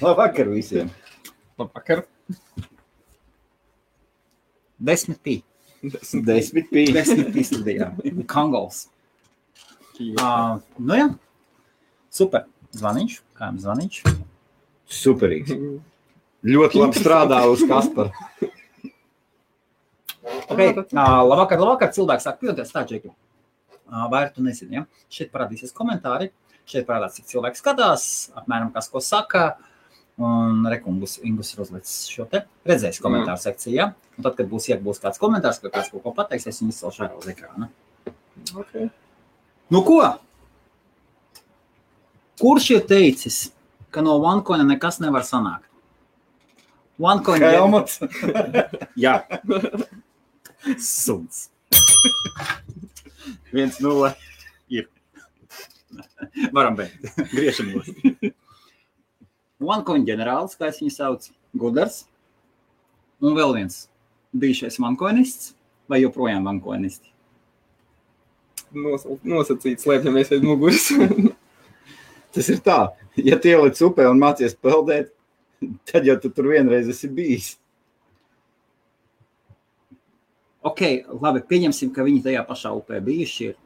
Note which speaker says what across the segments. Speaker 1: Labvakar visiem!
Speaker 2: Labvakar. Desmitī.
Speaker 1: Desmit bija.
Speaker 2: Desmitī studijā. Kongols. Uh, nu jā. Super. Zvaniņš. Kā jums zvaniņš?
Speaker 1: Superīgs. Ļoti labi strādā uz Kaspara.
Speaker 2: Okay. Uh, labvakar, labvakar. Cilvēks sāk pildīt tā džeku. Uh, vai tu nezini, ja? Šeit parādīsies komentāri. Šeit parādās, cik cilvēks skatās, apmēram kas ko saka. Un rekungus Ingus ir uzlicis šo te redzēs komentāru
Speaker 1: Mhm.
Speaker 2: sekcijā. Un tad, kad būs, ja būs kāds komentārs, ka kāds kaut ko pateiks, es viņu izcelšu ārā uz ekrāna.
Speaker 3: Okay.
Speaker 2: Nu, ko? Kurš ir teicis, ka no OneCoina nekas nevar sanākt? OneCoin ir
Speaker 1: Helmuts. Jā,
Speaker 2: suns.
Speaker 1: viens nulle.
Speaker 2: Varam beigt.
Speaker 1: Griežamies.
Speaker 2: OneCoin ģenerālis, kā es viņu sauc, Gudars. Un vēl viens bijušais OneCoinists vai joprojām OneCoinists.
Speaker 3: Nosacīt, slēpjamies aiz muguras.
Speaker 1: Tas ir tā, ja tu ieliec upē un mācies peldēt, tad jau tu tur vienreiz esi bijis.
Speaker 2: Ok, labi, pieņemsim, ka viņi tajā pašā upē bijuši. ir.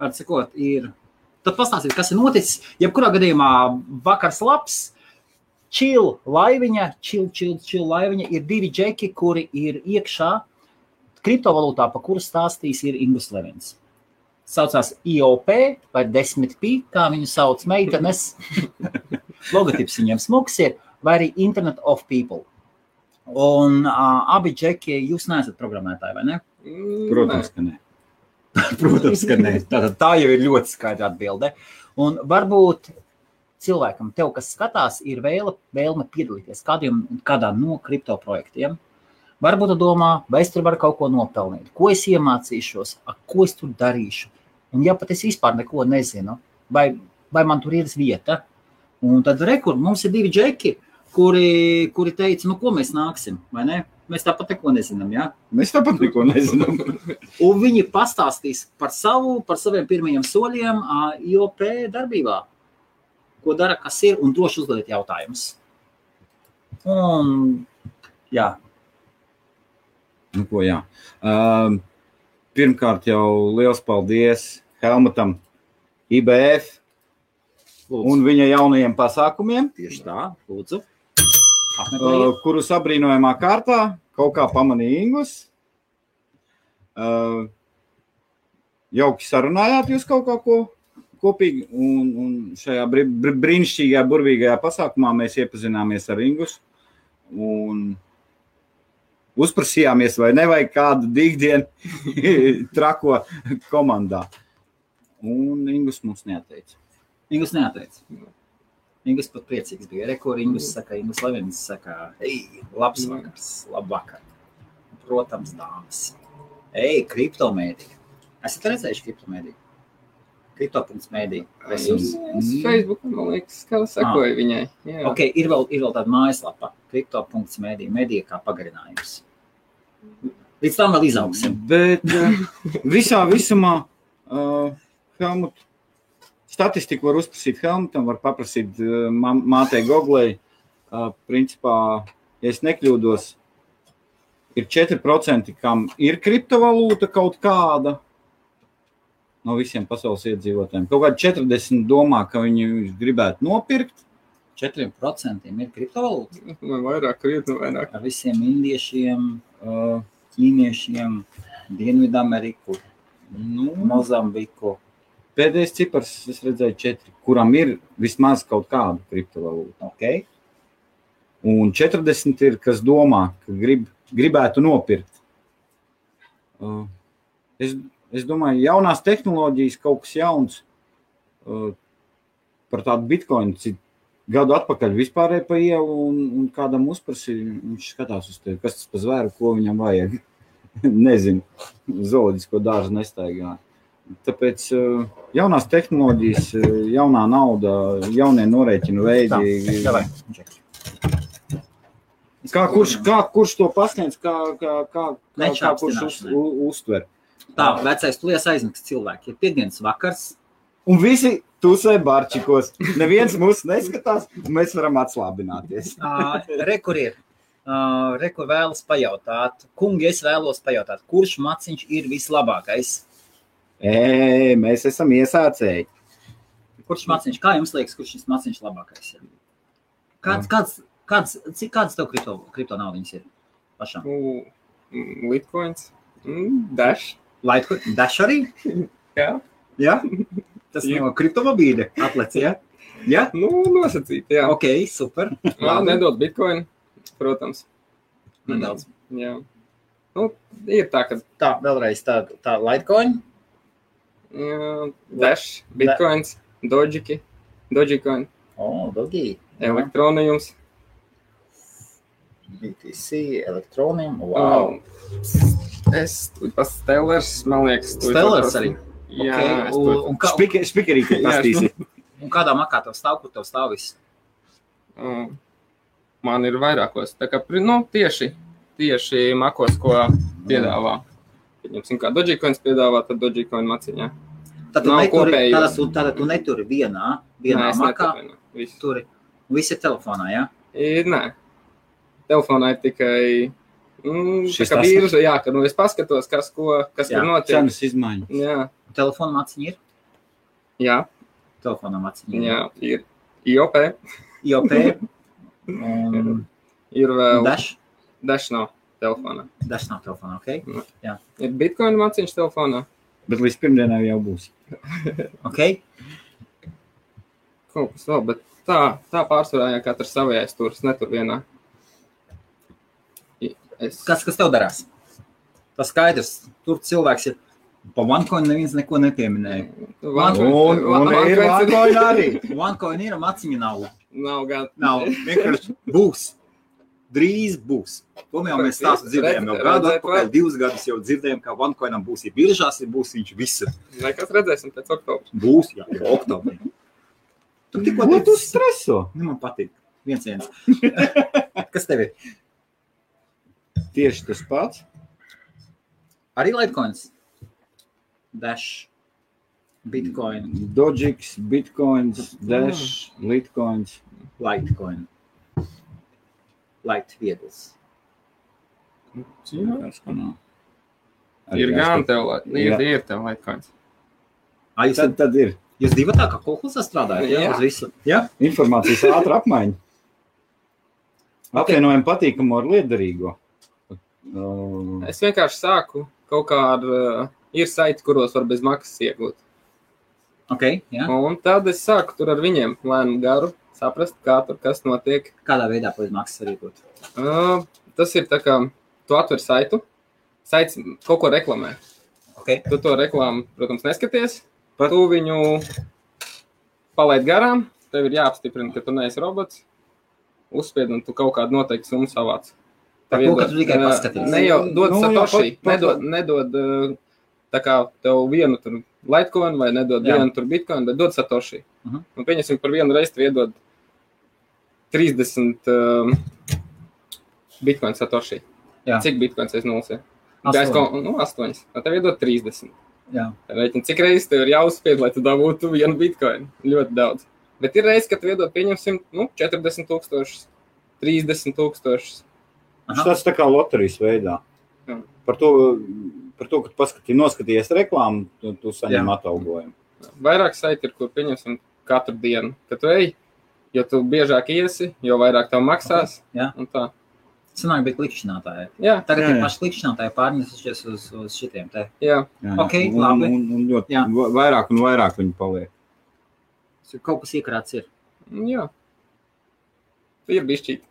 Speaker 2: Var sakot, ir. Tad pastāstiet, kas ir noticis. Jebkurā gadījumā vakars labs, čil laiviņa, čil, čil, čil laiviņa. Ir divi džeki, kuri ir iekšā kriptovalūtā, pa kuru stāstīs ir Ingus Levins. Saucās IOP vai 10P, kā viņu sauc meitenes. Logotips viņiem smags ir, vai arī Internet of People. Un uh, abi džeki, jūs neesat programmētāji, vai ne?
Speaker 3: Mm,
Speaker 1: Protams, ka nē.
Speaker 2: Protams, ka nē. Tātad tā jau ir ļoti skaidra atbilde. Un varbūt cilvēkam, tev, kas skatās, ir vēla, vēlme piedalīties kādiem, kādā no kripto projektiem. Varbūt tu domā, vai es tur varu kaut ko nopelnīt, ko es iemācīšos, a, ko es tur darīšu. Un ja pat es vispār neko nezinu, vai, vai man tur ir vieta, un tad rekur, mums ir divi džeki, kuri, kuri teica, nu ko mēs nāksim, vai ne? Mēs tāpat neko nezinām, jā. Ja?
Speaker 1: Mēs tāpat neko nezinām.
Speaker 2: Un viņi pastāstīs par, savu, par saviem pirmajiem soļiem, ā, IOP darbībā. Ko dara, kas ir, un droši uzdodiet jautājumus. Un, jā,
Speaker 1: Nu, ko, jā. um, pirmkārt, jau liels paldies Helmutam, IBF
Speaker 2: lūdzu.
Speaker 1: un viņa jaunajiem pasākumiem.
Speaker 2: tieši tā, lūdzu. Apmeklējiet.
Speaker 1: Uh, kurus apbrīnojamā kārtā kaut kā pamanīja Ingūns. Uh, jauki sarunājāt, jūs kaut kā ko kopīgi. Un, un šajā bri, bri, brīnišķīgajā, burvīgajā pasākumā mēs iepazināmies ar Ingūnu. Un uzprasījāmies, vai nevajag kādu dīkdienu trako komandā. Un Ingūns mums neateica.
Speaker 2: Ingus neateica. Ingus pat priecīgs bija. Rekords Ingus saka, Ingus Levins saka, ej, labs
Speaker 1: Mm.
Speaker 2: vakars, labvakar. Protams, dāmas. Ej, kriptomēdija. Esat redzējuši kriptomēdiju? Kripto.mēdija. Vai jūs?
Speaker 3: Es
Speaker 1: Mm.
Speaker 3: Facebookā, man liekas, kā sakoju
Speaker 1: Ah.
Speaker 3: viņai. Jā.
Speaker 2: Okay, ir, vēl, ir vēl tāda mājaslapa, kripto.mēdija, medija kā pagarinājums. Līdz tam vēl izaugsim.
Speaker 1: Bet eh, visā visumā uh, Helmut, statistiku var uzprasīt Helmutam, var paprasīt eh, ma- mātei Goglei. Uh, principā, ja es nekļūdos, ir 4%, kam ir kriptovalūta kaut kāda. No visiem pasaules iedzīvotājiem. Kaut kādi 40 domā, ka viņi gribētu nopirkt.
Speaker 2: 4% ir kriptovalūta.
Speaker 3: Man vairāk, krietni vairāk.
Speaker 2: Ar visiem indiešiem,
Speaker 1: Uh,
Speaker 2: ķīniešiem, Dienvidameriku,
Speaker 1: nu,
Speaker 2: Mozambiku.
Speaker 1: pēdējais cipars, es redzēju, 4, kuram ir vismaz kaut kāda kriptovalūta.
Speaker 2: Okay.
Speaker 1: Un 40 ir, kas domā, ka grib, gribētu nopirkt. Uh, Es, es domāju, ka jaunās tehnoloģijas, kaut kas jauns uh, par tādu bitkoinu, cik gadu atpakaļ vispār bija pa ielu, un, un kādam uzprasīja, viņš skatās uz tevi, kas tas par zvēru, ko viņam vajag. Nezinu, zooloģisko dārzu nestaigā. Tāpēc uh, jaunās tehnoloģijas, uh, jaunā nauda, jaunie norēķinu
Speaker 2: Tā,
Speaker 1: veidi.
Speaker 2: davai, ček.
Speaker 1: Kā kurš, kā kurš to pasniedz, kā, kā, kā, kā, kā kurš uz,
Speaker 2: Nečāpstināšanai.
Speaker 1: u, uztver.
Speaker 2: Tā, vecais pliesis aizmigs cilvēki. Ir piekdienas vakars.
Speaker 1: Un visi tusē barčikos. Neviens mūs neskatās, un mēs varam atslābināties.
Speaker 2: Uh, re, kur ir? Uh, re, kur vēlas pajautāt? Kungi, es vēlos pajautāt, kurš maciņš ir vislabākais?
Speaker 1: Ē, mēs esam iesācēji.
Speaker 2: Kurš maciņš, kā jums liekas, kurš šis maciņš labākais ir? Kāds, kāds, kāds, cik, kāds tev kripto, kripto naudiņas ir? Pašam.
Speaker 3: U, mm, Bitcoins. Mm, Dash.
Speaker 2: Laitko, daš arī?
Speaker 3: Jā.
Speaker 2: Ja? Tas
Speaker 3: Jā.
Speaker 2: no kriptomobīļa atlec, ja? Ja?
Speaker 3: Nu, nosacīt, jā.
Speaker 2: Ok, super.
Speaker 3: Man nedod bitcoin, protams.
Speaker 2: Nedaudz.
Speaker 3: Jā. Nu, ir tā, ka
Speaker 2: Tā, vēlreiz tā, tā Litecoin.
Speaker 3: jā, Dash, bitcoins, dodžiki, dodžikoin,
Speaker 2: O, dogī.
Speaker 3: elektronījums.
Speaker 2: BTC, elektroniem. Wow.
Speaker 3: Wow. Es tur pats Stellers, man liekas. tu
Speaker 2: Stellars
Speaker 3: pat-
Speaker 2: arī?
Speaker 3: Jā,
Speaker 2: Ok,
Speaker 3: es
Speaker 2: un,
Speaker 3: to-
Speaker 2: un, kā,
Speaker 1: Spikerīgi
Speaker 3: Jā,
Speaker 1: pastīsim.
Speaker 2: un kādā makā tev stāv, kur tev stāv viss?
Speaker 3: um, man ir vairākos. Tā kā, pri- nu, tieši, tieši makos, ko piedāvā. Pieņemsim, kā Dogecoin piedāvā, tad Dogecoin maciņā.
Speaker 2: Tad tu,
Speaker 3: Nav
Speaker 2: neturi,
Speaker 3: kopējo.
Speaker 2: tādā, tu, tādā, tu neturi vienā, vienā
Speaker 3: Nē,
Speaker 2: Nē,
Speaker 3: es
Speaker 2: makā.
Speaker 3: neturpinu. Visu.
Speaker 2: Turi. Visi ir telefonā, jā?
Speaker 3: I, Nē, telefonā ir tikai. Mm,
Speaker 1: Šis
Speaker 3: Šis kā
Speaker 1: tas-
Speaker 3: vīrusu, jā, kad nu, es paskatos, kas, ko, kas
Speaker 2: Jā,
Speaker 3: tur notiek.
Speaker 1: Cenas izmaiņa.
Speaker 3: Jā,
Speaker 2: Telefona maciņa ir?
Speaker 3: jā,
Speaker 2: Telefona maciņa ir.
Speaker 3: jā, ir IOP,
Speaker 2: IOP. Un
Speaker 3: ir vēl
Speaker 2: daž,
Speaker 3: dažs no telefona.
Speaker 2: daž nav telefona, ok?
Speaker 3: Ir Bitcoin maciņš telefonā.
Speaker 1: Bet līdz pirmdienai jau būs.
Speaker 2: Ok?
Speaker 3: Kaut kas vēl, bet tā, tā pārsvarā jau katrs savējais turis, ne tur vienā. I- Es...
Speaker 2: Kas, kas tev darās? Tas skaidrs. Tur cilvēks ir. Pa OneCoin neviens neko nepieminēja.
Speaker 3: Vankoins-
Speaker 1: Un, un
Speaker 3: Vankoins
Speaker 1: ir vārkoļi arī.
Speaker 2: OneCoin ir maciņa nav.
Speaker 3: Nav gan.
Speaker 2: Nav vienkārši būs. Drīz būs. To jau mēs stāstām, dzirdējām jau gadu, atpakaļ, divus gadus jau dzirdējām, ka OneCoinam būs ir biržās, ir būs viņš visur.
Speaker 3: Nekas redzēsim pēc oktobra.
Speaker 2: Būs jau oktobrī. Tu tikko
Speaker 1: Ko tu
Speaker 2: teici,
Speaker 1: streso?
Speaker 2: ne man patīk. Viens, viens. Kas tev ir?
Speaker 1: Tieši tas pats.
Speaker 2: Arī Litecoins? Dash. Bitcoin.
Speaker 1: Dodžiks, bitcoins, dash, litcoins.
Speaker 2: Litecoin. Light viegls.
Speaker 1: Kas, ko nav.
Speaker 3: Ir
Speaker 1: Arī
Speaker 3: gan
Speaker 1: jāskat-
Speaker 3: tev, lai-
Speaker 1: Jā.
Speaker 3: ir, ir tev laikons.
Speaker 2: Ai, jūs,
Speaker 1: Tad, tad ir
Speaker 2: jūs divi tā kā kolhozā strādājat? Jā,
Speaker 3: Jā.
Speaker 2: uz visu. Jā?
Speaker 1: informācijas ātrā apmaiņa. Apvienojam patīkamu ar liederīgo. Uh,
Speaker 3: Es vienkārši sāku kaut kādu, uh, ir saiti, kuros var bez maksas iegūt.
Speaker 2: Ok, jā.
Speaker 3: Un tad es sāku tur ar viņiem lēnu garu, saprast, kā tur kas notiek.
Speaker 2: Kādā veidā pēc maksas arī būtu?
Speaker 3: Uh, Tas ir tā kā, tu atver saitu, saits kaut ko reklamē.
Speaker 2: Ok.
Speaker 3: Tu to reklāmu, protams, neskaties. Pat...
Speaker 1: Pat-
Speaker 3: Tu viņu palaid garām. Tev ir jāapstiprina, ka tu neesi robots. Uzspied, un tu kaut kādu noteiktu summu savāc.
Speaker 2: Par
Speaker 3: Tev
Speaker 2: to, ka
Speaker 3: iedod-
Speaker 2: tu tikai
Speaker 3: Nē,
Speaker 2: paskaties.
Speaker 3: Ne jau dod
Speaker 1: Nu,
Speaker 3: nu,
Speaker 1: jā,
Speaker 3: satoši,
Speaker 1: pat- pat-
Speaker 3: nedod, nedod ā, tā kā tev vienu tur Litecoin vai nedod
Speaker 2: Jā.
Speaker 3: jā. vienu tur Bitcoin, bet dod satoši.
Speaker 2: Mhm.
Speaker 3: Un pieņemsim par vienu reizi tev iedod 30 um, Bitcoin satoši.
Speaker 2: Jā.
Speaker 3: Cik Bitcoins aiz nulles ir?
Speaker 2: Astoņi.
Speaker 3: Gaisa kaut nu, 8. Tev iedod 30.
Speaker 2: Jā.
Speaker 3: Reiķin, cik reizes tev ir jāuzspiež, lai tu dabūtu vienu bitkoinu? Ļoti daudz. Bet ir reizes, kad viedot, pieņemsim, nu, 40 tūkstošus, 30 tūkstošus.
Speaker 2: Aha.
Speaker 1: Tas tā kā loterijas veidā.
Speaker 3: Jā.
Speaker 1: Par to, par to ka tu paskati, noskaties reklāmu, tu, tu saņem atalgojumu.
Speaker 3: Vairāk saiti ir, kur pieņemsim katru dienu. Kad tu ej, jo tu biežāk iesi, jo vairāk tev maksās.
Speaker 2: Ok, jā.
Speaker 3: Un tā.
Speaker 2: Sanāk, bija klikšķinātāji.
Speaker 3: Jā,
Speaker 2: Tagad
Speaker 1: Jā,
Speaker 2: ir
Speaker 1: jā.
Speaker 2: paši klikšķinātāji pārnesušies uz, uz šitiem te.
Speaker 3: jā.
Speaker 1: Jā,
Speaker 2: Ok,
Speaker 1: un,
Speaker 2: labi.
Speaker 1: Un, un ļoti
Speaker 2: Jā.
Speaker 1: va- vairāk un vairāk viņi paliek.
Speaker 2: Kaut kas iekrāts ir.
Speaker 3: jā. Ir bišķīgi.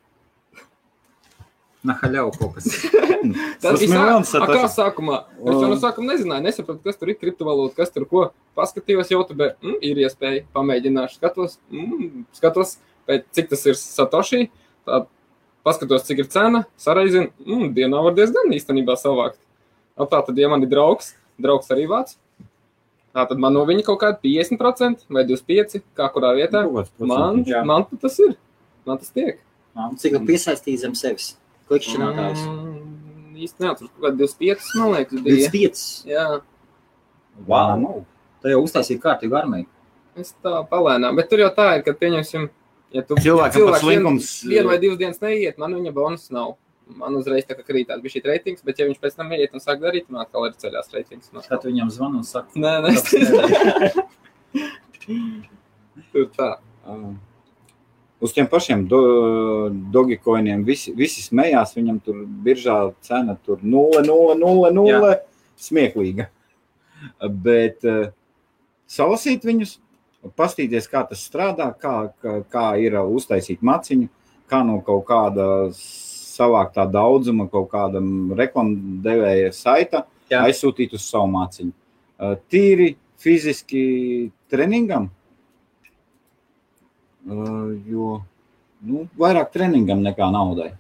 Speaker 2: Nahaļau kaut kas.
Speaker 3: Tas
Speaker 1: Tas
Speaker 3: ir
Speaker 1: miljonus
Speaker 3: sākumā. Kā
Speaker 1: tas.
Speaker 3: sākumā? Es jau no sākuma nezināju, nesapratu, kas tur ir kriptovalūta, kas tur ko. Paskatījos YouTube, mm, ir iespēja pamēģināt. Skatos, mm, skatos pēc, cik tas ir Satoshi. Tā, paskatos, cik ir cena, sareizinu. Mm, dienā var diezgan īstenībā savākt. Nu, tā tad, ja man ir draugs, draugs arī vāc, tā tad man no viņa kaut kāda 50% vai 25% kā kurā vietā.
Speaker 1: Kaut kāds
Speaker 3: Man,
Speaker 1: procentiņš.
Speaker 3: man tas ir. Man tas tiek.
Speaker 2: Cik tu piesaistīji zem sevis? Klikšķinātājs.
Speaker 3: Mm, īsti neatceros, kaut kādi 25, man liekas, bija.
Speaker 2: 25.
Speaker 3: Jā,
Speaker 2: Wow. Tā jau uztaisīja kārtīgu armiju.
Speaker 3: Es tā palēnām. Bet tur jau tā ir, ka, pieņemsim, ja tu
Speaker 1: Cilvēkam
Speaker 3: cilvēks
Speaker 1: pats slinkums.
Speaker 3: vien- Vienu vai divas dienas neiet, man viņa bonus nav. Man uzreiz tā kā krītās bija šī reitings, bet ja viņš pēc tam iet un sāk darīt, man atkal ir ceļās reitings. Man-
Speaker 2: Kad viņam zvanu un saku,
Speaker 3: Nē,
Speaker 2: kāpēc
Speaker 3: nē,
Speaker 2: nevari?
Speaker 3: tur tā.
Speaker 1: Uh, Uz tiem pašiem do, dogikoiniem visi, visi smējās. Viņam tur biržā cena tur 0,0,0. Smieklīga. Bet uh, salasīt viņus, paskatīties, kā tas strādā, kā, kā, kā ir uh, uztaisīt maciņu, kā no kaut kāda savāktā daudzuma, kaut kādam reklāmdevēja saita
Speaker 2: Jā.
Speaker 1: aizsūtīt uz savu maciņu. Uh, Tīri fiziski treningam. Uh, jo nu, vairāk treniņam nekā naudai.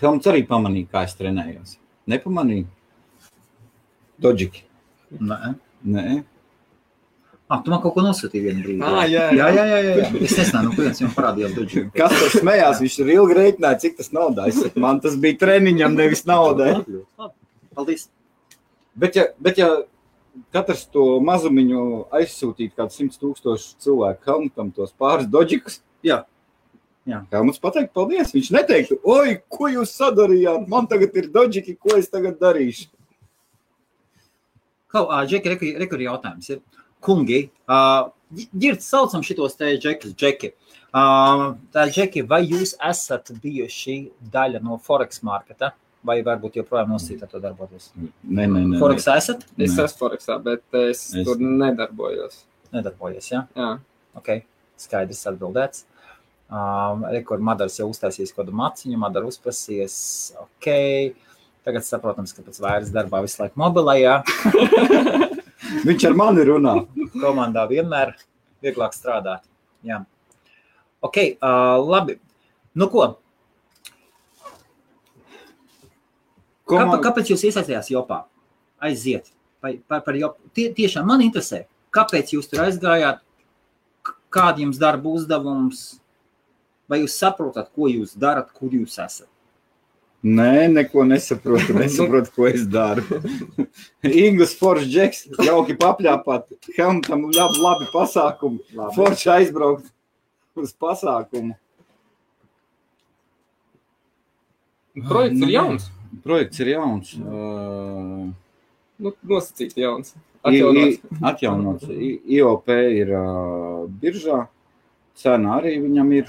Speaker 1: Helms arī pamanīja, kā es trenējos. Nepamanīju. Dodžiki.
Speaker 2: Nē.
Speaker 1: Nē,
Speaker 2: Ah, e? tu man kaut ko nosūtīji vienā brīdī.
Speaker 3: Ā, jā,
Speaker 2: jā, jā, jā, jā, jā. Es nezinu, kurš viņam parādīja dažu.
Speaker 1: kas tur smējās? Viņš ir ilgi rēķinājis, cik tas naudā. Es saku, Man tas bija treniņam, nevis naudai.
Speaker 2: Paldies.
Speaker 1: Bet ja, bet ja katrs to mazumiņu aizsūtītu kādu simt tūkstošu cilvēku Helmutam, tos pāris dodžikus,
Speaker 2: Jā. Jā.
Speaker 1: Helmuts pateiktu paldies. Viņš neteiktu, oi, ko jūs sadarījāt? Man tagad ir dodžiki, ko es tagad darīšu?
Speaker 2: Klau, uh, Džeki, reku, reku ir jautājums. Ir. Kungi, uh, ģirds saucam šitos te džekus, džeki. Uh, tā, džeki, vai jūs esat bijuši daļa no Forex marketa? Vai varbūt joprojām nosītā to darboties?
Speaker 1: Nē, nē, nē. nē.
Speaker 2: Forex esat?
Speaker 3: Es
Speaker 1: Nē.
Speaker 3: esmu Foreksā, bet es,
Speaker 1: Es-
Speaker 3: es tur nedarbojos.
Speaker 2: Nedarbojies, jā?
Speaker 3: Jā.
Speaker 2: Ok, skaidrs atbildēts. Um, Rekords Madaras jau uztaisījis kaut kādu maciņu, Madara uzprasījis. Ok, tagad saprotams, ka pēc vairs darbā visu laiku mobilajā
Speaker 1: Viņš ar mani runā.
Speaker 2: komandā vienmēr vieglāk strādāt. Jā. Ok, uh, labi. Nu ko,
Speaker 1: Ko
Speaker 2: Kāp,
Speaker 1: man-
Speaker 2: kāpēc jūs iesaistījāties jopā? Aiziet. Vai, par, par jop... Tie, tiešām man interesē, kāpēc jūs tur aizgājāt, K- kāda jums darba uzdevums, vai jūs saprotat, ko jūs darat, kur jūs esat.
Speaker 1: Nē, neko nesaprotu. Nesaprotu, ko es daru. Ingūns, Foršs, Džeks, jauki papļāpāt. Helmutam labi, labi pasākumi. Foršs aizbraukt uz pasākumu. Ah,
Speaker 3: Projekts
Speaker 1: nu.
Speaker 3: ir jauns.
Speaker 1: Projekts ir jauns. Uh,
Speaker 3: Nu, nosacīts jauns.
Speaker 1: I-
Speaker 3: Atjaunots.
Speaker 1: i- Atjaunots. I- IOP ir uh, biržā. Cena arī viņam ir.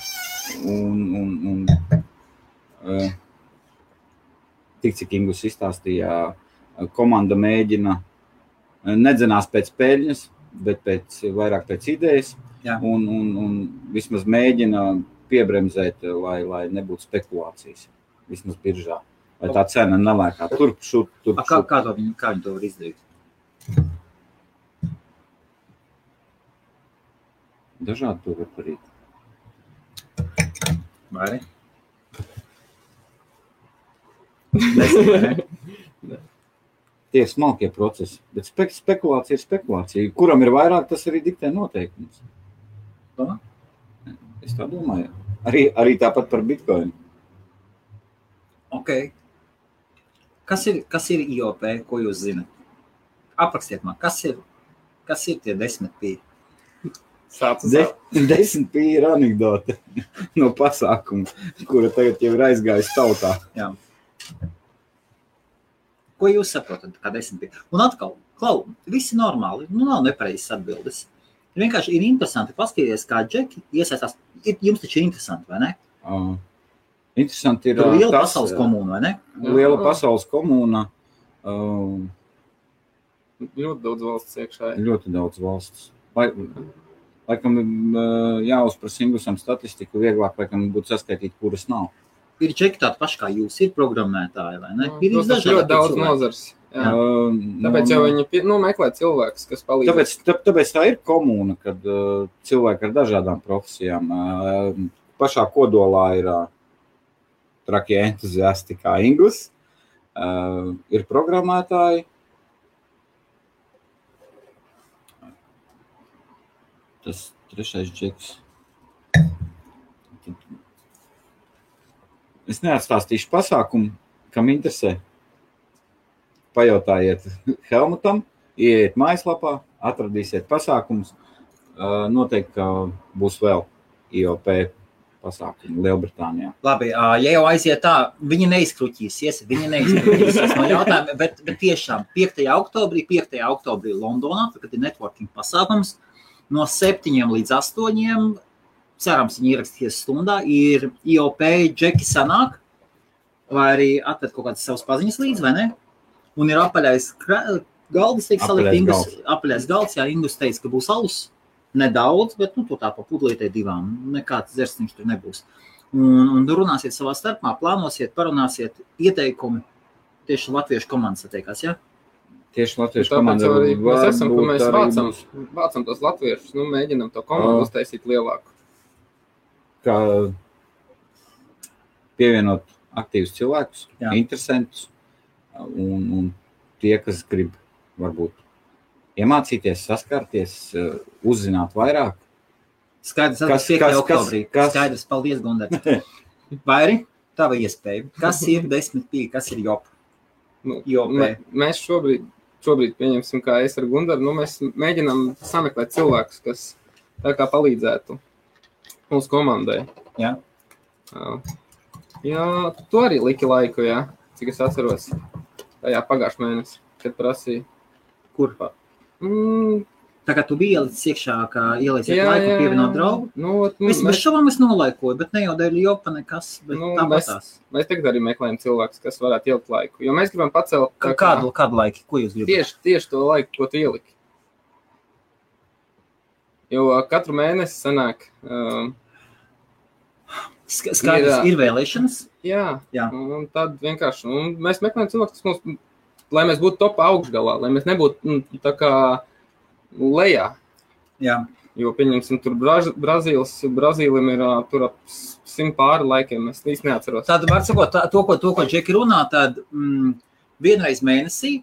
Speaker 1: Un, un, un, uh, tik cik Ingūns izstāstīja, uh, komanda mēģina uh, nedzenās pēc peļņas, bet pēc, vairāk pēc idejas.
Speaker 2: Jā.
Speaker 1: Un, un, un vismaz mēģina piebremzēt, uh, lai, lai nebūtu spekulācijas. Vismaz biržā. Lai tā cena nelēkā turp, šurp, turp,
Speaker 2: A, Kā,
Speaker 1: šurp.
Speaker 2: kā, to viņi, kā viņi to var izdarīt?
Speaker 1: Dažādi to var darīt.
Speaker 2: Vai ne?
Speaker 1: tie ir smalkie procesi. Bet spe, spekulācija ir spekulācija. Kuram ir vairāk, tas arī diktē noteikumus.
Speaker 2: Domā?
Speaker 1: Es tā domāju. Arī, arī tāpat par bitkoinu.
Speaker 2: Okay. Kas, ir, kas ir IOP, ko jūs zinat? Aprakstiet man, kas ir, kas ir tie desmit pīļi?
Speaker 3: Sācis
Speaker 1: De, desmit bija ir anekdote no pasākuma, kura tagad jau ir aizgājusi tautā.
Speaker 2: Ko jūs saprotat, kā desmit bija? Un atkal, klau, visi normāli, nu nav nepareizas atbildes. Vienkārši ir interesanti paskatīties, kā džeki iesaistās. Ir- Jums taču ir interesanti, vai ne?
Speaker 1: Uh, interesanti ir
Speaker 2: Tur
Speaker 1: ā,
Speaker 2: ir liela
Speaker 1: tas,
Speaker 2: pasaules komūna, vai ne?
Speaker 1: liela pasaules komūna. Uh,
Speaker 3: ļoti daudz valsts iekšā. ir.
Speaker 1: ļoti daudz valsts. Lai, laikam ā, jāuzprasa Ingūsam statistiku, vieglāk laikam būtu saskaitīt, kuras nav.
Speaker 2: Ir džeki tādi paši kā jūs, ir programmētāji, vai ne? Ir
Speaker 3: Protams,
Speaker 2: visdažādākie
Speaker 3: Nu, ļoti daudz
Speaker 2: cilvēki.
Speaker 3: nozars. Jā.
Speaker 1: Uh,
Speaker 3: Tāpēc jau viņi pie- nu, meklē cilvēkus, kas palīdz.
Speaker 1: Tāpēc, tā, tāpēc tā ir komūna, kad uh, cilvēki ar dažādām profesijām uh, pašā kodolā ir uh, trakie entuziasti, kā Ingūns, uh, ir programmētāji. Tas trešais džeks. Es neatstāstīšu pasākumu, kam interesē. Pajautājiet Helmutam, ieiet mājaslapā, atradīsiet pasākumus. Uh, Noteikti ka būs vēl IOP pasākumi Lielbritānijā.
Speaker 2: Labi, ā, ja jau aiziet tā, viņi neizkrūtīsies, viņi neizkrūtīsies no jautājuma, bet, bet tiešām 5. oktobrī, 5. oktobrī Londonā, kad ir networking pasākums, no 7 līdz 8. Cerams, viņi ierakstīsies stundā, ir IOP, Džeki sanāk, vai arī atved kaut kādas savas paziņas līdzi, vai ne? Un ir apaļais kra- galds, tiek salikt,
Speaker 1: Apaļais
Speaker 2: Ingus,
Speaker 1: galds.
Speaker 2: apaļais galds, jā, Ingus teica, ka būs alus. Nedaudz, bet nu, tur tā pa pudelītē divām. Nekāds dzērsiņš tur nebūs un, un runāsiet savā starpā, plānosiet, parunāsiet ieteikumi. Tieši latviešu komandas attiekās. Ja?
Speaker 1: Tieši Latvijas
Speaker 3: Nu, Tāpēc
Speaker 1: komanda
Speaker 3: jau arī mēs
Speaker 1: varbūt
Speaker 3: esam, ka mēs
Speaker 1: arī
Speaker 3: vācam,
Speaker 1: būs,
Speaker 3: vācam tos latviešus, nu, mēģinam to komandu
Speaker 1: Ah.
Speaker 3: uztaisīt lielāku.
Speaker 1: Kā pievienot aktīvus cilvēkus,
Speaker 2: Jā.
Speaker 1: interesantus un, un tie, kas grib varbūt iemācīties, saskarties, eh, uzzināt vairāk.
Speaker 2: Skaidrs,
Speaker 1: Kas-
Speaker 2: kas ir 5.
Speaker 1: kas- kas-
Speaker 2: oktobrī.
Speaker 1: kas-
Speaker 2: Skaidrs, paldies, Gunār. Vai arī tava iespēja? Kas ir 10, 5, kas ir jop?
Speaker 3: Nu,
Speaker 2: Jop,
Speaker 3: Mē- Mēs šobrīd, šobrīd pieņemsim, kā es ar Gundaru, nu, mēs mēģinām sameklēt cilvēkus, kas tā kā palīdzētu mūsu komandai.
Speaker 2: Jā.
Speaker 3: Jā. Jā, tu arī liki laiku, jā, cik es atceros. Tajā pagājušajā mēnesī, kad prasīja.
Speaker 2: kur?
Speaker 3: Mm,
Speaker 2: Tā kā tu biji ielicis iekšā, kā ielicis
Speaker 3: jā,
Speaker 2: laiku
Speaker 3: jā,
Speaker 2: pievienot
Speaker 3: jā.
Speaker 2: draugu.
Speaker 3: Nu, ot, nu,
Speaker 2: Es bez
Speaker 3: mēs,
Speaker 2: šaubām es nolaikoju, bet ne jau dēļ jopa nekas, bet nu,
Speaker 3: Nu,
Speaker 2: tāpat
Speaker 3: mēs-
Speaker 2: tās.
Speaker 3: mēs tagad arī meklējam cilvēkus, kas varētu ielikt laiku. Jo mēs gribam pacelt
Speaker 2: Kā-
Speaker 3: tā kā-
Speaker 2: Kādu, kādu laiku, ko jūs gribat?
Speaker 3: Tieši, tieši to laiku, ko tu ieliki. Jo uh, katru mēnesi sanāk, um,
Speaker 2: Sk- Skaidrs,
Speaker 3: Jā.
Speaker 2: ir vēlēšanas.
Speaker 3: jā,
Speaker 2: Jā.
Speaker 3: un tad vienkārši un mēs meklējam cilvēku, kas mums, lai mēs būtu top augšgalā, lai mēs nebūtu mm, tā kā lejā.
Speaker 2: Jā.
Speaker 3: Jo, pieņemsim, tur Braž- Brazīlis, Brazīlim ir ā, tur ap s- simt pāri laikiem, es īsti neatceros.
Speaker 2: Tad, var sakot, tā- to, ko, to, ko Džeki runā, tad mm, vienreiz mēnesī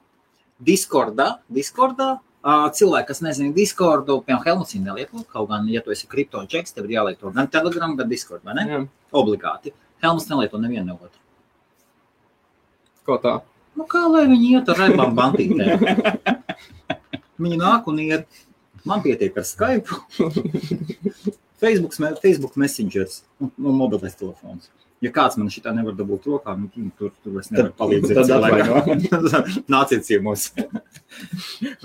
Speaker 2: Discordā, Discordā ā, cilvēki, kas nezina Discordu, piemēram, Helmuts nelieto, kaut gan, ja tu esi kripto džeks, tev ir jāliek to gan Telegram, gan Discord, vai ne?
Speaker 3: Jā,
Speaker 2: Obligāti. Helmuts nelieto nevienu no otru.
Speaker 3: kaut tā.
Speaker 2: Nu, kā lai viņi iet ar raibām bandītēm? viņi nāk un iet. Man pietiek ar Skype, Facebook, me- Facebook Messenger un, un mobilais telefons. Ja kāds man šitā nevar dabūt rokā, nu, tu- tur, tur es nevaru palīdzēt.
Speaker 1: tad
Speaker 2: atvaino. Nāciet ciemos.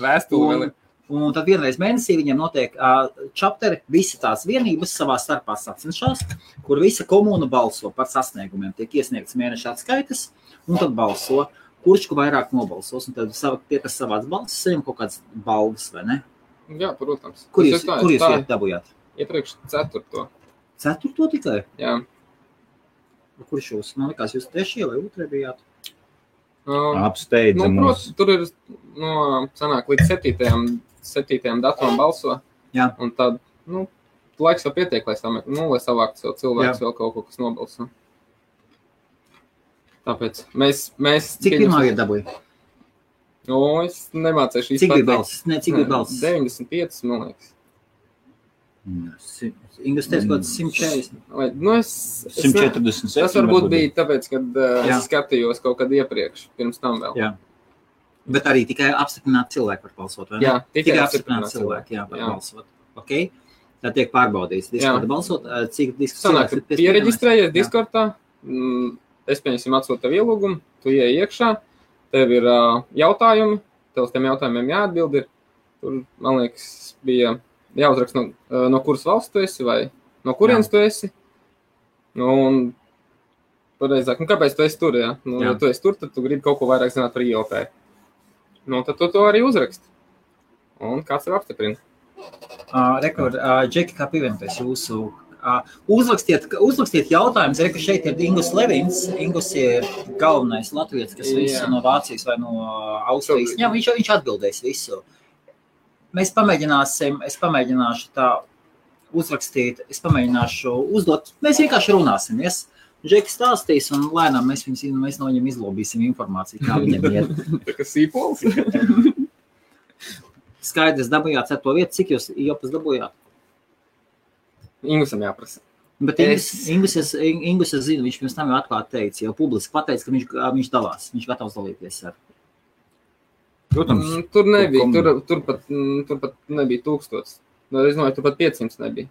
Speaker 3: Vēstuli vēl. ir.
Speaker 2: Un tad vienreiz mēnesī viņam notiek uh, čapteri, visas tās vienības savā starpā sacenšas, kur visa komuna balso par sasniegumiem. Tiek iesniegts mēneša atskaites, un tad balso, kurš ko vairāk nobalsos. Un tad sava, tie, kas savāc balsis, saņem kaut kādas balvas, vai ne?
Speaker 3: Jā, protams.
Speaker 2: Kur
Speaker 3: Es
Speaker 2: jūs,
Speaker 3: tā-
Speaker 2: kur
Speaker 3: es
Speaker 2: jūs
Speaker 3: tā
Speaker 2: iet dabūjāt?
Speaker 3: Iepriekš ceturto.
Speaker 2: Ceturto tikai?
Speaker 3: Jā.
Speaker 2: Kurš jūs? Man liekas, jūs trešie vai otrie bijāt?
Speaker 3: Um, Nu,
Speaker 1: Apsteidzam,
Speaker 3: protams, tur ir no, sanāk, līdz 7. 7. datumam balso.
Speaker 2: Jā.
Speaker 3: Un tad nu, laiks jau pietiek, lai, samek, nu, lai savāktu sev cilvēku, vēl kaut ko, kas nobalso. Tāpēc mēs. mēs
Speaker 2: Cik pirmā vieta dabūja?
Speaker 3: No, es nemācīju
Speaker 2: Cik bija balsis? Nē, cik
Speaker 3: Hmm,
Speaker 2: bija balsis?
Speaker 3: 95, man liekas.
Speaker 1: Mm.
Speaker 2: Ingus teica, ka
Speaker 3: Mm.
Speaker 2: 140.
Speaker 3: Vai, nu, es, es ne-
Speaker 1: 147.
Speaker 3: Tas varbūt bija tāpēc, ka uh,
Speaker 2: Jā.
Speaker 3: es skatījos kaut kad iepriekš, pirms tam vēl.
Speaker 2: Jā. Bet arī tikai apstiprināt cilvēku var balsot, vai ne?
Speaker 3: jā
Speaker 2: Tikai apstiprināt
Speaker 3: apstiprināt
Speaker 2: cilvēku, jā, par
Speaker 3: Jā.
Speaker 2: balsot. Okay? Tā tiek pārbaudīts. Diskordā
Speaker 3: Jā.
Speaker 2: balsot, ā, cik
Speaker 3: Sanāk,
Speaker 2: diskusijas
Speaker 3: ka pieregistrējies
Speaker 2: Jā.
Speaker 3: Discordā. mm, Es pieņemu, atsūtu tev ielūgumu, tu ieej iekšā, tev ir ā, jautājumi, tev uz tiem jautājumiem jāatbild. Ir. Tur, man liekas, bija jāuzraksta, no, ā, no kuras valsts tu esi vai no kurienes tu esi. Nu, un, pareizāk, nu, kāpēc tu esi tur? Ja? Nu,
Speaker 2: Jā.
Speaker 3: ja tu esi tur, tad tu gribi kaut ko vairāk zināt par IOP. Nu, tad tu to arī uzraksti. Un kāds tev apstiprina?
Speaker 2: Rekords, Džeki, kā pievienoties jūsu. ā, Uzrakstiet, uzrakstiet jautājumus. Reku šeit ir Ingūns Levins. Ingūns ir galvenais latviečs, kas
Speaker 3: Jā.
Speaker 2: visu no Vācijas vai no Austrijas.
Speaker 3: Šobrīd.
Speaker 2: Jā, viņš, viņš atbildēs visu. Mēs pamēģināsim, es pamēģināšu tā uzrakstīt, es pamēģināšu uzdot. Mēs vienkārši runāsimies. Džeki stāstīs, un lēnām mēs, viņus, mēs no viņiem izlobīsim informāciju, kā viņiem iet.
Speaker 3: Tā kā sīpols.
Speaker 2: Skaidrs, dabūjāt ceturto vietu, cik jūs jau dabūjāt.
Speaker 3: Ingusam jāprasa.
Speaker 2: Bet
Speaker 3: Es-
Speaker 2: Ingūns es, Ingus es zinu, viņš pirms tam jau atklāti teica, jau publiski pateica, ka viņš, viņš dalās, viņš gatavs dalīties ar
Speaker 1: Protams,
Speaker 3: Mm, Tur nebija.
Speaker 1: kom-
Speaker 3: Tur, tur, pat, mm, tur pat nebija tūkstots. Nu, Es domāju, tur pat 500 nebija.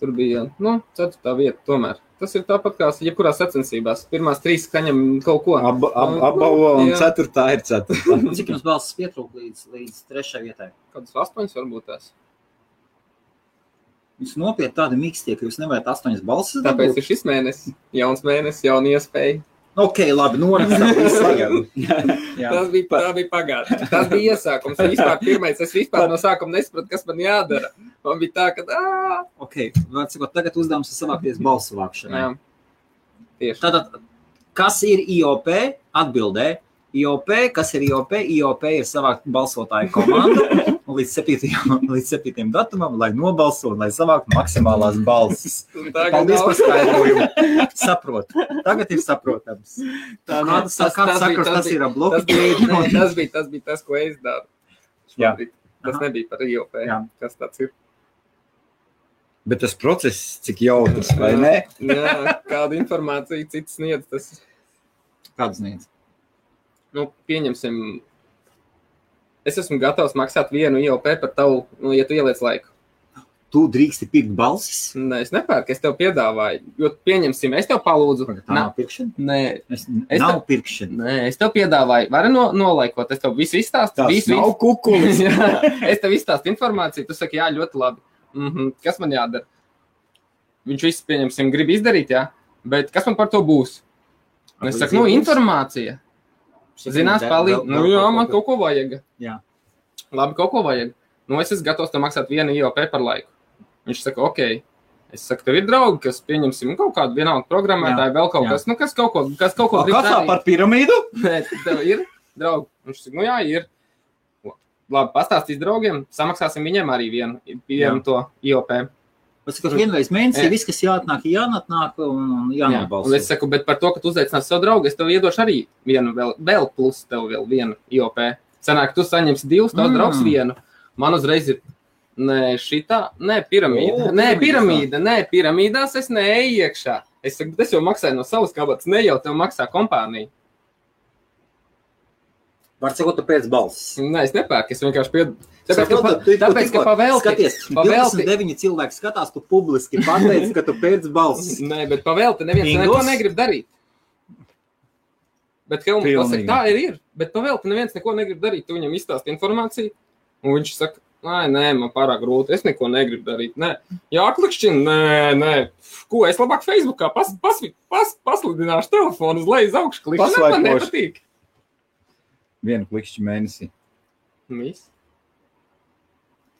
Speaker 3: Tur bija nu, 4. vieta. Tomēr. Tas ir tāpat kā jebkurā sacensībās. Pirmās trīs saņem kaut ko.
Speaker 1: Ab, ab, apbalvo, un
Speaker 3: Jā.
Speaker 1: ceturtā ir ceturtā.
Speaker 2: Cik jums balsis pietrūka līdz, līdz trešajai vietai?
Speaker 3: Kādas astoņas varbūt tās.
Speaker 2: Jūs nopietni tādi mīkstie, ka jūs nevarat astoņas balsis.
Speaker 3: Tāpēc
Speaker 2: dabūt?
Speaker 3: ir šis mēnesis, jauns mēnesis, jauna iespēja.
Speaker 2: Ok, labi, norakstām.
Speaker 3: Jā. Tas bija, tā bija pagātne. Tas bija iesākums. Vispār pirmais, es vispār no sākuma nesapratu, kas man jādara. Man bija tā, ka "Ā,
Speaker 2: Okay, var sakot, tagad uzdevums ir savākties balsu vākšanai.
Speaker 3: jā. tieši
Speaker 2: Tātad, kas ir IOP? Atbildē. IOP, kas ir IOP? IOP ir savākt balsotāju komandu un līdz 7. līdz 7. datumam, lai nobalsotu, lai savāktu maksimālās balsis.
Speaker 3: tā.
Speaker 2: Paldies par skaidrojumu. Saprotu. Tagad ir saprotams.
Speaker 3: Tā, nu,
Speaker 2: Kāds
Speaker 3: tas- tas
Speaker 2: sakars
Speaker 3: bija- tas
Speaker 2: tas
Speaker 3: bija-
Speaker 2: ir ar bloku?
Speaker 3: Tas bija, ne, tas bija, tas bija tas, ko es daru.
Speaker 1: Jā.
Speaker 3: Šobrīd. Tas
Speaker 2: Aha.
Speaker 3: nebija par IOP.
Speaker 2: Jā.
Speaker 3: Kas tas ir?
Speaker 1: Bet tas process, cik jautrs, vai ne?
Speaker 3: Jā, kādu informāciju cits sniedz. Tas,
Speaker 2: Kāds nīc?
Speaker 3: nu, pieņemsim, es esmu gatavs maksāt vienu IOP par tavu, nu, ja tu ieliec laiku.
Speaker 2: Tu drīksti pirkt balsis?
Speaker 3: Nē, es nepērku, es tev piedāvāju. Jo, pieņemsim, es tev palūdzu.
Speaker 2: Tagad tā nav pirkšana.
Speaker 3: Nē,
Speaker 2: Es,
Speaker 3: Es
Speaker 2: nav pirkšana.
Speaker 3: nē, es tev piedāvāju. Vari no, nolaikot, es tev visu izstāstu.
Speaker 1: Tas
Speaker 3: Visu,
Speaker 1: nav kukulis.
Speaker 3: Jā, es tev izstāstu informāciju, tu saki, jā, ļoti labi. Mm -hmm. Kas man jādara? Viņš viss, pieņemsim, grib izdarīt, jā, bet kas man par to būs? Un es saku, nu, informācija. Zinās, palīdz. Nu, jā, man kaut ko vajag.
Speaker 2: Jā.
Speaker 3: Labi, kaut ko vajag. Nu, es esmu gatavs tev maksāt vienu IOP par laiku. Viņš saka, ok. Es saku, tev ir draugi, kas pieņemsim nu, kaut kādu vienādu programmētāju, vēl kaut
Speaker 2: jā.
Speaker 3: kas, nu, kas kaut ko, kas kaut ko
Speaker 1: Ko
Speaker 3: grib
Speaker 1: Kāpā
Speaker 3: darīt.
Speaker 1: par piramīdu?
Speaker 3: Nē, tev ir draugi. Viņš saka, nu jā, ir. Labi, pastāstīs draugiem, samaksāsim viņiem arī vienu, vienu to IOP.
Speaker 2: Pasakot, vienreiz mēnesī
Speaker 3: Jā.
Speaker 2: viss, kas jāatnāk, ir jāatnāk un, un
Speaker 3: Jā, un
Speaker 2: jānobalso.
Speaker 3: es saku, bet par to, ka tu uzaicinās savu draugu, es tev iedošu arī vienu, vēl, vēl plus tev vēl vienu IOP. Sanāk, tu saņemsi divus, tavs
Speaker 2: Mm.
Speaker 3: mm. draugs vienu. Man uzreiz ir. Nē, šitā, nē, piramīda.
Speaker 2: O,
Speaker 3: O, nē,
Speaker 2: piramīdas,
Speaker 3: piramīda, nē, piramīdās es neeju iekšā. Es saku, bet es jau maksāju no savas kabatas, ne jau tev maksā kompānija.
Speaker 2: Var sakot, tu pēc balss.
Speaker 3: Nē, es nepērku, es vienkārši piedu. Tāpēc, ka,
Speaker 2: Saprotat,
Speaker 3: pa-
Speaker 2: tu- tu
Speaker 3: tāpēc,
Speaker 2: tikko
Speaker 3: ka pavēlti.
Speaker 2: Skaties,
Speaker 3: pavelti.
Speaker 2: 29 cilvēki skatās, tu publiski pateici, ka tu pēc balss.
Speaker 3: Nē, bet pavēlti neviens
Speaker 2: Ingos?
Speaker 3: neko negrib darīt. Bet Helmuts pasaka,
Speaker 1: Pilnīgi.
Speaker 3: tā ir, ir. Bet pavēlti neviens neko negrib darīt. Tu viņam izstāsti informāciju, un viņš saka, nē, nē, man pārāk grūti, es neko negribu darīt. Nē, jā, klikšķina, nē, nē. Pf, Ko es labāk Facebookā pas, pas, pas, pasludināšu telefonu uz leju, uz augšu klikšķinu. Man
Speaker 1: Paslaipošu.
Speaker 3: nepatīk.
Speaker 1: Vienu klikšķi mēnesī.
Speaker 3: Nu, viss.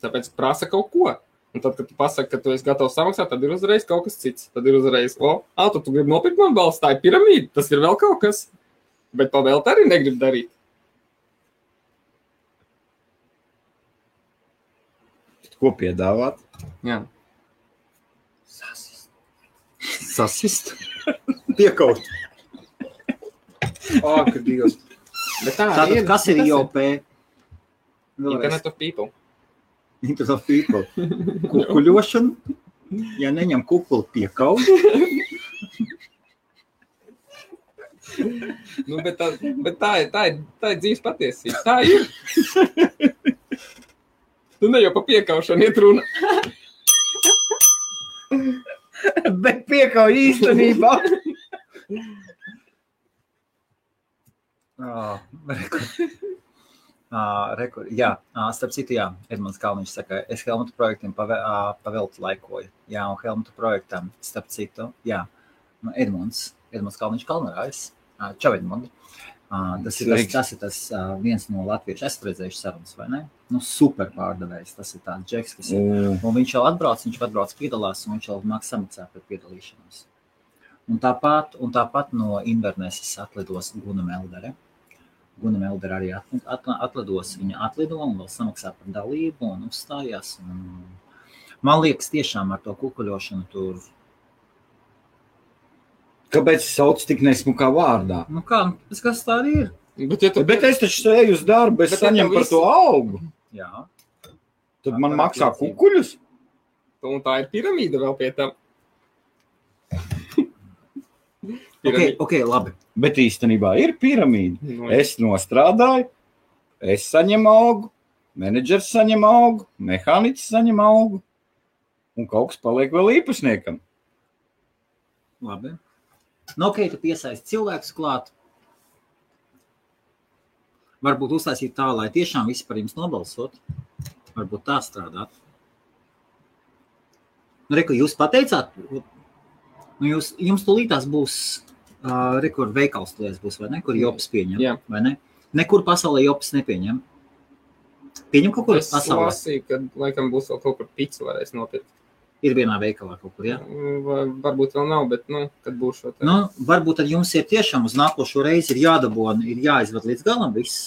Speaker 3: Tāpēc prasa kaut ko. Un tad, kad tu pasaki, ka tu esi gatavs samaksāt, tad ir uzreiz kaut kas cits. Tad ir uzreiz, o, ah, tu, tu gribi nopirkt man balstu, tā ir piramīda, tas ir vēl kaut kas. Bet pavēlēt arī negrib darīt.
Speaker 1: Ko piedāvāt?
Speaker 3: Jā.
Speaker 2: Sasist. Piekaut.
Speaker 3: O, kad Dievs. Bet tā,
Speaker 2: Tātad, kas ir IOP? Vēlreiz.
Speaker 3: Internet of people.
Speaker 2: Internet of people. Kukuļošana. Ja neņem kukuli piekaut.
Speaker 3: Nu, bet tā, bet tā, ir, tā, ir, tā ir dzīves patiesība. Tā ir. Nu, ne jau pa piekaušanu iet runa.
Speaker 1: Bet piekāpju īstenībā.
Speaker 2: Ā, reku- Ā, reku- Jā, Ā, starp citu, jā, Edmunds Kalniņš saka, es Helmuta projektam pavē, ā, paveltu laikoju. Jā, un Helmuta projektam, starp citu, jā, nu, Edmunds, Edmunds Kalniņš Kalnarājs. Ā, Čau, Edmund. Ā, Tas ir tas,
Speaker 1: Sveiks.
Speaker 2: tas ir tas ā, viens no latviešu. Es redzēju sarunas, vai ne? Nu, super pārdevējs. Tas ir tāds džeks, kas ir. Un viņš jau atbrauc, viņš jau atbrauc, piedalās, un viņš jau maksā samaksā par piedalīšanos. Un tāpat, un tāpat no Invernesas atlidos Guna Meldere. Guna Meldere arī atli- atla- atlidos, viņa atlido un vēl samaksā par dalību un uzstājās. Un man liekas, tiešām ar to kukuļošanu tur,
Speaker 1: Kāpēc sauc tik nesmukā vārdā?
Speaker 2: nu kā, nu, tas kas tā arī ir.
Speaker 3: Bet, ja tu,
Speaker 1: Bet es taču eju uz darbu, es
Speaker 3: Bet ja
Speaker 1: saņemu
Speaker 3: tev
Speaker 1: par
Speaker 3: viss-
Speaker 1: to algu.
Speaker 2: Jā,
Speaker 1: Tad man maksā
Speaker 2: Attiecīgi.
Speaker 1: kukuļus.
Speaker 3: Un tā ir piramīda vēl pie tam.
Speaker 2: ok, okay labi.
Speaker 1: Bet īstenībā ir piramīda.
Speaker 3: Nu,
Speaker 1: Es nostrādāju, Es saņemu algu, menedžers saņem algu, mehāniķis saņem algu, un kaut kas paliek vēl īpašniekam.
Speaker 2: Labi. Nu, ok, tu piesaisti cilvēkus klāt. Varbūt uztaisīt tā, lai tiešām visi par jums nobalsot. Varbūt tā strādāt. Nu, Reku, jūs pateicāt, nu, jūs, jums tūlītās būs uh, rekords veikals, tūlītās būs, vai ne? Kur jopas pieņem,
Speaker 3: Jā.
Speaker 2: vai ne? Nekur pasaulē jopas nepieņem. Pieņem kaut kur
Speaker 3: Es
Speaker 2: pasaulē.
Speaker 3: lasīju, ka laikam būs vēl kaut kur pica varēs nopirkt.
Speaker 2: Ir vienā veikalā kaut kur, jā.
Speaker 3: Vai, varbūt vēl nav, bet, nu, kad būšu tā.
Speaker 2: Nu, varbūt tad jums ir tiešām uz nākošo reizi ir jādabū un ir jāizved līdz galam viss,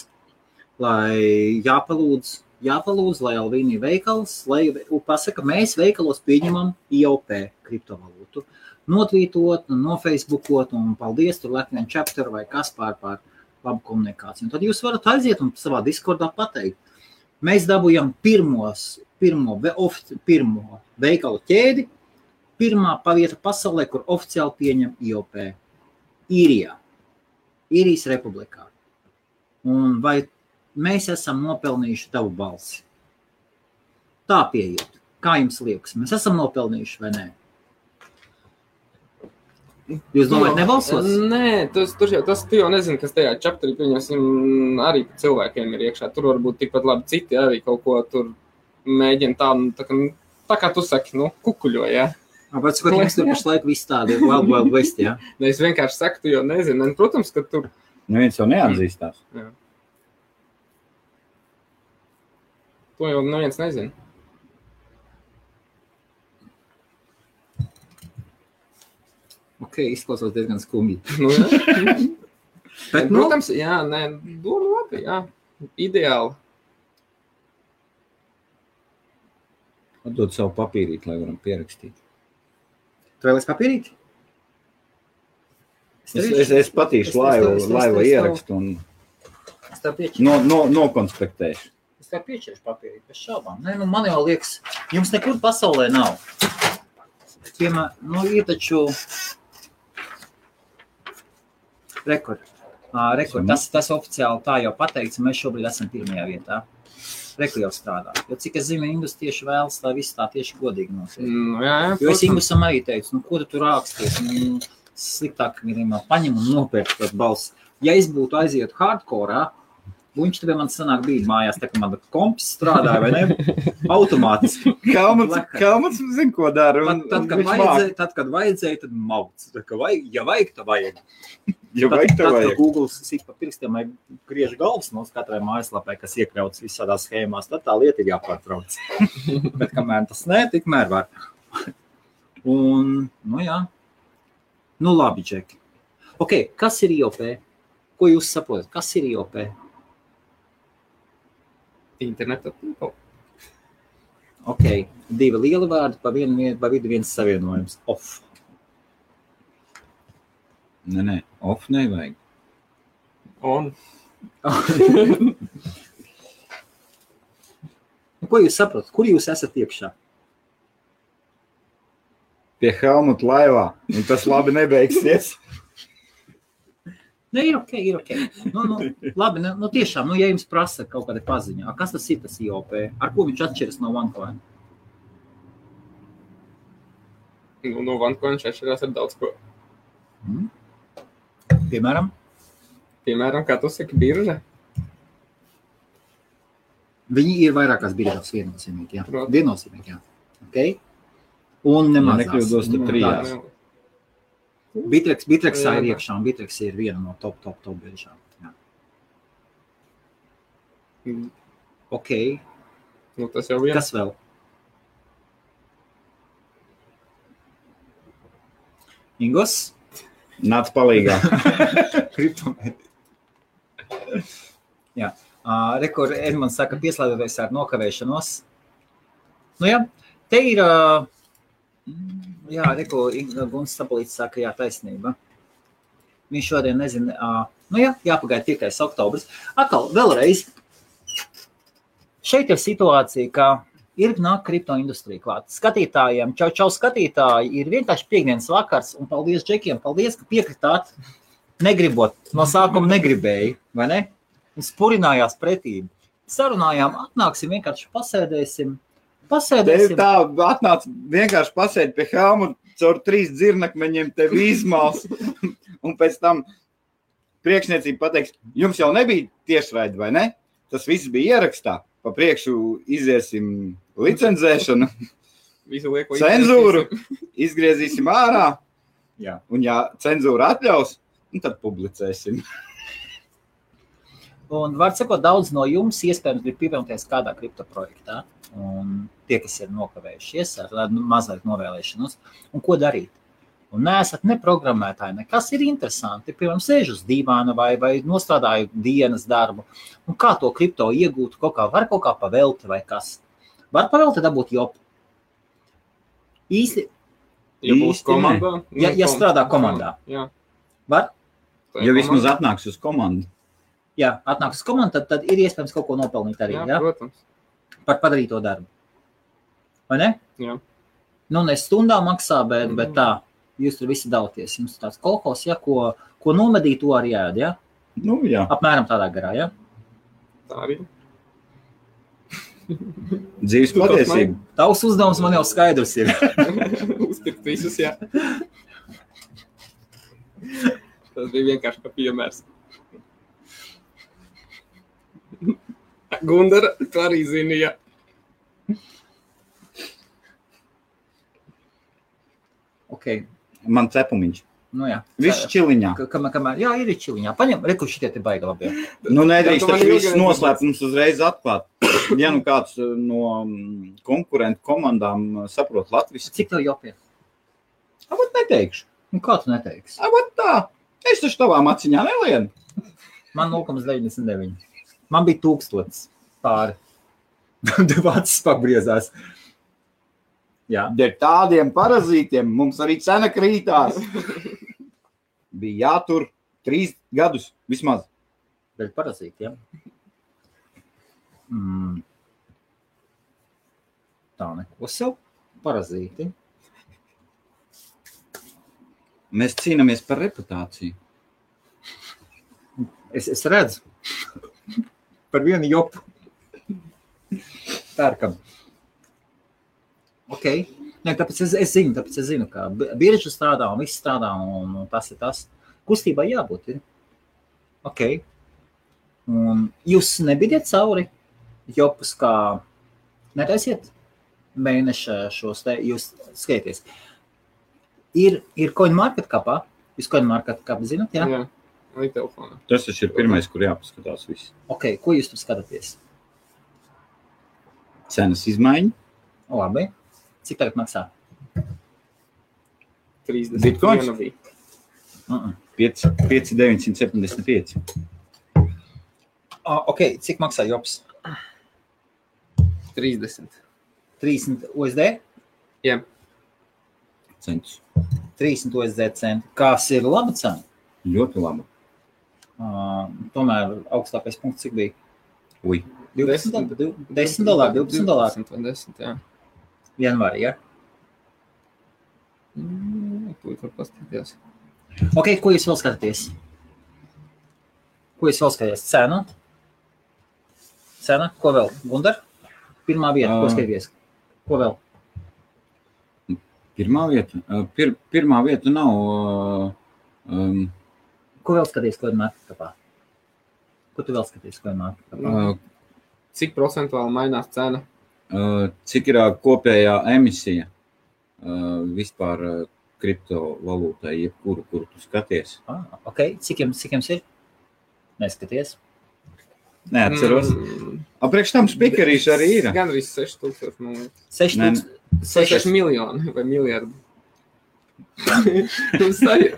Speaker 2: lai jāpalūdz, jāpalūdz, lai Alvīnija veikals, lai u- pasaka, mēs veikalos pieņemam IOP kriptovalūtu. Notvītot, nofacebookot un paldies tur Latvijas chapter vai kas pār par labu komunikāciju. Un tad jūs varat aiziet un savā diskordā pateikt, mēs dabūjam pirmos, pirmo, ve- ofi- pirmo veikalu ķēdi, pirmā pavieta pasaulē, kur oficiāli pieņem IOP. Īrijā, Īrijas republikā. Un vai mēs esam nopelnījuši tavu balsi? Tā pieiet. Kā jums liekas, mēs esam nopelnījuši vai nē? Jūs domājat, nebalsos?
Speaker 3: Nē, tas tur jau tas, tu jau nezini, kas tajā čapterī, pieņemsim, arī cilvēkiem ir iekšā. Tur varbūt tikpat labi citi arī kaut ko tur mēģina tā, nu, tā, kā, nu, tā kā tu saki, nu, kukuļo, jā.
Speaker 2: Apēc, ka jums tur pašlaik viss tādi wild, wild west, jā?
Speaker 3: Ne, es vienkārši saku, tu jau nezini. Un, protams, ka tur
Speaker 1: Neviens jau neatzīstās.
Speaker 3: to jau neviens nezina.
Speaker 2: Ok, izklausās diezgan skumji.
Speaker 3: Nu, jā.
Speaker 2: Bet, nu,
Speaker 3: protams, jā, nē, doma labi, jā. Ideāli.
Speaker 1: Atdod savu papīrīt, lai varam pierakstīt.
Speaker 2: tu vēlies papīrīt?
Speaker 1: Es, es, es patīšu laivu, laivu ierakstu un
Speaker 2: Es tev pieču.
Speaker 1: no, no, nokonspektēšu.
Speaker 2: Es kā piešķiršu papīru, bez šaubām. Nē, nu, man jau liekas, jums nekur pasaulē nav. Piemēram, nu, ir taču rekords. Rekord. Tas, tas oficiāli tā jau pateikts, un mēs šobrīd esam pirmajā vietā. Rekords jau strādā. Jo, cik es zinu, Ingūns tieši vēlas, lai viss tā tieši godīgi notiek.
Speaker 3: Nu, jā, jā,
Speaker 2: Jo es
Speaker 3: protams.
Speaker 2: Ingūnam arī teicu, nu, ko tu tur rāksties? Nu, sliktāk, minimā, paņem un nopērk tos balss. Ja es būtu aizietu hardcore, Viņš tev man senāk bija mājās, tā kā mana komps strādāja, vai ne? Automātiski.
Speaker 1: Kalmats, Kalmats zina, ko dara.
Speaker 2: Tad,
Speaker 1: un-
Speaker 2: tad,
Speaker 1: un
Speaker 2: kad
Speaker 1: viņš māk.
Speaker 2: vajadzēja, tad, kad vajadzēja, tad mauts. Tā kā vajag, ja vajag, tad vajag.
Speaker 1: Ja
Speaker 2: Tad, tad,
Speaker 1: vajag, tad
Speaker 2: kad
Speaker 1: vajag.
Speaker 2: Google sīk pa pirkstiem vai griež galvas no katrai mājaslapē, kas iekļauts visādās schēmās, tad tā lieta ir jāpārtrauc. Bet kamēr tas nē, tikmēr var. Un, nu jā. Nu labi, Džeki. Ok, kas ir IOP? Ko jūs saprotat? Kas ir IOP?
Speaker 3: Interneta. Nu,
Speaker 2: Ok, divi lieli vārdi, pa vienu, pa vidu viens savienojums. Off.
Speaker 1: Nē, nē, off nevajag.
Speaker 3: Un
Speaker 2: Nu, Ko jūs saprotat? Kur jūs esat iekšā?
Speaker 1: Pie Helmuta laivā. Un tas labi nebeigsies.
Speaker 2: Nē, ir ok, ir ok. Nu, nu, labi, nu, nu, tiešām, nu, ja jums prasa kaut kāda paziņa, "A, kas tas ir tas IOP, ar ko viņš atšķiras no OneCoin?
Speaker 3: nu, no OneCoin šeit šķirās ar daudz ko.
Speaker 2: Piemēram,
Speaker 3: Piemēram, kā tu saki, birža.
Speaker 2: viņi ir vairākās biržās viennozīmīgi. jā.
Speaker 3: Protams.
Speaker 2: Viennozīmīgi, jā. Ok? Un
Speaker 1: Ja
Speaker 2: nemaz
Speaker 1: nekļūdos, tad trijās.
Speaker 3: Nu,
Speaker 2: Bitreks, Bitreksā
Speaker 3: Jā,
Speaker 2: ir
Speaker 3: jā.
Speaker 2: iekšā, un Bitreks ir viena no top, top, top biržām. Jā. Ok,
Speaker 3: Nu, tas jau viens.
Speaker 2: Kas vēl? Ingūns.
Speaker 1: Nāc palīgā.
Speaker 2: Rekords Edmunds saka, pieslēdzoties ar nokavēšanos. Nu, jā, te ir. ā, mm, Jā, rekords Guns Stablīts saka, jā, taisnība. Viņš šodien nezina. ā, Nu, jā, jāpagaida 5. oktobris. Atkal, vēlreiz. Šeit ir situācija, ka ir nāk kripto industrija klāt. Skatītājiem, čau, čau, skatītāji, ir vienkārši piekdienas vakars, un paldies Džekiem, paldies, ka piekritāt. Negribot, no sākuma negribēju, vai ne? un spurinājās pretī. Sarunājām, atnāksim, vienkārši pasēdēsim. Pasēdēsim.
Speaker 1: Tev tā atnāca vienkārši pasēdi pie helma, caur trīs dzirnakmeņiem tev izmals. Un pēc tam priekšniecība pateiks, jums jau nebija tiešraidi, vai ne? Tas viss bija ierakstā. Pa priekšu iziesim licencēšanu,
Speaker 3: Visu lieko
Speaker 1: cenzūru, izgriezīsim ārā.
Speaker 2: Jā.
Speaker 1: Un ja cenzūra atļaus, nu tad publicēsim.
Speaker 2: Un var sakot, daudz no jums iespējams ir pievienoties kādā kriptoprojektā. Un tie, kas ir nokavējušies ar tādu mazliet novēlēšanos, un ko darīt? Un neesat ne programmētāji, nekas ir interesanti. Piemēram, sēž uz dīvāna vai, vai nostrādāju dienas darbu. Un kā to kripto iegūt, kaut kā var kaut kā pavelti vai kas. Var pavelti dabūt jopu. Īsti
Speaker 3: Ja būs
Speaker 1: Īsti
Speaker 3: komandā.
Speaker 2: Ja-
Speaker 3: nu,
Speaker 2: ja
Speaker 3: kom-
Speaker 2: strādā komandā.
Speaker 3: Jā.
Speaker 2: var.
Speaker 3: Tā ir
Speaker 1: Ja vismaz
Speaker 3: komanda.
Speaker 1: atnāks uz komandu,
Speaker 2: Jā, atnāks uz komandu, tad, tad ir iespējams kaut ko nopelnīt arī.
Speaker 3: Jā,
Speaker 2: Jā,
Speaker 3: protams.
Speaker 2: par padarīto darbu. Vai ne?
Speaker 3: Jā.
Speaker 2: Nu, ne stundā maksā, bet, mm.
Speaker 3: Mhm.
Speaker 2: bet tā, jūs tur visi dauties. Jums tāds kolkos, ja, ko, ko nomedīt, to arī ēd. Ja?
Speaker 1: nu jā,
Speaker 2: Apmēram tādā garā. Ja?
Speaker 3: Tā arī.
Speaker 1: dzīves
Speaker 3: Tu tas
Speaker 1: patiesība.
Speaker 2: Tavs uzdevums man jau skaidrs ir.
Speaker 3: Uzpirkt visus, jā. Tas bija vienkārši kā piemērs. Gundara, tu arī zini, jā.
Speaker 2: okay.
Speaker 1: Man cepumiņš.
Speaker 2: nu, jā.
Speaker 1: Viss čiliņā.
Speaker 2: Ka- Kam, kamēr, jā, ir čiliņā. Paņem, rekuši tie te baigi labi. jā.
Speaker 1: Nu,
Speaker 3: Jā,
Speaker 1: nedrīkst
Speaker 3: tu man
Speaker 1: taču visus
Speaker 3: ilgi-
Speaker 1: noslēpumus uzreiz atklāt. Ja nu kāds eh, no mm, konkurentu komandām eh, saprot latviešu,
Speaker 2: Cik tev jopie?
Speaker 1: tad neteikšu.
Speaker 2: Nu, kā tu neteiksi?
Speaker 1: Avat tā, es taču tavām acīm nelienu.
Speaker 2: Man 0,99. Man bija 1000 pāri. Devāts pagriezās. Jā.
Speaker 1: Dēļ tādiem parazītiem mums arī cena krītās. Bija jātur trīs gadus vismaz.
Speaker 2: Dēļ parazītiem. Mm. Tā neko sev. Parazīti.
Speaker 1: Mēs cīnāmies par reputāciju.
Speaker 2: Es, es redzu, par vienu jopu. Pērkam. Ok. Nē, tāpēc es, es zinu, tāpēc es zinu, ka bi- bieži strādā un viss strādā, un un tas ir tas. Kustībā jābūt. Ir. Ok. Un jūs nebidiet cauri jopus, kā netaisiet mēneša šos te, jūs skaities. Ir, ir CoinMarket kapā. Jūs CoinMarket kapā zinat, jā?
Speaker 3: jā. Arī telefonā.
Speaker 1: Tas taču ir pirmais, kur jāpaskatās. Viss.
Speaker 2: Ok, ko jūs tur skatāties?
Speaker 1: Cenas izmaiņa.
Speaker 2: Oh, Labi. Cik tagad maksā?
Speaker 3: 30.
Speaker 1: Bitcoins?
Speaker 3: viena bija.
Speaker 2: Uh -uh.
Speaker 1: 5,975.
Speaker 2: Ah, Ok, cik maksā jops?
Speaker 3: 30.
Speaker 2: 30 USD,
Speaker 1: Centus.
Speaker 2: 30 USD centi, kas ir laba cena.
Speaker 1: Ļoti labi.
Speaker 2: Uh, tomēr augstākais punkts cik bija?
Speaker 1: Ui.
Speaker 2: 20,
Speaker 3: 10,
Speaker 2: 10, 10 dolāri, 12 dolāri
Speaker 3: 12 vai 10, jā.
Speaker 2: janvārī. Ja?
Speaker 3: Mm, Tūlīt var paskatīties.
Speaker 2: Ok, ko jūs vēl skatāties? Ko jūs vēl skatāties? Cena? Cena? Ko vēl? Gundar? Pirmā vieta, ko
Speaker 1: Ā.
Speaker 2: skatāties? Ko vēl?
Speaker 1: Pirmā vieta. Eh, Pir, pirmā vieta nav. eh, Um,
Speaker 2: Ko vēl skatāties, ko ir marketkapā? Ko tu vēl skaties, ko ir marketkapā?
Speaker 1: eh,
Speaker 3: Cik procentuāli mainās cena?
Speaker 1: eh, cik ir eh, kopējā emisija eh, vispār eh, kriptovalūtai, jebkuru, kuru tu skaties?
Speaker 2: Ah, ok, cik jums, cik jums ir? Neskaties.
Speaker 1: Neatceros.
Speaker 3: Mm,
Speaker 1: Apriekš tam spikerīši arī ir.
Speaker 3: Gan arī 6000, man liekas.
Speaker 2: 6
Speaker 1: Nē,
Speaker 2: tūkst-
Speaker 3: Seši
Speaker 2: seši-
Speaker 3: miljoni vai miljardi. Mums tā ir.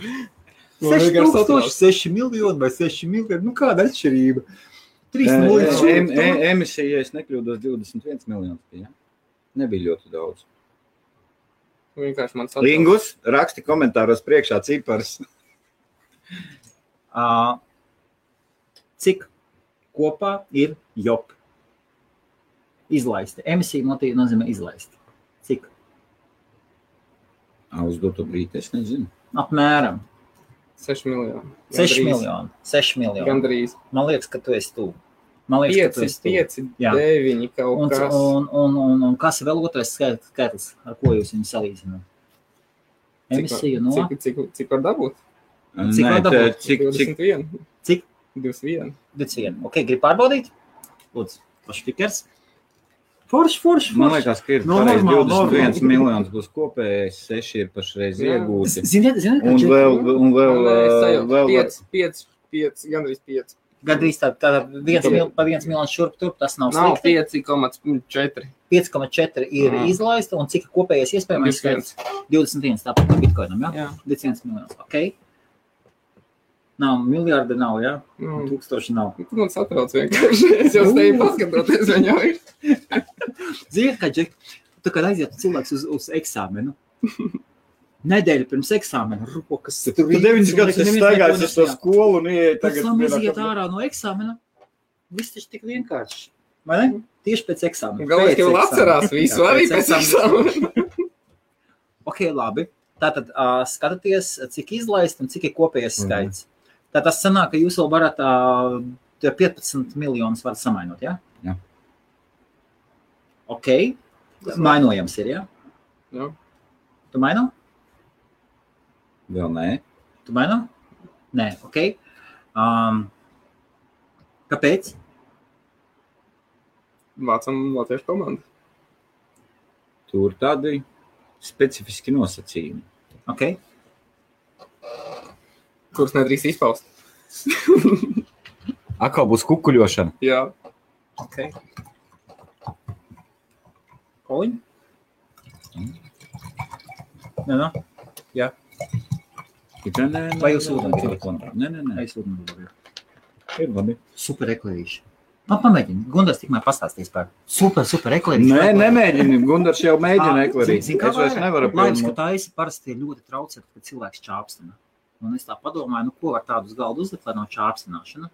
Speaker 3: Man
Speaker 2: seši
Speaker 3: vienkārši
Speaker 2: tūkstoši,
Speaker 3: satrauc.
Speaker 2: seši miljoni vai 6 miljoni. Nu, kāda atšķirība? 3
Speaker 1: Eh, eh, em-
Speaker 2: miljoni.
Speaker 1: eh, Emisija, ja es nekļūdos, 21 miljonus. bija, ja? Nebija ļoti daudz.
Speaker 3: Vienkārši man satrauc.
Speaker 1: Lingus, raksti komentāros priekšā cipars.
Speaker 2: Ā, Cik kopā ir jop? Izlaisti. Emisija notiek, nozīmē izlaisti. Cik?
Speaker 1: Uz doto brīdi es nezinu.
Speaker 2: Apmēram.
Speaker 3: 6 miljoni.
Speaker 2: 6 miljoni. 6 miljoni.
Speaker 3: Gandrīz.
Speaker 2: Man liekas, ka tu esi tuvu. Man liekas,
Speaker 3: 5,
Speaker 2: ka tu esi tuvu.
Speaker 3: 5,
Speaker 2: Jā. Un,
Speaker 3: 9 kaut kas.
Speaker 2: un, un, un, un kas ir vēl otrais skait- skaitlis, ar ko jūs viņu salīdzināt?
Speaker 3: Cik
Speaker 2: Emisija
Speaker 3: var-
Speaker 2: no
Speaker 3: Cik, cik, cik var dabūt?
Speaker 2: Cik
Speaker 1: Nē,
Speaker 2: var
Speaker 1: tā-
Speaker 2: dabūt?
Speaker 1: cik, cik,
Speaker 3: 21.
Speaker 2: Cik?
Speaker 3: 21.
Speaker 2: deciem. Ok, grib pārbaudīt? Lūdzu, pašu tikers. Forš, forš,
Speaker 1: man
Speaker 2: forš.
Speaker 1: liekas, ka ir
Speaker 2: Nu,
Speaker 1: pareizi
Speaker 2: normāli,
Speaker 1: 21
Speaker 2: normāli.
Speaker 1: miljonus būs kopējais, 6 ir pašreiz
Speaker 3: Jā.
Speaker 1: iegūti.
Speaker 2: Ziniet, ziniet, ka
Speaker 1: Un
Speaker 2: četri- Nu,
Speaker 1: vēl, un vēl, ā, vēl,
Speaker 3: 5, 5, 5, gandrīz 5.
Speaker 2: Gandrīz tā, tā viens,
Speaker 3: Tāpēc-
Speaker 2: mil, pa viens miljonu šurp tur, tas nav
Speaker 3: Nav mm,
Speaker 2: slikti.
Speaker 3: 5,4.
Speaker 2: 5,4 ir
Speaker 3: Mm.
Speaker 2: izlaista, un cik ir kopējais iespējamais
Speaker 3: 21.
Speaker 2: skaits? 21, tāpat kā bitkoinam, jā?
Speaker 3: Jā.
Speaker 2: 21 miljonus, ok? Nav, miljardi nav, jā?
Speaker 3: Nu,
Speaker 2: Tūkstoši nav.
Speaker 3: Tu man satrauc vienkārši. Es jau
Speaker 2: Nu.
Speaker 3: steju paskatoties, viņa jau ir.
Speaker 2: Ziniet, kā, Džek, tu kad aiziet cilvēks uz, uz eksāmenu, nedēļa pirms eksāmena, rokas...
Speaker 1: Tu
Speaker 2: trīc,
Speaker 1: 9 gadus
Speaker 2: cilvēks
Speaker 1: esi
Speaker 2: neviens
Speaker 1: staigājis
Speaker 2: neko
Speaker 1: uz to
Speaker 2: nesajā.
Speaker 1: skolu un ieeji
Speaker 2: Pēc
Speaker 1: tagad.
Speaker 2: tam
Speaker 1: vienā
Speaker 2: iziet
Speaker 1: kabatā.
Speaker 2: ārā no eksāmena. Viss taču tik vienkārši. Vai
Speaker 1: Mhm.
Speaker 2: ne? Tieši pēc eksāmena. Pēc
Speaker 3: Galvenais, ka vēl
Speaker 2: eksāmena.
Speaker 3: atcerās visu,
Speaker 2: Jā,
Speaker 3: arī
Speaker 2: pēc
Speaker 3: pēc
Speaker 2: eksāmena.
Speaker 3: eksāmena.
Speaker 2: Ok, labi. Tātad uh, skatieties, cik izlaist un cik ir kopējais
Speaker 1: Mhm.
Speaker 2: skaits. Tā tas sanāk, ka jūs vēl varat uh, 15 miljonus varat samainot, jā?
Speaker 1: Jā.
Speaker 2: Ok. Mainojams ir, jā?
Speaker 3: Jā.
Speaker 2: Tu maino?
Speaker 1: Vēl nē.
Speaker 2: Tu maino? Nē, ok. Um, kāpēc?
Speaker 3: Vācam latviešu komandu.
Speaker 1: Tur tādi specifiski nosacījumi.
Speaker 2: Ok.
Speaker 3: kurus nedrīkst izpaust.
Speaker 1: Atkal būs kukuļošana.
Speaker 3: Jā,
Speaker 2: Okay. Kolīņ? Nē, nu, nē,
Speaker 1: Nē, nē, nē,
Speaker 2: Vai jūs
Speaker 1: nē,
Speaker 2: ūdeni gribat?
Speaker 1: nē, telefonu? Nē, nē, nē.
Speaker 2: aizsūtīt.
Speaker 1: Ir labi.
Speaker 2: Super eklīši. Man pamēģina. Nu, Gundas tikmēr pastāstīs par super, super Ah, eklīši.
Speaker 1: Nē, nemēģini. Gundars jau mēģina eklarīt. Es vairs nevaru
Speaker 2: Laimes, ka
Speaker 1: pilnu.
Speaker 2: tā esi parasti ļoti traucēt, kad cilvēks čāpstina. Un es tā padomāju, nu ko var tādu uz galdu uzlikt, lai nav čāpstināšana.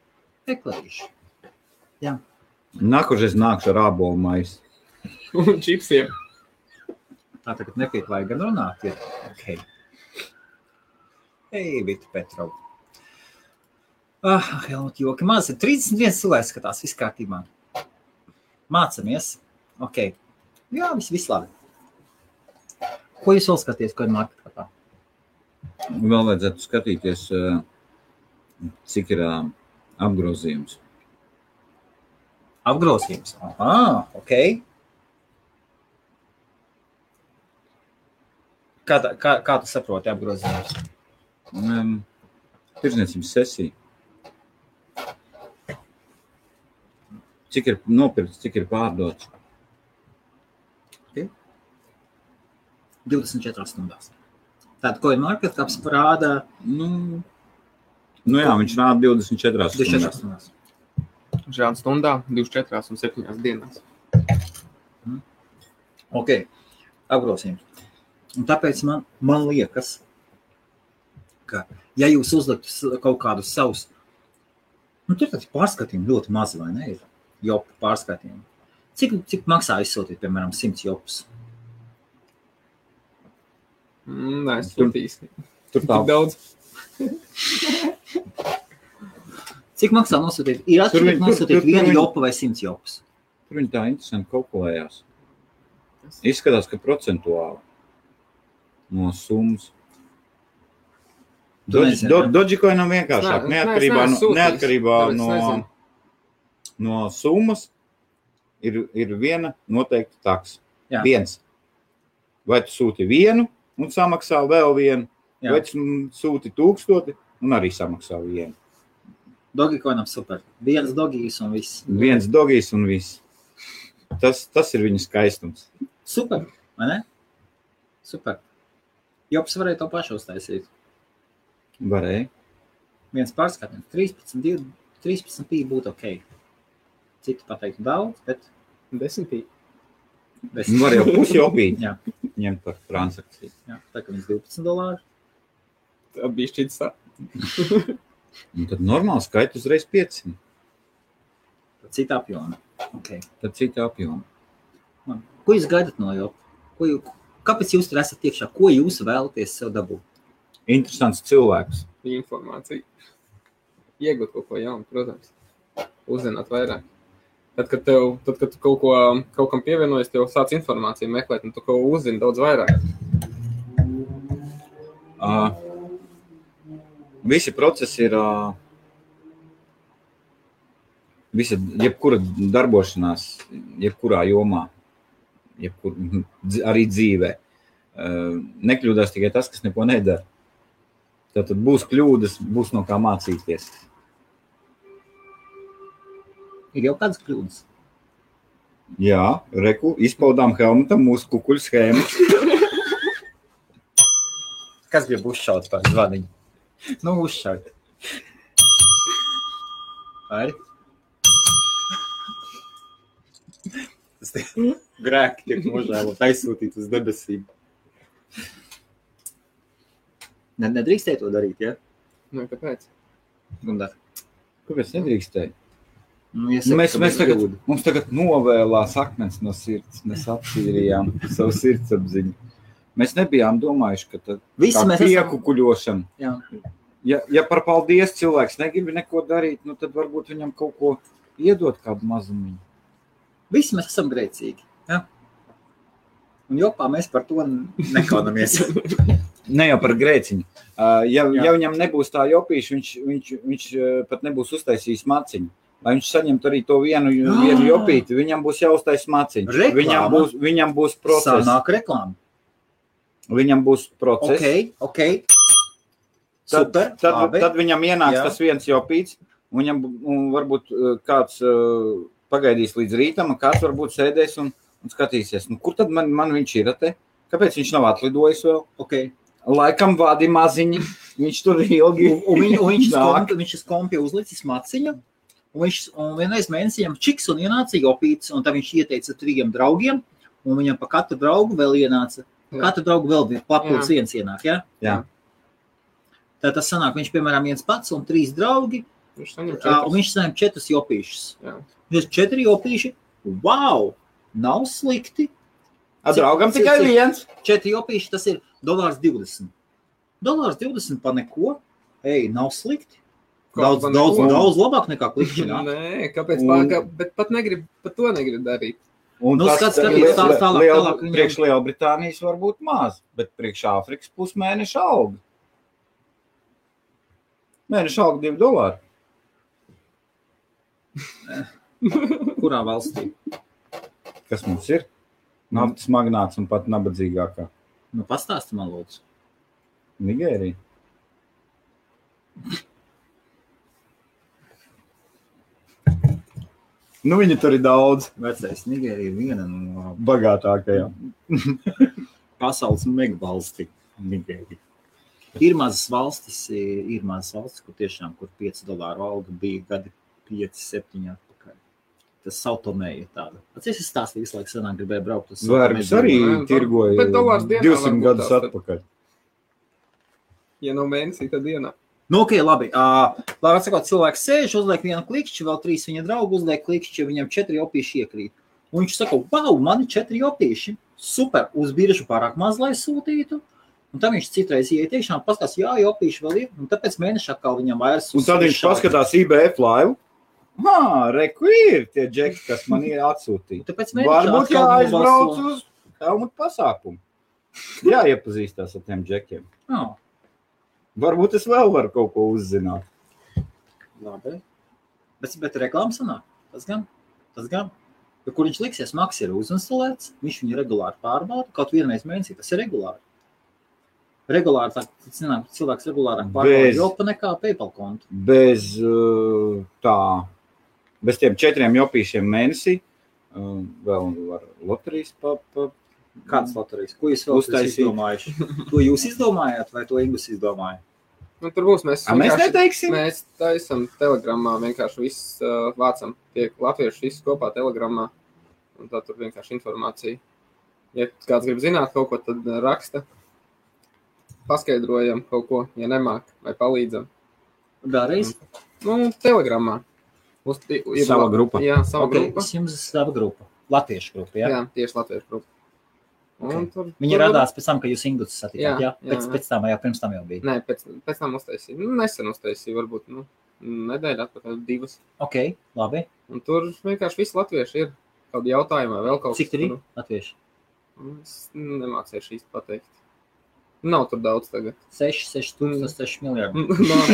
Speaker 2: Eklīši.
Speaker 1: Nākošais nākšu ar ābolu maisu.
Speaker 3: un čipsiem.
Speaker 2: Tā tagad nepiek vajag gan runāt. Ir. Okay. Ei, Vita Petrov. Ah, Helmut, joki maz. ir. 31 cilvēks skatās viss kārtībā. Mācamies. Ok. Jā, viss, viss labi. Ko jūs vēl skaties, ko ir marketingā?
Speaker 1: Vēl vajadzētu skatīties, eh, cik ir eh, apgrozījums.
Speaker 2: Apgrozījums. Ah, ok. Kā, tā- kā, kā tu saproti apgrozījums?
Speaker 1: Em, eh, Tirzniecības sesija. Cik ir nopirkts, cik ir pārdots?
Speaker 2: 24 stundās. Tātad, ko ir marketingā apsprādā?
Speaker 1: Nu, nu jā, viņš nāca 24
Speaker 2: 24
Speaker 1: stundās.
Speaker 2: stundās.
Speaker 3: Šajā stundā 24 un 7 dienās.
Speaker 2: Ok, apgrozījums. Un tāpēc man, man liekas, ka, ja jūs uzliktu s- kaut kādus savus, nu, tur tas pārskatījums ļoti maz, vai ne? Ir jopu pārskatījumi. Cik, cik maksā izsūtīt, piemēram, 100 jopus?
Speaker 3: Mm, Nē, es jūtīs.
Speaker 1: Tur
Speaker 3: Tik
Speaker 1: tā,
Speaker 3: daudz.
Speaker 2: Cik maksā nosūtīt? Ir
Speaker 1: Tur viņi-
Speaker 2: atšķirīgi
Speaker 1: tur-
Speaker 2: nosūtīt
Speaker 1: tur- tur
Speaker 2: vienu
Speaker 1: viņi-
Speaker 2: jopu vai 100 jopus.
Speaker 1: tur viņi tā interesanti kalkulējās. Izskatās, ka procentuāli no summas.
Speaker 2: Tu nezini, jā?
Speaker 1: Dožikoinam vienkāršāk,
Speaker 3: Es ne- es ne- es
Speaker 1: neatkarībā,
Speaker 3: neesmu
Speaker 1: no,
Speaker 3: sūtījis,
Speaker 1: neatkarībā
Speaker 3: tāpēc
Speaker 1: no,
Speaker 3: nezinu.
Speaker 1: no summas ir, ir viena noteikta taksa.
Speaker 2: Jā.
Speaker 1: Viens. Vai tu sūti vienu un samaksā vēl vienu, Jā.
Speaker 2: Jā.
Speaker 1: vai tu mm, sūti tūkstoti un arī samaksā vienu.
Speaker 2: Dogikonam super. Viens dogijs un viss.
Speaker 1: Viens dogijs un viss. Tas, tas ir viņa skaistums.
Speaker 2: Super, vai ne? Super. Jops varēja to pašu uztaisīt.
Speaker 1: Varēja.
Speaker 2: viens pārskatījums, 13, 2, 13 pīlā būtu ok. Citi pateiktu daudz, bet
Speaker 3: Desmitī.
Speaker 2: bez
Speaker 1: Nu, Var jau pusi opīt
Speaker 2: Jā.
Speaker 1: ņemt par transakciju.
Speaker 2: Jā, tā kā viņš 12 dolāru.
Speaker 3: Tā bija šķiet tā.
Speaker 1: Un tad normāli skaita uzreiz 500.
Speaker 2: tad Cita apjoma. Okay.
Speaker 1: Tad cita apjoma.
Speaker 2: Man- Ko jūs gaidat no jau? Ko jū, kāpēc jūs tur esat iekšā? Ko jūs vēlaties sev dabūt?
Speaker 1: interesants cilvēks.
Speaker 3: informāciju. Iegūt kaut ko jaunu, protams, uzzināt vairāk. Tad, kad, tev, tad, kad tu kaut, ko, kaut kam pievienojies, tev sāc informāciju meklēt, un tu kaut ko uzzini daudz vairāk.
Speaker 1: Uh, visi procesi ir. Uh, visa, jebkura darbošanās, jebkurā jomā, jebkur, dz- arī dzīvē, uh, nekļūdās tikai tas, kas neko nedara. Tad, tad būs kļūdas, būs no kā mācīties.
Speaker 2: Ir jau kādas kļūdas.
Speaker 1: Jā, reku, izpaudām Helmutam mūsu kukuļu schēmu.
Speaker 2: Kas grib uzšaut par zvaniņu? Nu, uzšaut. Arī. Tas tie grēki tiek nožēlot, aizsūtīt uz debesīm. Ne, nedrīkstēja to darīt, ja?
Speaker 3: Nu, kāpēc?
Speaker 2: Gundar.
Speaker 1: Kāpēc nedrīkstēji?
Speaker 2: Nu,
Speaker 1: Nu, mēs, mēs tagad, mums tagad novēlās akmens no sirds. Mēs attīrījām savu sirdsapziņu. Mēs nebijām domājuši, ka tā
Speaker 2: Visi mēs
Speaker 1: ir
Speaker 2: esam...
Speaker 1: piekukuļošana.
Speaker 2: Jā.
Speaker 1: Ja, ja par paldies cilvēks negrib neko darīt, nu tad varbūt viņam kaut ko iedot, kādu mazumu.
Speaker 2: Visi mēs esam grēcīgi. Ja? Un jopā mēs par to nekaunamies.
Speaker 1: Ne jau par grēciņu. Uh, Ja,
Speaker 2: Jā.
Speaker 1: ja viņam nebūs tā jopīša, viņš, viņš, viņš uh, pat nebūs uztaisījis maciņu. Lai viņš saņemtu arī to vienu, vienu
Speaker 2: Jā.
Speaker 1: jopīti, viņam būs jāuztais maciņa. Viņam
Speaker 2: Reklāma.
Speaker 1: būs, viņam būs process.
Speaker 2: Sanāk reklāma.
Speaker 1: Viņam būs process.
Speaker 2: Ok, ok.
Speaker 1: Tad,
Speaker 2: Super,
Speaker 1: tad,
Speaker 2: labi.
Speaker 1: tad viņam ienāks
Speaker 2: Jā.
Speaker 1: Jā. tas viens jau pīts, un viņam bu- un varbūt uh, kāds uh, pagaidīs līdz rītam, un kāds varbūt sēdēs un, un skatīsies, nu, kur tad man, man viņš ir. Te? Kāpēc viņš nav atlidojis vēl?
Speaker 2: Okay.
Speaker 1: Laikam vādi maziņi, viņš tur ilgi.
Speaker 2: Un, un, viņ, un viņš uz
Speaker 1: Nāk.
Speaker 2: kompi- viņš uz kompija uzlicis maciņu. Un viņš un vienreiz mēnesī viņam čiks un ienāca jopīts, un tad viņš ieteica trijiem draugiem, un viņam pa katru draugu vēl ienāca. Pa
Speaker 3: Jā.
Speaker 2: katru draugu vēl bija papildus viens ienāk, ja?
Speaker 1: Jā.
Speaker 2: Tad tas sanāk, viņš, piemēram, viens pats un trīs draugi,
Speaker 3: Viņš Nu, saņem
Speaker 2: Četrus.
Speaker 3: četrus.
Speaker 2: Un viņš saņem četrus jopīšus.
Speaker 3: Jā.
Speaker 2: Viņš četri jopīši. Wow! Nav slikti.
Speaker 1: A, draugam
Speaker 2: Cik-
Speaker 1: tikai
Speaker 2: cik-
Speaker 1: viens.
Speaker 2: Četri jopīši tas ir dolārs 20. Dolārs 20 pa neko. Ei, nav slikti.
Speaker 3: Kā
Speaker 2: Daudz,
Speaker 3: pa neko?
Speaker 2: daudz, daudz labāk nekā klikšķinā.
Speaker 3: Nē, kāpēc?
Speaker 1: Un-
Speaker 3: Un... Pār, bet pat negrib, pat to negrib darīt.
Speaker 1: Un
Speaker 2: Nu, skat- skaties, tā- tālāk, tālāk viņam.
Speaker 1: Priekš Lielbritānijas varbūt maz, bet priekš Āfrikas pusmēneša auga. Mēneša auga divi dolāri.
Speaker 2: Kurā valstī?
Speaker 1: kas mums ir. Naftas magnāts un pat nabadzīgākā
Speaker 2: Nu, pastāsti man, lūdzu.
Speaker 1: Nigērija. Nu, viņi tur ir daudz
Speaker 2: Vecais Nigērija ir viena no
Speaker 1: bagātākajām.
Speaker 2: pasaules megavalstīm. Nigērija. Ir mazas valstis, ir ir mazas valstis, kur tiešām kur 5 dolāru alga bija gadi 5, 7 atpakaļ. Tas sautomēja tāda. Pats es stāstīju, visu laiku senāk gribēju braukt uz
Speaker 1: Zvaigznes arī
Speaker 3: Nē,
Speaker 1: tirgoja
Speaker 3: nu, bet dolārs dienā
Speaker 1: 200
Speaker 3: varbūt
Speaker 1: gadus
Speaker 3: tās tad.
Speaker 1: atpakaļ.
Speaker 3: Ja nav mēnesī, tad dienā.
Speaker 2: Nu, ok, labi. Uh, labi sakot, cilvēks sēž, uzliek vienu klikšķi, vēl trīs viņa draugi uzliek klikšķi, viņam četri opīši iekrīt. Un viņš saka, wow, man ir četri opīši. Super, uz biržu pārāk maz, lai sūtītu. Un tam viņš citreiz ieiet iekšā un paskatās, jā, jau opīši vēl ir. Un tāpēc mēnešā atkal viņam vairs.
Speaker 1: Un tad viņš paskatās IBF laivu. Mā, reku ir tie džeki, kas man ir atsūtīti.
Speaker 2: Un tāpēc
Speaker 1: Varbūt
Speaker 2: atkal
Speaker 1: jāaizbrauc
Speaker 2: nobalso.
Speaker 1: uz Helmuta pasākumu. Jā, iepazīstās ar tiem džekiem.
Speaker 2: Ā,
Speaker 1: Varbūt es vēl varu kaut ko uzzināt.
Speaker 2: Labi. Bet, bet reklāmas sanāk. Tas gan. Tas gan. Jo, kur viņš liksies, maks ir uzinstalēts, viņš viņu regulāri pārbauda. Kaut vienā mēnesī tas ir regulāri. Regulāri tā, zinām, cilvēks regulārāk pārbauda
Speaker 1: Bez-
Speaker 2: jopa nekā PayPal kontu.
Speaker 1: bez uh, tā, bez tiem četriem jopīšiem mēnesī. uh, Vēl var loterijas pa- pa-
Speaker 2: Kādas loterijas? Ko jūs vēl esat
Speaker 1: Mm. Uztaisīt.
Speaker 2: izdomājuši? To jūs izdomājāt vai to Ingus izdomāja?
Speaker 3: Nu, tur būs mēs.
Speaker 1: A, Mēs
Speaker 3: vienkārši-
Speaker 1: neteiksim,
Speaker 3: Mēs taisām telegramā, vienkārši viss uh, vācam, tie latvieši visi kopā telegramā. Un tā tur vienkārši informācija. Ja kāds grib zināt kaut ko, tad uh, raksta. Paskaidrojam kaut ko, ja nemāk, vai palīdzam.
Speaker 2: Vēlreiz.
Speaker 3: Nu, telegramā. Uz, ti- ir
Speaker 1: Sava
Speaker 3: la-
Speaker 1: grupa.
Speaker 3: Jā, sava
Speaker 2: Okay,
Speaker 3: okay. grupa.
Speaker 2: jums ir sava grupa. Latviešu grupa. Jā.
Speaker 3: Jā. jā, tieši latviešu grupa. Un Tur,
Speaker 2: Viņi
Speaker 3: tur
Speaker 2: radās pēc tam, kad jūs Ingūts satikāt.
Speaker 3: Jā,
Speaker 2: Jā,
Speaker 3: jā,
Speaker 2: pēc,
Speaker 3: jā.
Speaker 2: pēc tam, jā, pirms tam jau bija.
Speaker 3: Nē, pēc, pēc tam uztaisīja. Nu, nesen uztaisīja, varbūt nu, nedēļa atpakaļ, divas.
Speaker 2: Ok, labi.
Speaker 3: Un tur vienkārši viss latvieši ir. Kādi jautājumi vai vēl kaut kas
Speaker 2: Cik tur ir
Speaker 3: nu,
Speaker 2: latvieši?
Speaker 3: Es nemācīju īsti pateikt. Nav tur daudz tagad.
Speaker 2: 6, 6, 6 miljardi.
Speaker 3: Nav,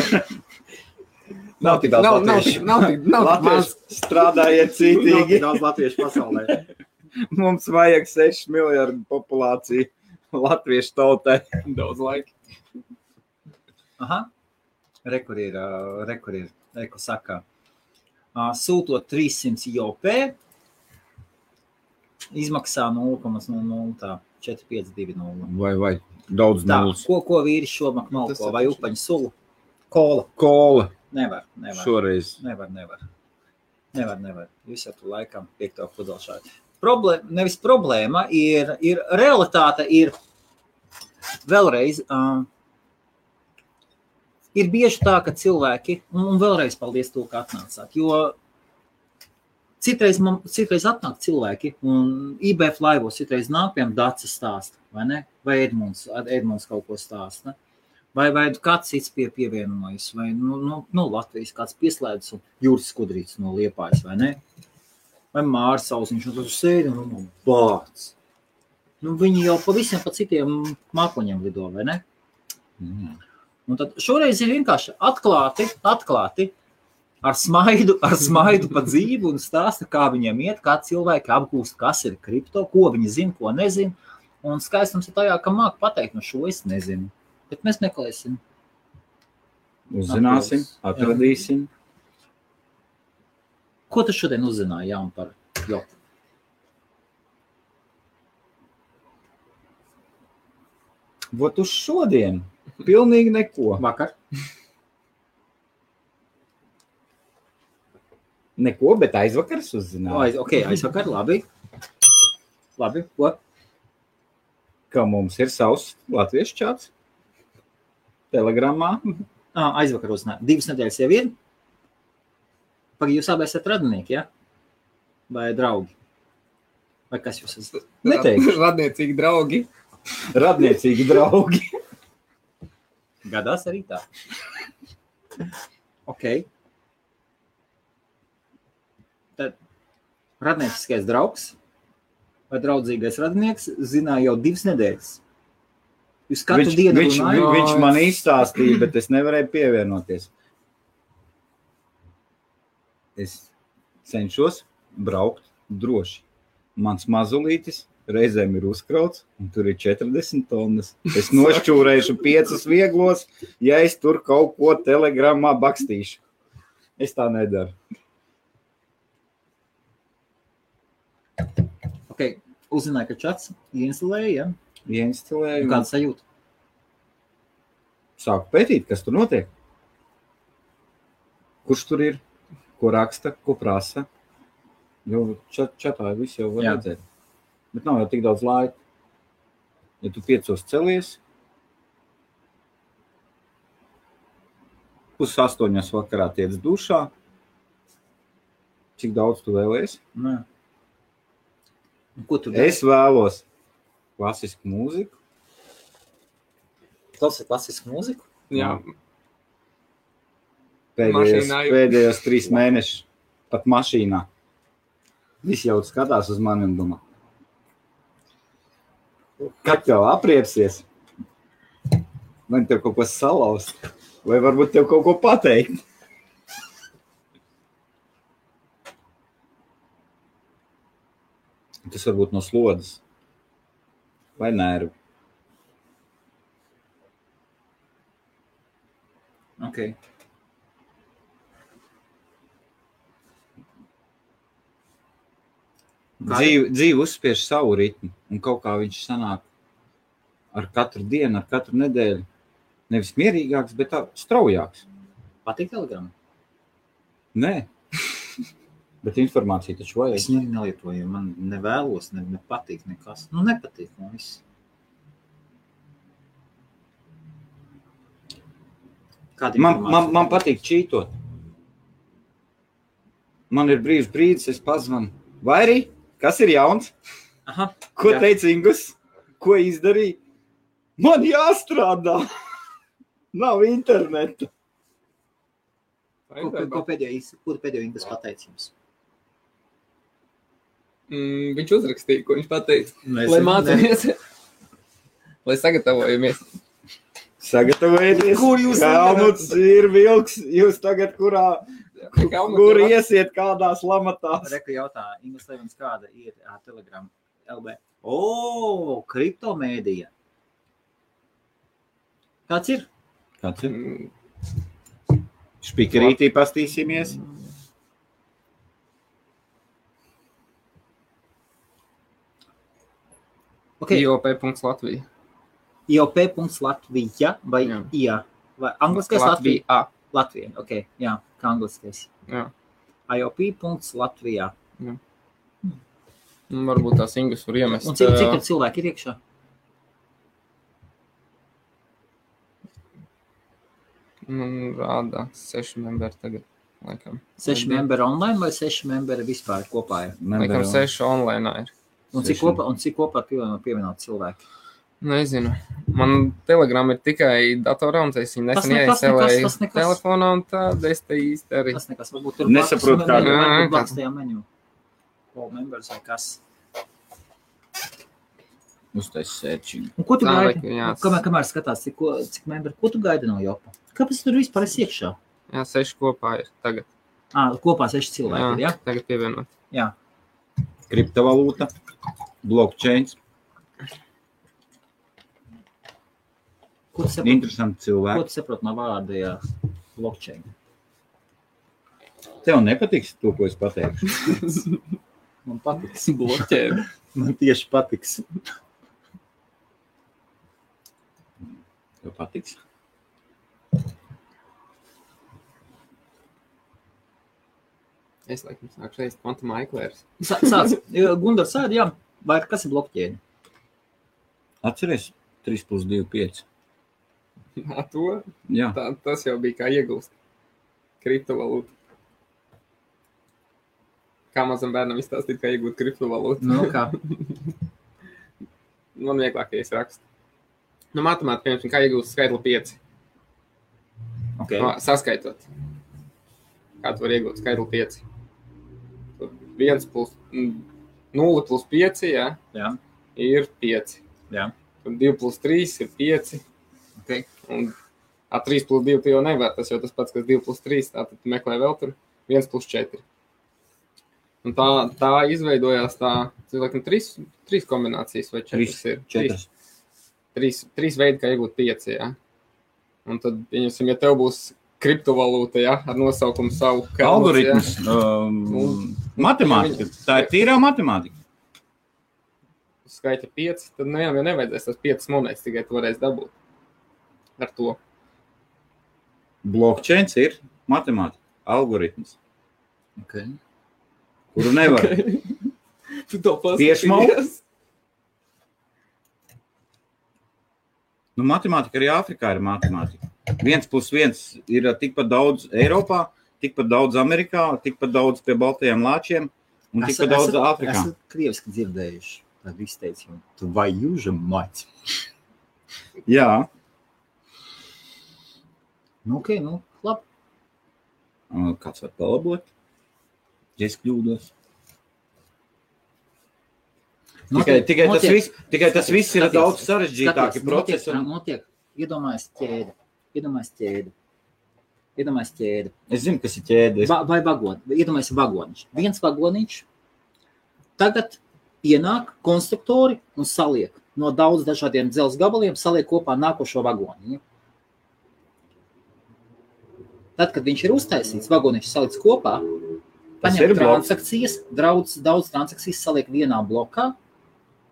Speaker 1: Nav tik
Speaker 3: nav,
Speaker 1: daudz
Speaker 3: nav,
Speaker 1: latviešu.
Speaker 3: tik- nav, tik- nav tik maz.
Speaker 1: Latvieši strādājiet
Speaker 4: Nav tik
Speaker 1: cītīgi.
Speaker 4: daudz latviešu pasaulē.
Speaker 1: Mums vajag 6 miljardu populāciju latviešu tautai.
Speaker 3: Daudz laika.
Speaker 2: Aha. Rekur ir, ā, rekur ir, rekur saka. ā, Sūtot 300 JP, izmaksā 0,04520.
Speaker 1: Vai, vai daudz
Speaker 2: Tā,
Speaker 1: nulles.
Speaker 2: ko, ko vīri šomak malko
Speaker 3: Tas ir
Speaker 2: vai
Speaker 3: taču-
Speaker 2: upaņu sulu? Kola.
Speaker 1: Kola
Speaker 2: Nevar, nevar.
Speaker 1: šoreiz.
Speaker 2: Nevar, nevar. Nevar, nevar. Jūs jau tur laikam piekto pudelšādi. Problēma, nevis problēma, ir, ir realitāte, ir vēlreiz. Uh, ir bieži tā, ka cilvēki, un, un vēlreiz paldies, to, ka atnācāt. Jo citreiz, man, citreiz atnāk cilvēki, un IBF laivos citreiz nāk pie dācis stāst, vai ne? Vai Edmunds, Edmunds kaut ko stāsta. Vai, vai kāds cits pie pievienojas, vai nu, nu, nu Latvijas kāds pieslēdzas un jūras skudrītis no liepājas, vai ne? Vai Mārcis Kalniņš, un tur sēdi un nu, bāc. Nu, viņi jau pavisam pa citiem mākoņiem lido, vai ne?
Speaker 1: Mm.
Speaker 2: Un tad šoreiz ir vienkārši atklāti, atklāti ar smaidu, ar smaidu pa dzīvi un stāsta, kā viņiem iet, kā cilvēki apgūst, kas ir kripto, ko viņi zina, ko nezina. Un skaistums ir tajā, ka māca pateikt, no šo es nezinu. Bet mēs meklēsim.
Speaker 1: Uzzināsim, atradīsim.
Speaker 2: Ko tu šodien uzzināji jaunu par joku?
Speaker 1: Vot uz šodien. Pilnīgi neko.
Speaker 2: Vakar.
Speaker 1: Neko, bet aizvakars
Speaker 2: O,
Speaker 1: uzzināja,
Speaker 2: aiz, ok, aizvakar, labi. Labi, ko?
Speaker 1: ka mums ir savs latviešu čats. Telegramā.
Speaker 2: Ā, Aizvakar uzzināju. Divas nedēļas jau ir. Pagaidām, jūs abi esat radinieki, ja? Vai draugi? Vai kas jūs esat?
Speaker 1: Neteikšu.
Speaker 3: Radniecīgi draugi.
Speaker 1: Radniecīgi draugi.
Speaker 2: Gadās arī tā. Ok. Tad radnieciskais draugs vai draudzīgais radinieks zināja jau divas nedēļas. Jūs katru
Speaker 1: viņš,
Speaker 2: dienu
Speaker 1: viņš,
Speaker 2: runājat?
Speaker 1: vi- viņš man izstāstīja, bet es nevarēju pievienoties. Es cenšos braukt droši. Mans mazulītis reizēm ir uzkrauts, un tur ir 40 tonnas. Es nošķūrēšu piecas vieglos, ja es tur kaut ko telegramā bakstīšu. Es tā nedaru.
Speaker 2: Okay. Uzzināja, ka čats instalēja. Ja?
Speaker 1: Ieinstalēju, un
Speaker 2: Kāda sajūta?
Speaker 1: sāku pētīt, kas tur notiek. Kurš tur ir, ko raksta, ko prasa. Jo ča- čatā viss jau var
Speaker 2: Jā.
Speaker 1: Jā. redzēt. Bet nav jau tik daudz laika. Ja tu piecos celies, pusastoņos vakarā tiec dušā, cik daudz tu vēlējies?
Speaker 2: Nē. Un Ko tu
Speaker 1: Es vēlos klasisku mūziku.
Speaker 2: klausies klasisku mūziku?
Speaker 3: Jā,
Speaker 1: pēdējos,
Speaker 3: Mašīnā jau.
Speaker 1: pēdējos trīs mēnešus, pat mašīnā. Visi jau skatās uz mani un domā, kad jau apriepsies, man te kaut ko salauzt, vai varbūt tev kaut ko pateikt. Tas var būt no slodzes vai nervu.
Speaker 2: Okay. Kā-
Speaker 1: dzīve, dzīve uzspiež savu ritmu, un kaut kā viņš sanāk ar katru dienu, ar katru nedēļu. Nevis mierīgāks, bet tā straujāks.
Speaker 2: Patīk telegramu.
Speaker 1: Nē, bet informācija taču
Speaker 2: Es
Speaker 1: vajag.
Speaker 2: viņu arī nelietoju. Man nevēlos, ne, nepatīk nekas. Nu, nepatīk man viss. Kāda
Speaker 1: Man,
Speaker 2: informācija?
Speaker 1: man, man patīk čītot. Man ir brīvs brīdis, es pazvanu. Vai arī kas ir jauns?
Speaker 2: Aha,
Speaker 1: Ko
Speaker 2: Jā.
Speaker 1: teica Ingūns? ko izdarīja. Man jāstrādā, nav interneta.
Speaker 3: Vai
Speaker 2: Ko, ko
Speaker 3: darba?
Speaker 2: pēdējo, iz- ko pēdējo Ingas pateica jums?
Speaker 3: Mm, Viņš uzrakstīja, ko viņš pateica.
Speaker 2: Mēs,
Speaker 3: Lai mācāmies, lai sagatavojamies.
Speaker 1: Sagatavojieties,
Speaker 2: Kur jūs
Speaker 1: Helmuts ir vilks. Jūs tagad, kurā kur
Speaker 3: Kaunu-
Speaker 1: iesiet, kādā slamatā?
Speaker 2: Reku jautā, Ingas Levens, kāda ir ā, Telegram LB? O, kriptomēdija. Kāds ir?
Speaker 1: Kāds
Speaker 3: Mm,
Speaker 1: Špikarītī pastīsimies.
Speaker 2: Okay.
Speaker 3: IOP.Latvija.
Speaker 2: IOP.Latvija vai
Speaker 3: Jā.
Speaker 2: IA? Vai angliskais Latvija? Latvija, ok, jā, kā angliskais.
Speaker 3: Jā.
Speaker 2: IOP.Latvijā.
Speaker 3: Mm, Varbūt tās ingas var iemest.
Speaker 2: Un cik, cik
Speaker 3: ā,
Speaker 2: tur cilvēki ir iekšā?
Speaker 3: Nu, rāda seši memberi tagad. Laikam,
Speaker 2: Seši
Speaker 3: Vai ne?
Speaker 2: memberi online vai seši memberi vispār kopā ir?
Speaker 3: laikam seši online ir.
Speaker 2: Un cik
Speaker 1: Seši.
Speaker 2: kopā, un cik kopā pievienot, pievienot cilvēki?
Speaker 3: Nu, Nezinu. Man telegram ir tikai datorā, un es viņu
Speaker 2: Tas
Speaker 3: nesen
Speaker 2: nekas, nekas, tas
Speaker 3: iesaistīju
Speaker 2: nekas.
Speaker 3: telefonā, un tā es te īsti arī.
Speaker 2: Tas nekas, varbūt tur
Speaker 1: Nesaprotu,
Speaker 2: kā.
Speaker 3: Jā,
Speaker 1: kā-
Speaker 3: jā,
Speaker 2: Varbūt
Speaker 3: kā-
Speaker 2: blakus tajā menu. All members vai kas.
Speaker 1: Uztais sērčiņu.
Speaker 2: Un ko tu
Speaker 3: Tā,
Speaker 2: gaidi?
Speaker 3: laikam, jā.
Speaker 2: Nu, Kamēr, kamēr skatās, cik, ko- cik memberi, ko tu gaidi no jopa? Kāpēc tur vispār esi iekšā?
Speaker 3: Jā, seši kopā ir tagad.
Speaker 2: À, kopā seši cilvēki ir, ja?
Speaker 3: tagad pievienot.
Speaker 2: Jā.
Speaker 1: Kriptovalūta, blockchain.
Speaker 2: Ko tu saproti?
Speaker 1: Interesanti
Speaker 2: Ko
Speaker 1: cilvēki.
Speaker 2: tu saproti no vārda, ja? Blockchain.
Speaker 1: Tev nepatiks to, ko es pateikšu.
Speaker 2: Man patiks.
Speaker 3: Bloķēta.
Speaker 1: Man tieši patiks. Tev patiks?
Speaker 3: Es laikam sāku šeit kvantum aiklērs.
Speaker 2: Sā- Sāc, Gunārs, sādi, jā. Vai kas ir blokķēde?
Speaker 1: Atceries, 3 plus 2, 5.
Speaker 3: Nā, to,
Speaker 1: Jā,
Speaker 3: tā, tas jau bija kā iegūst. Kriptovalūta. Kā mazam bērnam izstāstīt, kā iegūt kriptovalūtu?
Speaker 2: Nu, kā?
Speaker 3: Man vieglākais raksts. Nu, matemātikā, piemēram, kā iegūst skaitli 5.
Speaker 2: Okay.
Speaker 3: No, Nu, saskaitot. Kā tu vari iegūt skaitli 5? 1 plus 0 plus 5 jā,
Speaker 2: Jā.
Speaker 3: ir 5.
Speaker 2: Jā.
Speaker 3: Tad 2 plus 3 ir 5.
Speaker 2: Okay.
Speaker 3: Un ar 3 plus 2 tu jau nevar. Tas jau tas pats, kas 2 plus 3. Tātad tu meklē vēl tur 1 plus 4. Un tā, tā izveidojās tā, cilvēkam, trīs, trīs kombinācijas vai četras
Speaker 1: Trīs,
Speaker 3: ir. Trīs,
Speaker 1: 4.
Speaker 3: trīs, trīs veidi, kā iegūt pieci. Ja? Un tad, pieņemsim, ja tev būs kriptovalūta ja? ar nosaukumu savu
Speaker 1: Algoritms, um, matemātika. Tā ir tīrā matemātika.
Speaker 3: Ja? Skaita pieci, tad nu, jā, jau nevajadzēs tas piecas monētas, tikai tu varēsi dabūt ar to.
Speaker 1: Blockchain ir matemātika, algoritms,
Speaker 2: Okay.
Speaker 1: kuru nevar.
Speaker 3: Tu to
Speaker 1: Piešmalu? Nu, matemātika arī Āfrikā ir matemātika. Viens plus viens ir tikpat daudz Eiropā, tikpat daudz Amerikā, tikpat daudz pie Baltajiem lāčiem un tikpat daudz Āfrikā.
Speaker 2: Esmu krieviski dzirdējuši tādu izteicienu. Tu vai jūža mać?
Speaker 1: Jā,
Speaker 2: Nu, ok, nu, labi.
Speaker 1: Uh, kāds var palabot? Ja es kļūdos. Tikai, tikai, tas, viss, tikai tas viss ir
Speaker 2: Skaties,
Speaker 1: daudz sarežģītāki procesi.
Speaker 2: Notiek,
Speaker 1: un-
Speaker 2: notiek. Iedomājies ķēdi. Iedomājies ķēdi. Iedomājies ķēdi.
Speaker 1: Es zinu, kas ir ķēdes.
Speaker 2: Va, vai vagoni? Iedomājieties, vagoniņš. Viens vagoniņš tagad ienāk konstruktori un saliek no daudz dažādiem dzelzceļa gabaliem, saliek kopā nākošo vagoniņu. Tad, kad viņš ir uztaisīts, vagoniņš saliks kopā,
Speaker 1: Tas
Speaker 2: paņem
Speaker 1: ir bloks.
Speaker 2: transakcijas, daudz, daudz transakcijas saliek vienā blokā,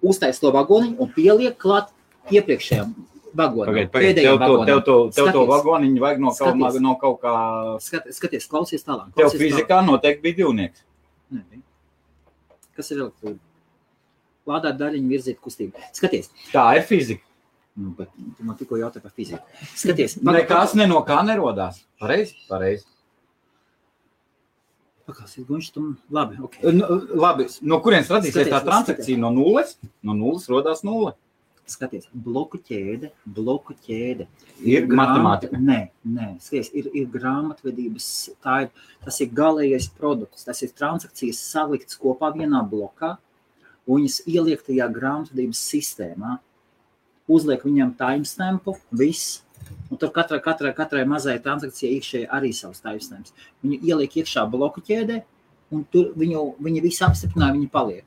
Speaker 2: uztais to vagoniņu un pieliek klāt iepriekšējām vagoniem.
Speaker 1: Pagaid, pagaid, tev, to, tev, to, tev to
Speaker 2: Skaties.
Speaker 1: vagoniņu vajag no kaut,
Speaker 2: Skaties.
Speaker 1: no kaut kā.
Speaker 2: Skat, skaties, klausies tālāk.
Speaker 1: Tev
Speaker 2: klausies tālāk.
Speaker 1: fizikā noteikti bija divnieks.
Speaker 2: Nē. Nu, Kas ir elektrība? Lādēt daļiņu, virzīt kustību. Skaties,
Speaker 1: Tā ir fizika.
Speaker 2: nu, bet tu man tikko jautāja par fiziku. Skaties,
Speaker 1: Nekas ne no kā nerodās. Pareizi? Pareizi.
Speaker 2: Pakāsies, gunš, tam labi. Okay.
Speaker 1: Nu, labi, no kurienes radīsies
Speaker 2: Skaties,
Speaker 1: tā
Speaker 2: skaties.
Speaker 1: transakcija? No nulles? No nulles radās nulle.
Speaker 2: skaties, bloku ķēde, bloku ķēde.
Speaker 1: Ir matemātika.
Speaker 2: Grāmat- Nē, nē, skaties, ir, ir grāmatvedības, tā ir, tas ir galīgais produkts, tas ir transakcijas salikts kopā vienā blokā un viņas ieliek tajā grāmatvedības sistēmā. Uzliek viņam timestampu, viss. Un tur katrai, katrai, katrai mazai transakcijai iekšēji arī savs timestamps. Viņu ieliek iekšā bloku ķēdē, un tur viņu, viņi visi apstiprināja, viņi paliek.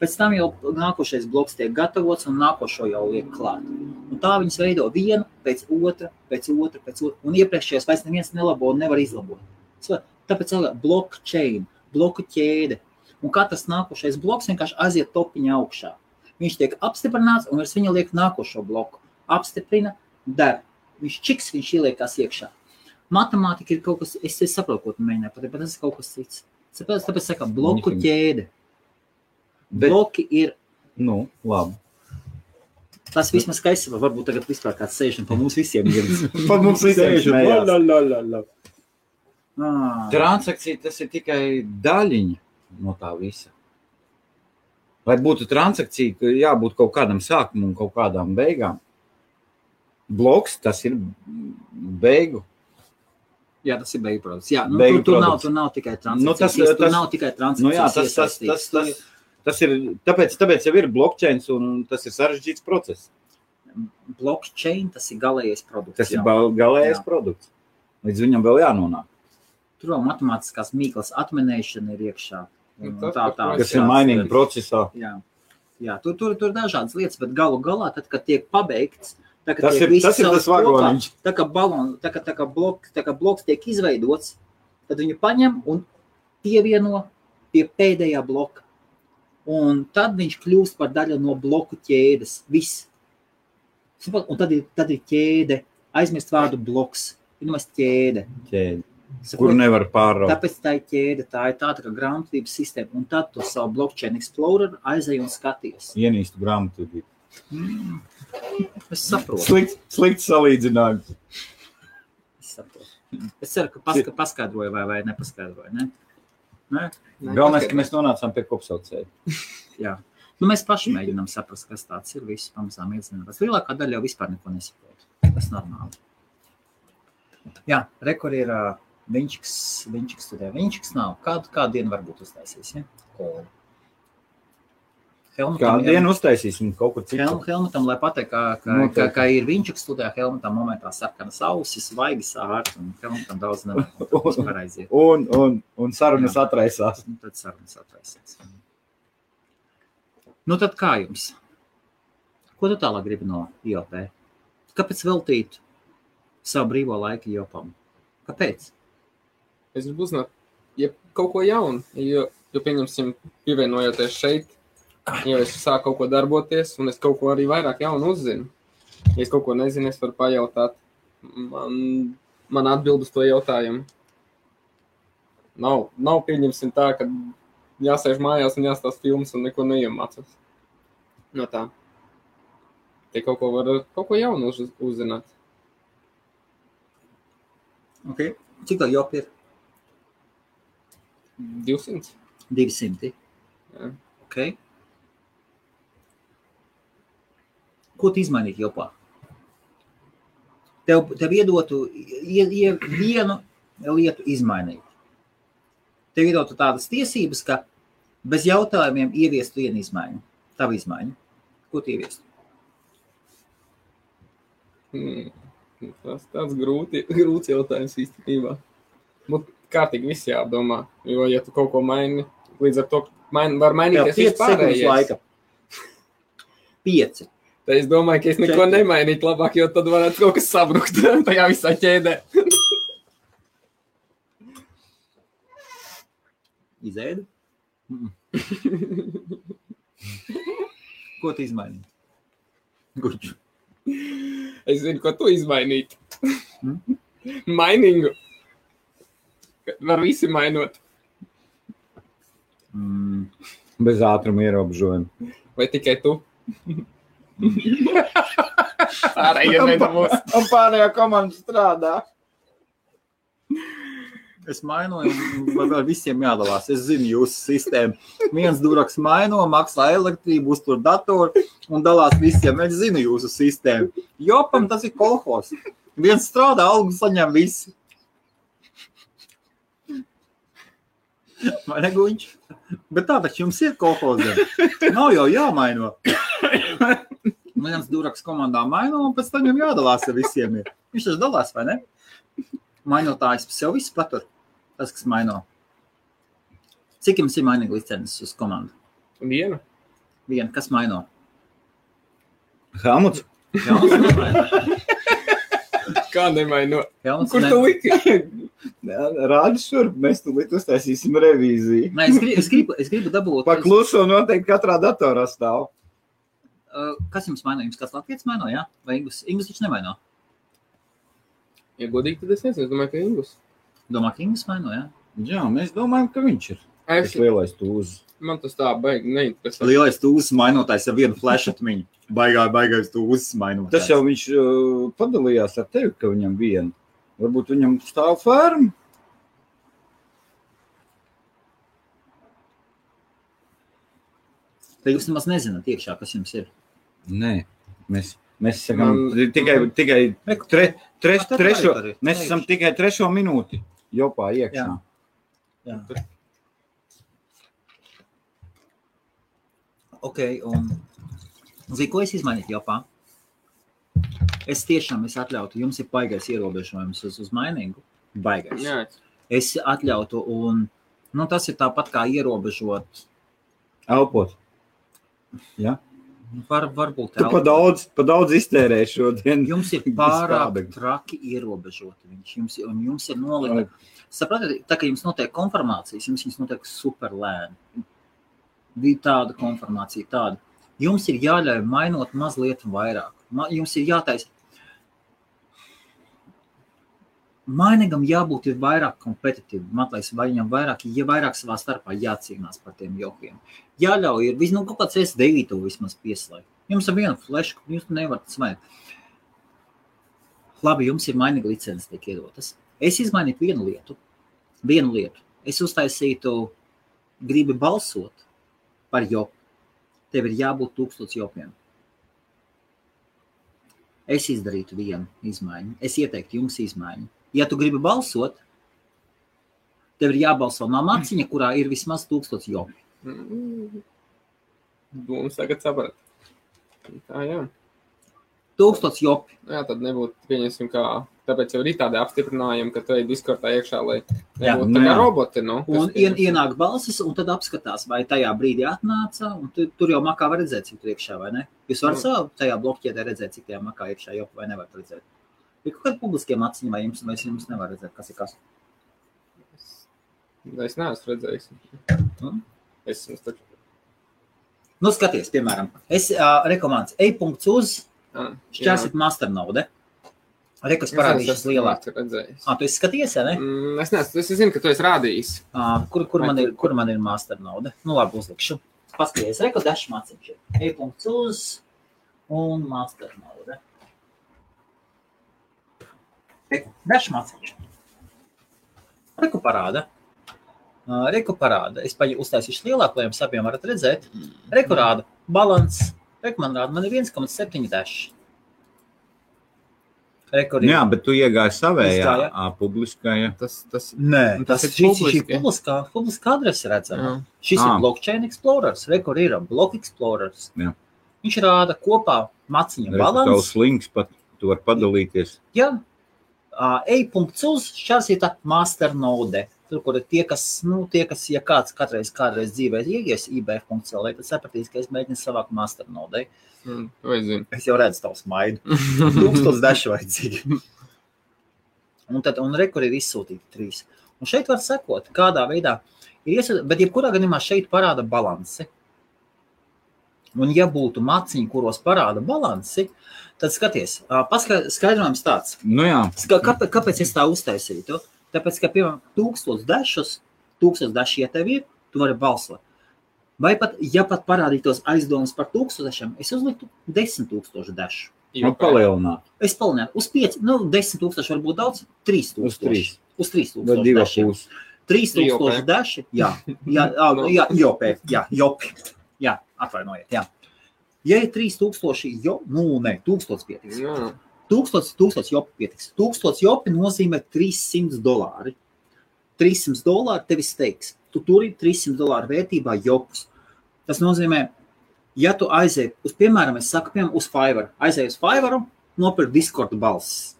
Speaker 2: Pēc tam jau nākošais bloks tiek gatavots, un nākošo jau liek klāt. Un tā viņas veido vienu pēc otra, pēc otra, pēc otra. Un iepriekšējos vairs neviens nelabo un nevar izlabot. So, Tāpēc tā ir blockchain, bloku ķēde. Un katrs nākošais bloks vienkārši aiziet topiņā augšā. Viņš tiek apstiprināts, un virs viņa liek nākošo bloku. Apstiprina, dara. Viņš čiks, viņš ieliekās iekšā. Matemātika ir kaut kas, es, es saprotu, ko tu mēģināji pateikt, bet tas ir kaut kas cits. Tāpēc, tāpēc saka, bloku
Speaker 1: Viņam-
Speaker 2: ķēde.
Speaker 1: Bet,
Speaker 2: Bloki ir
Speaker 1: nu, labi.
Speaker 2: tas vismaz skaists. Varbūt tagad vispār kāds sēž un pa mums visiem ir.
Speaker 1: Pat mums visiem smējās.
Speaker 2: Ah.
Speaker 1: Transakcija tas ir tikai daļiņa no tā visa. Lai būtu transakcija, ka jābūt kaut kādam sākumam un kaut kādām beigām. Bloks tas ir beigu.
Speaker 2: Jā, tas ir beigu produkts. Jā, nu,
Speaker 1: Beigu
Speaker 2: beigu tur, tur, nav,
Speaker 1: produkts.
Speaker 2: tur nav tikai
Speaker 1: Nu,
Speaker 2: transakcijas. Nu,
Speaker 1: tas-
Speaker 2: tas, tas, tur
Speaker 1: tas-
Speaker 2: nav tikai
Speaker 1: Nu, jā,
Speaker 2: transakcijas.
Speaker 1: tas, tas, tas,
Speaker 2: iesaistīts.
Speaker 1: tas, tas ir. Tāpēc, tāpēc jau ir blokķēns un tas ir sarežģīts process.
Speaker 2: Blockchain tas ir galīgais produkts.
Speaker 1: Tas
Speaker 2: jā.
Speaker 1: ir gal- galējais
Speaker 2: Jā.
Speaker 1: produkts. Līdz viņam vēl jānonāk.
Speaker 2: Tur vēl matemātiskās mīklas atminēšana ir iekšā.
Speaker 3: Nu,
Speaker 2: Un
Speaker 3: tas, par ko es
Speaker 1: Kas ir mainīgi procesā.
Speaker 2: Jā, jā tur, tur, tur ir dažādas lietas, bet galu galā, tad, kad tiek pabeigts, tā, kad
Speaker 1: Tas
Speaker 2: tiek
Speaker 1: ir-
Speaker 2: viss
Speaker 1: tas ir
Speaker 2: savs
Speaker 1: tas vagoniņš.
Speaker 2: kopā, Tā kā, balon, tā, kā, tā, kā blok, tā kā bloks tiek izveidots, tad viņu paņem un pievieno pie pēdējā bloka. Un tad viņš kļūst par daļu no bloku ķēdes. Viss. Saprot? Un tad ir, tad ir ķēde. Aizmirst vārdu bloks. Pirmais ķēde.
Speaker 1: Ķēdi,
Speaker 2: Saprot?
Speaker 1: Kur nevar pārraut?
Speaker 2: Tāpēc tā ir ķēde, tā ir tāda kā grāmatvedības sistēma. Un tad tu savu blockchain explorer aizēji un skaties.
Speaker 1: Ienīst grāmatvedību.
Speaker 2: Es saprotu.
Speaker 1: Slikts, slikts salīdzinājums.
Speaker 2: Es, saprotu. es ceru, ka paska, paskaidroju vai, vai nepaskaidroju. Ne? Ne?
Speaker 1: Galvenais, ka mēs nonācām pie kopsaucēja.
Speaker 2: Nu, mēs paši mēģinām saprast, kas tas ir. Visi pamazām iedzinās. Lielākā daļa jau vispār neko nesaprot. Tas normāli. Jā, rekur ir uh, viņčiks, viņčiks studē. Viņčiks nav. Kādu, kādu dienu varbūt uztaisīs? Ja? Helmutam,
Speaker 1: Kādu
Speaker 2: Nu, jā.
Speaker 1: dienu uztaisīsim kaut kur citur?
Speaker 2: Hel, Helmutam, lai pateikt, ka, ka,
Speaker 1: Noteikti.
Speaker 2: ka, ka ir viņš studijā, Helmutam momentā sarkanas ausis, svaigas ārts, un Helmutam daudz nevar aiziet.
Speaker 1: Un, un, un sarunas atraisās.
Speaker 2: Un nu, tad sarunas atraisīs. Nu tad kā jums? Ko tu tālāk gribi no IOP? Kāpēc veltīt savu brīvo laiku IOPam? Kāpēc?
Speaker 3: Es gribu uzzināt, ja kaut ko jaunu, jo, jo pieņemsim, pievienojoties šeit, jau es sāku kaut ko darboties, un es kaut ko arī vairāk jaunu uzzinu. Ja es kaut ko nezinu, es varu pajautāt. Man, man atbild uz to jautājumu. Nav, nav pieņemsim tā, ka jāsēž mājās un jāstāsta filmas un neko neiemācās. No tā. Te kaut ko var, kaut ko jaunu uz, uzzināt.
Speaker 2: Okay. Cik tā IOP ir?
Speaker 3: 200.
Speaker 2: 200.
Speaker 3: Jā.
Speaker 2: Okay. Ko tu izmainītu jopā? Tev, tev iedotu ie, ie, vienu lietu izmainīt. Tev iedotu tādas tiesības, ka bez jautājumiem ieviestu vienu izmaiņu. Tavu izmaiņu. Ko tu ieviestu?
Speaker 3: Mm, Tas tāds grūti, grūts jautājums īstenībā. Mums kārtīgi viss jāapdomā. Jo, ja tu kaut ko maini, līdz ar to maini, var mainīties
Speaker 2: pieci sekundes
Speaker 3: vispārējais.
Speaker 2: laika. Pieci.
Speaker 3: Tad es domāju, ka es neko
Speaker 2: Četri.
Speaker 3: nemainītu labāk, jo tad varētu kaut kas sabrukt tajā visā ķēdē.
Speaker 2: Izēdu? Mm. Ko tu izmainīji? Guču.
Speaker 3: Es zinu, ko tu izmainītu.
Speaker 2: Mm.
Speaker 3: Mainingu. Var visi mainot.
Speaker 2: Mm.
Speaker 1: Bez ātruma ierobežojuma.
Speaker 3: Vai tikai tu? Pārējie nedabūs.
Speaker 1: Un pārējā komanda strādā.
Speaker 2: Es mainu, un man vēl visiem jādalās. Es zinu, jūsu sistēmu. Viens duraks maino, maksā elektrību, uztur datoru un dalās visiem. Es zinu, jūsu sistēmu. Jopam tas ir kolhos. Viens strādā, algu saņem visi. Vai ne guņš? Bet tā taču jums ir kolhozē. Nav jau jāmaino. Nu, Viens duraks komandā maino, un pēc tam viņam jādalās ar visiem. Ir. Viņš taču dalās, vai ne? mainotājs pa sev visu patur. Tas, kas maino. Cik jums ir mainīga licences uz komandu?
Speaker 3: Vienu.
Speaker 2: Vienu, kas maino?
Speaker 1: Helmuts,
Speaker 2: Helmuts nemaino.
Speaker 3: Kā nemaino?
Speaker 2: Helmuts
Speaker 3: Kur
Speaker 2: ne-
Speaker 3: tu liki?
Speaker 1: rādi šur, mēs tulīt uztaisīsim revīziju.
Speaker 2: Nē, es, gribu, es, gribu, es gribu dabūt,
Speaker 1: Pakluso noteikti katrā datorā stāv.
Speaker 2: Uh, kas jums maino. Jums kāds latviečs maino, jā? Vai Ingus? Ingus viņš nemaino.
Speaker 3: Ja godīgi, tad es nezinu, es domāju, ka Ingus.
Speaker 2: Domā, ka Ingus maino, jā?
Speaker 1: Jā, mēs domājam, ka viņš ir
Speaker 3: Es,
Speaker 1: tas lielais tūzis.
Speaker 3: man tas tā baigi neinteresē.
Speaker 2: Lielais tūzis mainotājs ar vienu flash atmiņu. Baigā, baigais tūzis mainotājs.
Speaker 1: Tas jau viņš uh, padalījās ar tevi, ka viņam viena. Varbūt viņam stāv ferma.
Speaker 2: Te jūs nemaz nezināt iekšā, kas jums ir.
Speaker 1: Nē, mēs, mēs sakām,
Speaker 3: Man-
Speaker 1: Man... tikai, tikai tre, tre,
Speaker 2: Tad
Speaker 1: trešo.
Speaker 2: arī, arī.
Speaker 1: Mēs esam tikai trešo minūti jopā iekšā.
Speaker 2: Jā. Ok, un zinu, ko es izmainīju Japānā. Es tiešām es atļautu, jums ir baigais ierobežojums uz, uz mainīgu. Baigais.
Speaker 3: Jā,
Speaker 2: Es atļautu, un nu, tas ir tāpat kā ierobežot.
Speaker 1: Elpot.
Speaker 2: nu, Var, varbūt
Speaker 1: Tu pa
Speaker 2: elpo.
Speaker 1: daudz, pa daudz iztērēji šodien.
Speaker 2: Jums ir
Speaker 1: Bez
Speaker 2: pārāk
Speaker 1: kāda.
Speaker 2: traki ierobežoti. Viņš jums, un jums ir nolikta. Saprotiet, tā kā jums notiek konformācijas, jums viņas notiek super lēni. Bija tāda konformācija, tāda. Jums ir jāļauj mainot mazliet vairāk. Ma- Jums ir jātaisa. Mainīgam jābūt ir vairāk kompetitīvam, atklājot, vai viņam vairāk, ja vairāk savā starpā jācīnās par tiem jokiem. Jāļauj, ir vismaz kaut kāds S9 vismaz pieslēgt. Jums ar vienu flešu, jūs nevarat smaidīt. Labi, jums ir mainīga licence, tiek iedotas. Es izmainītu vienu lietu. Vienu lietu. Es uztaisītu, gribi balsot par jopu. Tev ir jābūt tūkstots jopiem. Es izdarītu vienu izmaiņu. Es ieteiktu jums izmaiņu. Ja tu gribi balsot, tev ir jābalso no maciņa, kurā ir vismaz tūkstots jopi.
Speaker 3: Mm. Domas tagad saprat. Tā jā.
Speaker 2: Tūkstots jopi.
Speaker 3: jā, tad nebūtu, pieņemsim, kā. Tāpēc jau ir tādi apstiprinājumi, ka tu ej diskordā iekšā, lai
Speaker 2: Jā.
Speaker 3: nebūtu tā kā
Speaker 1: Jā.
Speaker 3: roboti. Nu, kas
Speaker 2: Un
Speaker 3: pieņem.
Speaker 2: ien, ienāk balsis, un tad apskatās, vai tajā brīdī atnāca. un Tu, tur jau makā var redzēt, cik tur iekšā vai ne. Jūs varat
Speaker 3: Mm.
Speaker 2: savā tajā blokķēdē redzēt, cik tajā makā iekšā jau vai nevar redzēt. Ir kaut kāda publiskiem acīm, vai jums, vai jums nevar redzēt, kas ir kas.
Speaker 3: Es neesmu redzējis.
Speaker 2: Mm.
Speaker 3: Es esmu tur.
Speaker 2: Nu, skaties, piemēram, es uh, rekomendāciju e-punkts uz
Speaker 3: Ah,
Speaker 2: šķērsit masternode. Rekas parādīšas lielāk.
Speaker 3: Redzējis.
Speaker 2: Ah, tu esi skaties, ja ne?
Speaker 3: Mm, Es nezinu, es zinu, ka tu esi rādījis.
Speaker 2: Uh, kur, kur,
Speaker 3: Vai
Speaker 2: man
Speaker 3: tu-
Speaker 2: ir, kur man ir masternode? Nu, labi, uzlikšu. Paskaties, rekas dažs mācīšu. E-punkts uz un masternode. Dažs mācīšu. Reku parāda. Ā, Reku parāda. Es paņu uztaisīšu lielāku, lai jums abiem varat redzēt. Reku
Speaker 3: Mhm.
Speaker 2: rāda. Balans. Reku man rāda. Man ir 1,7 dažs. Reku ir.
Speaker 1: Jā, bet tu iegāji savējā,
Speaker 2: Izgāja.
Speaker 1: ā, publiskajā.
Speaker 3: Tas, tas,
Speaker 2: Nē, tas,
Speaker 3: Tas
Speaker 2: tas
Speaker 3: ir
Speaker 2: ir šī
Speaker 3: publiski.
Speaker 2: publiskā, publiskā adrese redzama.
Speaker 3: jā.
Speaker 2: Šis ah.
Speaker 1: Ah.
Speaker 2: ir blockchain explorers, re, kur ir block explorers.
Speaker 1: Jā.
Speaker 2: Viņš rāda kopā maciņu
Speaker 1: Tavs
Speaker 2: balansu.
Speaker 1: links pat tu var padalīties.
Speaker 2: Ja? Uh, E-punkts uz šāds ir tā masternode. Tur, kur ir tie, kas, nu, tie, kas ja kāds kādreiz, kādreiz dzīvē ir iegājis IBF.CL, tad sapratīs, ka es mēģinu savākt masternodei.
Speaker 3: Mm, to es zinu.
Speaker 2: Es jau redzu tavu smaidu. Tūkstots dažu vajadzīgi. Un tad, un rekur ir izsūtīti trīs. Un šeit var sekot, kādā veidā ir iesūtīts, bet jebkurā gadījumā šeit parāda balansi. Un ja būtu maciņi, kuros parāda balansi, tad skaties, paskaidrojums tāds.
Speaker 1: Nu jā,
Speaker 2: Ska- kāpē- Kāpēc es tā uztaisīju? Tāpēc, ka, piemēram, tūkstoš dažus, tūkstoš daži, ja tev ir, tu vari balsot. Vai pat, ja pat parādītos aizdomas par tūkstošiem, es uzliktu desmit tūkstošu dažu.
Speaker 1: Nu, palielināt.
Speaker 2: Es palielināt uz 5, nu, 10 tūkstoši varbūt daudz, 3
Speaker 1: Uz
Speaker 2: tūkstoši.
Speaker 1: 3.
Speaker 2: Uz 3
Speaker 1: Vai
Speaker 2: tūkstoši.
Speaker 1: 2
Speaker 2: dašiem.
Speaker 1: puses.
Speaker 2: 3000
Speaker 3: Jopē.
Speaker 2: daži. Jā, jā, ā, nu, jā jopē, jā, jopē. Jā, atvainojiet. Jā. Ja ir 3000, jo, nu, nē, 1000 pietiks.
Speaker 3: Jā,
Speaker 2: 1000, 1000 jopi pietiks. 1000 jopi nozīmē 300 dolāri. 300 dolāri tevis teiks, tu tur ir 300 dolāru vērtībā jopus. Tas nozīmē, ja tu aizej, uz, piemēram, es saku, piemēram, uz Fiverr, aizej uz Fiverr, nopirkt Discord balss.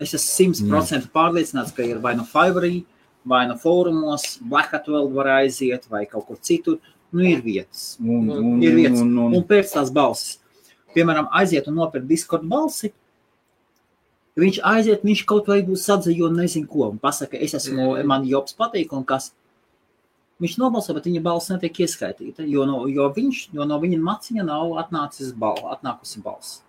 Speaker 2: Es esmu 100% pārliecināts, ka ir vai nu Fiverr, vai nu fórumos, Blackhat vēl var aiziet, vai kaut kur citur. Nu, ir vietas.
Speaker 1: Un, un,
Speaker 2: Nu, Ir vietas.
Speaker 1: un, un,
Speaker 2: Un pēc tās balss, piemēram, aiziet un nopirkt Discord balsi. Viņš aiziet, viņš kaut vai būs sadzīvojis, nezinu ko. Un pasaka, es esmu,
Speaker 3: Mhm.
Speaker 2: man jops patīk, un kas. Viņš nobalso, bet viņa balss netiek ieskaitīta. Jo no, jo viņš, jo no viņa maciņa nav atnācis bal, atnākusi balss.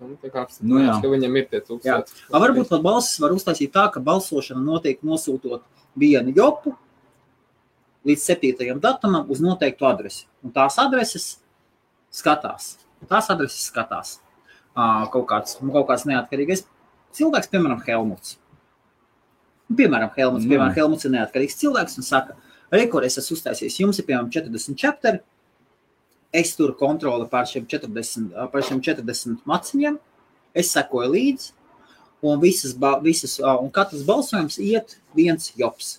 Speaker 3: nu, tā kā
Speaker 1: Nu, jā.
Speaker 3: apstiprinājums, ka viņam ir tie tūkstoši.
Speaker 2: A varbūt pat balss var uztaisīt tā, ka balsošana notiek nosūtot vienu jopu līdz septītajam datumam uz noteiktu adresi. Un tās adreses skatās. Tās adreses skatās. Ā, Kaut kāds, nu, kaut kāds neatkarīgais cilvēks, piemēram, Helmuts. Nu, Piemēram, Helmuts,
Speaker 1: Jā.
Speaker 2: piemēram, Helmuts ir neatkarīgs cilvēks un saka, rekord, es esmu uztaisījis jums, ir piemēram, 40 čepteri. Es turu kontroli pār šiem 40, pār šiem 40 maciņiem. Es sekoju līdzi, un, visas, ba- visas, ā, un katrs balsojums iet viens jops.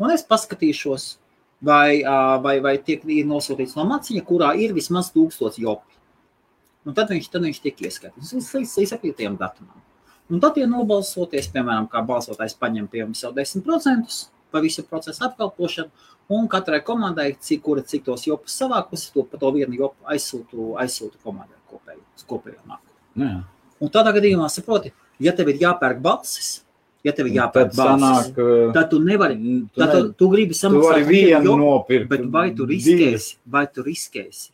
Speaker 2: Un es paskatīšos, vai, ā, vai, vai tiek ir nosūtīts no maciņa, kurā ir vismaz 1000 jopi. Un tad viņš, tad viņš tiek ieskaitīts līdz līdz- līdz 7. datumam. Un tad, ja nobalsoties, piemēram, kā balsotājs paņem piemēram, sev 10% par visu procesu apkalpošanu, un katrai komandai, cik, kura cik tos jopus savākusi, to pa to vienu jopu aizsūtu, aizsūtu komandai kopēju, uz kopējo māku.
Speaker 1: nu jā.
Speaker 2: Un tādā gadījumā saproti, ja tev ir jāpērk balsis, ja tev ir jāpērk
Speaker 1: Tad
Speaker 2: balsis,
Speaker 1: sanāk, uh,
Speaker 2: tad tu nevari,
Speaker 1: n- tu
Speaker 2: tad tu,
Speaker 1: ne-
Speaker 2: tu gribi
Speaker 1: tu vari
Speaker 2: samaksāt vienu
Speaker 1: vienu
Speaker 2: jopu,
Speaker 1: nopirkt.
Speaker 2: bet vai tu
Speaker 1: divas.
Speaker 2: riskēsi, vai tu riskēsi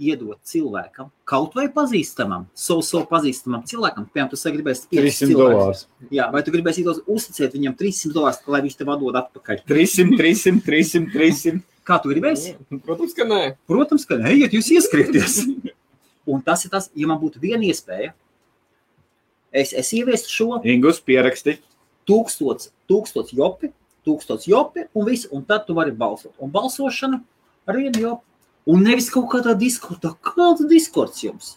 Speaker 2: iedot cilvēkam, kaut vai pazīstamam, savu, savu pazīstamam cilvēkam, piemēram, tu saki, gribēsi
Speaker 1: 300 dolārus.
Speaker 2: Jā, vai tu gribēsi tos uzticēt viņam 300 dolārus, lai viņš tev atdod atpakaļ?
Speaker 1: 300, 300, 300, 300.
Speaker 2: Kā tu gribēsi?
Speaker 3: Nu, Protams, ka nē.
Speaker 2: Protams, ka nē, iet jūs ieskrieties. Un tas ir tas, ja man būtu viena iespēja, es, es ieviestu šo
Speaker 1: Ingus pieraksti.
Speaker 2: tūkstots, tūkstots jopi, tūkstots jopi, un viss, un tad tu vari balsot. Un balsošana ar vienu jopi. Un nevis kaut kādā diskurdā, kāds diskurds jums.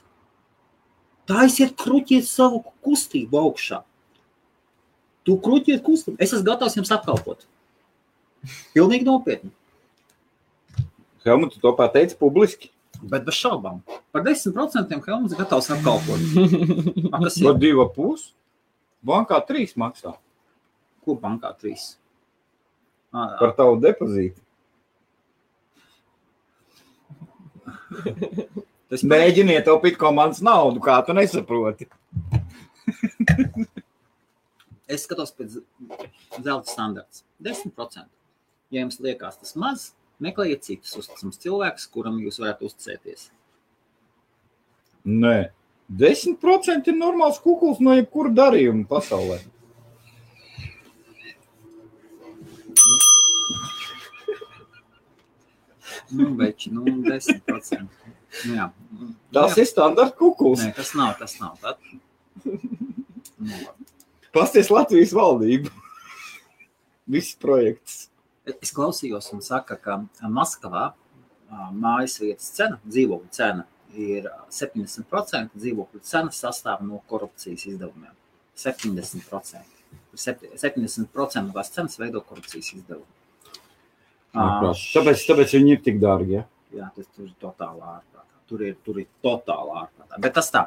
Speaker 2: Tā aiziet kruķiet savu kustību augšā. Tu kruķiet kustību. Es esmu gatavs jums apkalpot. Pilnīgi nopietni.
Speaker 1: Helmut, tu to pateici publiski.
Speaker 2: Bet bez šaubām. Par 10% Helmuts ir gatavs apkalpot. A, Kas
Speaker 1: No
Speaker 2: ir?
Speaker 1: divu pusi. Bankā trīs maksā
Speaker 2: Ko bankā trīs? Ah, Ā,
Speaker 1: par tavu depozītu.
Speaker 2: Tas
Speaker 1: Mēģini ietaupīt komandas naudu, kā tu nesaproti.
Speaker 2: Es skatos pēc zelta standarta. 10%. Ja jums liekas tas maz, meklējiet citus uzticamus cilvēkus, kuram jūs varētu uzticēties.
Speaker 1: Nē, 10% ir normāls kukls no jebkura darījuma pasaulē.
Speaker 2: Nu, veči, nu, 10%. Nu, jā. Nu,
Speaker 1: Tas
Speaker 2: jā.
Speaker 1: ir standarta kukls.
Speaker 2: Nē, tas nav, tas nav. Tā... Nu, labi.
Speaker 1: Pasties Latvijas valdība. Viss projekts.
Speaker 2: es klausījos un saka, ka Maskavā ā, mājas vietas cena, dzīvokļu cena ir ā, 70% dzīvokļu cena sastāv no korupcijas izdevumiem. 70%. Par septi- 70% no tās cenas veido korupcijas izdevumu.
Speaker 1: Nu, Tāpēc, tāpēc viņi ir tik dārgi. Ja?
Speaker 2: Jā, tas tur ir totāli ārprātā. Tur ir, tur ir totāli ārprātā. Bet tas tā.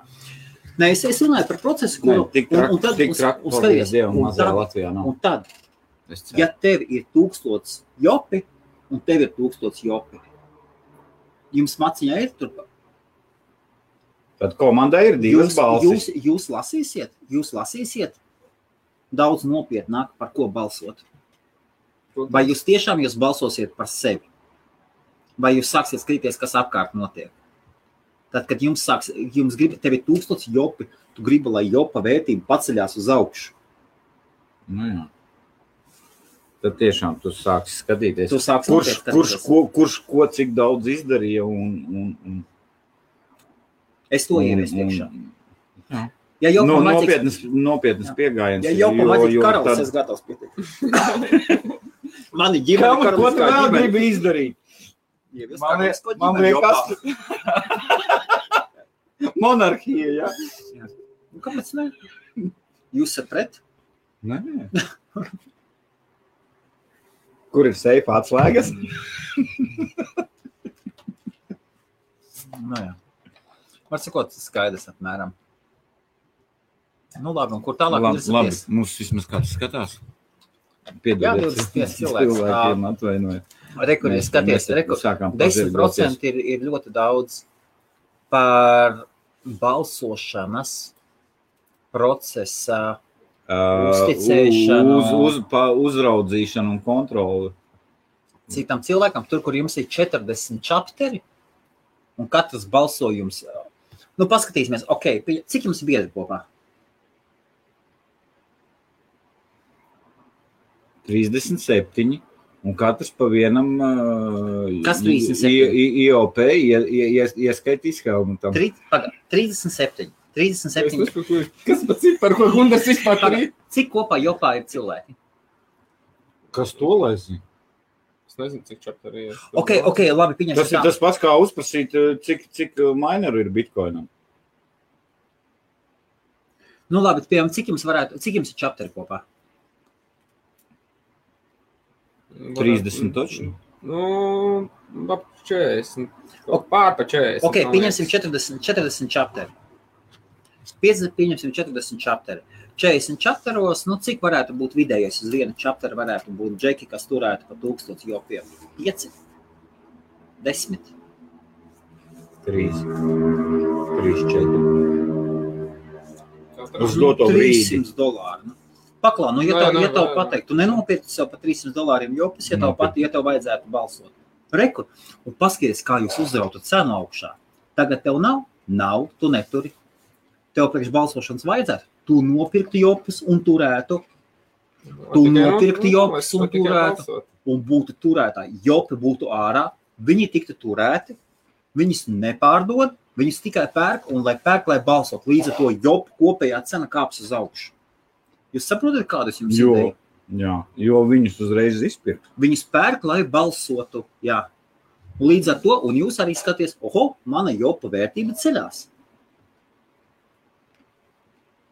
Speaker 2: Nē, es, es runāju par procesu, kuru
Speaker 1: Nē, tik traki, tik
Speaker 2: uz-
Speaker 1: traki,
Speaker 2: uz-
Speaker 1: paldies
Speaker 2: skaties,
Speaker 1: Dievam,
Speaker 2: un
Speaker 1: mazā
Speaker 2: tad-
Speaker 1: Latvijā nav.
Speaker 2: Un tad,
Speaker 1: Es ceru.
Speaker 2: ja tev ir tūkstots jopi, un tev ir tūkstots jopi, jums maciņā ir tur
Speaker 1: Tad komandai ir divas
Speaker 2: jūs,
Speaker 1: balsis.
Speaker 2: jūs, jūs lasīsiet, jūs lasīsiet daudz nopietnāk, par ko balsot. Vai jūs tiešām jūs balsosiet par sevi? Vai jūs sāksiet skatīties, kas apkārt notiek? Tad, kad jums sāks, jums grib, tev ir tūkstots jopi, tu gribi, lai jopa vērtība paceļās uz augšu.
Speaker 1: Nu, jā. Tad tiešām tu sāksi skatīties,
Speaker 2: Tu sāksi
Speaker 1: kurš,
Speaker 2: skatīties, kas
Speaker 1: kurš,
Speaker 2: tas-
Speaker 1: ko, kurš ko cik daudz izdarīja. Un, un, un.
Speaker 2: Es to ieviesu iekšā. Ja jau
Speaker 1: Mm, Nu,
Speaker 2: man vajadzīgs-
Speaker 1: nopietnas nopietnas
Speaker 2: Jā.
Speaker 1: pieejams.
Speaker 2: Ja jau pamatīgi karalis, tad... es gatavs pietikt. Mani ģimene
Speaker 1: Kam, ko tu vēl gribi izdarīt? Man
Speaker 2: ievies
Speaker 1: liek- man liekas, monarhija. Ja?
Speaker 2: Nu, kāpēc ne? Jūs esat pret?
Speaker 1: Nē. Kur ir seifa atslēgas?
Speaker 2: Nu, jā. Var sakot, skaidrs apmēram. Nu, labi, un kur tālāk?
Speaker 1: Labi, labi,
Speaker 2: virzaties?
Speaker 1: mums vismaz kāds skatās.
Speaker 2: Jā,
Speaker 1: Piedodiet,
Speaker 2: 25 cilvēks.
Speaker 1: cilvēkiem atvainojiet.
Speaker 2: Re, kur ir
Speaker 1: Mēs-
Speaker 2: skaties,
Speaker 1: mēs
Speaker 2: re, kur
Speaker 1: sākām
Speaker 2: 10% ir, ir ļoti daudz par balsošanas procesā.
Speaker 1: uzticēšanu,
Speaker 2: uzticēšanu.
Speaker 1: uz, uz, pa- uzraudzīšanu un kontroli.
Speaker 2: citam cilvēkam, tur, kur jums ir 40 čapteri, un katrs balsojums. Nu, paskatīsimies, okay, pie- cik jums ir biedri kopā?
Speaker 1: 37. Un katrs pa vienam ā,
Speaker 2: Kas
Speaker 1: i-
Speaker 2: 37?
Speaker 1: i- i- IOP ie- ie- ies- ieskaitīs helmutam.
Speaker 2: Tri, paga, 37. 37.
Speaker 3: Kas par cik par ko Gunārs vispār tur ir?
Speaker 2: Cik kopā jopā ir cilvēki?
Speaker 1: Kas to lai zina?
Speaker 3: Es nezinu, cik čapter ir.
Speaker 2: Ok, ok, labi,
Speaker 1: Tas ir
Speaker 2: pieņemsim.
Speaker 1: tas pats, kā uzprasīt, ā, cik, cik ā, mineru ir bitkoinam.
Speaker 2: tā. Nu, labi, piemēram, cik jums, varētu, cik jums ir čapteri kopā?
Speaker 3: Varētu-
Speaker 1: 30 točni.
Speaker 3: Nu, ap 40. O, pār pa 40.
Speaker 2: Ok,
Speaker 3: man
Speaker 2: pieņemsim
Speaker 3: liekas.
Speaker 2: 40, 40 čapteri. 50, pieņemsim 40 čapteri. 40 čapteros, nu cik varētu būt vidējais uz vienu čapteru? Varētu būt džeki, kas turētu pa 1000 jopiem. 5, 10,
Speaker 1: 3, 4.
Speaker 3: Katram-
Speaker 1: Uz doto brīdi.
Speaker 2: 300 dolāru. nu. Paklau, nu, ja
Speaker 3: Nē,
Speaker 2: tev,
Speaker 3: nē,
Speaker 2: ja tev
Speaker 3: nē.
Speaker 2: pateiktu, nenopirkt sev par 300 dolāriem jopus, ja tev, pat, ja tev vajadzētu balsot. Reku, un paskaties, kā jūs uzrautu cenu augšā. Tagad tev nav, nav, tu neturi. Tev priekš balsošanas vajadzētu, tu nopirktu jopus un turētu, Tu
Speaker 3: Tikai no-
Speaker 2: nopirkti
Speaker 3: nu,
Speaker 2: jopas
Speaker 3: es
Speaker 2: un
Speaker 3: tikai
Speaker 2: turētu.
Speaker 3: balsot.
Speaker 2: un būtu turētāji. Jopi būtu ārā, viņi tiktu turēti, viņus nepārdod, viņus tikai pērk, un lai pērk, lai balsot. Līdz ar to jopu kopējā cena kāps uz augšu. Jūs saprotat, kādas jums ir
Speaker 1: Jo.
Speaker 2: idejas?
Speaker 1: Jā, jo viņus uzreiz izpirkt.
Speaker 2: Viņus pērk, lai balsotu. Jā. Un Līdz ar to, un jūs arī skatāties, oho, mana jopa vērtība ceļās.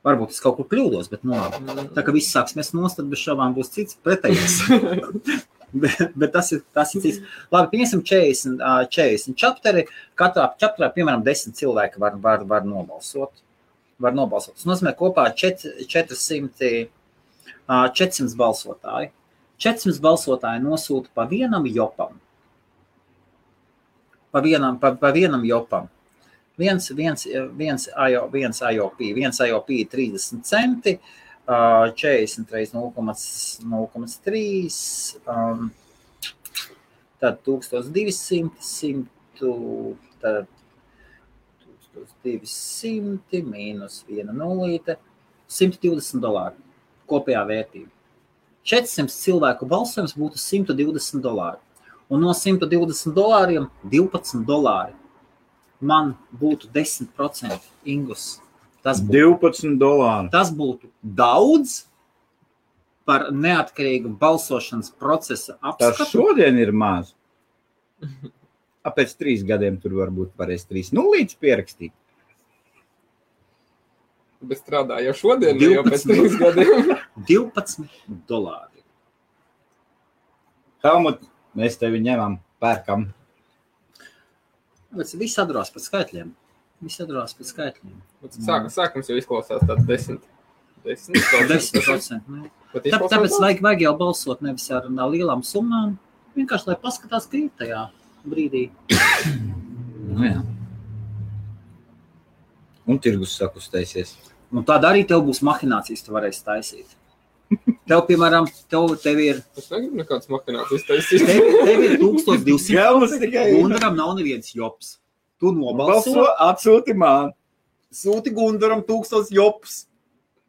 Speaker 2: Varbūt es kaut kur kļūdos, bet no labi. Tā kā viss sāksies no stūra, bez šaubām būs cits pretējs. bet, bet tas ir tas ir cits. Labi, pieņemsim 40, ā, 40 čapteri. Katrā čapterā, piemēram, 10 cilvēki var, var, var nobalsot. Var nobalsot. Tas nozīmē kopā čet- 400, ā, 400 balsotāji. 400 balsotāji nosūta pa vienam jopam. Pa vienam, pa, pa vienam jopam. Viens, viens, viens, IO, viens IOP, viens IOP ir 30 centi, ā, 40 reizes 0,3. um, Tad 1200, 100, tad 1200 mīnus 1 nulīte, 120 dolāri kopējā vērtība. 400 cilvēku balsojums būtu 120 dolāri. Un no 120 dolāriem 12 dolāri man būtu 10% ingus. Tas būtu
Speaker 1: 12 dolāri.
Speaker 2: Tas būtu daudz par neatkarīgu balsošanas procesa
Speaker 1: Tas
Speaker 2: apskatu.
Speaker 1: šodien ir maz. A, Pēc trīs gadiem tur varbūt varēs trīs nulītes pierakstīt.
Speaker 3: Bet strādā jau šodien, ne jau pēc
Speaker 2: 12.
Speaker 3: 3 gadiem.
Speaker 2: 12 dolāri.
Speaker 1: Helmut, mēs tevi ņemam, pērkam.
Speaker 2: Bet viss atdurās pēc skaitļiem. Viss atdurās pēc skaitļiem. Mm.
Speaker 3: Sāk, sākums jau izklausās tāds 10. 10.
Speaker 2: 10%. nu.
Speaker 3: Bet
Speaker 2: Tā,
Speaker 3: izklausās
Speaker 2: tāpēc
Speaker 3: daudz.
Speaker 2: vajag, vajag jau balsot nevis ar ar lielām summām, vienkārši lai paskatās, kā ir tajā brīdī.
Speaker 1: Nu, jā. Un tirgus sakustēsies.
Speaker 2: Un tādā arī tev būs mahinācijas, tu varēsi taisīt. Tev, piemēram, tev, tev ir,
Speaker 3: Es negribu nekādas makinācijas
Speaker 2: tev,
Speaker 3: taisīt.
Speaker 2: tev ir 1200
Speaker 1: Galvas tikai
Speaker 2: Gundaram nav nevienas jops. Tu nobalso,
Speaker 1: atsūti man.
Speaker 2: sūti Gundaram 1000 jops.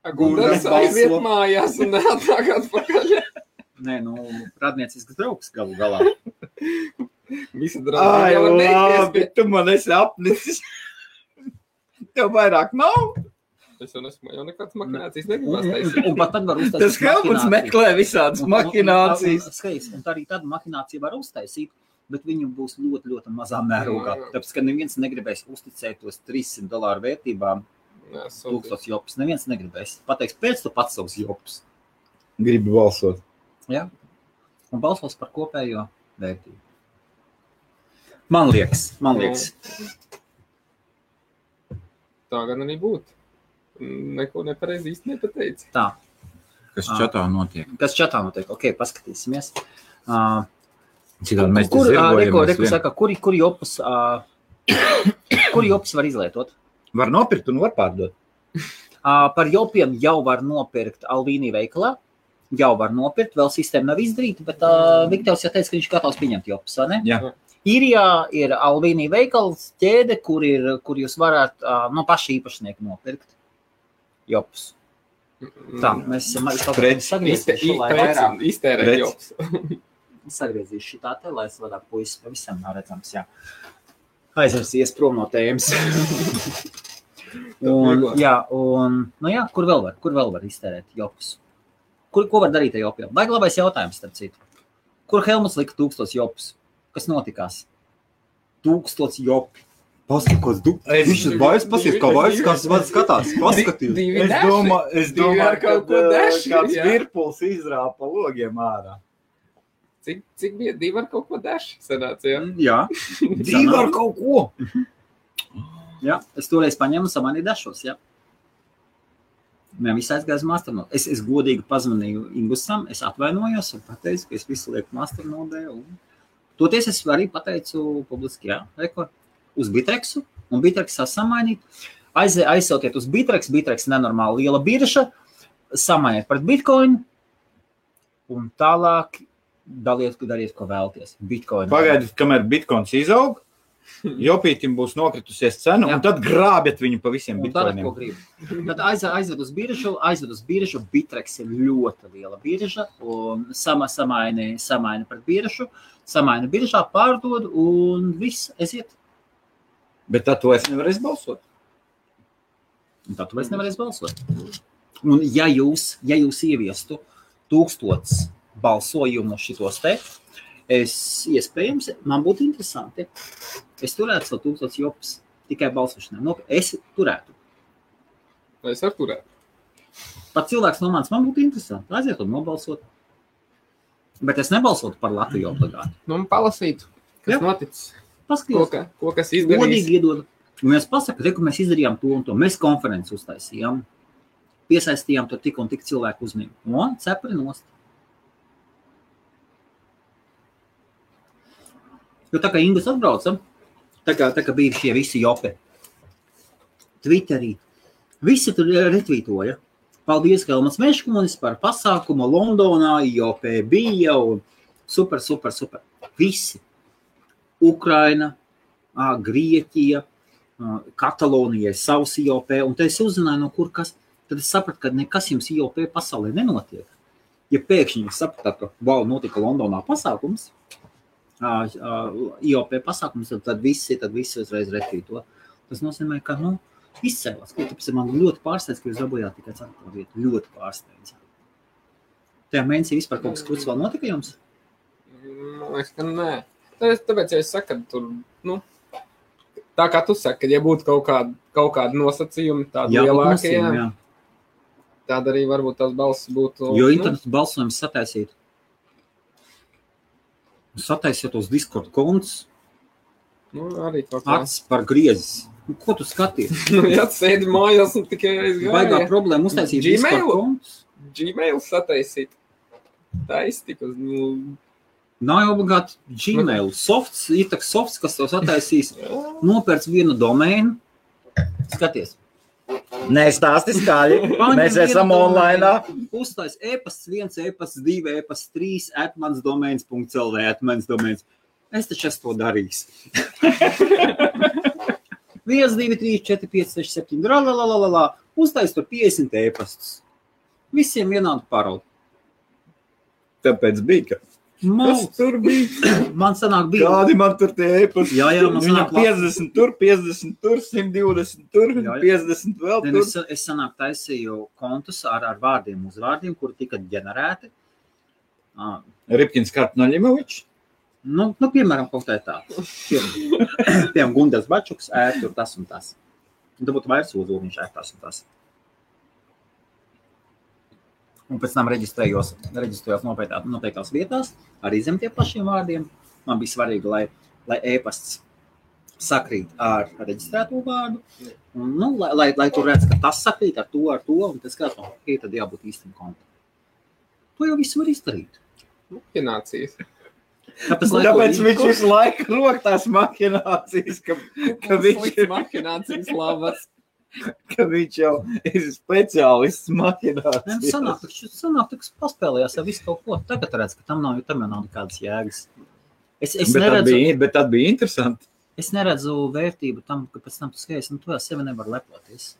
Speaker 3: Gunārs
Speaker 2: Gunārs
Speaker 3: aiziet
Speaker 2: balso.
Speaker 3: mājās un nāk atpakaļ.
Speaker 2: Nē, nu, radniecisks draugs galu galā.
Speaker 3: Visi
Speaker 1: Ai,
Speaker 3: draugi jau
Speaker 1: labi,
Speaker 3: neizties.
Speaker 1: tu man esi apnicis.
Speaker 3: Tev vairāk nav. Es jau nesmu, jau nekādas makinācijas negribu
Speaker 2: Un,
Speaker 3: taisīt.
Speaker 2: un pat tad var uztaisīt.
Speaker 4: Tas Helmuts
Speaker 2: makināciju.
Speaker 4: meklē visādas
Speaker 2: Un- un-
Speaker 4: makinācijas.
Speaker 2: un- Skaidrs, un arī tad makinācija var uztaisīt. Bet viņu būs ļoti, ļoti mazā mērogā.
Speaker 3: Jā.
Speaker 2: Tāpēc, ka neviens negribēs uzticēt tos 300 dolāru vērtībām,
Speaker 3: Jā, super.
Speaker 2: 1000 jopus. Neviens negribēs. Pateiks, pēc tam pats savus jopus.
Speaker 1: Gribu balsot.
Speaker 2: Un balsos par kopējo vērtību. Man liekas, man liekas.
Speaker 3: Tā gan arī būtu. Neko nepareizi īsti nepateici.
Speaker 2: Tā.
Speaker 1: Kas
Speaker 2: Ah.
Speaker 1: čatā notiek?
Speaker 2: Kas čatā notiek? Ok, paskatīsimies. Uh,
Speaker 1: Citādi mēs
Speaker 2: kur,
Speaker 1: te
Speaker 2: ā, reko,
Speaker 1: zirgojamies
Speaker 2: reko,
Speaker 1: vien.
Speaker 2: saka, kur, kur jopus, uh, kur jopus var izlietot?
Speaker 1: Var nopirkt un var pārdot.
Speaker 2: Ā, Par jopiem jau var nopirkt Alvīnija veikalā. Jau var nopirkt, vēl sistēma nav izdarīta, bet uh, Viktors jau teica, ka viņš gatavs pieņemt jopus. vai ne?
Speaker 1: Jā.
Speaker 2: Īrijā ir Alvīnija veikals ķēde, kur, ir, kur jūs varat uh, no paša īpašnieka nopirkt jopus. Tā,
Speaker 3: Mm.
Speaker 2: mēs esam arī
Speaker 1: Preci-
Speaker 2: sagriezuši vairāk.
Speaker 3: Iztērēt
Speaker 1: Preci.
Speaker 3: jau.
Speaker 2: Sagriezīšu šitā te, lai es varētu puisis pavisam nav redzams, jā. Aizversies prom no tēmas. Un,
Speaker 3: vieglāk.
Speaker 2: jā, un, nu jā, kur vēl var, kur vēl var iztērēt jopus? Kur, ko var darīt ar jopiem? Baigi labais jautājums, starp citu. Kur Helmuts lika tūkstos jopus? Kas notikās? Tūkstots jopi.
Speaker 1: Paskatās, du... es, viņš ir baidās, paskatās, kā baidās, kas man skatās. Paskatās.
Speaker 3: Divi
Speaker 1: Es
Speaker 3: neši.
Speaker 1: domāju, es
Speaker 3: Divi ar
Speaker 1: domāju ka
Speaker 3: kaut ko deši,
Speaker 1: kāds
Speaker 3: jā.
Speaker 1: virpuls izrāpa logiem ārā.
Speaker 3: Cik, cik bija divi ar kaut ko daži? Sanāca, jā.
Speaker 2: Jā,
Speaker 1: Divi ar kaut ko.
Speaker 2: jā. es toreiz paņēmu samanī dažos, jā. Mē visu aizgāju uz masternodu. Es, es godīgi pazvanīju Ingusam, es atvainojos un pateicu, ka es visu lieku masternodē. Un... Toties es arī pateicu publiski, jā, rekord, uz Bitreksu, un Bitreks sasamainīt. Aiz, aizsautiet uz Bitreks, Bitreks nenormāli liela birža, samainiet pret Bitcoin, un tālāk daliet, dariet, ko vēlties. Bitcoin.
Speaker 1: Pagaidiet, kamēr bitkoins izaug. Jopītam būs nokritusies cena,
Speaker 2: Jā.
Speaker 1: un tad grābiet viņu pa visiem
Speaker 2: Un Dara, ko
Speaker 1: bitkoiniem.
Speaker 2: grib. Tad aizve- aizved uz biržu, aizved uz biržu. Bitreks ir ļoti liela birža. un Sama, samaini, samaini pret biržu, samaini biržā, pārdod un viss aiziet.
Speaker 1: Bet tad to es nevarēšu balsot.
Speaker 2: Un Tad tu vairs nevarēsi balsot. Un ja jūs, ja jūs ieviestu tūkstotis balsojumu šitos te, es iespējams, man būtu interesanti. Es turētu savu tūkstotis jopas tikai balsošanai. Nu, es turētu.
Speaker 3: Vai es varu turēt?
Speaker 2: Pat cilvēks no manis, man būtu interesanti. Aiziet un nobalsot. Bet es nebalsotu par Latviju obligāti.
Speaker 3: Nu, un palasītu,
Speaker 2: Jā.
Speaker 3: kas noticis. Ko,
Speaker 2: Paskatieties,
Speaker 3: ka, ko kas izdarīts.
Speaker 2: godīgi iedod. Un es pasaku, re, ka mēs izdarījām to un to. Mēs konferenci uztaisījām, piesaistījām tur tik un tik cilvēku uzmanību. Un cepri nost. Jo Nu, tā kā Ingus atbrauca, tā kā, tā kā bija šie visi jopi, Twitterī, visi tur eh, retvītoja. Paldies, Helmas Meškunis par pasākumu Londonā, jopē bija un super, super, super. Visi. Ukraina, ā, Grieķija, ā, Katalonija, ir savs IOP, un te es uzzināju, no kur kas. Tad es sapratu, ka nekas jums IOP pasaulē nenotiek. Ja pēkšņi jūs sapratāt, ka wow, notika Londonā pasākums, ā, ā, IOP pasākums, tad, tad visi, tad visi uzreiz retīto. Tas nozīmē, ka nu, izcēlās. Ko, Tāpēc man ļoti pārsteidz, ka jūs dabūjāt tikai ceturto vietu. Ļoti pārsteidz. Tajā mēnesī vispār kaut kas krūts vēl notika jums?
Speaker 3: Man liekas, ka nē. Tā es- Tāpēc ja es saku, ka tur, nu, tā kā tu saki, ka ja būtu kaut kāda, kaut kāda nosacījuma, tāda lielāka, jā,
Speaker 2: jā.
Speaker 3: tāda arī varbūt tās balss būtu.
Speaker 2: Jo
Speaker 3: nu,
Speaker 2: interneta balsojums sataisīt. Sataisiet tos Discord konts,
Speaker 3: Nu, arī kaut kā.
Speaker 2: acis par griezes. Nu, ko tu skaties?
Speaker 3: Nu, jā, tu sēdi mājās un tikai
Speaker 2: Baigā
Speaker 3: aizgāji.
Speaker 2: problēma uztaisīt
Speaker 3: Gmail?
Speaker 2: Discord konts.
Speaker 3: Gmail sataisīt. Tā iztikas. Nu,
Speaker 2: Nav obligāti Gmail. Softs, ir tak softs, kas to sataisīs.
Speaker 3: jā.
Speaker 2: Nopērts vienu domēnu. Skaties.
Speaker 1: Nē, stāsti skaļi.
Speaker 2: Paņem
Speaker 1: Mēs
Speaker 2: vienu
Speaker 1: esam
Speaker 2: domēnu,
Speaker 1: online.
Speaker 2: Uztais e-pasts, viens e-pasts, divi e-pasts, trīs atmans domēns, punkts LV atmans domēns. Es taču esmu to darījis. 1, 2, 3, 4, 5, 6, 7, gralalala, uztais tur 50 e-pastus. Visiem vienādu paroli.
Speaker 1: Tāpēc bija, ka Kas
Speaker 2: Mums,
Speaker 1: tur bija?
Speaker 2: man sanāk, bija.
Speaker 1: Kādi man tur tie e-pasti?
Speaker 2: Jā, jā, man
Speaker 1: Viņam
Speaker 2: sanāk, labi.
Speaker 1: 50, tur 50, tur 120, tur
Speaker 2: Jā, jā.
Speaker 1: 50 vēl
Speaker 2: Tad
Speaker 1: tur.
Speaker 2: Es, es sanāk, taisīju kontus ar, ar vārdiem, uzvārdiem, kuri tika ģenerēti. Ah,
Speaker 1: Ripkins Kartnaļimovičs.
Speaker 2: Nu, nu, piemēram, kaut kā tāda. Piemēram, Gundas Bačuks, ētur tas un tas. Un tad būtu vairs uzvārds, viņš ētur tas un tas. Un pēc tam reģistrējos, reģistrējos nopiektā- noteiktās vietās ar izņemtiem pašiem vārdiem. Man bija svarīgi, lai, lai e-pasts sakrīt ar reģistrēto vārdu. Un, nu, lai, lai, lai tur redzētu, ka tas sakrīt ar to, ar to, un tas skatās, no, ok, tad jābūt īstam kontam. To jau visu var izdarīt.
Speaker 3: Machinācijas.
Speaker 2: Tāpēc, lai ko
Speaker 1: Tāpēc viņš
Speaker 2: īko-
Speaker 1: visu laiku rok tās machinācijas, ka, ka, viņš,
Speaker 3: Slikts machinācijas labas.
Speaker 1: ka viņš jau ir speciālists
Speaker 2: Nē, nu,
Speaker 1: machinācijās.
Speaker 2: Sanāk, ka šis- sanāk, ka paspēlējās ar visu kaut ko. Tagad redz, ka tam nav, tam jau nav nekādas jēgas. Es, es,
Speaker 1: bet, tad
Speaker 2: neredzu, bija...
Speaker 1: bija, bet tad bija interesanti.
Speaker 2: es neredzu vērtību tam, ka pēc tam tu skaties, nu, tu jau sevi nevar lepoties.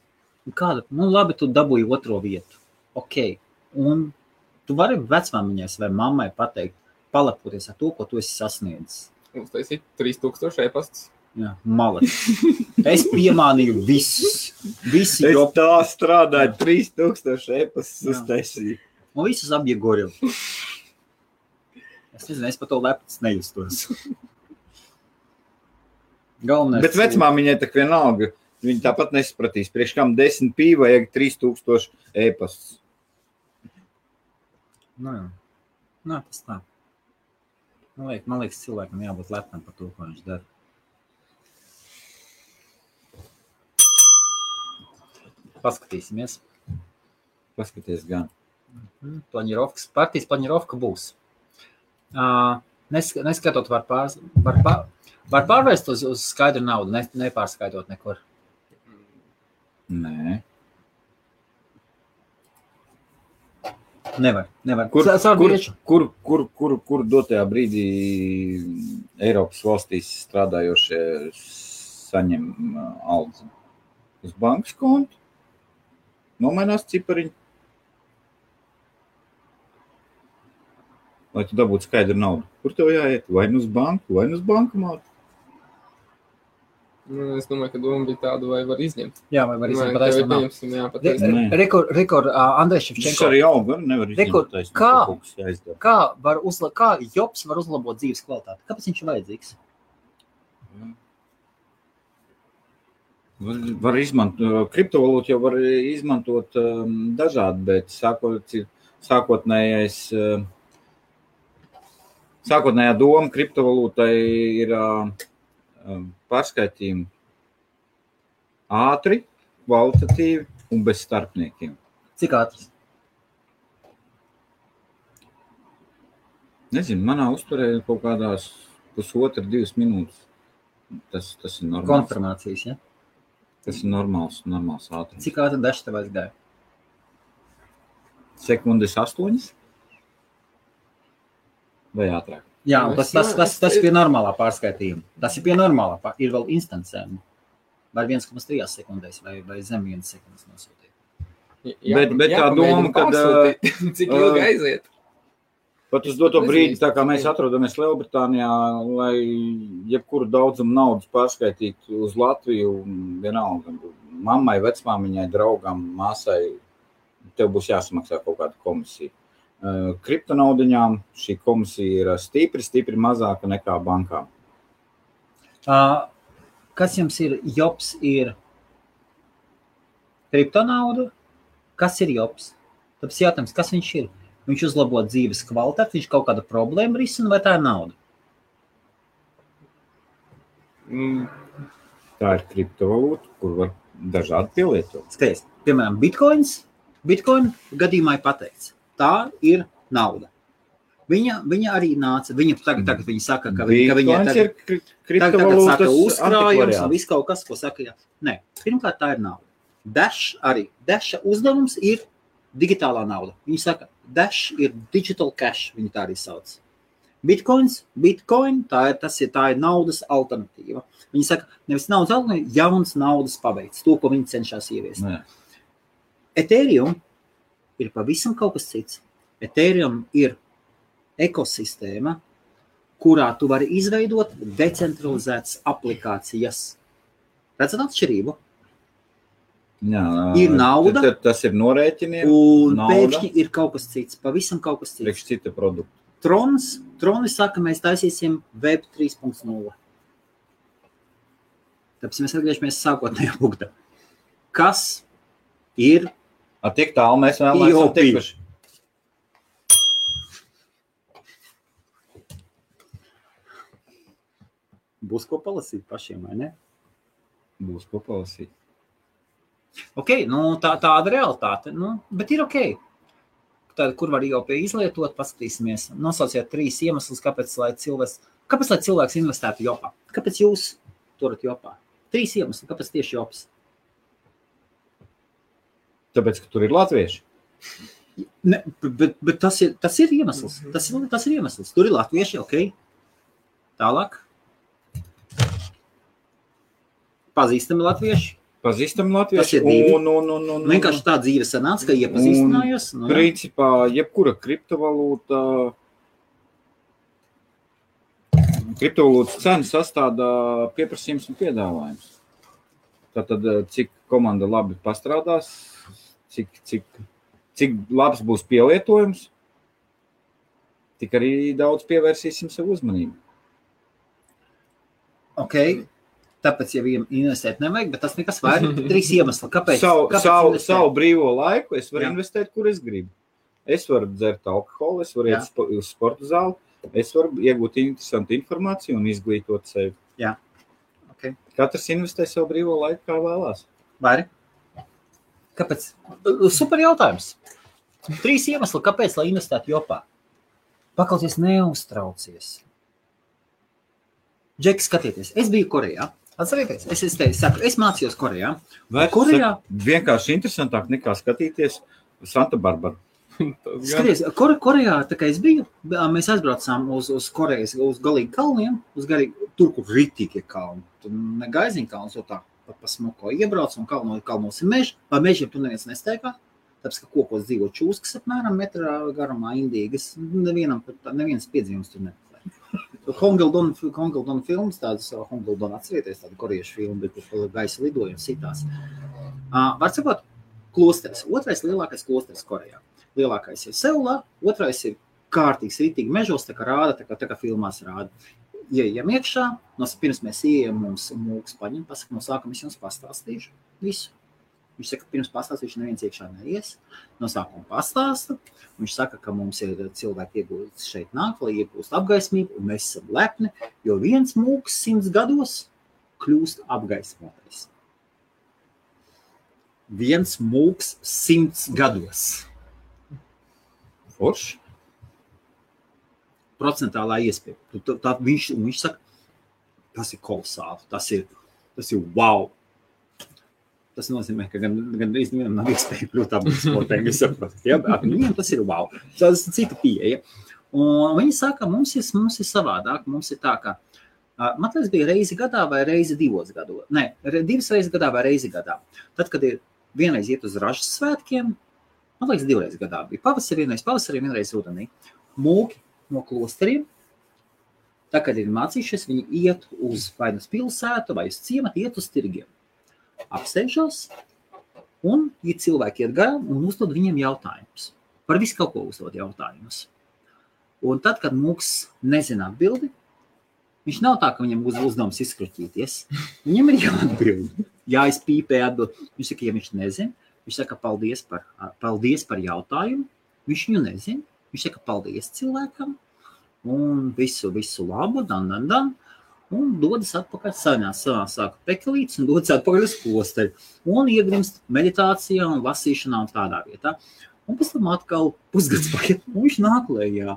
Speaker 2: Un Kāda? Nu, labi, tu dabūji otro vietu. Ok. Un tu vari vecmāmiņai vai mammai pateikt, palepoties ar to, ko tu esi sasniedzis.
Speaker 3: Mums taisīt 3000 e-pastus.
Speaker 2: Jā, malas. Es piemānīju visus. Visi
Speaker 1: Es
Speaker 2: jau
Speaker 1: tā strādāju, 3000 e-pastus
Speaker 2: Jā.
Speaker 1: uztaisīju.
Speaker 2: Un visus apgūrīju. Es nezinu, es par to lepnus nejustos. Galvenais.
Speaker 1: Bet vecmāmiņai tā kā vienalga, viņa tāpat nesapratīs, priekš kam 10 pī vajag 3000 e-pastus.
Speaker 2: Nu, jā. Nā, tas tā. Man liekas, man liekas, cilvēkam jābūt lepnam par to, ko viņš dara. Paskatīsimies.
Speaker 1: Paskaties, gan.
Speaker 2: Mhm, Planirovkas partijas planirovka būs. Uh, nes, neskatot, var, pār, var, pār, var pārvērst uz, uz skaidru naudu, ne, nepārskaitot nekur.
Speaker 1: Nē.
Speaker 2: Nevar. nevar.
Speaker 1: Kur,
Speaker 2: Sa- savu
Speaker 1: kur,
Speaker 2: biedru.
Speaker 1: kur, kur, kur, kur dotajā brīdī Eiropas valstīs strādājošie saņem ā, algas? Uz bankas kontu? Nomainās cipariņu. Lai tu dabūtu skaidru naudu, kur tev jāiet? Vai nu uz banku, vai nu uz banku mātu?
Speaker 3: Nu, es domāju, ka doma bija tāda, vai var izņemt.
Speaker 2: Jā, vai var izņemt pataisu naudu.
Speaker 3: izņemt.
Speaker 1: Nē.
Speaker 2: Rekord, rekord uh, Andrejs
Speaker 1: Viņš
Speaker 2: Ševčenko.
Speaker 1: arī auga, nevar
Speaker 2: Reku,
Speaker 1: izņemt taisnību,
Speaker 2: kā?
Speaker 1: kaut kas jāizdara.
Speaker 2: Kā, var uzla, kā Jobs var uzlabot dzīves kvalitāti? Kāpēc viņš ir vajadzīgs?
Speaker 1: Var, var izmantot, kriptovalūtu jau var eh, izmantot um, dažādi, bet sākot, ir sākotnējais, um, sākotnējā doma kriptovalūtai ir um, pārskaitījumi ātri, kvalitatīvi un bez starpniekiem.
Speaker 2: Cik ātri?
Speaker 1: Nezinu, manā uzturē ir kaut kādās pusotras, divas minūtes. Tas, tas ir normāls.
Speaker 2: Konfirmācijas, ja?
Speaker 1: Tas ir normāls, normāls ātrums.
Speaker 2: Cik ātri daži tev aizgāja?
Speaker 1: sekundes astoņas. Vai ātrāk?
Speaker 2: Jā, un tas, tas, tas, tas ir pie normālā pārskaitījuma. Tas ir pie normālā. pār- Ir vēl instancēm. Vai 1,3 sekundēs, vai, vai zem 1 sekundes nosūtīt.
Speaker 1: Bet- bet tā doma, kad,
Speaker 3: Cik ilgi
Speaker 1: ā,
Speaker 3: aiziet?
Speaker 1: Pat uz doto
Speaker 3: Nezinu,
Speaker 1: brīdi, tā kā
Speaker 3: es-
Speaker 1: mēs atrodamies Lielbritānijā, lai jebkuru daudzumu naudas pārskaitītu uz Latviju, vienalga, mammai, vecmāmiņai, draugam, māsai, tev būs jāsamaksā kaut kāda komisija. Eh, Kriptonaudiņām šī komisija ir stipri, stipri mazāka nekā bankām.
Speaker 2: Uh, kas jums ir jobs? Ir kriptonauda. Kas ir jobs? Tāpēc jautājums, kas viņš ir? Viņš uzlabo dzīves kvalitāti, viņš kaut kādu problēmu risina, vai tā ir nauda?
Speaker 3: Mm,
Speaker 1: Tā ir kriptovalūta, kur var dažādi pielietot.
Speaker 2: Skaties, piemēram, bitkoins. Bitcoin gadījumā ir pateikts, tā ir nauda. Viņa, viņa arī nāca. Viņa tagad, tagad viņa saka, ka viņa, ka viņa
Speaker 1: Mm. Bitcoins
Speaker 2: tagad,
Speaker 1: ir kri-
Speaker 2: tagad, tagad saka,
Speaker 1: kriptovalūtas
Speaker 2: uzkrājums un
Speaker 1: antikvariāts.
Speaker 2: viss kaut kas, ko saka. Jā. Nē, pirmkārt, tā ir nauda. Dash arī. Dasha uzdevums ir digitālā nauda. Viņa saka, Dash ir digital cash, viņa tā arī sauc. Bitcoins, Bitcoin, tā ir, tas ir, tā ir naudas alternatīva. Viņa saka, nevis naudas alternatīva, jauns naudas paveids, to, ko viņi cenšas ieviest.
Speaker 1: Nē.
Speaker 2: Ethereum ir pavisam kaut kas cits. Ethereum ir ekosistēma, kurā tu vari izveidot decentralizētas aplikācijas. Redzat, atšķirību?
Speaker 1: Jā,
Speaker 2: Ir nauda.
Speaker 1: Tad, tas ir norēķiniem.
Speaker 2: Un
Speaker 1: Nauda.
Speaker 2: pēkšņi ir kaut kas cits, pavisam kaut kas cits.
Speaker 1: Priekš cita produkta.
Speaker 2: Trons, Troni saka, mēs taisīsim Web 3.0. Tāpēc mēs atgriežamies sākotnējā punktā. Kas ir
Speaker 1: A, tik tālu mēs vēlamies
Speaker 2: IOP.
Speaker 1: esam tikuši.
Speaker 2: būs ko palasīt pašiem, vai ne?
Speaker 1: Būs ko palasīt.
Speaker 2: Okay, nu, tā, tāda realitāte, nu, bet ir ok. Tad, kur var jau izlietot, paskatīsimies. Nosauciet trīs iemeslus, kāpēc, lai cilvēks, kāpēc lai cilvēks investētu jopā. Kāpēc jūs turat jopā? Trīs iemesli, kāpēc tieši jopas?
Speaker 1: Tāpēc, ka tur ir latvieši.
Speaker 2: Ne, bet, bet tas ir, tas ir iemesls. Tas ir, tas ir iemesls. Tur ir latvieši, ok. Tālāk. Pazīstami latvieši.
Speaker 1: Pazīstami latvieši.
Speaker 2: Tas ir divi.
Speaker 1: Un, un, un, un,
Speaker 2: Nu,
Speaker 1: un,
Speaker 2: Vienkārši tā dzīve sanāca, ka iepazīstinājos. Nu,
Speaker 1: Principā, jebkura kriptovalūta, kriptovalūtas cena sastāvda pieprasījums un piedāvājums. Tātad, eh, cik komanda labi pastrādās, cik, cik, cik labs būs pielietojums, tik arī daudz pievērsīsim sev uzmanību.
Speaker 2: okay. Tāpēc jau viņam investēt nevajag, bet tas nekas vairāk. Tur Trīs iemesli, kāpēc.
Speaker 1: Savu,
Speaker 2: kāpēc
Speaker 1: savu,
Speaker 2: investēt?
Speaker 1: savu brīvo laiku es varu
Speaker 2: Jā.
Speaker 1: Jā. investēt, kur es gribu. Es varu dzert alkoholu, es varu
Speaker 2: Jā.
Speaker 1: iet spo- uz sporta zāli, es varu iegūt interesantu informāciju un izglītot sevi.
Speaker 2: Jā. Ok.
Speaker 1: Katrs investē savu brīvo laiku, kā vēlās.
Speaker 2: Vairi? Kāpēc? Super jautājums. Trīs iemesli, kāpēc lai investētu jopā. Paklausies, neuztraucies. Džeki, skatieties, es biju Korejā. Atcerieties, es, es teicu, saku, es mācījos Korejā.
Speaker 1: Vai
Speaker 2: Korejā?
Speaker 1: Vienkārši interesantāk nekā skatīties Santa Barbara.
Speaker 3: Tas gan
Speaker 2: Skaties, Kore, Korejā, tā kā es biju, b- mēs aizbraucām uz, uz Korejas, uz galīgi kalniem, uz garīgi, tur, kur ritīgi kalni. Tur ne gaiziņa kalns, jo tā pa, pa smoko iebrauc un kalno, kalnos ir meži, pa mežiem tu neviens nesteigā. Tāpēc, ka kokos dzīvo čūskas apmēram metrā garumā indīgas, nevienam, pat tā- neviens piedzīvums tur nemeklē. Hongildon, Hongildon filmas, tādas Hongildon atcerieties, tāda koriešu filma, bet tur gaisa lidojums sitās. Uh, var sakot, klosteris, otrais lielākais klosteris Korejā lielākais ir Seulā, otrais ir kārtīgs, rītīgi mežos, tā kā rāda, tā kā, tā kā filmās rāda. Iejam iekšā, no pirms mēs ieejam, mums mūks paņem, pasaka, no sākuma es jums pastāstīšu visu. Viņš saka, pirms pastāstīšu, neviens iekšā neies. No sākuma pastāsta. Viņš saka, ka mums ir cilvēki iegūst šeit nāk, lai iegūst apgaismību, un mēs esam lepni, jo viens mūks simts gados kļūst apgaismotais. Viens mūks simts gados.
Speaker 1: Forši.
Speaker 2: procentuālā iespēja. Tu- tu- Tā, viņš, un viņš saka, tas ir kolosāli, tas ir, tas ir wow. Tas nozīmē, ka gan, gan vienam nav iespēja kļūt par sportēju. Ja, bet viņam tas ir wow. Tas ir cita pieeja. Un viņi saka, mums ir, mums ir savādāk. Mums ir tā, ka ā, man tas bija reizi gadā vai reizi divos gados. Nē, re- divas reizes gadā vai reizi gadā. Tad, kad ir vienreiz iet uz ražas svētkiem, man liekas, divreiz gadā bija pavasarī, vienreiz pavasarī, vienreiz rudenī. Mūki no klosteriem. Tā kā viņi ir mācījušies, viņi iet uz vai nu uz pilsētu, vai uz ciematu, iet uz tirgiem. Apsēžās, un ja cilvēki iet garām un uzdod viņiem jautājumus. Par visu kaut ko uzdod jautājumus. Un tad, kad mūks nezina atbildi, viņš nav tā, ka viņam uz uzdevums izskriķīties. Viņam ir jāatbild. Jāizpīpē atbild. Viņš saka, ja viņš nezina, viņš saka, paldies par, paldies par jautājumu. Viņš viņu nezina. Viņš saka, paldies cilvēkam, un visu, visu labu, dan, dan, dan. Un dodas atpakaļ savā sākumā, pekelīts, un dodas atpakaļ uz posteli. Un iegrimst meditācijā, un lasīšanā, un tādā vietā. Un pēc tam atkal pusgads paiet, un viņš nāk lējā.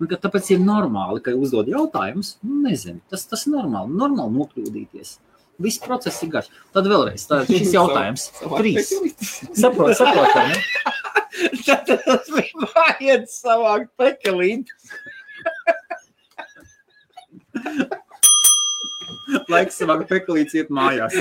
Speaker 2: Nu, ka Tāpēc ir normāli, ka uzdod jautājumus. Nu, nezinu, tas, tas ir normāli. Normāli nokļūdīties. Viss process ir garš. Tad vēlreiz tā, šis jautājums.
Speaker 3: savā
Speaker 2: Trīs.
Speaker 3: piekrīt.
Speaker 2: Saprotu, saprotu. vai ne?
Speaker 1: Tad tas bija vajag savākt pekelīti.
Speaker 2: Laiks savā peklīte iet mājās.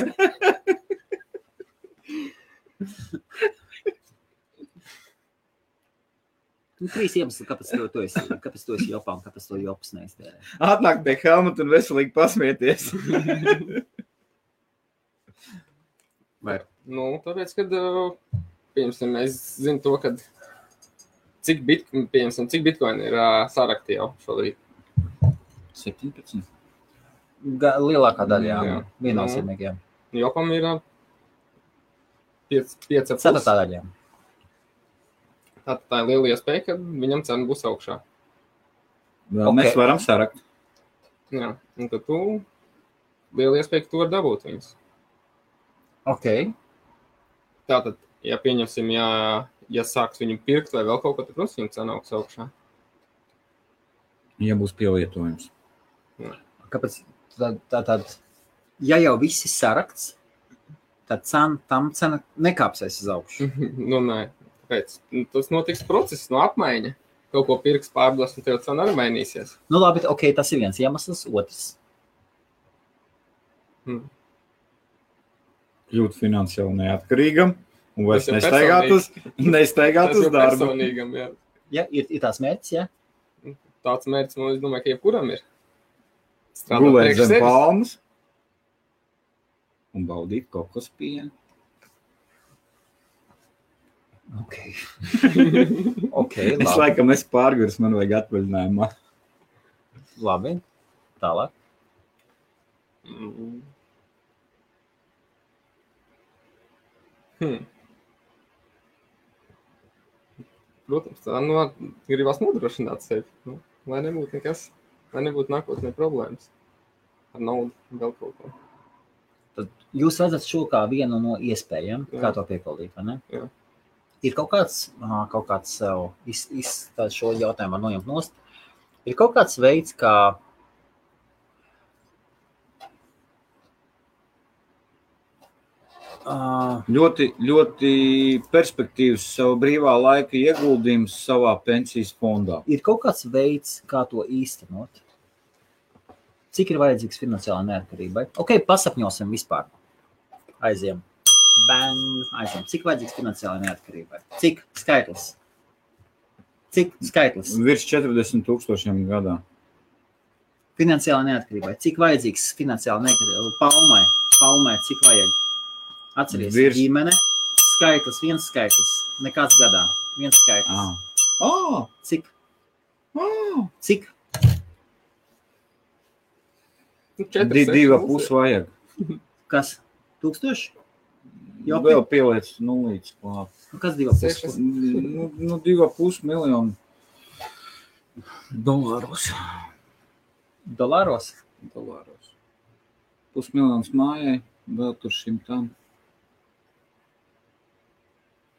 Speaker 2: Nu, trīs iemesli, kāpēc to, to es, kāpēc to es jopā un kāpēc to jopas neiztērē.
Speaker 1: Atnāk pie Helmuta un veselīgi pasmieties.
Speaker 2: Vai
Speaker 3: Nu, tāpēc, kad uh, pieņemsim, es zinu to, kad, cik, bit, pieņemsim, cik bitcoin ir uh, sārakti jau šobrīd.
Speaker 1: 17.
Speaker 2: Ga, lielākā daļa jā, Nu.
Speaker 3: Jā.
Speaker 2: viennozīmīgi. jā.
Speaker 3: Jopam ir uh, 5,5.
Speaker 2: Ceturtā daļa. jā.
Speaker 3: Tā, tā ir liela iespēja, ka viņam cena būs augšā.
Speaker 1: Vēl okay. mēs
Speaker 2: Ok.
Speaker 1: varam sarakt.
Speaker 3: Jā, un tad tu liela iespēja, ka tu vari dabūt viņus.
Speaker 2: Ok.
Speaker 3: Tātad, ja pieņemsim, ja, ja sāks viņu pirkt vai vēl kaut ko, tad, protams, viņam cena augs augšā.
Speaker 1: Ja būs pielietojums.
Speaker 2: Kāpēc tā, tā tad, ja jau viss ir sarakts, tad cen, tam cena nekāpsies uz augšu.
Speaker 3: nu, nē, kāpēc? Nu, Tas notiks process no apmaiņa. Kaut ko pirks, pārdos, un tev cena arī mainīsies.
Speaker 2: Nu, labi, ok, tas ir viens iemesls. Otrs,
Speaker 3: Mm.
Speaker 1: Kļūt finansiāli neatkarīgam, un vairs
Speaker 3: Tas jau
Speaker 1: nestaigāt uz, nestaigāt
Speaker 3: Tas
Speaker 1: uz
Speaker 3: ir
Speaker 1: darbu.
Speaker 3: personīgam, jā.
Speaker 2: ja, ir, ir tās mērķis, ja?
Speaker 3: Tāds mērķis, man es domāju, ka jebkuram ir.
Speaker 1: Gulēt
Speaker 3: priekš
Speaker 1: zem
Speaker 3: sevis.
Speaker 1: palmas un baudīt kokospienu.
Speaker 2: Ok. okay
Speaker 1: Es
Speaker 2: labi.
Speaker 1: laikam esmu pārgājis, man vajag atvaļinājumā.
Speaker 2: labi. Tālāk.
Speaker 3: Mm. Hmm. Protams, tā no, gribas nodrošināt sevi. Nu, lai nebūtu nekas, lai nebūtu nākotnē problēmas ar naudu, vēl kaut ko.
Speaker 2: Jūs redzat šo kā vienu no iespējām,
Speaker 3: Jā.
Speaker 2: kā to piepildīt. vai ne?
Speaker 3: Jā.
Speaker 2: Ir kaut kāds, ā, kaut kāds sev iz, iz, tā- šo jautājumu var noņemt nost. Ir kaut kāds veids, kā. Uh,
Speaker 1: Ļoti, ļoti perspektīvs savu brīvā laika ieguldījums savā pensijas fondā.
Speaker 2: ir kaut kāds veids, kā to īstenot. Cik ir vajadzīgs finansiālai neatkarībai? Ok, pasapņosim vispār. Aiziem. Bang, aiziem. Cik vajadzīgs finansiālai neatkarībai? Cik skaitlis? Cik skaitlis?
Speaker 1: Virs 40 tūkstošiem gadā.
Speaker 2: Finansiālai neatkarībai. Cik vajadzīgs finansiāli neatkarībai? Palmai, palmai, cik vajag? Atcerieties,
Speaker 1: Virs-
Speaker 2: Virs... ģimene, skaitlis, viens skaitlis, nekāds gadā, viens skaitlis.
Speaker 1: Ah. Ah.
Speaker 2: Cik?
Speaker 1: Ah.
Speaker 2: Cik?
Speaker 3: Nu, četri,
Speaker 1: Di,
Speaker 3: seši
Speaker 1: Divi
Speaker 3: mums
Speaker 1: pusi
Speaker 3: ir.
Speaker 1: vajag.
Speaker 2: Kas? Tūkstoši?
Speaker 1: Jā,
Speaker 2: Jopi?
Speaker 1: vēl pieliec nulīts klāt.
Speaker 2: Nu, Kas divi?
Speaker 3: Sešas.
Speaker 2: pusi?
Speaker 1: Nu, nu divi pusi miljoni dolāros.
Speaker 2: Dolāros?
Speaker 1: dolāros. Pusmiljons mājai, vēl tur šim tam.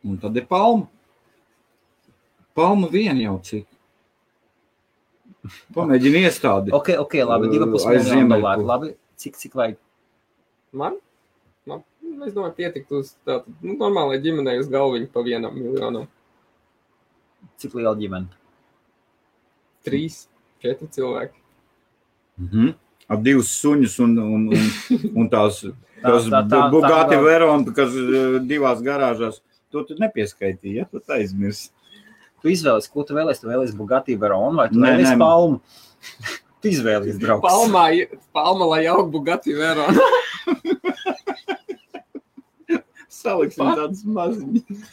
Speaker 1: Un tad ir palma. Palma vien jau cik. Pamēģini iestādi.
Speaker 2: Ok, ok, labi.
Speaker 1: Uh,
Speaker 2: Divi pusi
Speaker 1: aiz
Speaker 2: miljoni
Speaker 1: Ziemeļpū.
Speaker 2: dolāru. Labi, cik, cik vajag?
Speaker 3: Man? Man? nu, Es domāju, pietikt uz tādu nu, normālai ģimenei uz galviņu pa vienam miljonam.
Speaker 2: Cik liela ģimene?
Speaker 3: Trīs, četri cilvēki.
Speaker 1: Mhm. Ar divus suņus un, un, un, un tās, tās
Speaker 2: tā- tā- tā
Speaker 1: Bugatti
Speaker 2: vēl-
Speaker 1: Veronu, kas eh, divās garāžās. To tu nepieskaitīji, ja tu aizmirsti.
Speaker 2: Tu izvēlies, ko tu vēlēsies. Tu vēlēsies Bugatti Veronu vai tu
Speaker 1: Nē,
Speaker 2: vēlēsies
Speaker 1: nē.
Speaker 2: Palmu? Tu izvēlēsies, draugs.
Speaker 3: Palmā, ir- palma, lai aug Bugatti vērā.
Speaker 1: Saliksim tādas maziņas.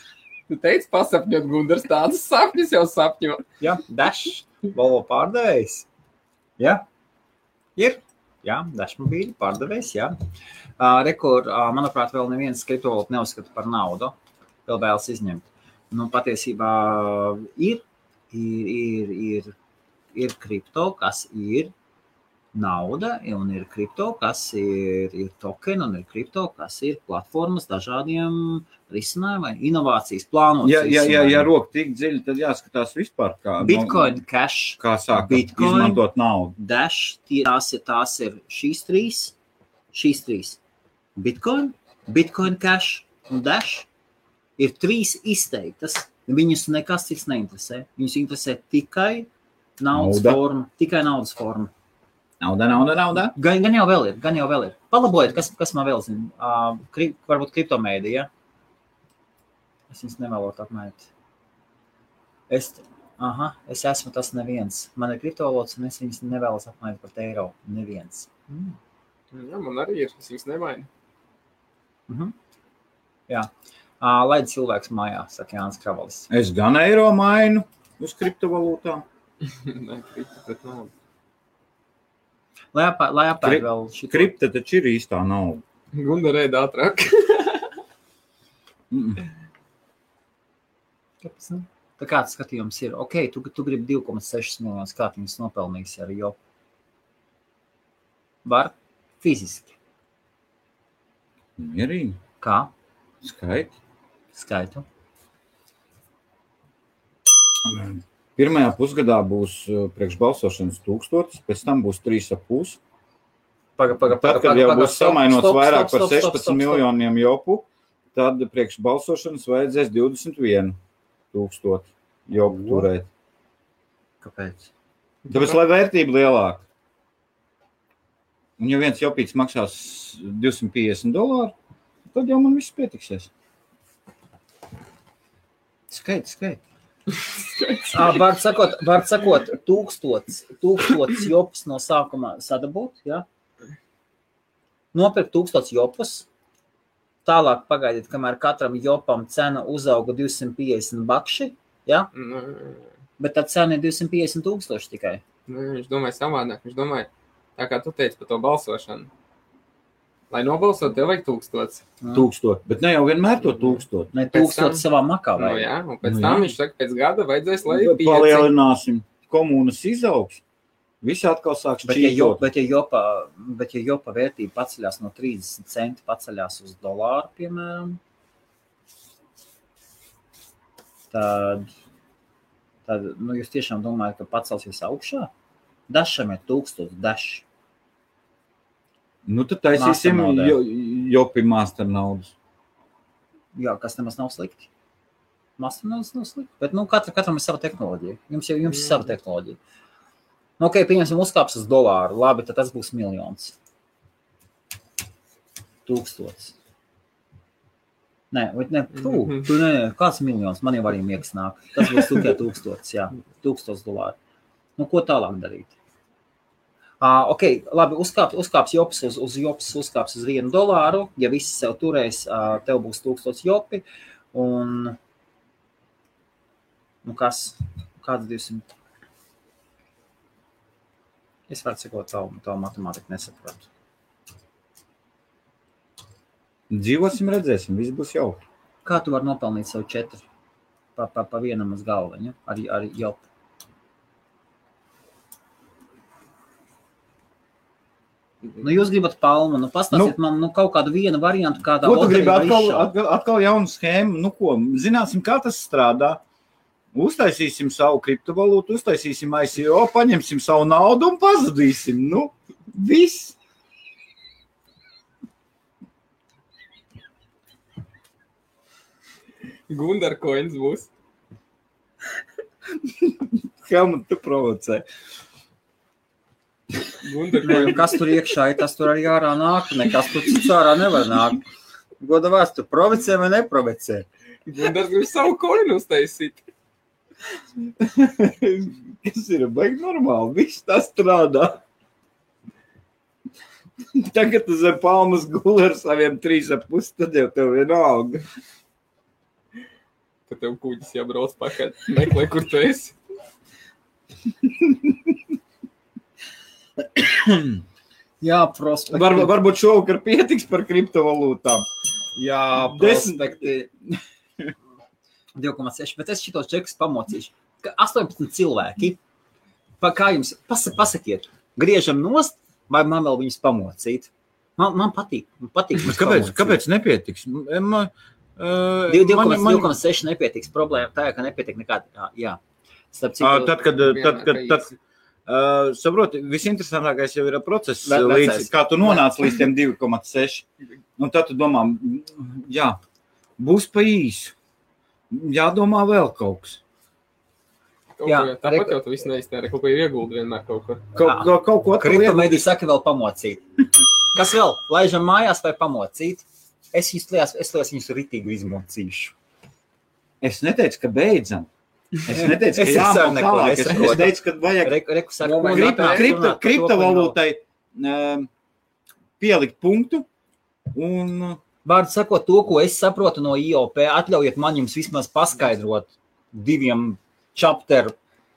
Speaker 3: Tu teici, pasapņot gudrs, tādas sapņus jau sapņo.
Speaker 2: Jā, Dash. Volvo pārdevējs. Jā, ir. Jā, Dashmobīļa pārdevējs. Jā, uh, rekord. Uh, manuprāt, vēl neviens kriptovalūtu neuzskata par naudu. Vēl vēlas izņemt. Nu, patiesībā ir, ir, ir, ir, ir kripto, kas ir nauda, un ir kripto, kas ir, ir token, un ir kripto, kas ir platformas dažādiem risinājumiem, inovācijas plānošanai.
Speaker 1: Ja, ja, ja, ja roka tik dziļi, tad jāskatās vispār kā. no-
Speaker 2: Bitcoin, cash,
Speaker 1: kā sākt
Speaker 2: Bitcoin.
Speaker 1: izmantot naudu.
Speaker 2: Dash, tie- tās ir, tās ir šīs trīs. Šīs trīs. Bitcoin, Bitcoin Cash un Dash ir trīs izteiktas. Viņus nekas cits neinteresē. Viņus interesē tikai naudas
Speaker 1: Nauda.
Speaker 2: Nauda. forma. Tikai naudas forma.
Speaker 1: Nauda, nauda, nauda.
Speaker 2: Gan, gan jau vēl ir, gan jau vēl ir. Palabojiet, kas, kas man vēl zina. Uh, kri, varbūt kriptomēdija. Es viņus nevēlos apmainīt. Es Aha, es esmu tas neviens. Man ir kriptovalūtas, un es viņas nevēlas apmainīt par eiro. Neviens. Mm.
Speaker 3: Jā, man arī ir. Es viņus nemainu.
Speaker 2: Mm -hmm. Jā, uh, lai cilvēks mājā, saka Jānis Kravalis.
Speaker 1: Es gan eiro mainu uz kriptovalūtām.
Speaker 3: Nē, kripto, bet nu, nav.
Speaker 2: Lai apgādātu
Speaker 1: Kri-
Speaker 2: vēl šo
Speaker 1: Kripta taču ir īstā nauda.
Speaker 3: Gunda reidā ātrāk.
Speaker 1: Mm -mm.
Speaker 2: tādu. Tā kāds skatījums ir, ok, tu, tu gribi 2,6 miljonus, kā tu viņus nopelnīsi ar jopu? Var fiziski.
Speaker 1: Mierīgi,
Speaker 2: Kā?
Speaker 1: skaidri.
Speaker 2: Skaitu.
Speaker 1: Pirmajā pusgadā būs uh, priekšbalsošanas tūkstotis, pēc tam būs trīs ap pus.
Speaker 2: Paga, paga,
Speaker 1: Tad, kad jau būs samainots vairāk par 16 miljoniem jopu, tad priekšbalsošanas vajadzēs 21 tūkstoši jopu turēt.
Speaker 2: Kāpēc?
Speaker 1: Tāpēc, lai vērtība lielāka. Un ja viens jopīts maksās 250 dolāru, tad jau man viss pietiksies.
Speaker 2: Skaidrs, skaidrs. Var sakot, var sakot, tūkstots, tūkstots jopas no sākuma sadabūt, ja? Nopirkt tūkstots jopas, tālāk pagaidiet, kamēr katram jopam cena uzauga 250 bakši, ja?
Speaker 3: Nē,
Speaker 2: Bet tā cena ir 250 tūkstoši tikai.
Speaker 3: nē, nu, viņš domāja savādāk. Viņš domāja, tā kā tu teici par to balsošanu. Lai nobalsotu, tev vajag tūkstots.
Speaker 1: Tūkstot, bet ne jau vienmēr to tūkstot.
Speaker 2: Ne
Speaker 3: Pēc
Speaker 2: tūkstots savā makā
Speaker 3: Nu,
Speaker 2: vai?
Speaker 3: jā, un pēc nu,
Speaker 1: Nu, jā. Nu,
Speaker 3: tam viņš saka, pēc gada vajadzēs, lai ir pieci.
Speaker 1: Palielināsim komunas izaugs. Visi atkal sāks
Speaker 2: Bet ja, jo,
Speaker 1: čīkot.
Speaker 2: bet, ja jopa, bet, ja jopa vērtība paceļās no 30 centu, paceļās uz dolāru, piemēram, tad, tad nu, jūs tiešām domājat, ka pacelsies augšā? Dažam ir tūkstoši daži.
Speaker 1: Nu, tad taisīsim
Speaker 2: Masternaudā.
Speaker 1: jo- jopi master naudas.
Speaker 2: Jā, kas nemaz nav slikti. Mākslinieks nav slikti. Bet nu, katra, katram ir sava tehnoloģija. Jums jau jums ir sava tehnoloģija. Nu, ok, pieņemsim, uzkāps uz dolāru. Labi, tad tas būs miljons. Tūkstots. Nē, vai ne, tu, tu ne, kāds miljons man jau arī miegs nāk. Tas būs tikai tūkstots, jā, tūkstots dolāru. Nu, ko tālāk darīt? Uh, ok, labi, uzkāps, uzkāps jops uz, uz jops, uzkāps uz vienu dolāru. Ja viss sev turēs, uh, tev būs tūkstots jopi. Un, nu kas, kāds 200? Es varu sakot, tavu, tavu matemātiku nesaprotu.
Speaker 1: Dzīvosim, redzēsim, viss būs jauki.
Speaker 2: Kā tu vari nopelnīt sev četri pa, pa, pa vienam uz galvaņa ar, ar jopu? Nu, jūs gribat palmu, nu pastāstiet nu, man nu, kaut kādu vienu variantu, kādā
Speaker 1: Ko tu gribi
Speaker 2: loterijā
Speaker 1: atkal,
Speaker 2: izšaut.
Speaker 1: atkal, atkal jaunu schēmu? Nu, ko, zināsim, kā tas strādā. Uztaisīsim savu kriptovalūtu, uztaisīsim ICO, paņemsim savu naudu un pazudīsim. Nu, viss.
Speaker 3: Gundarkoins būs.
Speaker 1: Kā man tu provocē?
Speaker 2: Ne, nu
Speaker 3: Gundarkoins.
Speaker 2: Kas tur iekšā ir, tas tur arī ārā nāk. Nekas tur cits ārā nevar nākt. Goda vārds, tu provocē vai neprovocē?
Speaker 3: Gundars grib savu koinu uztaisīt.
Speaker 1: Tas ir baigi normāli. Viss tas strādā. Tagad tu zem palmas guli ar saviem trīs ap pus, tad jau tev vienalga.
Speaker 3: Ka tev kuģis jābrauc pakaļ. Meklē, kur tu esi.
Speaker 2: Jā, prospekti.
Speaker 1: Var, varbūt šovakar pietiks par kriptovalūtām.
Speaker 2: Jā,
Speaker 1: Desmit-
Speaker 2: prospekti. 2,6. Bet es šitos čekus pamocīšu. Ka 18 cilvēki. Pa, kā jums pasa, pasakiet, griežam nost, vai man vēl viņus pamocīt? Man, man patīk. Man patīk viņus
Speaker 1: Kāpēc,
Speaker 2: pamocīt.
Speaker 1: kāpēc nepietiks? Man, uh,
Speaker 2: Div- 2,6 nepietiks. Problēma tā, ir, ka nepietiek nekāda. Jā. Starp citu,
Speaker 1: Ā, Tad, kad, tad, kad,
Speaker 3: Vienmēr pa
Speaker 1: tad
Speaker 3: īsi.
Speaker 1: uh, saproti, visinteresantākais jau ir process, uh,
Speaker 2: Ve-
Speaker 1: līdz,
Speaker 2: vecais.
Speaker 1: kā tu nonāc līdz tiem 2,6. Un tad tu domā, mm, jā, būs pa īsu. Jādomā vēl kaut kas.
Speaker 3: Kaut
Speaker 2: Jā,
Speaker 3: ko, tāpat
Speaker 2: reka-
Speaker 3: jau tu visu neiztērē. Kaut ko ir ieguldi vienmēr kaut kur.
Speaker 1: Kaut, kaut, kaut ko atkal
Speaker 2: Kripto
Speaker 1: iegūt.
Speaker 2: mēdī saka, vēl pamocīt. Kas vēl? Laižam mājās vai pamocīt? Es izslēdzu, es liekas, viņus ritīgi izmocīšu.
Speaker 1: Es neteicu, ka beidzam. Es neteicu, ka
Speaker 4: Es
Speaker 1: jā,
Speaker 4: esmu
Speaker 1: man tālāk.
Speaker 4: nekolēks.
Speaker 1: Es,
Speaker 4: Es
Speaker 1: es teicu, ka vajag
Speaker 3: No, vai
Speaker 1: Kript-
Speaker 3: Nākamais
Speaker 1: kripto, kriptovalūtai um, pielikt punktu. Un,
Speaker 2: Vārds sakot, to, ko es saprotu no IOP, atļaujiet man jums vismaz paskaidrot diviem chapter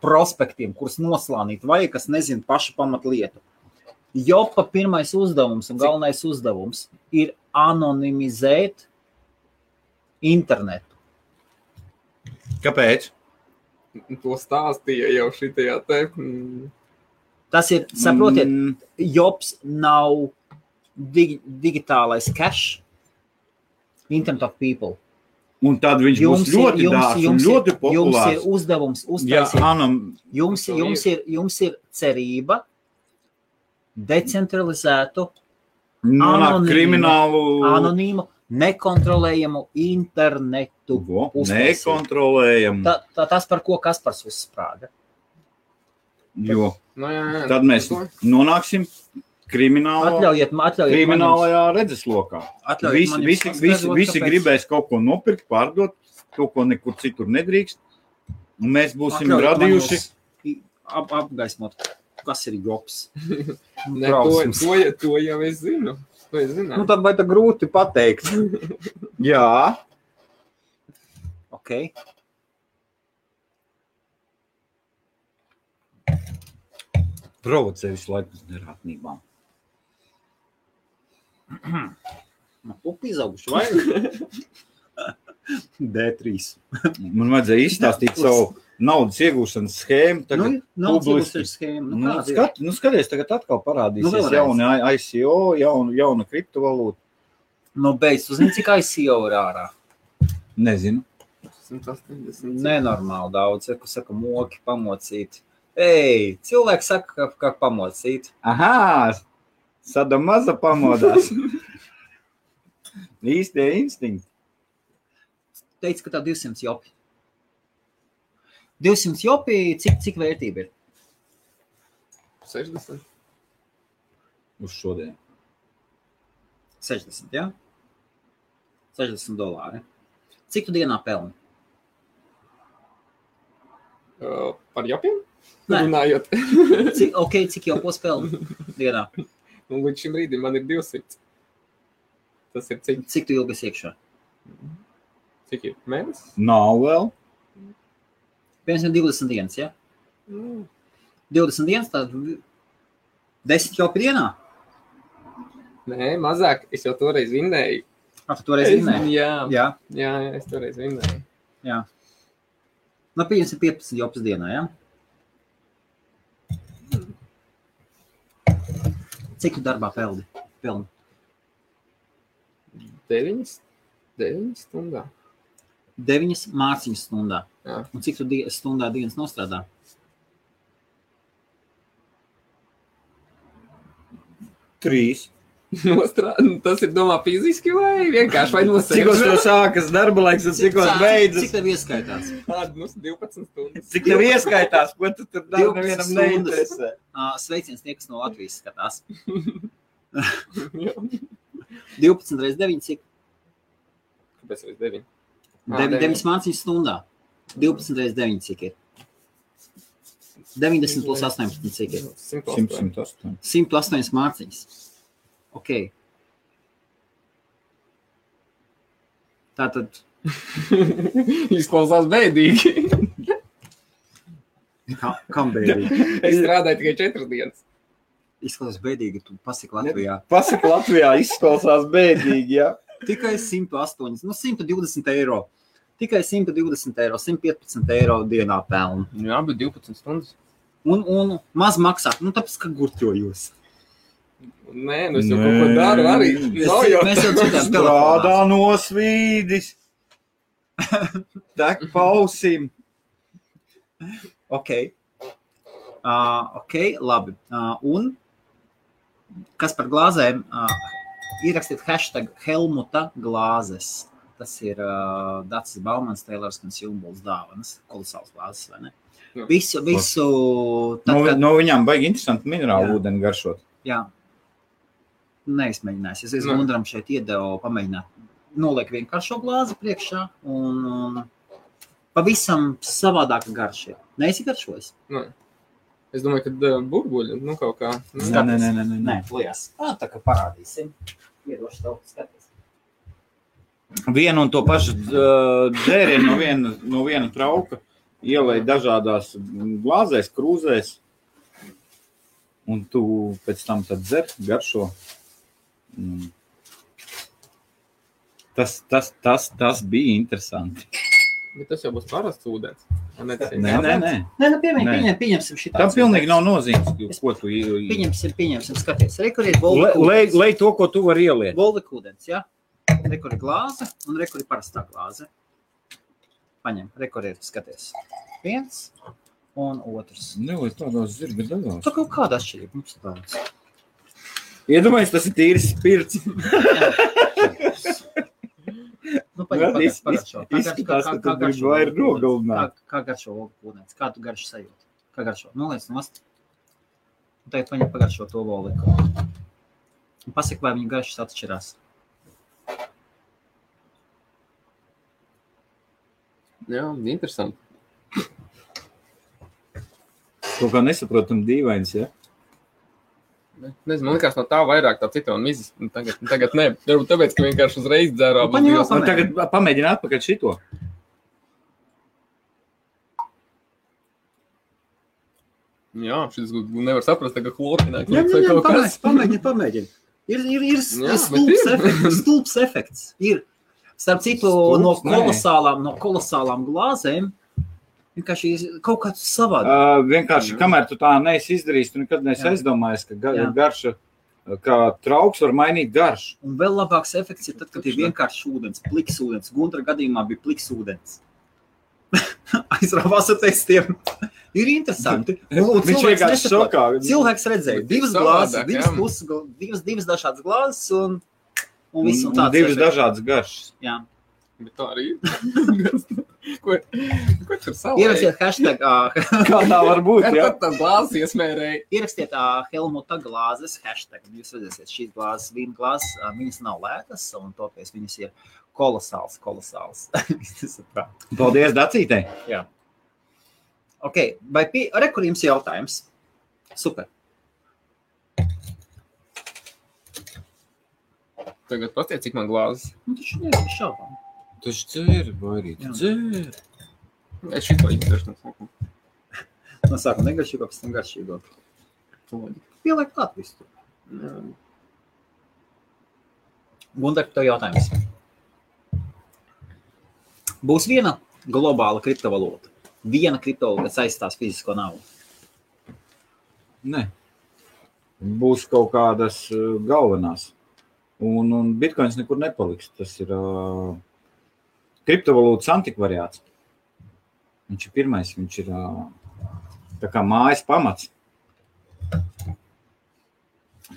Speaker 2: prospektiem, kurus noslānīt, vai kas nezina pašu pamatlietu. Jopa pirmais uzdevums un galvenais uzdevums ir anonimizēt internetu.
Speaker 1: kāpēc?
Speaker 3: To stāstīja jau šitajā te. mm,
Speaker 2: Tas ir, saprotiet,
Speaker 1: Mm,
Speaker 2: Jobs nav dig digitālais cash, Internet of People.
Speaker 1: un tad viņš jums būs ļoti dārgs un ļoti
Speaker 2: ir, jums
Speaker 1: populārs.
Speaker 2: ir uzdevums
Speaker 1: Jā,
Speaker 2: uztaisīt
Speaker 1: Anam,
Speaker 2: Jums,
Speaker 3: Tā
Speaker 2: jums, ir, jums ir cerība decentralizētu,
Speaker 1: nonāk
Speaker 2: Anonīmu.
Speaker 1: kriminālu.
Speaker 2: anonīmu, nekontrolējamu internetu.
Speaker 1: Go,
Speaker 2: uztaisīt.
Speaker 1: Nekontrolējam.
Speaker 2: Tā, tā, tas, par ko Kaspars uzsprāga.
Speaker 1: Jo
Speaker 3: Nu, jā, jā.
Speaker 1: tad mēs
Speaker 3: Nu,
Speaker 1: nonāksim kriminālā,
Speaker 2: Atļaujiet, ma- atļaujiet man, jums-
Speaker 1: kriminālajā redzeslokā.
Speaker 2: atļaujiet
Speaker 1: Visi,
Speaker 2: man jums
Speaker 1: visi,
Speaker 2: paskaidrot,
Speaker 1: visi, visi
Speaker 2: kāpēc.
Speaker 1: gribēs kaut ko nopirkt, pārdot, to, ko nekur citur nedrīkst. Un mēs būsim
Speaker 2: Atļaujiet man
Speaker 1: radījuši.
Speaker 2: jūs i- Ap, apgaismot, kas ir Nu, joks.
Speaker 3: Ne, to, to, ja- to jau es zinu. To es zinu.
Speaker 4: Nu, tad vai tā grūti pateikt?
Speaker 1: Jā,
Speaker 2: Okay.
Speaker 1: provocē visu laiku uz nerātnībām.
Speaker 2: nu, Pupi izauguši vai? D3.
Speaker 1: Man vajadzēja izstāstīt savu naudas iegūšanas schēmu. Tagad,
Speaker 2: Nu, nav
Speaker 1: publiski.
Speaker 2: cilvēks schēma.
Speaker 1: nu,
Speaker 2: Nu,
Speaker 1: nu,
Speaker 2: kāda ir?
Speaker 1: skat, nu, skaties, tagad atkal
Speaker 2: Nu,
Speaker 1: parādīsies nu,
Speaker 2: vēlreiz.
Speaker 1: jauna I- ICO, jauna, jauna kriptovalūta.
Speaker 2: Nu, beidz, tu zini, cik ICO ir ārā.
Speaker 1: Nezinu.
Speaker 3: 180.
Speaker 2: Nenormāli daudz, ko saka, moki pamocīt. Ei, cilvēks saka, ka, ka pamocīt.
Speaker 1: Aha! Sada maza pamodās. Īstie instinkti.
Speaker 2: Teica, ka tā 200 jopi. 200 jopi, cik, cik vērtība ir?
Speaker 3: 60.
Speaker 1: Uz šodien.
Speaker 2: 60, jā? Ja? 60 dolāri. Cik tu dienā pelni?
Speaker 3: Uh, par jopiem?
Speaker 2: Nē.
Speaker 3: Runājot.
Speaker 2: Cik, ok, cik jau pelni dienā?
Speaker 3: Un Nu, līdz šim brīdim man ir 200. Tas ir cik?
Speaker 2: Cik tu ilgi esi iekšā?
Speaker 3: Cik ir? Mēnesis?
Speaker 1: Nav vēl.
Speaker 2: 120 dienas, jā? Ja?
Speaker 3: Mm.
Speaker 2: 20 dienas, tad vi- 10 jopi dienā?
Speaker 3: Nē, mazāk. Es jau toreiz vinnēju.
Speaker 2: Ar Ah, tu toreiz zinēji?
Speaker 3: jā, jā.
Speaker 2: Jā.
Speaker 3: jā, es toreiz vinnēju.
Speaker 2: Nu, pieņemsim 15 jopas dienā, jā? Ja? Cik tu darbā peldi? pelni?
Speaker 3: 9, 9 stundā.
Speaker 2: 9 mārciņas stundā.
Speaker 3: Jā.
Speaker 2: Un cik tu die, stundā dienas nostrādā?
Speaker 1: Trīs.
Speaker 3: Nostrā... nu, Tas ir domā fiziski vai vienkārši vai
Speaker 4: Cikos
Speaker 3: nosēžu?
Speaker 4: tev sākas darba laiks un cikos
Speaker 2: Cik-
Speaker 4: beidzas?
Speaker 2: Cik tev ieskaitās?
Speaker 3: Tādu nu, mums 12 stundas.
Speaker 4: Cik tev ieskaitās, ko tu tur dari?
Speaker 2: 12
Speaker 4: Nevienam
Speaker 2: stundas.
Speaker 4: neinteresē.
Speaker 2: Ā, Sveiciens tie, kas no Latvijas skatās.
Speaker 3: Jā.
Speaker 2: 12 reizes 9, cik
Speaker 3: Kāpēc es 9? Ā,
Speaker 2: 9,
Speaker 3: deviņi.
Speaker 2: 9 mārciņas stundā. 12 reizes 9, cik ir? 90 plus 18, cik ir?
Speaker 3: 100.
Speaker 1: 108.
Speaker 2: 108 mārciņas. Okay. Tā tad,
Speaker 3: Izklausās bēdīgi.
Speaker 2: kam bēdīgi?
Speaker 3: Es strādāju tikai 4 dienas.
Speaker 2: Izklausās bēdīgi, tu pasaki Latvijā.
Speaker 4: Pasaka Latvijā izklausās bēdīgi, jā.
Speaker 2: Tikai 108, nu 120 eiro. Tikai 120 eiro, 115 eiro dienā pelna.
Speaker 3: Jā, bet 12 stundas.
Speaker 2: Un, un maz maksā, nu tāpēc, ka gurķojos.
Speaker 3: Nē, nu es jau
Speaker 1: Nē.
Speaker 3: kaut ko daru arī.
Speaker 2: Es,
Speaker 3: Nav jau
Speaker 2: mēs jau dzirdējām,
Speaker 1: Strādā nosvīdis. Tek pausim.
Speaker 2: Ok, uh, ok, labi. Uh, un kas par glāzēm? Uh, ierakstiet hashtag Helmuta glāzes. Tas ir uh, Dārcis Baumans, Tailors un Simbols dāvanas. Kolosāls glāzes, vai ne?
Speaker 3: Jā.
Speaker 2: Visu, visu
Speaker 1: No,
Speaker 2: tad, kad,
Speaker 1: no viņām baigi interesanti minerāli
Speaker 2: Jā.
Speaker 1: ūdeni garšot.
Speaker 2: jā, neizmēģinājis. Es, es
Speaker 3: Nē.
Speaker 2: Gundram šeit iedevu pamēģināt. Noliek vienkāršo glāzi priekšā un, un pavisam savādāka garša. Neizgaršojas.
Speaker 3: Es domāju, ka uh, burbuļi, nu, kaut kā. Nu,
Speaker 1: Nē, nē, nē, nē, nē,
Speaker 2: Nē,
Speaker 1: nē.
Speaker 2: plēs. Ah, tā kā parādīsim. Iedošu tev skatīties.
Speaker 1: Vienu un to pašu uh, dzērienu no viena, no viena trauka ielai dažādās glāzēs, krūzēs. Un tu pēc tam tad dzer garšo. Mm. Tas, tas, tas, tas bija interesanti.
Speaker 3: bet tas jau būs parasts ūdens. vai ne?
Speaker 1: Nē, nē, nē.
Speaker 2: Nē, nu, piemēram,
Speaker 1: Nē.
Speaker 2: pieņem, pieņemsim šitā.
Speaker 1: Tam pilnīgi nav nozīmes, ko tu ieliec.
Speaker 2: Pieņemsim, pieņemsim, skaties. Re, kur ir
Speaker 1: Lai lai to, ko tu vari ieliet.
Speaker 2: Volekūdens, ja? Rekur ir glāze un rekur ir parastā glāze. Paņem, rekur ir, skaties. Viens un otrs. Nu,
Speaker 1: Neliec tādās zirga daļās.
Speaker 2: Tā kaut kāda atšķirība mums ir daudz.
Speaker 1: Iedomājieties, tas ir tīrs spirts.
Speaker 2: Nu,
Speaker 1: Jā,
Speaker 2: paņem, pagarš,
Speaker 1: iz-
Speaker 2: pagarš šo. Kā garš-
Speaker 1: izskatās,
Speaker 2: kā-
Speaker 1: ka
Speaker 2: kā
Speaker 1: tu
Speaker 2: garšo
Speaker 1: gribi vairu
Speaker 2: volekūdens?
Speaker 1: nogalināt.
Speaker 2: Kā- Kā garšo volekūdens? Kā tu garšu sajūti? Kā Nu, garšo? Noliec nost. Un Nu, tagad paņem pagaršo to volekūdeni. Un pasaka, vai viņa garšas atšķirās.
Speaker 3: Jā, interesanti.
Speaker 1: Kaut kā nesaprotam dīvains, ja?
Speaker 3: Ne- Nezinu, man liekas, no tā vairāk tā cita un mizas. Nu, Tagad, tagad nē, varbūt tāpēc, ka vienkārši uzreiz dzērā.
Speaker 2: Nu, paņem
Speaker 1: Nu, tagad pamēģini atpakaļ šito.
Speaker 3: Jā, šis gu- gu- nevar saprast, ka
Speaker 2: Jā,
Speaker 3: klorpinā
Speaker 2: jā,
Speaker 3: klipsē
Speaker 2: jā,
Speaker 3: kaut kas.
Speaker 2: pamēģini, pamēģini, pamēģini. Ir, ir, ir
Speaker 3: Jā,
Speaker 2: jā, stulbs,
Speaker 3: bet ir.
Speaker 2: efekts, stulbs efekts. Ir. Starp citu,
Speaker 1: Stulbs,
Speaker 2: no
Speaker 1: nē.
Speaker 2: kolosālām, no kolosālām glāzēm vienkārši ir kaut kāds savādāk.
Speaker 1: Uh, vienkārši,
Speaker 3: Jā.
Speaker 1: kamēr tu tā neesi izdarījis, tu nekad neesi
Speaker 2: Jā.
Speaker 1: aizdomājies, ka ga
Speaker 2: Jā.
Speaker 1: garša, ka trauks var mainīt garšu.
Speaker 2: Un vēl labāks efekts ir tad, kad ir vienkārši ūdens, pliks ūdens. Guntra gadījumā bija pliks ūdens. Aizrāvās ar testiem. ir interesanti. Un Nu, cilvēks
Speaker 1: Viņš vienkārši
Speaker 2: nesaprot.
Speaker 1: šokā.
Speaker 2: Cilvēks redzēja
Speaker 3: Bet
Speaker 2: divas
Speaker 3: savādāk,
Speaker 2: glāzes,
Speaker 3: jā.
Speaker 2: divas, puses gla- divas, divas dažādas glāzes un, un,
Speaker 1: Un,
Speaker 2: viss, un
Speaker 1: un
Speaker 2: tāds
Speaker 1: divas
Speaker 2: efekts.
Speaker 1: dažādas garšas.
Speaker 2: Jā.
Speaker 3: Bet tā arī ir. Ko, ko tur salēja?
Speaker 2: Ierakstiet, hashtag, ā,
Speaker 1: Kā tā var būt,
Speaker 3: Kā
Speaker 1: jā?
Speaker 3: tad tā glāzi iesmērēja?
Speaker 2: ierakstiet ā, Helmuta glāzes hashtag. Jūs redzēsiet, šīs glāzes, vīna glāzes, ā, viņas nav lētas, un tāpēc viņas ir kolosāls, kolosāls. Saprāt.
Speaker 1: Paldies, Dacītē.
Speaker 2: ok, vai pie, re, kur jums ir jautājums? Super.
Speaker 3: Tagad pastiet, cik man glāzes.
Speaker 2: Nu, taču nē, bez šaubām.
Speaker 1: Taču dzēri, bairīt,
Speaker 2: Jā.
Speaker 1: dzēri.
Speaker 3: Es šito interesantu.
Speaker 2: No sākuma negaršīgo, pēc tam garšīgo. Pieliek klāt visu. Gunter, tev jautājums. Būs viena globāla kriptovalūta. Viena kriptovalūta, kas aizstās fizisko naudu.
Speaker 1: Nē. Būs kaut kādas uh, galvenās. Un, un bitkoins nekur nepaliks. Tas ir uh, kriptovalūtas antikvariāts. Viņš ir pirmais, viņš ir uh, tā kā mājas pamats.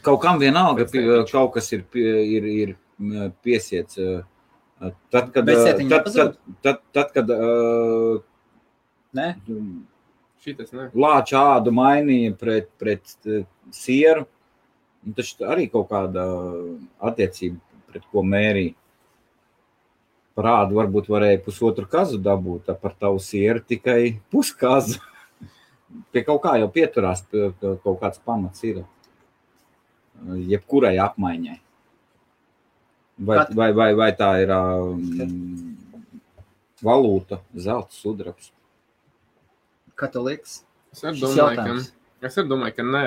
Speaker 1: Kaut kam vienalga,
Speaker 3: Bet
Speaker 1: pie,
Speaker 3: sētiņš.
Speaker 1: kaut kas ir, pie, ir, ir m, piesiets. uh, Tad, kad,
Speaker 2: Bet
Speaker 1: uh,
Speaker 2: sētiņi
Speaker 1: tad,
Speaker 2: nepazūd?
Speaker 1: kad, tad, tad, kad uh,
Speaker 2: Nē,
Speaker 3: Šitas, nē.
Speaker 1: lāča ādu mainīja pret, pret eh, sieru. Un Tas arī kaut kāda attiecība, pret ko mērīja. Parādu varbūt varēja pusotru kazu dabūt, tā par tavu sieru tikai puskazu. Pie kaut kā jau pieturās, pie- ka kaut kāds pamats ir. eh, Jebkurai apmaiņai. Vai,
Speaker 2: Kat-
Speaker 1: vai, vai, vai tā ir um, valūta, zelta sudraba?
Speaker 2: kā tev liekas?
Speaker 3: Es arī
Speaker 2: Šis
Speaker 3: domāju, ka.
Speaker 2: jautājums.
Speaker 3: Es arī domāju, ka nē.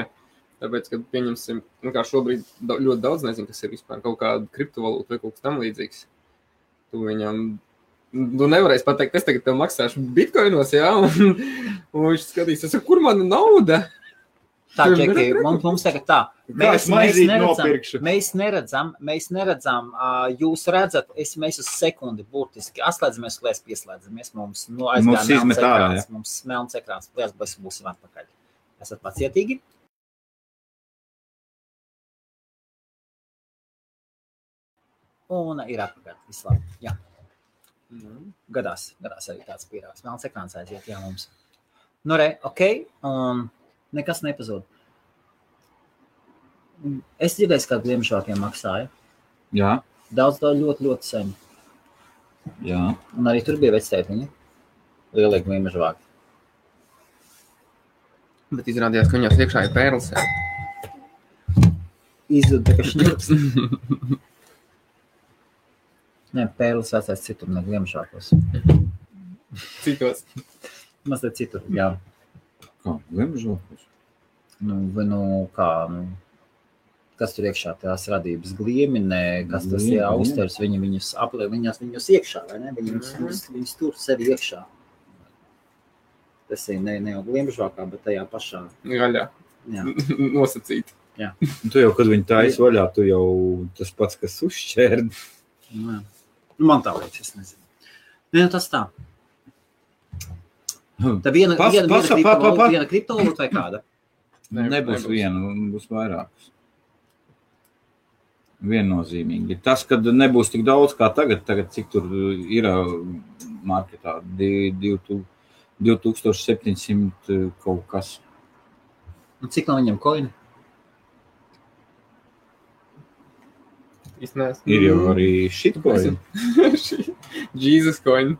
Speaker 3: Tāpēc, kad pieņemsim, nu, kā šobrīd da ļoti daudz nezinu, kas ir vispār kaut kāda kriptovalūta vai kaut kas tamlīdzīgs. Tu viņam, nu, nevarēsi pateikt, es tagad tev maksāšu bitkoinos, jā, un, un viņš skatīsies, kur mana nauda?
Speaker 2: Tā
Speaker 3: Tur
Speaker 2: čeki,
Speaker 3: ir-
Speaker 2: mums, mums tagad tā.
Speaker 1: Kā es maizīti nopirkšu?
Speaker 2: mēs neredzam, mēs neredzam, ā, jūs redzat, es, mēs uz sekundi burtiski atslēdzamies, lēs pieslēdzamies, mums nu, aizgāja
Speaker 1: Mums izmet
Speaker 2: melns
Speaker 1: ārā,
Speaker 2: ekrāns, mums melns ekrāns, lēs, bet būsim atpakaļ. Esat pacietīgi? Un ir atpakaļ, viss labi, jā. Mm, gadās, gadās arī tāds pierādījums. Melns ekrāns aiziet, jā, mums. Nu, re, ok, un nekas nepazūd. Mm, Es dzirdēju, ka Ziemassvētkiem maksāja
Speaker 1: Jā,
Speaker 2: daudz, daudz, ļoti, ļoti sen.
Speaker 1: jā.
Speaker 2: Un arī tur bija vecētiņa. lielie gliemeža vārdi.
Speaker 5: Bet izrādījās, ka viņos iekšā ir pērlis.
Speaker 2: Izdod tā kā šķirps. Nē, pērlis vecais citur, ne gliemežākos.
Speaker 3: Citos.
Speaker 2: Mazliet citur, jā.
Speaker 1: Kā gležoklis?
Speaker 2: Nu, vai nu kā, nu, kas tur iekšā tās radības glieminē, kas tas ir
Speaker 1: Glieminē.
Speaker 2: austers, viņi viņus apliek, viņas viņus iekšā, vai ne? Viņi viņus, viņus, viņus tur sevi iekšā. Tas ir ne, ne jau gliemežākā, bet tajā pašā.
Speaker 3: Gaļā.
Speaker 2: Jā.
Speaker 3: Nosacīt.
Speaker 1: Nu, Tu jau, kad viņi tā izvaļā, tu jau tas pats, kas uzšķērd.
Speaker 2: Nu, jā. Nu, Man tā liekas, es nezinu. Nē, nu, tas tā.
Speaker 1: Hmm.
Speaker 2: Tā viena,
Speaker 1: Pas-
Speaker 2: viena,
Speaker 1: pasa-
Speaker 2: viena,
Speaker 1: pa- pa- pa-
Speaker 2: kriptovalūta, viena kriptovalūta vai kāda?
Speaker 3: Ne-
Speaker 1: Nu, Nebūs
Speaker 3: nebūs.
Speaker 1: viena, nu, būs vairākas. Viennozīmīgi. Tas, kad nebūs tik daudz kā tagad, tagad cik tur ir uh, marketā, di- divtu- 2700 kaut kas.
Speaker 2: Un Nu, cik no viņiem koini?
Speaker 3: Iznēs.
Speaker 1: Ir jau arī šitkoji.
Speaker 3: Jēzus koņa.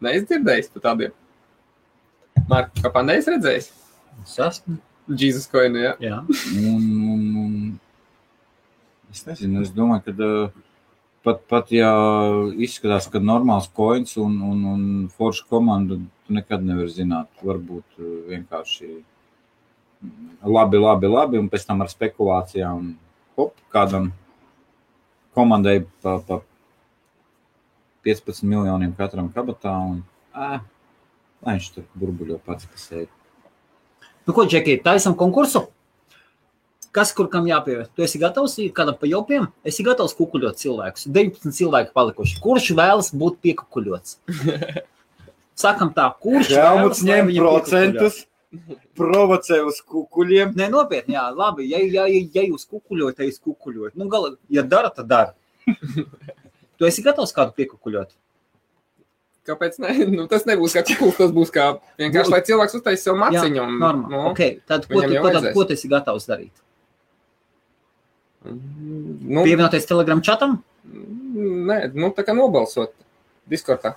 Speaker 3: Neizdzirdējis par tādiem. Marka, kā pandējas redzējis?
Speaker 2: Sasni?
Speaker 3: Jēzus koņa, jā.
Speaker 2: Jā.
Speaker 1: Un, un, un es nezinu, es domāju, ka uh, pat, pat ja izskatās, ka normāls koins un, un, un forša komanda, tu nekad nevari zināt. Varbūt uh, vienkārši labi, labi, labi, un pēc tam ar spekulācijām hop, kādam komandai pa, pa 15 miljoniem katram kabatā. Un, ā, Lai viņš tur burbuļo pats par sevi.
Speaker 2: Nu, ko, Džeki, taisam konkursu? Kas kur kam jāpievērš? Tu esi gatavs kādam pa jopiem? Esi gatavs kukuļot cilvēkus. 19 cilvēki palikuši. Kurš vēlas būt piekukuļots? Sakam tā, kurš
Speaker 4: Helmuts
Speaker 2: lai
Speaker 4: ņem
Speaker 2: viņu piekukuļo?
Speaker 4: procentus, provocē uz kukuļiem.
Speaker 2: Nē, nopietni, jā, labi. Ja, ja, ja, ja jūs kukuļojat, tad jūs kukuļojat. Nu, gala, ja dara, tad dara. tu esi gatavs kādu piekukuļot?
Speaker 3: Kāpēc? Ne? Nu, tas nebūs kā čikls, tas būs kā vienkārši, lai cilvēks uztaisītu sev maciņu. un-
Speaker 2: normāli.
Speaker 3: nu.
Speaker 2: No. Okay, tad ko
Speaker 3: Viņam
Speaker 2: tu,
Speaker 3: jau
Speaker 2: ko, tad-
Speaker 3: vajadzēs.
Speaker 2: ko tu esi gatavs darīt?
Speaker 3: Nu,
Speaker 2: Pievienoties telegram čatam?
Speaker 3: nē, nu, tā kā nobalsot diskordā.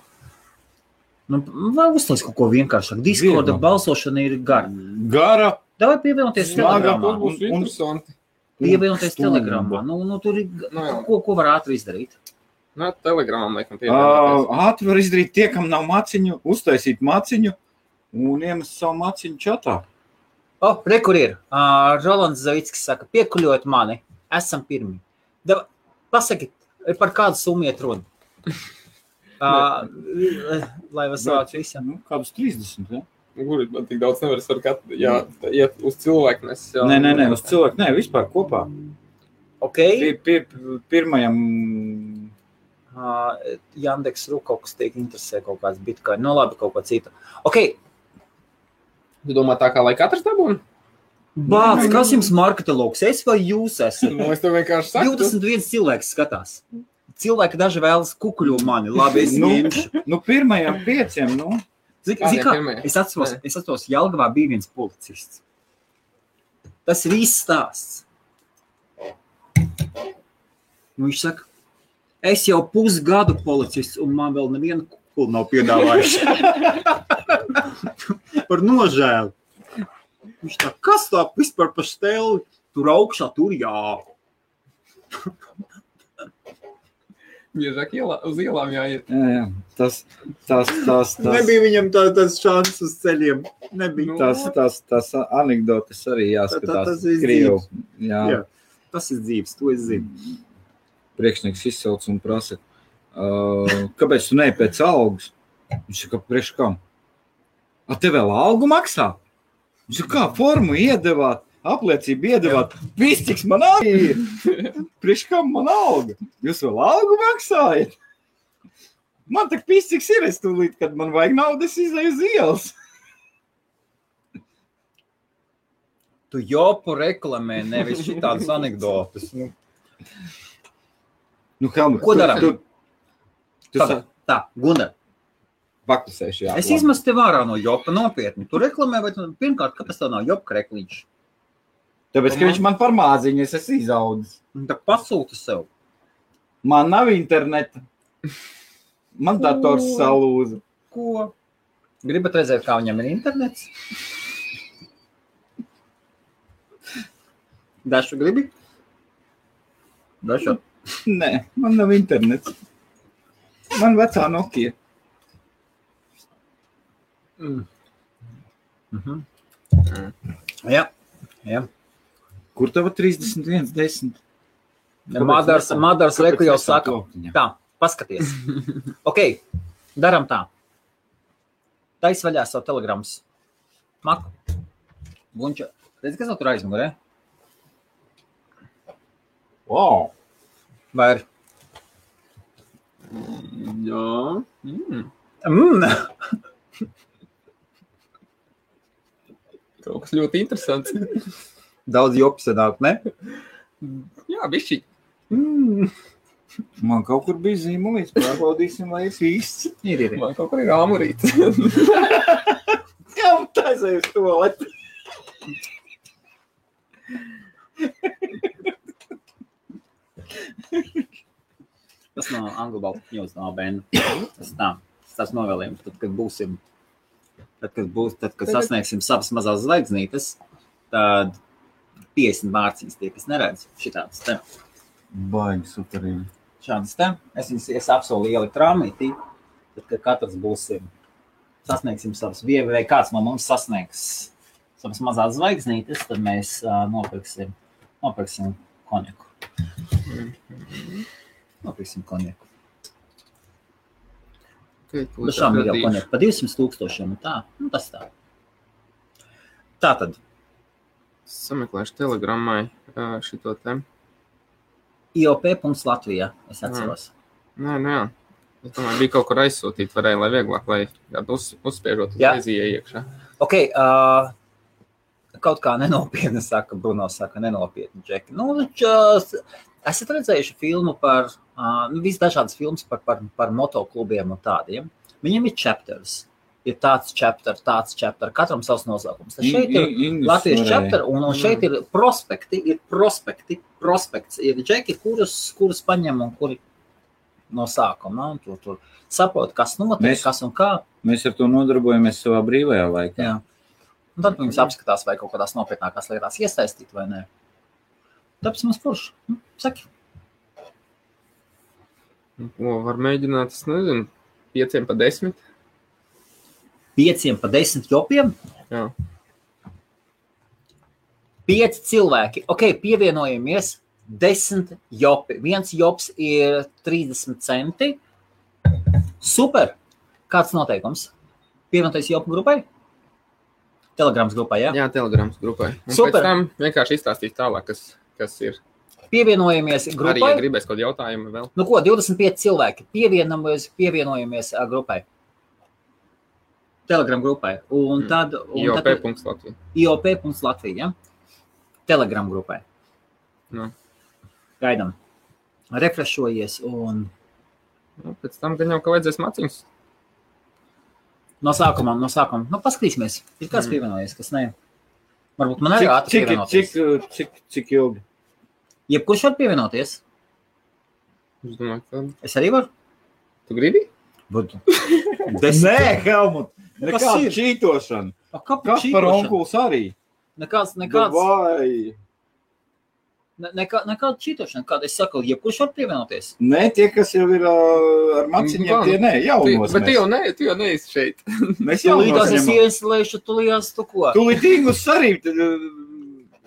Speaker 2: Nu, vai uztaisīt kaut ko vienkāršāku? Diskorda
Speaker 1: Viegli.
Speaker 2: balsošana ir gara.
Speaker 1: Gara
Speaker 2: Davai pievienoties
Speaker 1: Smaga.
Speaker 2: Telegramā.
Speaker 3: Tas būs
Speaker 1: un- un-
Speaker 3: interesanti.
Speaker 2: Pievienoties
Speaker 1: Stundu.
Speaker 2: Telegramā. Nu, nu, tur ir
Speaker 3: Nu, jā.
Speaker 2: ko, ko var ātri izdarīt.
Speaker 3: Nu, telegramam, laikam, pievienoties.
Speaker 1: Ā, Ātri var izdarīt tie, kam nav maciņu, uztaisīt maciņu un iemest savu maciņu čatā.
Speaker 2: O, oh, re, kur ir? Uh, Rolands Zavickis saka, piekuļojiet mani, esam pirmi. Dava, pasakiet, par kādu summu iet runa? Uh, lai vasarātu visiem.
Speaker 1: Nu. Nu, kādus 30? Ja?
Speaker 3: Guri, Nu, man tik daudz nevar sarkāt. Jā, tā iet uz cilvēku. Nes, jā,
Speaker 1: Nu. Nē, nē, nē, uz cilvēku, nē, vispār kopā.
Speaker 2: Ok,
Speaker 1: Pie, pie, pirmajam
Speaker 2: uh, Jandeks Rukoks tiek interesē kaut kāds bitcoin. Nu, labi, kaut ko citu. Ok,
Speaker 3: Tu domā tā, kā lai katrs dabūtu?
Speaker 2: bāc, kas jums marketelogs? Es vai jūs esat?
Speaker 3: Nu, es tev vienkārši saku.
Speaker 2: 21 cilvēks skatās. Cilvēki daži vēlas kukuļu mani. Labi, es
Speaker 1: Nu.
Speaker 2: ņemšu.
Speaker 1: nu, pirmajam pieciem, nu,
Speaker 2: Zini,
Speaker 3: Kādiem
Speaker 2: zini kā,
Speaker 3: pirmajiem?
Speaker 2: es atceros, es atceros, Jālgavā bija viens policists. Tas ir viss stāsts. Nu, viņš saka, es jau pusgadu policists, un man vēl neviena kukula nav piedāvājuši. par nožēlu. Viņš tā, kas tā vispār par steli? Tur augšā, tur jā.
Speaker 3: Biežāk ielā, uz ielām jāiet.
Speaker 1: jā, jā, tas, tas, tas, tas,
Speaker 2: Nebija viņam tā- tāds šāds uz ceļiem. Nebija.
Speaker 3: Nu,
Speaker 1: tas, tas, tas anekdotes
Speaker 2: Tā-
Speaker 1: arī
Speaker 2: tā-
Speaker 1: jāskatās.
Speaker 2: tas ir
Speaker 1: Krievu, jā,
Speaker 2: Jā. Tas ir dzīves, to es zinu.
Speaker 1: priekšnieks izsauc un prasa, uh, kāpēc tu neej pēc algas? Viņš saka, priekš kam? A tev vēl algu maksā? Viņš saka, kā formu iedevāt, apliecību iedevāt, viss, cik man alga ir. Priekš kam man alga? Jūs vēl algu maksājat? Man tak pisīgs ir, es tūlīt, kad man vajag naudas, izēju uz ielas.
Speaker 2: Tu jopu reklamē, nevis tādas anekdotas. Nu,
Speaker 1: Nu, Helmut,
Speaker 2: Ko darām?
Speaker 1: Tu, tu, tu
Speaker 2: tā, tā, Gunga.
Speaker 1: paklusēši, jā.
Speaker 2: Es izmetu tev ārā no jopa nopietni. Tu reklamē, bet nu, pirmkārt, kāpēc tā nav jopa reklīņš?
Speaker 1: Tāpēc, ka viņš man par māziņu, es esmu izaudzis.
Speaker 2: Tā pasūta sev.
Speaker 1: Man nav interneta. Man dators
Speaker 2: Ko?
Speaker 1: salūza.
Speaker 2: Ko? Gribat redzēt, kā viņam ir internets? Dažu gribi? Dažu.
Speaker 1: Nē, man nav internets. Man vecā Nokia.
Speaker 2: Mhm. Jā,
Speaker 1: Kur tev 31, 10?
Speaker 2: Madars, Madars Reku jau saka, tā, paskaties. Ok, daram tā. Tais vaļā savu telegrams. Maku. Bunča. Redz, kas vēl tur aizmugurē?
Speaker 1: Wow.
Speaker 2: Vai ir?
Speaker 3: Jā,
Speaker 5: Mm.
Speaker 2: Mm.
Speaker 3: kaut kas ļoti interesants.
Speaker 2: Daudz jopsedāk, ne?
Speaker 3: Jā, bišķi.
Speaker 2: Mm.
Speaker 1: Man kaut kur bija zīmolīts, pārbaudīsim, vai es īsts.
Speaker 2: Ir, ir. ir.
Speaker 3: Man kaut kur ir āmurīts.
Speaker 1: Kam tas ir uz to?
Speaker 2: Tas no angļu balstu news no ABN. Tas tā, tas novēlējums, tad, kad būsim, tad, kad būs, tad, kad sasniegsim savas mazās zvaigznītes, tad 50 mārciņas tie, kas neredz šitāds te.
Speaker 1: Baigi superīgi.
Speaker 2: Šādas te. Es viņas es apsolu ielikt rāmītī, tad, kad katrs būsim, sasniegsim savas vievi, vai kāds no mums sasniegs savas mazās zvaigznītes, tad mēs uh, nopirksim, nopirksim konjaku. Nopirksim konjaku. Nu, šām ir jau konjak pa 200 tūkstošiem un tā. Nu, tas tā. Tā tad
Speaker 5: Sameklēšu telegramai ā, šito te.
Speaker 2: IOP.Latvijā es atceros.
Speaker 5: Nē, nē. Es domāju, bija kaut kur aizsūtīt, varēja, lai vieglāk, lai kādu uz, uzspiežot,
Speaker 2: Jā.
Speaker 5: aizieja iekšā.
Speaker 2: Ok, uh, kaut kā nenopietni saka, Bruno saka, nenopietni, Džeki. Nu, čas, esat redzējuši filmu par, uh, nu, visdažādas filmas par, par, par motoklubiem un tādiem. Viņiem ir chapters. Ir tāds chapter, tāds chapter, katram savs nosaukums. Tad šeit ir Latvijas čepter, un, un šeit ir prospekti, ir prospekti, prospekts, ir džeki, kurus, kurus paņem un kuri no sākuma. un Tur, tur saprot, kas notiek,
Speaker 1: Mēs-
Speaker 2: kas un kā.
Speaker 1: Mēs ar to nodarbojamies savā brīvajā laikā.
Speaker 2: Jā. Un tad viņi apskatās, vai kaut kādās nopietnākās lietās iesaistīt vai nē. Tāpēc mums kurš? Nu, Saki,
Speaker 5: Nu, Ko var mēģināt, es nezinu, pieciem pa desmit.
Speaker 2: pieciem pa desmit jopiem.
Speaker 5: Jā.
Speaker 2: Pieci cilvēki. Ok, pievienojamies. Desmit jopi. Viens jops ir 30 centi. Super! Kāds noteikums? Pievienoties jopu grupai? Telegrams grupai, jā. jā.
Speaker 5: Jā, telegrams grupai. Un
Speaker 2: Super.
Speaker 5: Super. pēc tam vienkārši izstāstīt tālāk, kas, kas ir.
Speaker 2: Pievienojamies
Speaker 5: Grupai? Arī, ja
Speaker 2: grupai.
Speaker 5: gribēs kaut kādu jautājumu vēl.
Speaker 2: Nu ko, 25 cilvēki. Pievienojamies, pievienojamies ā, grupai. Telegram grupai. Un
Speaker 5: Mm.
Speaker 2: tad, un
Speaker 5: IOP.
Speaker 2: tad
Speaker 5: Latvija.
Speaker 2: IOP.Latvija. Ja? Telegram grupai.
Speaker 5: Nu.
Speaker 2: Gaidām. Refrešojies un
Speaker 5: Nu, pēc tam gan jau, ka vajadzēs maciņus.
Speaker 2: no sākuma, no sākuma. Nu, paskatīsimies, ir kāds
Speaker 5: Mm.
Speaker 2: pievienojies, kas ne. Varbūt man arī
Speaker 1: Cik,
Speaker 2: ātri
Speaker 1: cik,
Speaker 2: pievienoties.
Speaker 1: cik, uh, cik, cik ilgi?
Speaker 2: Jebkurš var
Speaker 5: Es
Speaker 2: pievienoties.
Speaker 5: domāju, ka
Speaker 2: Es arī varu.
Speaker 5: tu gribi?
Speaker 2: Būtu.
Speaker 1: Nē, Helmut, nekāda
Speaker 2: Nu, ir?
Speaker 1: čītošana. Kas
Speaker 2: Kāpēc?
Speaker 1: par onkulis arī? Nu,
Speaker 2: Nekāds, nekāds.
Speaker 1: Vai?
Speaker 2: Ne- Nekā, nekāda čitošana, kāda es saku, jebkurš var pievienoties.
Speaker 1: Nē, tie, kas jau ir uh, ar maciņiem,
Speaker 2: Nu,
Speaker 5: Gan.
Speaker 1: tie nē, jau
Speaker 5: Tu,
Speaker 1: mums.
Speaker 5: bet tu jau neesi tu jau neesi šeit.
Speaker 1: Mēs jau
Speaker 2: Tūlīt tās es
Speaker 1: nosņemam.
Speaker 2: ieslēgšu, tūlīt tu ko.
Speaker 1: Tūlītīgus arī tad, uh,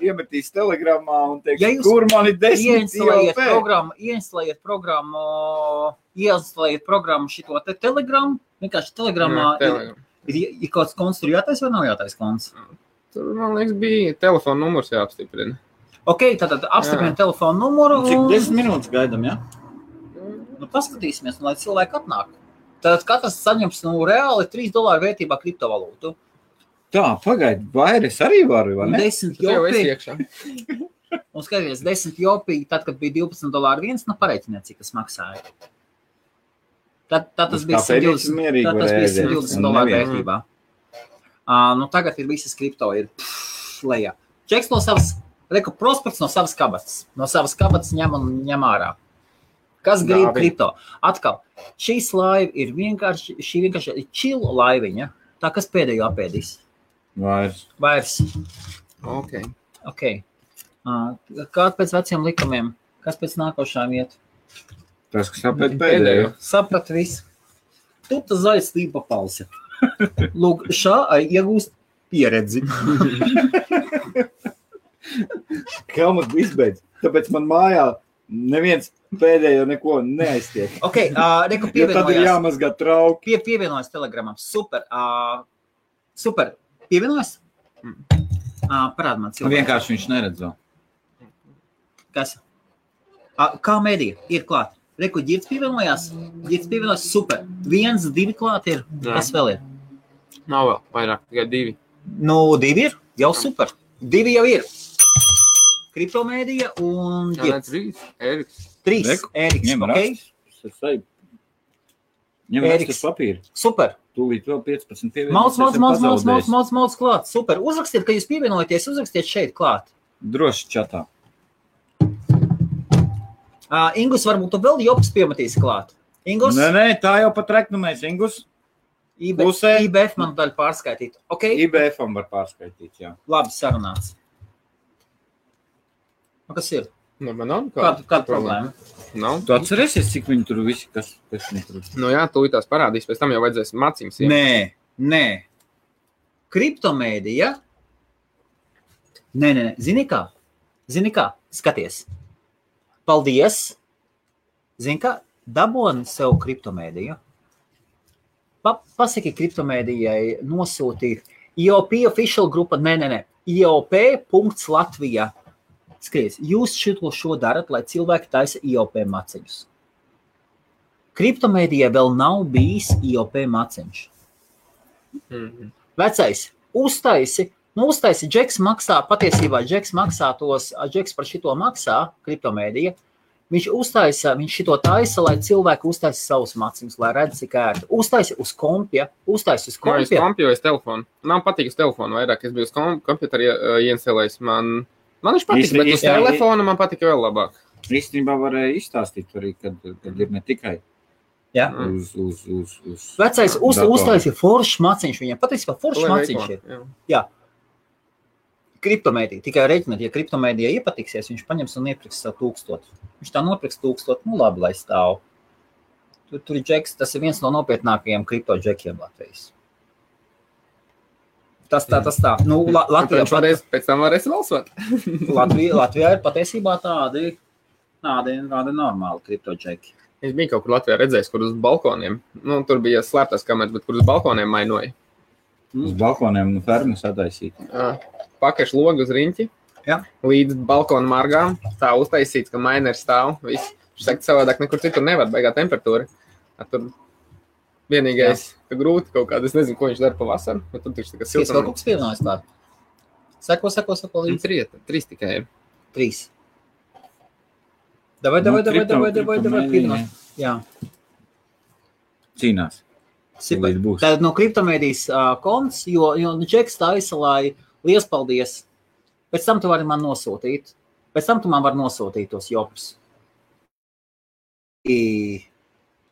Speaker 1: iemetīs telegramā un teiks,
Speaker 2: Ja jūs
Speaker 1: kur man ir desmit
Speaker 2: Ieinstaliet
Speaker 1: IOP.
Speaker 2: programmu, ieinstaliet programmu, ieinstaliet programmu šito te telegramu. Vienkārši telegramā
Speaker 5: Jā,
Speaker 2: ir,
Speaker 5: Telegram.
Speaker 2: ir, ir kaut kas konts, tur jātais vai nav jātais konts.
Speaker 5: Tur, man liekas, bija telefona numurs jāapstiprina.
Speaker 2: Ok, tātad apstiprina telefonu numuru.
Speaker 1: Cik
Speaker 2: un-
Speaker 1: desmit minūtes gaidām, ja?
Speaker 2: Nu, paskatīsimies, nu, lai cilvēki atnāk. Tad katrs saņems nu, reāli 3 dolāru vērtībā kriptovalūtu.
Speaker 1: Tā, pagaidi, vai es arī varu, vai
Speaker 2: Un
Speaker 1: ne?
Speaker 2: 10
Speaker 5: Tu jau esi
Speaker 2: jopi,
Speaker 5: iekšā.
Speaker 2: un skaties, 10 jopi, tad, kad bija 12 dolāri viens, nu pareiķiniet, cik tas maksāja. Tad, tad tas
Speaker 1: Uz
Speaker 2: bija
Speaker 1: kafejnīcu
Speaker 2: 120
Speaker 1: mierīgi
Speaker 2: Tad tas
Speaker 1: var
Speaker 2: bija
Speaker 1: ēdiet.
Speaker 2: 120
Speaker 1: Un
Speaker 2: dolāru
Speaker 1: nevienu.
Speaker 2: vērtībā. Uh, nu, tagad ir visas kripto, ir pff, lejā. Čeks no savas, reku prospekts no savas kabatas. No savas kabatas ņem un ņem ārā. Kas grib
Speaker 5: Dāvina.
Speaker 2: kripto? Atkal, šīs laiva ir vienkārši, šī vienkārši ir čila laiviņa. Tā kas pēdējo apēdīs?
Speaker 1: Vairs.
Speaker 2: Vairs.
Speaker 5: Okay.
Speaker 2: Okay. Uh, Kāds pēc veciem likumiem? Kas pēc nākošām iet?
Speaker 1: Tas, kas apēd pēdējo.
Speaker 2: Sapratu visu. Tu tas zaļs tīpa palsi. Lūk, šā ai, iegūst pieredzi.
Speaker 1: Kā mums izbeidz? Tāpēc man mājā neviens pēdējo neko neaiztiek.
Speaker 2: Ok, uh, reku
Speaker 1: Jo tad ir
Speaker 2: pievienojās.
Speaker 1: jāmazgā trauki.
Speaker 2: Pie, pievienojās telegramam. Super. Uh, super. Pievienojās?
Speaker 5: Mm.
Speaker 2: Uh, parād man cilvēku.
Speaker 1: Nu, Vienkārši viņš neredz vēl.
Speaker 2: Kas? A, kā medija ir klāta? Reku ģirts pievienojās. Ģirts pievienojās. Super. Viens, divi klāti ir.
Speaker 5: Jā.
Speaker 2: Kas vēl ir?
Speaker 5: Nav vēl vairāk, tikai divi.
Speaker 2: Nu, divi ir. Jau super. Divi jau ir. Kriptomēdija un
Speaker 5: Jā, nē,
Speaker 2: ģirts.
Speaker 5: trīs. Eriks.
Speaker 2: Trīs.
Speaker 1: Reku,
Speaker 2: Eriks.
Speaker 1: Ņem
Speaker 2: Okay.
Speaker 1: rakstus. Tas ir savi. Ņem
Speaker 2: Eriks.
Speaker 1: rakstus papīru.
Speaker 2: Super.
Speaker 1: Tūlīt vēl 15. pievienojas,
Speaker 2: Mācis, mācis, mācis,
Speaker 1: esam
Speaker 2: mācis, mācis,
Speaker 1: pazaudējuši.
Speaker 2: mācis, mācis, klāt. Super. Uzrakstiet, ka jūs pievienojaties, uzrakstiet šeit klāt.
Speaker 1: Droši čatā.
Speaker 2: Uh, Ingus, varbūt tu vēl jopas piemetīs klāt. Ingus, E
Speaker 1: Nē, nē, tā jau pat reknumēs Ingus.
Speaker 2: IB,
Speaker 1: pusē. E
Speaker 2: IBF man daļa pārskaitīt. Ok,
Speaker 1: IBF-am var pārskaitīt, jā.
Speaker 2: labi sarunāts. Nu, kas ir?
Speaker 5: Nu, man nav
Speaker 2: Kāda, kāda problēma?
Speaker 5: Nav.
Speaker 1: Tu atceries, cik viņi tur visi, kas, kas viņi tur.
Speaker 5: Nu, jā, tūlīt tās parādīs. Pēc tam jau vajadzēs mācīties.
Speaker 2: Nē, nē. Kriptomēdija. Nē, nē, nē. zini kā? Zini kā? Skaties. Paldies. Zini kā? Dabūni sev kriptomēdiju. Pa, pasaki kriptomēdijai nosūtīt IOP official grupa. Nē, nē, nē. IOP.Latvija. Skaties, jūs šito šo darat, lai cilvēki taisa IOP maciņus. Kriptomēdijai vēl nav bijis IOP maciņš.
Speaker 5: Mhm.
Speaker 2: Vecais, uztaisi, nu, uztaisi, Džeks maksā, patiesībā Džeks maksā tos, Džeks par šito maksā, kriptomēdija. Viņš uztaisa, viņš šito taisa, lai cilvēki uztaisa savus maciņus, lai redz, cik ērti. Uztaisa uz kompja, uztaisa uz
Speaker 5: Ko es
Speaker 2: kompja.
Speaker 5: kompju vai uz telefonu? Man patīk uz telefonu vairāk. Es biju uz kom kompjuteru uh, iencelējis. Man, man viņš patīk,
Speaker 1: Īsti-
Speaker 5: bet uz
Speaker 1: īsti-
Speaker 5: telefonu man patīk vēl labāk.
Speaker 1: Īstenībā varēja izstāstīt arī, kad, kad ir ne tikai
Speaker 2: Jā.
Speaker 5: Mm.
Speaker 1: uz, uz, uz, uz.
Speaker 2: Vecais uz,
Speaker 1: Datorā.
Speaker 2: uztaisa foršs maciņš viņam, patiesībā foršs maciņš ir.
Speaker 5: Jā.
Speaker 2: kriptomēdija. Tikai rēķiniet, ja kriptomēdija iepatiksies, viņš paņems un iepirks sev tūkstošu. Viņš tā nopirks tūkstošu, nu labi, lai stāv. Tur, tur ir džeks, tas ir viens no nopietnākajiem kriptoģekiem Latvijas. Tas tā, tas tā. Nu, La Latvijā,
Speaker 5: Latvijas
Speaker 2: pat,
Speaker 5: patreiz pēc tam varēs valsot.
Speaker 2: Latvijā, Latvijā ir patiesībā tādi, tādi, tādi normāli kriptoģeki.
Speaker 5: Es biju kaut kur Latvijā redzējis, kur uz balkoniem. Nu, tur bija slēptas kameras, bet kur uz balkoniem mainoja.
Speaker 1: Uz balkoniem nu, un fermas attaisīt.
Speaker 5: Ā, Pakaļš logs uz riņķi.
Speaker 2: Jā.
Speaker 5: Līdz balkona margām. Tā uztaisīts, ka maina ir stāv. Viss. Viņš saka, savādāk nekur citur nevar beigā temperatūra. Ā, Tur vienīgais, ka grūti kaut kāda. Es nezinu, ko viņš dara pavasarī. bet Tur taču tā kā
Speaker 2: Skaties, vēl
Speaker 5: siltums.
Speaker 2: kaut kas pievienojas klāt. Seko, seko, seko līdz
Speaker 5: Trīs, trīs tikai ir.
Speaker 2: trīs. Davai,
Speaker 1: Nu,
Speaker 2: davai, davai, davai, davai, davai, pievienojas. Jā.
Speaker 1: Cīnās.
Speaker 2: Super.
Speaker 1: Tūlīt būs.
Speaker 2: Tātad no kriptomēdijas uh, konts, jo, jo nu, čeks taisa, lai liels paldies. Pēc tam tu vari man nosūtīt. Pēc tam tu man vari nosūtīt tos jopus. I...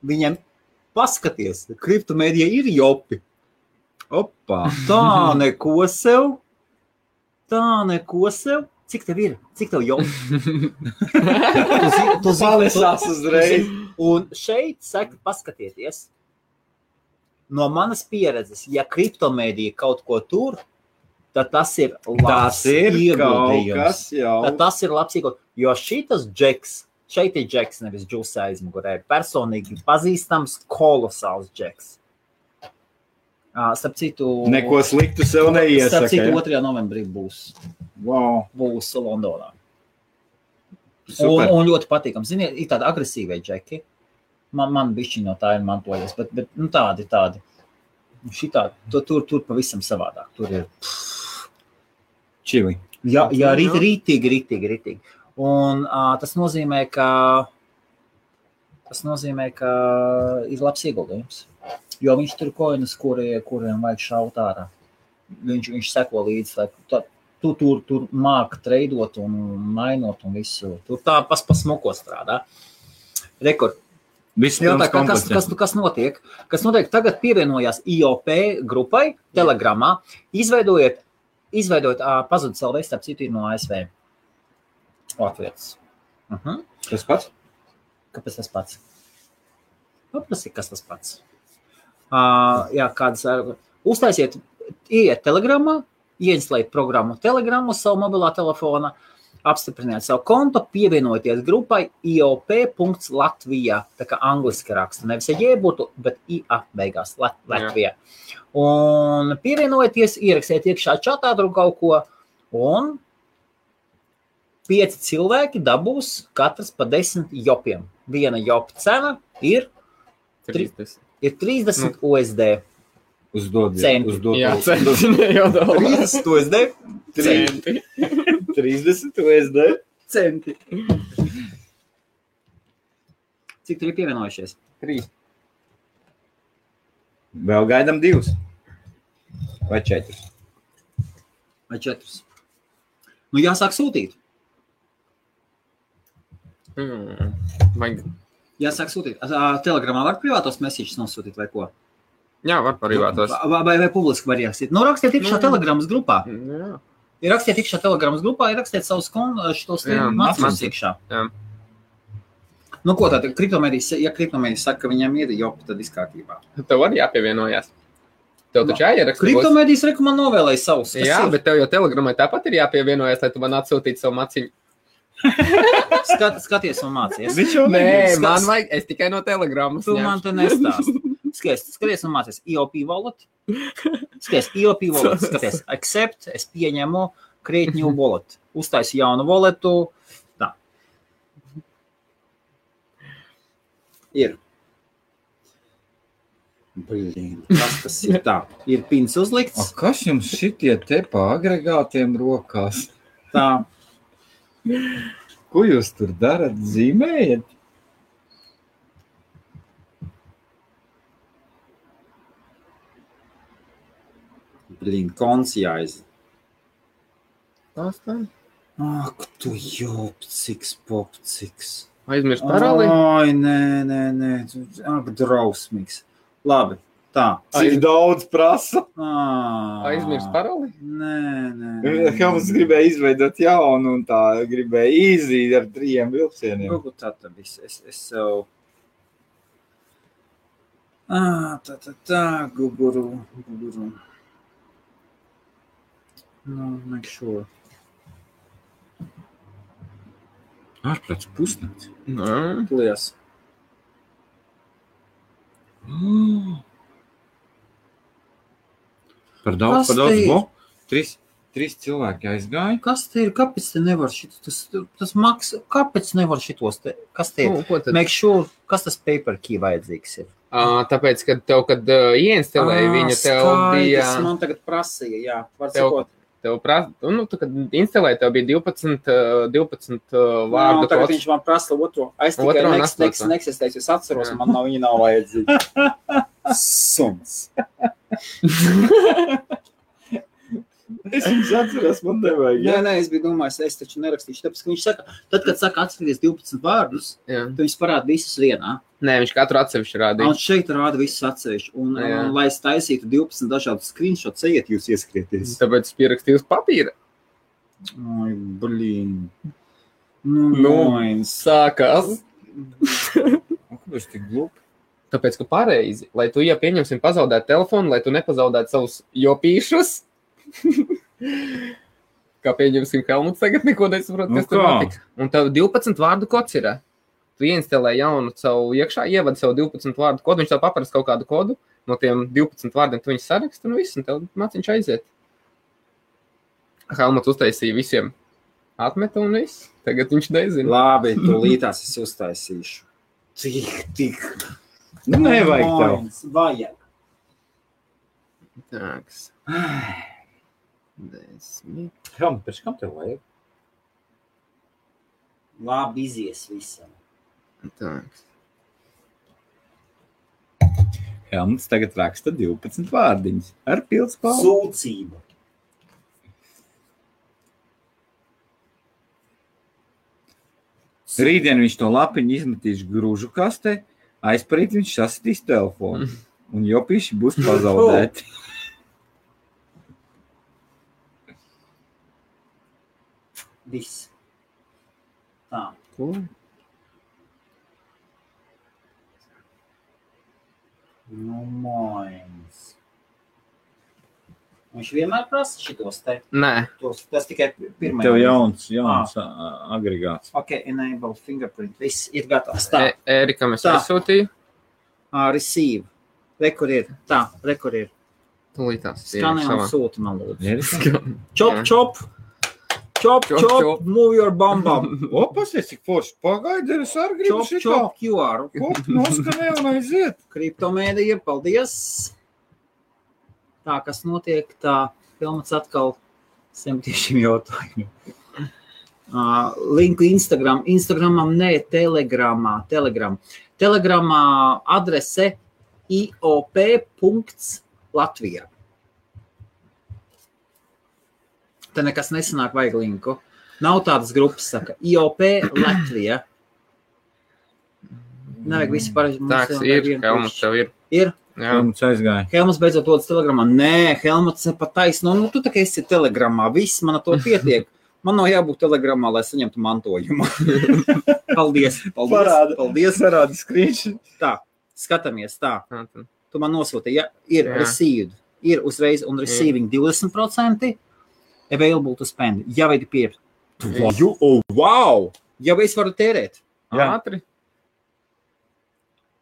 Speaker 2: Viņam paskaties, kriptomēdija ir jopi.
Speaker 1: Opa!
Speaker 2: Tā
Speaker 1: Nu,
Speaker 2: neko sev. Tā neko sev. Cik tev ir? Cik tev jopi? tu zini, tu zini, tu,
Speaker 4: Palēsās uzreiz.
Speaker 2: Un šeit saka, paskatieties, no manas pieredzes, ja kriptomēdija kaut ko tur, tad tas ir labs
Speaker 1: Tas ir kaut
Speaker 2: ieguldījums.
Speaker 1: kas jau.
Speaker 2: Tad tas ir labs ieguldījums. Jo šis džeks, šeit ir džeks, nevis džusa aizmugurē, ir personīgi pazīstams, kolosāls džeks. Ā, Starp citu,
Speaker 1: Neko sliktu sev
Speaker 2: starp citu,
Speaker 1: neiesaka.
Speaker 2: 2. novembrī būs,
Speaker 1: Wow,
Speaker 2: būs Londonā. Un,
Speaker 1: super.
Speaker 2: un ļoti patīkami. Ziniet, ir tādi agresīvie džeki. Man, man bišķi no tā ir mantojies, bet, bet nu, tādi, tādi. Nu, Šitā, tu, tur, tur pavisam savādāk. Tur ir.
Speaker 1: Čili.
Speaker 2: Jā, jā
Speaker 5: Jā,
Speaker 2: rīt,
Speaker 5: jā.
Speaker 2: rītīgi, rītīgi, rītīgi. Un uh, tas nozīmē, ka tas nozīmē, ka ir labs ieguldījums. Jo viņš tur koinus, kurie, kuriem vajag šaut ārā. Viņš, viņš seko līdzi. lai tu- Tu tur, tur māki treidot un mainot un visu. Tur tā pas pasmuko strādā. Rekord.
Speaker 1: Viss
Speaker 2: Jautā,
Speaker 1: pilns
Speaker 2: kā, kas, kas,
Speaker 1: komplekts.
Speaker 2: kas, notiek? kas notiek? Tagad pievienojās IOP grupai, telegramā. Izveidojot, izveidojot ā, pazudu cilvēku, starp citu, ir no ASV. Latvijas. Uh -huh.
Speaker 1: Tas pats.
Speaker 2: Kāpēc tas pats? Paprasti, kas tas pats. Uh, jā, kādas ar... uztaisiet, ieiet telegramā, ieinstaliet programmu telegramu uz savu mobilā telefona, apstipriniet savu kontu, pievienojieties grupai IOP.Latvijā. Tā kā angliski raksta, nevis jē būtu, bet IA beigās Lat Latvijā. Un pievienojieties, ierakstiet iekšā čatā tur kaut ko, un pieci cilvēki dabūs katrs pa desmit jopiem. Viena jopa cena ir, Tri-
Speaker 3: 30.
Speaker 2: ir 30 nu. USD.
Speaker 1: Uzdod,
Speaker 2: Centi.
Speaker 1: uzdod,
Speaker 3: Jā,
Speaker 1: uzdod.
Speaker 3: centiņi jau daudz.
Speaker 2: 30 USD
Speaker 3: Centi.
Speaker 6: 30 USD.
Speaker 2: centi. Cik tur ir pievienojušies?
Speaker 3: Trīs.
Speaker 1: Vēl gaidām divus vai četrus.
Speaker 2: Vai četrus? Nu, jāsāk sūtīt.
Speaker 3: Mm. Vai-
Speaker 2: Jāsāk sūtīt. Ā, Telegramā var privātos mēsīšus nosūtīt vai ko?
Speaker 3: Jā, var parīvātos.
Speaker 2: Vai, vai, vai publiski var ierakstīt? Nu, rakstiet iekšā
Speaker 3: Nu.
Speaker 2: Telegramas grupā.
Speaker 3: Jā,
Speaker 2: Ir rakstiet iekšā Telegramas grupā, ir rakstiet savus kontus,
Speaker 3: Jā,
Speaker 2: mācības
Speaker 3: mācības.
Speaker 2: iekšā.
Speaker 3: Jā.
Speaker 2: Nu, ko tātad, kriptomērijas, ja kriptomērijas saka, ka viņam ir jau tad viss kārtībā.
Speaker 3: tev arī jāpievienojas. Tev taču jāieraksta. būs.
Speaker 2: Kriptomērijas reku man novēlēja savus. kas
Speaker 3: Jā,
Speaker 2: ir.
Speaker 3: bet tev jau telegramai tāpat ir jāpievienojas, lai tu man atsūtītu savu maciņu.
Speaker 2: Skat, skaties un mācies.
Speaker 1: Viņš jau
Speaker 3: Nē,
Speaker 2: Skas-
Speaker 3: man vajag, es tikai no telegramas.
Speaker 2: Tu man te nestāsti. Skaties, skaties un mācies. IOP wallet. Skaties, IOP wallet. Skaties, accept, es pieņemu, create new wallet. Uztaisu jaunu walletu. Tā. Ir. Blin, kas tas ir tā? Ir pins
Speaker 1: A,
Speaker 2: uzlikts.
Speaker 1: kas jums šitie te pa agregātiem rokās?
Speaker 2: Tā.
Speaker 1: Ko jūs tur darat? Zīmējat?
Speaker 2: Blin, kons jāiz.
Speaker 3: nestāsti.
Speaker 2: Ak, tu jopciks, popciks.
Speaker 3: Aizmirst parāli.
Speaker 2: Ai, nē, nē, nē. Ak, drausmīgs. Labi, tā.
Speaker 3: Aiz-
Speaker 6: Cik daudz prasa?
Speaker 3: Aizmirst parāli.
Speaker 2: Nē, nē. nē.
Speaker 6: Kā mums gribēja izveidot jaunu, un tā gribēja īzīt ar trījiem vilcieniem.
Speaker 2: Lūgu, Nu, tā tad viss. Es, es sev. Ah, tā, tā, tā, guguru, guguru. Nu, make sure.
Speaker 1: Ārprāts pusnakts.
Speaker 3: Nē.
Speaker 2: Lies.
Speaker 1: Par daudz,
Speaker 2: Kas
Speaker 1: par daudz.
Speaker 2: te ir?
Speaker 1: Bo, trīs, trīs cilvēki aizgāja.
Speaker 2: Kas te ir? Kāpēc te nevar šitos? Tas, tas maks, kāpēc nevar šitos? Te? Kas te ir?
Speaker 3: Nu, ko tad?
Speaker 2: Make sure, kas tas paper key vajadzīgs ir?
Speaker 3: Ā, Tāpēc, kad tev, kad ā, ieinstalēji viņu, tev bija.
Speaker 2: Tas Ah, man tagad prasīja, jā, var
Speaker 3: Tev
Speaker 2: sakot.
Speaker 3: Tev prasa, nu, tu, kad instalēji, tev bija 12, ā, 12
Speaker 2: Vārdu,
Speaker 3: ā, eh, vārdu
Speaker 2: Nā, tagad
Speaker 3: kods.
Speaker 2: viņš man prasa otru. Es tikai
Speaker 3: Otro un
Speaker 2: nekas
Speaker 3: astoto.
Speaker 2: neeksistēju. Es atceros,
Speaker 3: Jā.
Speaker 2: man nav viņa nav vajadzīga. Suns.
Speaker 6: Es jums atceros, man nevajag.
Speaker 2: Jā,
Speaker 6: Jā,
Speaker 2: nē, es biju domājis, es taču nerakstīšu. Tāpēc, ka viņš saka, tad, kad saka atskaties 12 vārdus,
Speaker 3: Jā.
Speaker 2: tad viņš parāda visus vienā.
Speaker 3: Nē, viņš katru atsevišķi rādīja.
Speaker 2: Un šeit rāda visus atsevišķi. Un,
Speaker 3: Jā.
Speaker 2: un, lai es taisītu 12 dažādus screenshots, ejiet jūs ieskrieties.
Speaker 3: Tāpēc es pierakstīju uz papīra.
Speaker 2: Ai, blīn. Nu,
Speaker 3: Nu.
Speaker 2: noims.
Speaker 3: Sākās.
Speaker 1: O, Kāpēc tik glupi?
Speaker 3: Tāpēc, ka pareizi, lai tu, ja pieņemsim, pazaudētu telefonu, lai tu nepazaudētu savus jopīšus. kā pieņemsim, Helmuts tagad neko nesaprot,
Speaker 1: Nu
Speaker 3: kas tur
Speaker 1: kā?
Speaker 3: notika. Un tev 12 vārdu kods ir. eh? Tu instalē jaunu savu iekšā, ievad savu 12 vārdu kodu, viņš tev paprasa kaut kādu kodu. No tiem 12 vārdiem tu viņus sarakst, un viss, un tev maciņš aiziet. Helmuts uztaisīja visiem atmetu, un viss. Tagad viņš nezina.
Speaker 2: Labi, tūlītās es uztaisīšu. Tik, tik.
Speaker 1: Nu, nevajag tev.
Speaker 2: Noims, Vajag.
Speaker 3: Tāks. Desmit.
Speaker 1: Kam, pēc kam tev vajag?
Speaker 2: Labi izies visam.
Speaker 3: Tāks.
Speaker 1: Helmuts tagad raksta 12 vārdiņus ar pilspālu.
Speaker 2: Sūdzība.
Speaker 1: Rītdien viņš to lapiņu izmetīs grūžu kastē, aizprīt viņš sasitīs telefonu. Un jopīši būs pazaudēti.
Speaker 2: Viss. Tā.
Speaker 5: Ko?
Speaker 2: Nu, moins. Viņš vienmēr prasa šitos te.
Speaker 5: Nē,
Speaker 2: Tos, tas tikai pirmais.
Speaker 1: Tev jauns, jauns ā, agregāts.
Speaker 2: Ok, enable fingerprint. Viss ir gatavs. Tā,
Speaker 5: e Erika mēs
Speaker 2: Tā.
Speaker 5: aizsūtīju.
Speaker 2: uh, receive. Rekur ir. Tā, rekur ir.
Speaker 5: Tūlīt tās ir
Speaker 2: Skanē un
Speaker 5: savā.
Speaker 2: sūta man lūdzu.
Speaker 1: Erika?
Speaker 2: Čop,
Speaker 5: Jā.
Speaker 2: čop. Čop,
Speaker 5: Čop,
Speaker 2: čop.
Speaker 5: čop.
Speaker 2: Move your bomb bomb.
Speaker 1: O, pasies, cik forši. Pagaidi, es arī gribu
Speaker 2: Čop,
Speaker 1: šitā.
Speaker 2: čop, QR.
Speaker 1: Kop noskanēja un aiziet.
Speaker 2: Kriptomēdija, paldies. Tā, kas notiek, tā filmas atkal simtiešiem jautājumiem. Uh, linku Instagram, Instagramam, nē, Telegramā. Telegram. Telegramā adrese iop.latvijā. Te nekas nesanāk, vajag linku. Nav tādas grupas, saka, IOP Latvija. Nevajag visi pareizi. mums
Speaker 5: Tāds
Speaker 2: vēl
Speaker 5: ir,
Speaker 2: nevienu
Speaker 5: kā mums
Speaker 2: priekš.
Speaker 5: tev ir.
Speaker 2: Ir.
Speaker 5: Jā,
Speaker 1: Mums aizgāja.
Speaker 2: Helmuts beidzot dodas telegramā. Nē, Helmuts nepataisno. Nu, tu tā kā esi telegramā, viss man ar to pietiek. Man nav jābūt telegramā, lai saņemtu mantojumu. paldies! Paldies!
Speaker 1: Parāda.
Speaker 2: paldies.
Speaker 1: Sarādi skrīši.
Speaker 2: Tā, skatāmies tā.
Speaker 5: tā tad.
Speaker 2: Tu man nosūti, ja ir
Speaker 5: Jā.
Speaker 2: received, ir uzreiz un receiving 20%, available to spend. Jau ir pieejams.
Speaker 1: Jū, o, wow!
Speaker 2: Jau es varu tērēt
Speaker 1: Jā.
Speaker 5: ātri.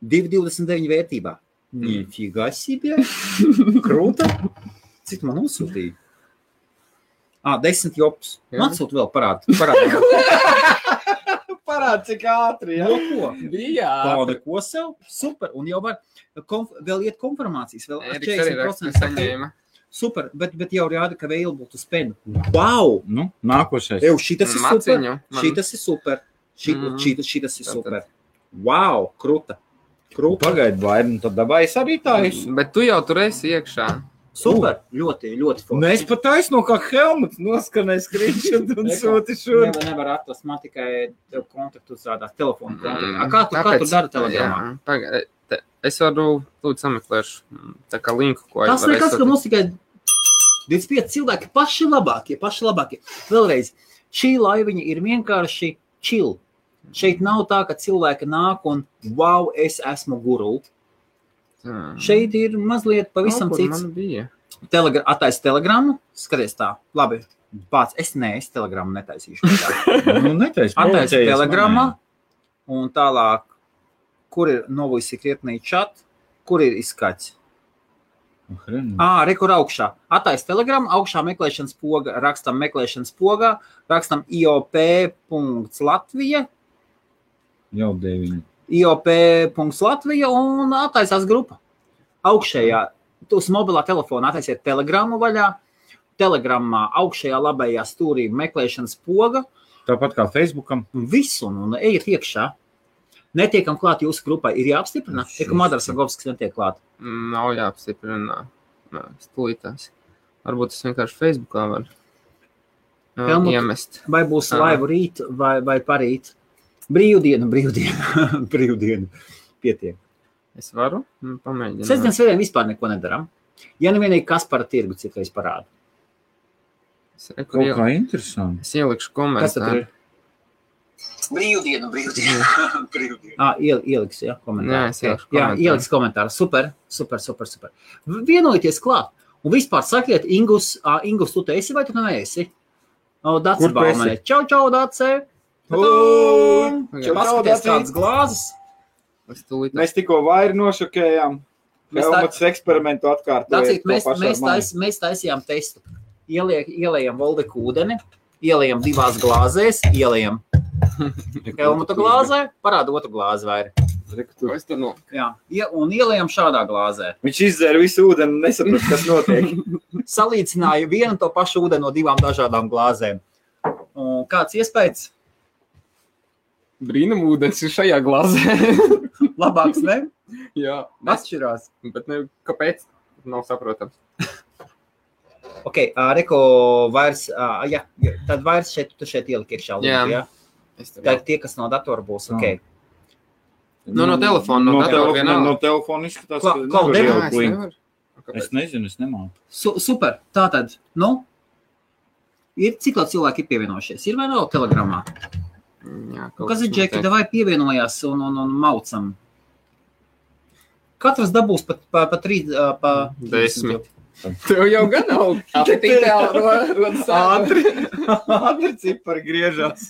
Speaker 2: 2,29 vērtībā.
Speaker 5: Mm.
Speaker 2: Nīfīgā sīpē. Krūta. Cik man nosūtīja? Ah, desmit jops.
Speaker 5: Jā.
Speaker 2: Man sūta vēl parādu. Parādu.
Speaker 4: Parādi, cik ātri. Ja?
Speaker 2: Nu, ko?
Speaker 5: Bija.
Speaker 2: Tāda ko sev? Super. Un jau var konf, vēl iet konfirmācijas. Vēl ar
Speaker 5: Eriks arī raksta,
Speaker 2: 40%
Speaker 5: ka saņēma.
Speaker 2: Super. Bet, bet jau rāda, ka vēl būtu spēļu. Wow!
Speaker 1: Nu, nākošais.
Speaker 2: Ew, šitas ir super.
Speaker 5: Maciņu. man-
Speaker 2: Šitas ir super. Šī,
Speaker 5: Mhm.
Speaker 2: šitas, šitas ir
Speaker 5: Tātad.
Speaker 2: super. Wow! Kruta. Kruta.
Speaker 1: Pagaidi, vai nu tad dabājas arī tā es.
Speaker 5: Bet tu jau tur esi iekšā.
Speaker 2: Super. Ļoti, ļoti
Speaker 1: Nu, es pat aizsnu, kā Helmuts noskanēja skrīšanu un sūti
Speaker 2: Tur
Speaker 1: šur.
Speaker 2: nevar atrast, man tikai tev kontaktu uzrādās telefonu.
Speaker 5: Mm,
Speaker 2: kontaktu. A, Kā tu, kā tu
Speaker 5: tāpēc-
Speaker 2: dari telegramā?
Speaker 5: Jā, paga- te- Es varu, lūdzu, sameklēšu mm, tā kā linku, ko es
Speaker 2: Tas
Speaker 5: varu
Speaker 2: nekas, ka
Speaker 5: aizsūtīt.
Speaker 2: mums tikai 25 cilvēki paši labākie, paši labākie. Vēlreiz, šī laiviņa ir vienkārši chill. Šeit nav tā, ka cilvēki nāk un wow, es esmu guru.
Speaker 5: Tā.
Speaker 2: Šeit ir mazliet pavisam
Speaker 5: Kaut Mm. Nu, kur
Speaker 2: cits.
Speaker 5: man bija.
Speaker 2: Telegra attaisi telegrammu, skaties tā, labi. Pats es nē, es telegrammu netaisīšu.
Speaker 1: Nu,
Speaker 2: Atveidojis
Speaker 1: netaisi. provocējies
Speaker 2: telegramā,
Speaker 1: manī.
Speaker 2: un tālāk, kur ir novuļs sekretnī čat, kur ir izskats.
Speaker 1: Nu, hren.
Speaker 2: Ā, re, kur augšā. Atais telegramā, augšā meklēšanas poga, rakstam meklēšanas pogā, rakstam iop.latvija,
Speaker 1: Jau deviņi.
Speaker 2: iop.latvija un attaisās grupa. Augšējā, uz mobilā telefona attaisiet telegrammu vaļā, telegramā augšējā labajā stūrī meklēšanas poga,
Speaker 1: Tāpat kā Facebookam.
Speaker 2: un visu, un, un ejiet iekšā. Netiekam klāt jūsu grupai. Ir jāapstiprina,
Speaker 1: Šis.
Speaker 2: ja komandas Rogovskis netiek klāt.
Speaker 5: Nav jāapstiprina. Nē, Stulītās. Varbūt tas vienkārši Facebookā var uh,
Speaker 2: Helmut.
Speaker 5: iemest.
Speaker 2: Vai būs
Speaker 5: Aha.
Speaker 2: laiva rīt vai, vai parīt? Brīvdiena, brīvdiena, brīvdiena. Pietiek.
Speaker 5: Es varu Mm, pamēģināt.
Speaker 2: Sestdienas vēdienā vispār neko nedaram. Ja nu vienīgi kas par tirgu citreiz parāda.
Speaker 5: Es, re, kur
Speaker 1: Kaut
Speaker 5: iel-
Speaker 1: kā interesanti.
Speaker 5: es ielikšu
Speaker 2: Kas tad
Speaker 5: komentāru.
Speaker 2: ir? Brīvdiena, brīvdiena. brīvdiena. À, Ah, iel, ieliks, jā,
Speaker 5: Jā,
Speaker 2: komentāru.
Speaker 5: es ielikšu
Speaker 2: jā,
Speaker 5: komentāru.
Speaker 2: ieliks komentāru. Super, super, super. super. V- Vienojieties klāt. Un vispār sakiet, Ingus, ā, Ingus tu te esi vai tu neesi? O, Dace
Speaker 1: Kur tu esi?
Speaker 2: Baumane. Čau, čau, Dace!
Speaker 1: Tadam!
Speaker 5: Pagaid,
Speaker 2: Paskaties,
Speaker 4: Dace!
Speaker 2: kādas glāzes!
Speaker 5: es tūlīt
Speaker 4: Mēs tikko vairu nošokējām.
Speaker 2: Mēs
Speaker 4: Mēs
Speaker 2: tā-
Speaker 4: tam eksperimentu atkārtojam.
Speaker 2: Dacīt, mēs, mēs, tais, mēs taisījām testu. Ieliek, ielējam valdeku ūdeni, ielējam divās glāzēs, ielējam Helmuta glāzē, parāda otru glāzi vairāk.
Speaker 5: Ko es tur no?
Speaker 2: Jā, ie- un ielējam šādā glāzē.
Speaker 4: Viņš izdzēra visu ūdeni un nesaprata, kas notiek.
Speaker 2: Salīdzināju vienu un to pašu ūdeni no divām dažādām glāzēm. Un kāds iespējas?
Speaker 5: Brīnum ūdens ir šajā glāzē.
Speaker 2: Labāks, ne?
Speaker 5: Jā,
Speaker 2: Atšķirās.
Speaker 5: bet ne, kāpēc? Nav saprotams.
Speaker 2: Ok, uh, reko vairs, uh, jā, jā, tad vairs šeit, tu šeit ieliek iekšā. lūdzu,
Speaker 5: Jā.
Speaker 2: jā.
Speaker 5: Es tev
Speaker 2: Tā ir tie, kas no datora būs.
Speaker 1: Jā.
Speaker 2: Okay.
Speaker 5: Nu, no telefona, no
Speaker 1: no,
Speaker 5: datora
Speaker 1: telefona,
Speaker 5: vienalga.
Speaker 1: no telefona izskatās,
Speaker 2: Klau-
Speaker 1: ka nu,
Speaker 2: klau,
Speaker 1: nevar
Speaker 2: nevar.
Speaker 5: Jā,
Speaker 1: ielikt
Speaker 5: es
Speaker 1: linku.
Speaker 5: nevaru. Nu, Kāpēc?
Speaker 1: Es nezinu, es nemāku.
Speaker 2: Su, super. Tā tad, nu, ir cik daudz cilvēku ir pievienojušies? Ir vai nav telegramā?
Speaker 5: Jā,
Speaker 2: Nu,
Speaker 5: kaut
Speaker 2: Kas ir ģērbis,
Speaker 5: notiek.
Speaker 2: vai pievienojās un, un, un maucam? Katrs dabūs pat pa, pa trīs, ā, pa
Speaker 5: Desmit.
Speaker 3: Tev jau gan nav.
Speaker 5: Apetīte jau ro- rodas ātri.
Speaker 1: Ātri cipari griežās.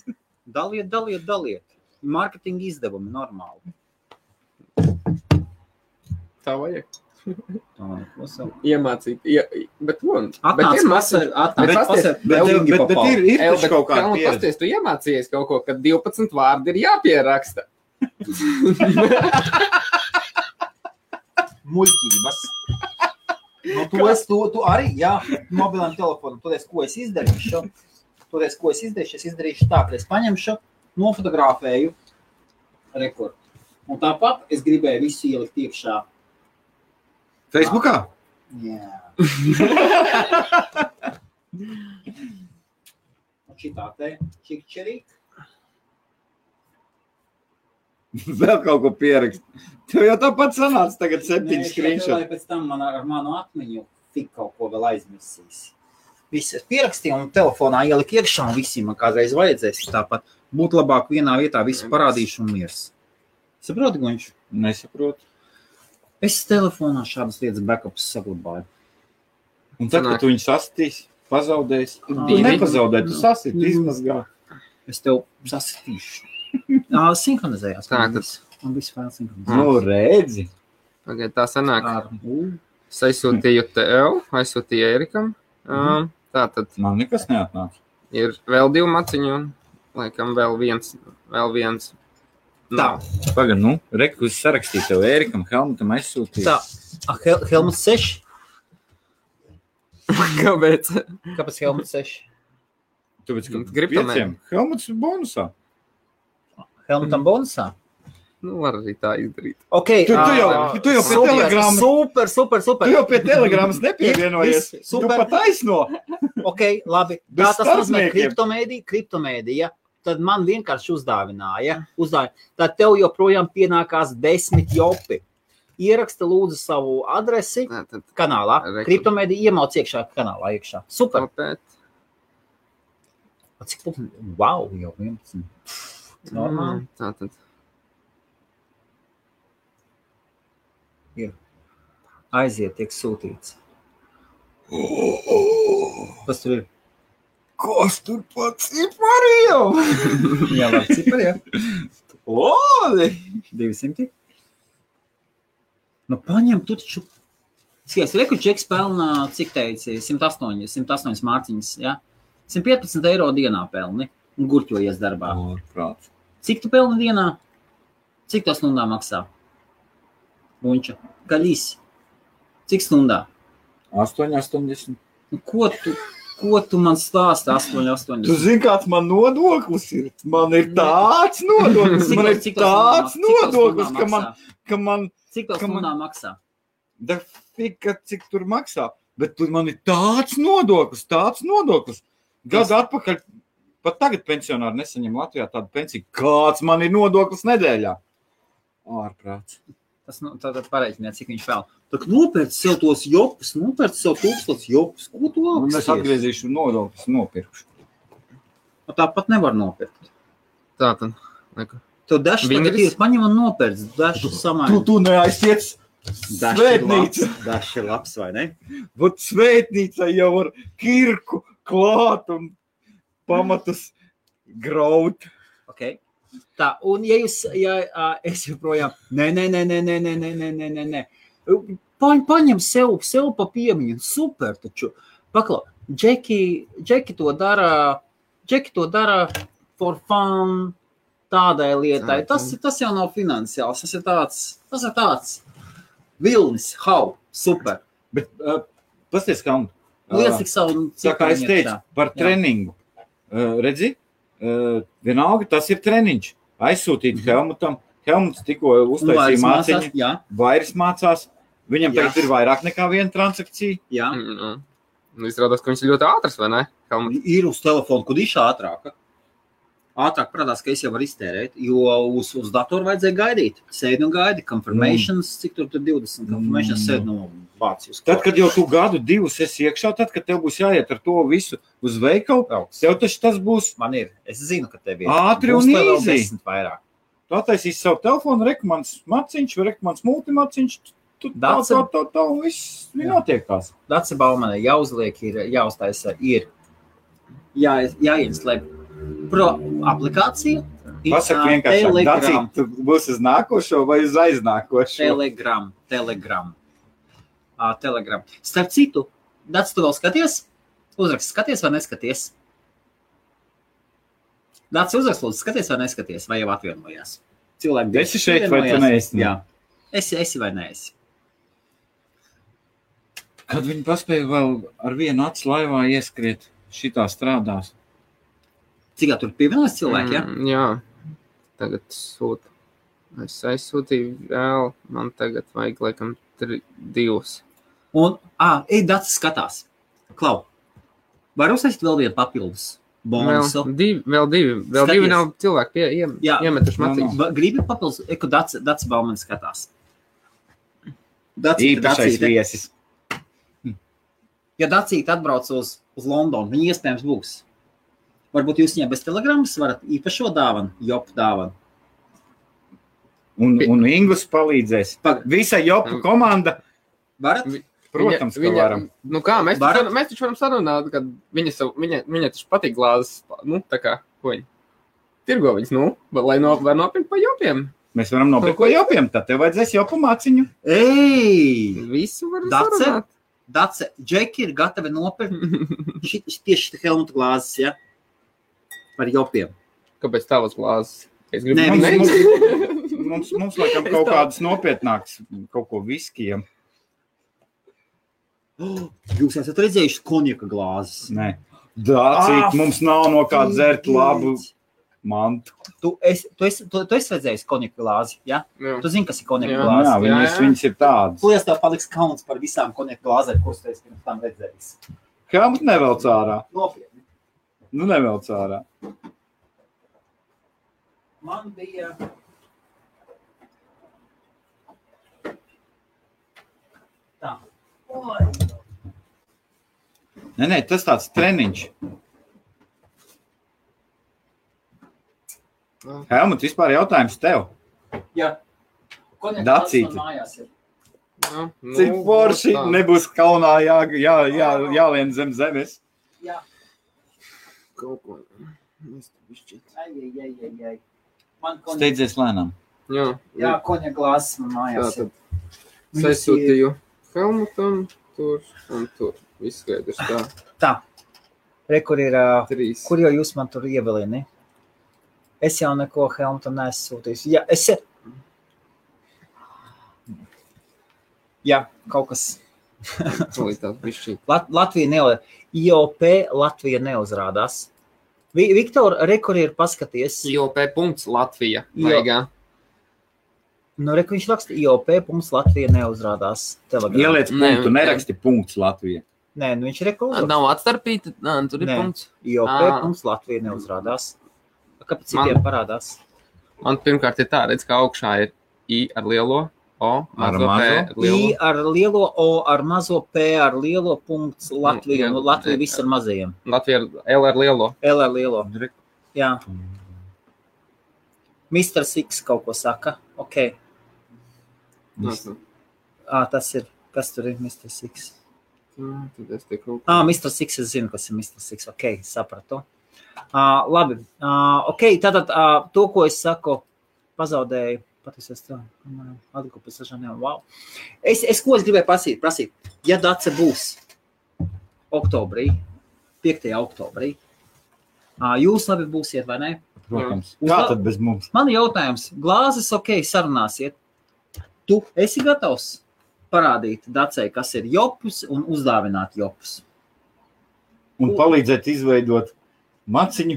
Speaker 2: Daliet, daliet, daliet. Marketinga izdevumi normāli.
Speaker 5: Tā vajag.
Speaker 2: Tā nav nekas.
Speaker 5: Iemācīt. Ie, bet, un,
Speaker 2: Atnāc, pasver,
Speaker 5: bet
Speaker 2: atnāc,
Speaker 5: pasties-
Speaker 2: pasver.
Speaker 1: Bet, bet, bet, bet ir, ir
Speaker 5: Evo,
Speaker 1: taču
Speaker 5: bet
Speaker 1: kaut kāda
Speaker 5: Kalnu,
Speaker 1: pieredze.
Speaker 5: pasties, tu iemācījies kaut ko, ka 12 vārdi ir jāpieraksta.
Speaker 2: muļķības. No tos, tu, tu arī, jā, mobilam telefonam, tu redz, ko es izdarīšu. Tu redz, ko es izdarīšu. Es izdarīšu tā, ka es paņemšu, nofotografēju rekordu. Un tāpat es gribēju visu ielikt iekšā.
Speaker 1: Facebookā?
Speaker 2: Jā. Un Šitā te čikčerī.
Speaker 1: Vēl kaut ko pierakst. Tev jau tāpat sanāca tagad septiņi
Speaker 2: Nē, šo
Speaker 1: skriņšot.
Speaker 2: lai Pēc tam man ar manu atmiņu tik kaut ko vēl aizmirsīs. Viss es pierakstīju un telefonā ieliku iekšā, un visiem man kādreiz vajadzēs tāpat. Būtu labāk vienā vietā, visu parādīšu un miers. Saproti, Gunčs?
Speaker 1: Nesaprotu.
Speaker 2: Es telefonā šādas lietas backups saglabāju.
Speaker 1: Un tad,
Speaker 5: Sanāk.
Speaker 1: kad tu viņu sasitīs, pazaudēs. Tu
Speaker 2: Divi.
Speaker 1: nepazaudē, tu sasiti,
Speaker 2: Mm.
Speaker 1: izmazgā.
Speaker 2: Es tev sasprāstīšu. Jā, sinhronizējās.
Speaker 5: Tā,
Speaker 2: man viss. Man viss vēl sinhronizējās.
Speaker 1: Nu, redzi.
Speaker 5: Tagad tā sanāk.
Speaker 2: Ar U.
Speaker 5: Es aizsūtīju tev, aizsūtīju Erikam. Um, tā tad
Speaker 1: Man nekas neatnāk.
Speaker 5: ir vēl divi maciņi, un laikam vēl viens. Vēl viens.
Speaker 2: Tā.
Speaker 1: Pagaid, nu, reku, es sarakstīju tev Ērikam, Helmutam aizsūtīju.
Speaker 2: Tā, ah, Hel Helmuts 6.
Speaker 5: Kāpēc?
Speaker 2: Kāpēc Helmuts 6?
Speaker 1: Tāpēc, ka
Speaker 5: Kriptonē.
Speaker 1: pieciem Helmuts ir bonusā.
Speaker 2: Helmutam bonusā?
Speaker 5: Nu, var arī tā izdarīt.
Speaker 2: Okay,
Speaker 1: Tu, tu
Speaker 2: ā,
Speaker 1: jau,
Speaker 5: Ā,
Speaker 1: tu jau
Speaker 2: Ah,
Speaker 1: pie
Speaker 2: super,
Speaker 1: telegrāmas.
Speaker 2: Super, super, super.
Speaker 1: Tu jau pie telegrāmas nepievienojies.
Speaker 2: Viss,
Speaker 1: Tu
Speaker 2: super.
Speaker 1: pat taisno.
Speaker 2: Okay, labi. Tā
Speaker 1: Bez
Speaker 2: tas nozīmē
Speaker 1: starpniekiem.
Speaker 2: kriptomēdija, kriptomēdija. Tad man vienkārši uzdāvināja. uzdāvināja. Tad tev joprojām pienākās desmit jopi. Ieraksta lūdzu savu adresi
Speaker 5: Tā tad
Speaker 2: kanālā.
Speaker 5: Reku.
Speaker 2: Kriptomēdija iemauc iekšā kanālā. Iekšā. Super.
Speaker 5: tāpēc.
Speaker 2: Cik pulksten? Wow, jau 11. Normāli.
Speaker 5: Mm, Tā tad.
Speaker 2: Aiziet, tiek sūtīts. Kas tur ir?
Speaker 1: Kas tur pats ir parījām?
Speaker 2: Jā, labi, cipari, jā.
Speaker 1: Oli!
Speaker 2: 200. Nu, paņem, tu taču. Skaties, rekuģis pelna, cik teici, 108, 108 mārciņas. Ja? 115 eiro dienā pelni un gurķojies darbā.
Speaker 1: Ārprāt.
Speaker 2: Cik tu pelni dienā? Cik tas stundā maksā? Bunča, gaļīs. Cik stundā?
Speaker 1: 8, 80.
Speaker 2: Nu, ko, tu, ko tu man stāsti? 8, 8.
Speaker 1: Tu zini, kāds man nodoklis ir? Man ir tāds nodoklis, man ir tāds nodoklis, ka man, ka man,
Speaker 2: Cik tas
Speaker 1: ka man-
Speaker 2: stundā maksā?
Speaker 1: da fika, cik tur maksā. Bet tur man ir tāds nodoklis, tāds nodoklis. Gadu atpakaļ, pat tagad pensionāri nesaņem Latvijā tādu pensiju. Kāds man ir nodoklis nedēļā? Ārprāts.
Speaker 2: Tas nu, tātad pareiķināt, cik viņš pelna. Tad nopērc sev tos jopus, nopērc sev tūkstotis jopus. Ko tu
Speaker 1: Un Nu, es
Speaker 2: labi?
Speaker 1: atgriezīšu nodoklis nopirkšu.
Speaker 2: Nu, Tāpat nevar nopirkt.
Speaker 5: Tā tad. Neko.
Speaker 2: Tu dažs
Speaker 5: Vingris?
Speaker 2: tagad ir paņem un nopērc. Dažs
Speaker 1: Tu,
Speaker 2: samaini.
Speaker 1: tu neaiztiec svētnīcu.
Speaker 2: Dažs ir labs, vai ne?
Speaker 1: Vat svētnīca jau ar kirku klāt un pamatus graut.
Speaker 2: Okay. Tā, un ja jūs, ja ā, es joprojām, nē, nē, nē, nē, nē, nē, nē, nē, nē, nē, nē. Pa, paņem sev, sev pa piemiņu, super, taču, paklau, Džeki, Džeki to dara, Džeki to dara for fun, tādai lietai,
Speaker 5: Tā,
Speaker 2: tas, tas jau nav finansiāls, tas ir tāds, tas ir tāds, vilnis, hau, super,
Speaker 1: Bet uh, pasties, kā man.
Speaker 2: liec tik savu,
Speaker 1: Tā kā es
Speaker 2: ciparu
Speaker 1: teicu
Speaker 2: iekšā.
Speaker 1: par
Speaker 2: Jā.
Speaker 1: treniņu, uh, redzi, uh, vienalga tas ir treniņš. Aizsūtīt Helmutam, Helmuts tikko
Speaker 2: Un Mhm. vairs
Speaker 1: uztaisīja mācību,
Speaker 2: mācās, jā,
Speaker 1: vairs mācās. Viņam
Speaker 2: Jā.
Speaker 1: tagad ir vairāk nekā viena transakcija.
Speaker 2: jā,
Speaker 5: Nu, nu, izrādās, ka viņš ir ļoti ātrs, vai ne? Helmut.
Speaker 2: ir uz telefonu, kur išā ātrāka. ātrāk parādās, ka es jau varu iztērēt, jo uz, uz datoru vajadzēja gaidīt. Sēdi un gaidi, confirmations, cik tur tur 20 confirmations sēdi no Vācijas.
Speaker 1: Mm. Tad, kad jau tu gadu, divus esi iekšā, tad, kad tev būs jāiet ar to visu uz veikalu, tev taču tas būs
Speaker 2: man ir, es zinu, ka tev ir
Speaker 1: Ātri
Speaker 2: Būs
Speaker 1: un
Speaker 2: tev vēl
Speaker 1: easy.
Speaker 2: 10 vairāk.
Speaker 1: Tu attaisīsi savu telefonu, rekomendācijas maciņš, vai rekomendācijas multimaciņš. Tu
Speaker 2: Daudz
Speaker 1: daudz to, to, to viss nu,
Speaker 2: Jā.
Speaker 1: notiek tās.
Speaker 2: Dacia Baumana jāuzliek, ir jāuztaisa, ir jā, jāieslēdz pro aplikācija.
Speaker 7: Pasaka
Speaker 2: Instagram,
Speaker 7: vienkārši, Daci,
Speaker 2: Telegram,
Speaker 7: tu būsi uz nākošo vai uz aiznākošo?
Speaker 2: Telegram, Telegram. Ā, Telegram. Starp citu, Dācis, tu vēl skaties? Uzrakst, skaties vai neskaties? Dācis, uzrakst, lūdzu, skaties vai neskaties, vai jau atvienojās. Cilvēki
Speaker 1: Esi šeit vai tu
Speaker 2: atvienojās.
Speaker 1: neesi?
Speaker 2: Jā, esi, esi vai neesi.
Speaker 1: Kad viņi paspēja vēl ar vienu acu laivā ieskriet, šitā strādās.
Speaker 2: Cik tā tur pievienojas cilvēki? Mm.
Speaker 3: Mm, jā, tagad sūta. Es aizsūtīju vēl, man tagad vajag laikam tri, divus.
Speaker 2: Ja? Un, ah, ej, Dācis skatās. Klau, var uzsākt vēl vienu papildus
Speaker 3: Vēl
Speaker 2: bonusu?
Speaker 3: divi, vēl divi, vēl
Speaker 2: Skaties.
Speaker 3: divi nav cilvēki pie, iem,
Speaker 2: Jā.
Speaker 3: iemetuši
Speaker 1: Jā, nu,
Speaker 3: matīšu.
Speaker 2: Va- Gribi papildus, eko Dācis Baumans skatās. Daci-
Speaker 1: Īpašais
Speaker 2: Dacīte,
Speaker 1: viesis.
Speaker 2: ja Dācīte atbrauc uz, uz Londonu, viņa iespējams būs. Varbūt jūs viņai bez telegrammas varat īpašo dāvanu, jop dāvanu.
Speaker 1: Un, un Ingūns palīdzēs.
Speaker 2: Pag-
Speaker 1: Visa jopa komanda.
Speaker 2: Varat?
Speaker 1: Protams, ka varam.
Speaker 3: Nu kā, mēs,
Speaker 2: Varam?
Speaker 3: taču, mēs taču varam sarunāt, ka viņa, savu, viņa, viņa taču patīk glāzes, nu, tā kā, ko viņa. Tirgo viņas, nu, bet lai no, var nopirkt pa jopiem.
Speaker 1: Mēs varam nopirkt ko jopiem. Tad tev vajadzēs jopu maciņu.
Speaker 2: Ei!
Speaker 3: Visu var
Speaker 2: Dace?
Speaker 3: sarunāt.
Speaker 2: Dace, Džeki ir gatavi nopirkt šit, šit, tieši šitā Helmuta glāzes, ja? Par jopiem.
Speaker 3: Kāpēc tavas glāzes? Es gribu,
Speaker 2: Nē,
Speaker 3: nu,
Speaker 1: Mums,
Speaker 2: viņas-
Speaker 3: ne,
Speaker 1: mums, mums, mums laikam,
Speaker 3: Es
Speaker 1: kaut
Speaker 3: tā-
Speaker 1: kādas nopietnākas, kaut ko viskijam.
Speaker 2: Oh, jūs esat redzējuši konjaka glāzes.
Speaker 1: Nē, dācīt,
Speaker 2: Ah,
Speaker 1: mums nav no kā dzert labu mantu.
Speaker 2: Tu esi, tu esi, tu, tu esi redzējis konjaka glāzi, ja?
Speaker 3: Jā.
Speaker 2: Tu zini, kas ir konjaka
Speaker 3: Jā.
Speaker 2: glāze.
Speaker 1: Jā, viņas,
Speaker 3: jā.
Speaker 1: viņas ir tādas.
Speaker 2: Lielas tev paliks kauns par visām konjaka glāzēm, kuras tu esi pirms tam redzējis.
Speaker 1: Kā mums nevelc ārā?
Speaker 2: Nopietni.
Speaker 1: Nu, nevelc ārā.
Speaker 2: Man bija. Tā. Oi.
Speaker 1: Nē, nē, tas tāds treniņš.
Speaker 3: Ah.
Speaker 1: Helmut, vispār jautājums tev.
Speaker 2: Jā, Konjak
Speaker 1: Dacīti.
Speaker 2: glāzes man mājās ir.
Speaker 3: Nu, nu,
Speaker 1: Cik forši
Speaker 3: tā.
Speaker 1: nebūs kaunā jā, jā, jā, jālien zem zemes.
Speaker 2: Jā,
Speaker 3: Kaut ko.
Speaker 2: nu,
Speaker 3: Es tev izšķiet.
Speaker 2: ai, ai, ai, ai, ai. Man konjak,
Speaker 1: Steidzies lēnām.
Speaker 3: Jā,
Speaker 2: jā, konjak glāzes man mājās ir.
Speaker 3: Tātad es aizsūtīju Helmutam, tur un tur. Viss skaidrs, tā.
Speaker 2: Re, kur ir, ā,
Speaker 3: Trīs.
Speaker 2: kur jau jūs man tur ievilini? Es jau neko Helmutam nesūtīju. Jā, es. Mm. Jā, kaut kas.
Speaker 3: Kvalitāte bišķiņ.
Speaker 2: Lat Latvija neuzrādās. IOP Latvija neuzrādās. Vi Viktor, rekur ir paskaties.
Speaker 3: IOP punkts Latvija.
Speaker 2: Jo.
Speaker 3: Maigā.
Speaker 2: Nu, rekur viņš raksta IOP, mums Latvija neuzrādās. Telegramā.
Speaker 1: Ieliec
Speaker 3: Nē,
Speaker 1: punktu,
Speaker 3: nē.
Speaker 1: neraksti punkts Latvijā.
Speaker 2: Nē, nu viņš rekur uzrakst.
Speaker 3: Nav atstarpīta, nā, tur ir
Speaker 2: Nē.
Speaker 3: punkts.
Speaker 2: IOP,
Speaker 3: Ā.
Speaker 2: mums Latvija neuzrādās. Kāpēc
Speaker 3: Man-
Speaker 2: citiem parādās?
Speaker 3: Man pirmkārt ir tā, redz, ka augšā ir I ar lielo, O
Speaker 1: Ar
Speaker 3: mazo P
Speaker 1: mazo.
Speaker 3: ar
Speaker 2: I
Speaker 3: lielo.
Speaker 2: ar lielo O, ar mazo P, ar lielo punktu Latviju.
Speaker 3: jā,
Speaker 2: Nu, Latvija
Speaker 3: jā.
Speaker 2: viss ar mazajiem.
Speaker 3: Latvija ar L ar lielo.
Speaker 2: L ar lielo. Jā. Mr. Siks kaut ko saka. Ok. Ā, tas ir. Kas tur ir Mr. Siks?
Speaker 3: Jā, Tad es te kaut
Speaker 2: Ah, Mr. Six, es zinu, kas ir Mr. Six. Ok, sapratu. Uh, labi, uh, ok, tātad uh, to, ko es saku, pazaudēju. Patiesi, es to atguvu pēc dažām dienām. Wow. Es, es ko es gribēju prasīt? prasīt. Ja Dāce būs oktobrī, 5. oktobrī, uh, jūs labi būsiet vai ne?
Speaker 1: Protams.
Speaker 2: Jā.
Speaker 1: Kā tad bez mums?
Speaker 2: Man ir jautājums, glāzes, ok, sarunāsiet. Tu esi gatavs parādīt Dācei, kas ir jopus un uzdāvināt jopus.
Speaker 1: Un palīdzēt izveidot maciņu,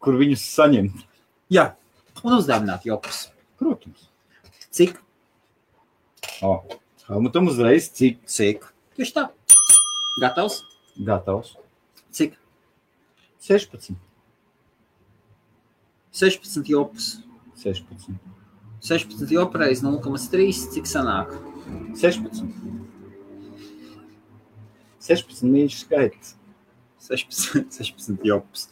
Speaker 1: kur viņus saņemt.
Speaker 2: Jā, un uzdāvināt jopus.
Speaker 1: Protams.
Speaker 2: Cik?
Speaker 1: O, Helmutam uzreiz cik
Speaker 2: Cik? Tieši tā. Gatavs?
Speaker 1: gatavs?
Speaker 2: Cik?
Speaker 1: 16.
Speaker 2: 16 jopas.
Speaker 1: 16.
Speaker 2: 16 jopas, 0,3. Cik sanāk?
Speaker 1: 16. 16 mīļš skaits.
Speaker 2: 16, 16 jopas.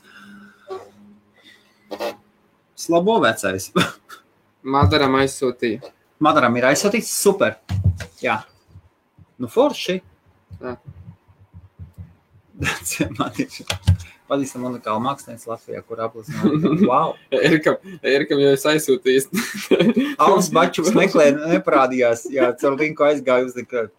Speaker 2: Slabo vecais.
Speaker 5: Madaram aizsūtīja.
Speaker 2: Madaram ir aizsūtīts, super. Jā, nu forši.
Speaker 5: Jā.
Speaker 2: Tas ir patīkami unikāls mākslinieks Latvijā, kur aplūkoja. Wow!
Speaker 5: Erikam, Erikam jau es aizsūtīju.
Speaker 2: Alus Bačuks meklēja, neparādījās. Jā, caur linku aizgāja uz nekādu.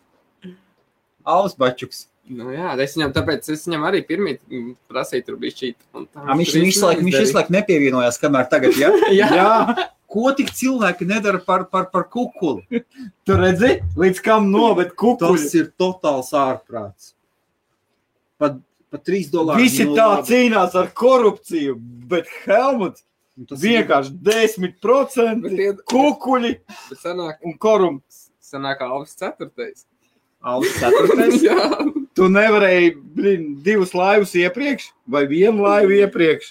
Speaker 2: Alus Bačuks.
Speaker 5: Nu, jā, es viņam, tāpēc es viņam arī pirmie mm, prasīju, tur bija šī tā.
Speaker 2: Ā, Viņš visu laiku, viņš visu laiku nepievienojās, kamēr tagad, jā?
Speaker 5: Jā.
Speaker 2: jā. Ko tik cilvēki nedara par, par, par kukuli?
Speaker 1: Tur redzi, līdz kam noved
Speaker 2: Tas
Speaker 1: kukuļi.
Speaker 2: ir totāls ārprāts. Pat pa 3 dolāri.
Speaker 1: Visi
Speaker 2: no
Speaker 1: tā
Speaker 2: laba.
Speaker 1: cīnās ar korupciju, bet Helmuts
Speaker 2: Tas ir-
Speaker 1: vienkārši 10%
Speaker 5: Bet tie-
Speaker 1: kukuļi
Speaker 5: Bet sanāk,
Speaker 1: un korumpi.
Speaker 5: sanāk Alvis ceturtais.
Speaker 2: Alus ceturtais.
Speaker 5: jā.
Speaker 1: Tu nevarēji blin, divus laivus iepriekš, vai vienu laivu iepriekš.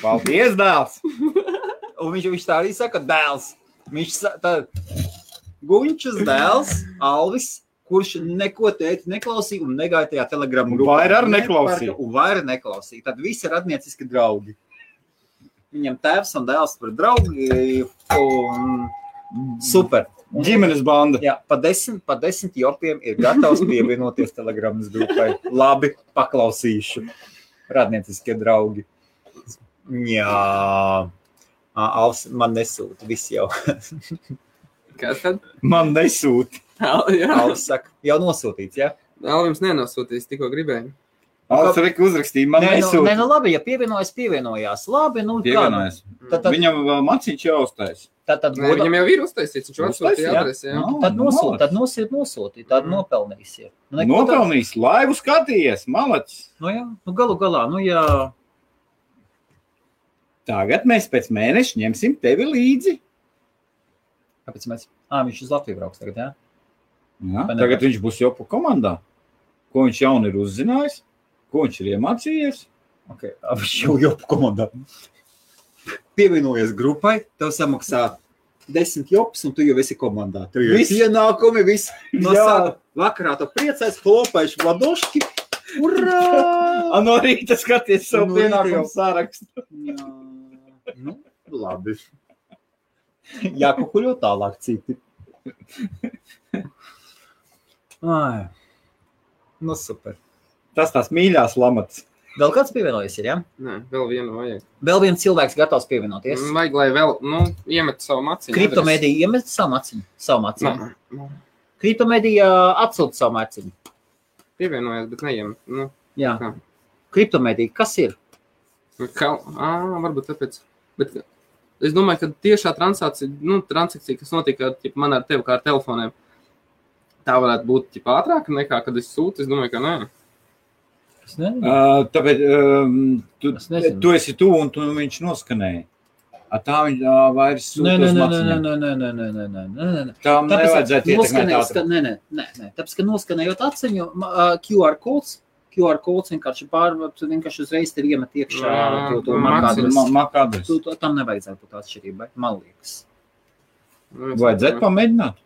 Speaker 1: Paldies, dēls!
Speaker 2: Un viņš, viņš tā arī saka, dēls. Viņš sa- tā, Guņčs dēls, Alvis, kurš neko teica, neklausīja un negāja tajā telegramā.
Speaker 1: Un vairāk neklausīja.
Speaker 2: Un vairāk neklausīja. Tad visi ir radnieciski draugi. Viņam tēvs un dēls par draugu. Un... Super.
Speaker 1: Ģimenes banda.
Speaker 2: Jā, pa desmit, pa desmit jopiem ir gatavs pievienoties telegrammas grupai. Labi, paklausīšu. Radnieciskie draugi. Jā, Alus man nesūta. Viss jau.
Speaker 5: Kas tad?
Speaker 1: Man nesūta.
Speaker 5: Al, jā.
Speaker 2: Alus saka, jau nosūtīts. Ja?
Speaker 5: Alvis nenosūtīs, tikko gribēju.
Speaker 4: Alus Rika uzrakstīja, man
Speaker 2: Nē, nu, nē,
Speaker 4: nesūta.
Speaker 2: nu labi, ja pievienojas, pievienojās. Labi, nu, kā, nu,
Speaker 1: Pievienojas.
Speaker 2: Tad, tad,
Speaker 1: Viņam vēl maciņš jāuztais.
Speaker 2: tad,
Speaker 5: Mm.
Speaker 2: tad,
Speaker 5: Nē,
Speaker 2: godā-
Speaker 5: viņam jau ir uztaisīts, viņš jau atsūtīja
Speaker 1: Uztaisīja?
Speaker 5: adresi. Jā. nu,
Speaker 1: Nav,
Speaker 2: tad
Speaker 1: nav.
Speaker 2: nosūtīt, tad nosūtīt, nosūtīt, tad
Speaker 5: Mm.
Speaker 2: nopelnīsiet. Nu, neko tā-
Speaker 1: Nopelnījis laivu skatījies, malacis.
Speaker 2: Nu, jā, nu, galu galā, nu, jā.
Speaker 1: Tagad mēs pēc mēneša ņemsim tevi līdzi.
Speaker 2: Kāpēc mēs? Ā, viņš uz Latviju brauks tagad, jā?
Speaker 1: Jā,
Speaker 2: Vai ne?
Speaker 1: tagad viņš būs jau pa komandā. Ko viņš jaunu ir uzzinājis, ko viņš ir iemācījies.
Speaker 2: Okay. Viņš jau ir komandā. Pievienojies grupai, tev samaksā desmit jopas, un tu jau esi komandā. Tev jau
Speaker 1: Viss.
Speaker 2: viss ienākumi, viss no
Speaker 1: Jā.
Speaker 2: sākuma. Vakarā tu priecājies, klopējuši vladoški. Urā!
Speaker 1: A, no rīta skaties savu
Speaker 2: No rīta
Speaker 1: pienākumu
Speaker 2: jau.
Speaker 1: sārakstu.
Speaker 2: Jā. Nu, labi. Jā, kukuļo tālāk citi. Ai. Nu, super.
Speaker 1: Tas tās mīļās lamats.
Speaker 2: Vēl kāds pievienojas, ir, ja?
Speaker 5: Nē, vēl vienu vajag.
Speaker 2: Vēl viens cilvēks gatavs pievienoties.
Speaker 5: Yes. Vajag, lai vēl, nu, iemet savu maciņu.
Speaker 2: Kriptomēdija iemet savu maciņu. Savu
Speaker 5: adresi.
Speaker 2: maciņu.
Speaker 5: Nē, nē,
Speaker 2: Kriptomēdija uh, atsūta savu maciņu.
Speaker 5: Pievienojās, bet neiemet. Nu,
Speaker 2: Jā.
Speaker 5: Jā.
Speaker 2: Kriptomēdija, kas ir?
Speaker 5: kā, ā, varbūt tāpēc. Bet es domāju, ka tiešā transakcija, nu, transakcija, kas notika ķip, man ar tevi kā ar telefoniem, tā varētu būt ķip, ātrāk nekā, kad es sūtu. Es domāju, ka nē.
Speaker 2: Es nezinu.
Speaker 1: Uh, tāpēc um, tu,
Speaker 2: Es nezinu.
Speaker 1: tu esi tu un tu nu, viņš noskanēja. A, tā viņa uh, vairs
Speaker 2: Nē, nē, nē,
Speaker 1: sūtos
Speaker 2: nē,
Speaker 1: maciņām.
Speaker 2: nē, nē, nē, nē, nē, nē, nē, nē.
Speaker 1: Tām nevajadzētu ietekmēt
Speaker 2: noskanējot, ka,
Speaker 1: ātrumu.
Speaker 2: nē, nē, nē, nē, tāpēc, ka noskanējot atseņu, ma- ā, QR kods, QR kods vienkārši pārvar, tu vienkārši uzreiz tev iemet iekšā
Speaker 5: Jā,
Speaker 2: to, to
Speaker 5: to
Speaker 2: markādu.
Speaker 5: maciņu.
Speaker 1: Ma- Maka adrese.
Speaker 2: Tu, to, tam nevajadzētu būt atšķirībai, man liekas.
Speaker 5: Nu, es
Speaker 1: Vajadzētu pamēģināt.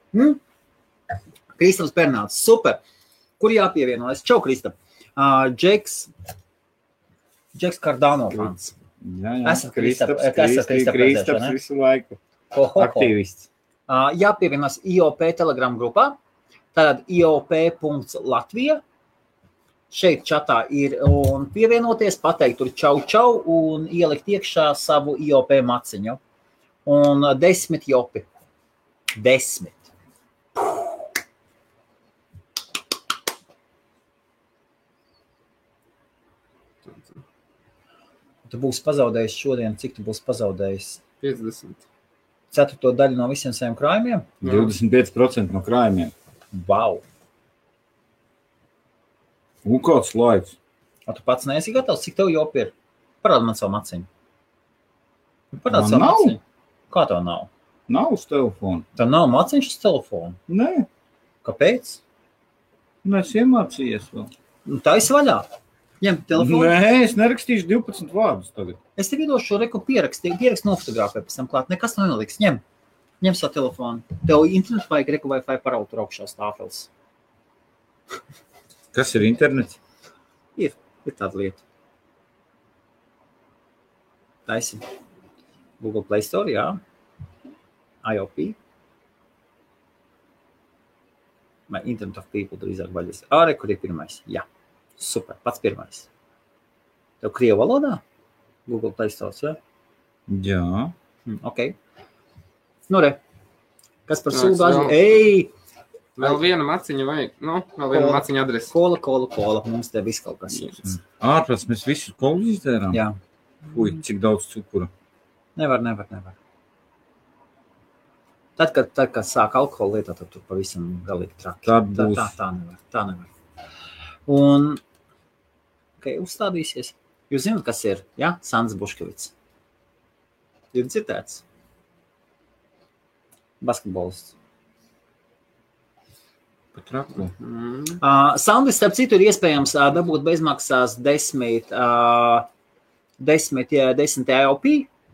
Speaker 2: Kristaps Bernāts, super. Kur jāpievienojas? Čau, Kristap. Uh, Džeks, Džeks Kardāno fans.
Speaker 1: Jā, jā.
Speaker 2: Esat Kristaps- esat Kristaps redzēšana,
Speaker 1: Kristaps
Speaker 2: ne?
Speaker 1: visu laiku.
Speaker 2: Ho, ho, ho.
Speaker 1: Aktīvists.
Speaker 2: Uh, jāpievienojas IOP telegram grupā. Tātad IOP.Latvija. Šeit čatā ir un pievienoties, pateikt, tur čau, čau, un ielikt iekšā savu IOP maciņu. Un uh, desmit jopi. Desmit. Tu būsi pazaudējis šodien, cik tu būsi pazaudējis?
Speaker 5: 50.
Speaker 2: Ceturto daļu no visiem saviem krājumiem?
Speaker 5: Jā.
Speaker 1: 25% no krājumiem.
Speaker 2: Wow!
Speaker 1: Un kāds laiks.
Speaker 2: O, tu pats neesi gatavs, cik tev jau ir? Parādi man savu maciņu. Parādi
Speaker 1: Man
Speaker 2: savu
Speaker 1: nav.
Speaker 2: maciņu. Kā tā nav?
Speaker 1: Nav uz telefona.
Speaker 2: Tā nav maciņš uz telefona.
Speaker 1: Nē,
Speaker 2: Kāpēc?
Speaker 1: nē, es iemācījos Nu, vēl.
Speaker 2: Tā ir vaļā. Ņem telefonu.
Speaker 1: Nē, es nerakstīšu 12 vārdus tagad.
Speaker 2: Es tev iedodu šo reku pierakstu, pierakstu nofotografē, pēc tam klāt. Nekas nav neliks. Ņem, ņem savu telefonu. Tev internets vajag reku vai vai parautu augšā stāfels.
Speaker 1: Kas ir internets?
Speaker 2: Ir tāda lieta. Taisim. Google Play Store, jā. IOP. Vai Internet of People drīzāk vaļas. Ārē, kur ir pirmais? Jā. Super, pats pirmais. Tev Krievu valodā? Google Play Store, jā?
Speaker 1: Jā.
Speaker 2: Mm, ok. Nu, re. Kas par
Speaker 5: Nāks
Speaker 2: sūdāžu?
Speaker 5: vēl.
Speaker 2: Ei,
Speaker 5: Vēl viena maciņa vajag. Nu, vēl viena
Speaker 2: Ko?
Speaker 5: maciņa adrese.
Speaker 2: kola, kola, kola. Mums te viss kaut kas.
Speaker 1: Ārpus mēs visus kolus izdarām.
Speaker 2: Jā.
Speaker 1: Fui, cik daudz cukura.
Speaker 2: Nevar, nevar, nevar. Tad, kad, tad, kad sāk alkohola lietot, tad tur pavisam galīgi traki.
Speaker 1: Tad
Speaker 2: tā,
Speaker 1: būs.
Speaker 2: tā, tā nevar. Tā nevar. Un, okay, uzstādīsies. Jūs zināt, kas ir ja? Sants Buškevits? Ir dzirdēts. Basketbolists.
Speaker 1: Pat rako.
Speaker 5: Mm.
Speaker 2: Uh, Sandis, starp citu, ir iespējams uh, dabūt bezmaksās desmit, uh, desmit, jā, desmit AOP.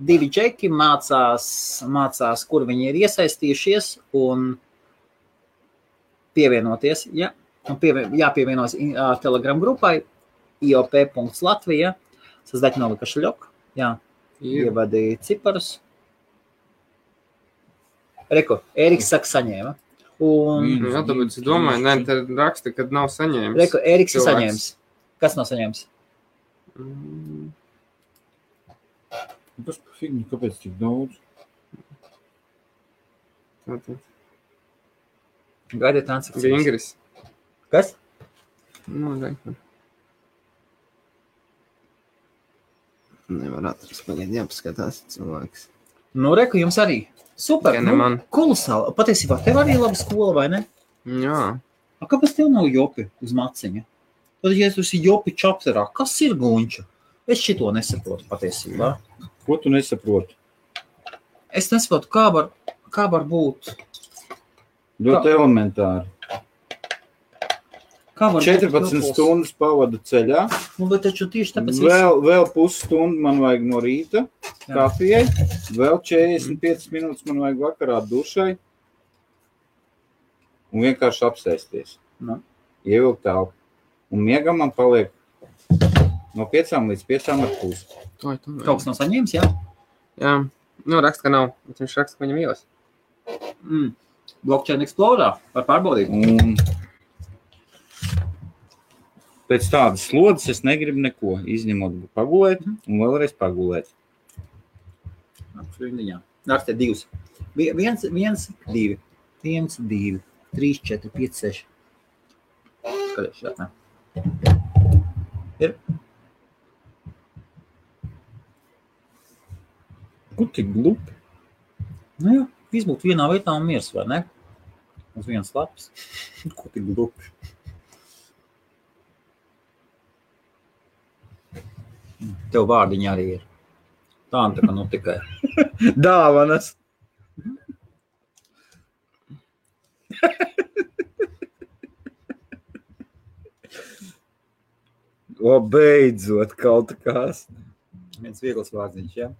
Speaker 2: Divi džeki mācās, mācās, kur viņi ir iesaistījušies un pievienoties. Ja? Un pievien, jāpievienojas in- uh, Telegram grupai IOP.Latvija. Sazdēt nolika šļok. Jā,
Speaker 5: Ir.
Speaker 2: ievadīja ciparus. Reku, Eriks saka saņēma. Un,
Speaker 1: Mm.
Speaker 5: Nu, Jā, tāpēc es domāju, nē, tad raksta, kad nav saņēmis.
Speaker 2: Reku, Eriks ir
Speaker 5: Cilvēks.
Speaker 2: saņēmis. Kas nav saņēmis?
Speaker 5: Mm.
Speaker 1: Nu, Kas par figni, kāpēc tik daudz?
Speaker 5: Tātad.
Speaker 2: Gaidiet, Antsevičs.
Speaker 5: Bija Ingris.
Speaker 2: Kas?
Speaker 5: Nu, re.
Speaker 4: Nevar atrast, pagaidi, jāpaskatās cilvēks.
Speaker 2: Nu, reku, jums arī. Super.
Speaker 5: Tikai ne
Speaker 2: Nu,
Speaker 5: man.
Speaker 2: kolosāli. Patiesībā tev arī laba skola, vai ne?
Speaker 5: Jā.
Speaker 2: A, kāpēc tev nav jopi uz maciņa? Tad, ja tu esi jopi čapterā, kas ir gunča? Es šito nesaprotu patiesībā.
Speaker 1: Ko tu nesaproti?
Speaker 2: Es nesaprotu, kā var, kā var būt.
Speaker 1: Ļoti elementāri.
Speaker 2: Kā var
Speaker 1: 14
Speaker 2: būt
Speaker 1: stundas pavadu ceļā.
Speaker 2: Nu, bet taču tieši tāpēc vēl...
Speaker 1: Vēl, vēl pusstundu man vajag no rīta
Speaker 2: Jā.
Speaker 1: kafijai. Vēl 45 minūtes man vajag vakarā dušai. Un vienkārši apsēsties.
Speaker 2: Nu.
Speaker 1: Ievilkt tālu. Un miegam man paliek no 5 līdz 5 ar pusi.
Speaker 5: To, to,
Speaker 2: kaut kas nav saņēmis, jā?
Speaker 5: Jā. Nu, raksta, ka nav. Bet viņš raksta, ka viņam ielas.
Speaker 2: Mm. Blockchain Explorer var pārbaudīt.
Speaker 1: Un pēc tādas slodzes es negribu neko izņemot, pagulēt un vēlreiz pagulēt.
Speaker 2: Nu, Apsvērdiņā. Rakstē divas. Vi- Viens, viens, divi. Viens, divi. Trīs, četri, pieci, seši. Skaties, jā. nē.
Speaker 1: Kur tik glupi?
Speaker 2: Nu, jā, viss būtu vienā vietā un miers, vai ne? Uz vienas lapas. Ko tik glupi? Tev vārdiņi arī ir. Tā, nu tā kā nu tikai.
Speaker 1: Dāvanas. O, beidzot, kaut kas.
Speaker 2: Viens viegls vārdiņš, jā.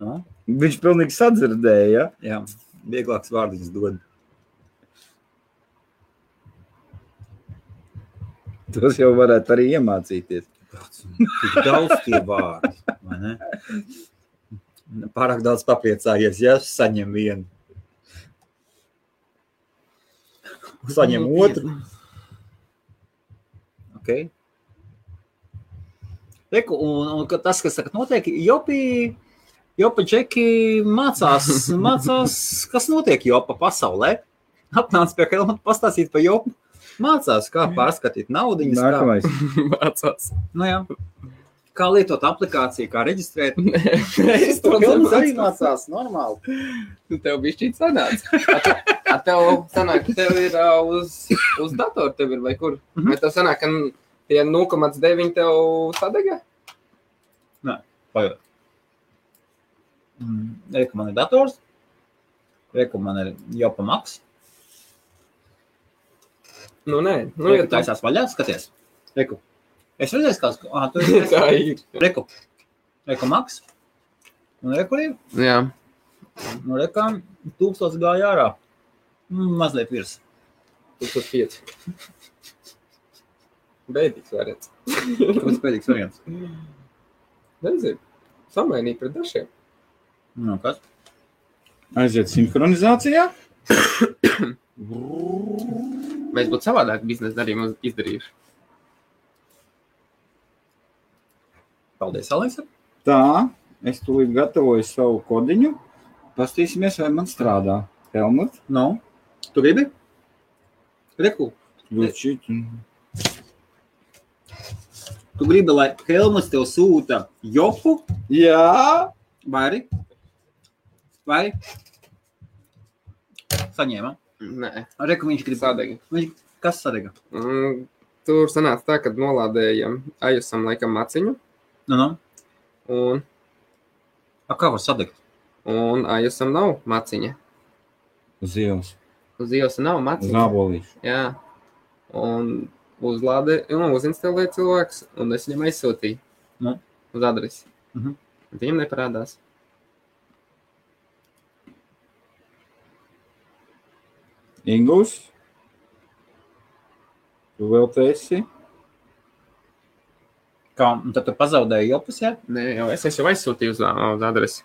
Speaker 2: Ja?
Speaker 1: Viņš pilnīgi sadzirdēja.
Speaker 2: Jā, vieglāks vārdiņš dod.
Speaker 1: Tos jau varētu arī iemācīties.
Speaker 2: nu, Tik daudz tie vārdi, vai ne? Pārāk daudz papriecājies, ja saņem vienu. Saņem otru. Okay. Reku, un, un ka tas, kas tagad notiek, jopi, jopa džeki mācās, mācās, kas notiek jopa pasaulē. Atnāc pie Helmuta pastāstīt par jopu. Mācās, kā pārskatīt naudu.
Speaker 1: Nākamais.
Speaker 5: Mācās.
Speaker 2: Nu, jā. kā lietot aplikāciju, kā reģistrēt.
Speaker 5: Es
Speaker 2: mācās normāli.
Speaker 5: Nu, tev bija šķīts sanāca. A te- A tev sanāk, ka tev ir ā, uz, uz datoru, tev ir vai kur?
Speaker 2: Mhm.
Speaker 5: Vai tev sanāk, ka n- tie 0,9 tev sadega?
Speaker 2: Mm, Reku man ir dators, reku man ir jau pamaks.
Speaker 3: Nu, nē, nu,
Speaker 2: Nu,
Speaker 3: ja
Speaker 2: ja
Speaker 3: tā
Speaker 2: tā aizsās vaļā, skaties. Reku. Es redzēju, kāds. Ah, tu
Speaker 3: ir.
Speaker 2: esi.
Speaker 3: tā ir.
Speaker 2: Reku. Reku maks. Un reku ir.
Speaker 3: Jā,
Speaker 2: Nu, rekā tūkstots gāja ārā. Mm, Mazliet virs.
Speaker 3: 2005.
Speaker 8: Beidzīgs variants.
Speaker 2: Tas pēdējais variants.
Speaker 8: Nezinu. Samainīt pret dažiem.
Speaker 2: Nu, kas?
Speaker 1: Aiziet sinhronizācijā.
Speaker 3: Mēs būtu savādāk biznesa darījumu izdarījuši.
Speaker 2: Paldies, Aleksa.
Speaker 1: Tā, es tūlīt gatavoju savu kodiņu. Pastīsimies, vai man strādā. Helmut,
Speaker 2: Nu, tu gribi? Reku.
Speaker 1: Lučīt.
Speaker 2: Tu gribi, lai Helmuts tev sūta joku
Speaker 9: Jā,
Speaker 2: vai arī? Vai? Saņēma.
Speaker 3: Nē,
Speaker 2: Reku viņš grib.
Speaker 3: sādīgi.
Speaker 2: Viņš... Kas sadega?
Speaker 3: Mm, Tur sanāca tā, ka nolādējam ajusam laikam maciņu
Speaker 2: Nu, nu.
Speaker 3: un,
Speaker 2: A, kā var sadegt?
Speaker 3: un ajusam nav maciņa.
Speaker 1: Uz ielas,
Speaker 3: Uz ielas nav
Speaker 1: uz
Speaker 3: maciņa.
Speaker 1: abolīšu.
Speaker 3: Jā. Un uzlādē, nu, uzinstalēja cilvēks, un es viņam aizsūtīju
Speaker 2: Nu.
Speaker 3: uz adresi.
Speaker 2: Mhm.
Speaker 3: Viņam neparādās.
Speaker 1: Ingūs, tu vēl te esi?
Speaker 2: Kā? un Tad tu pazaudēji jopus, jā?
Speaker 3: Nē, jau es, es jau aizsūtīju uz, uz adresi.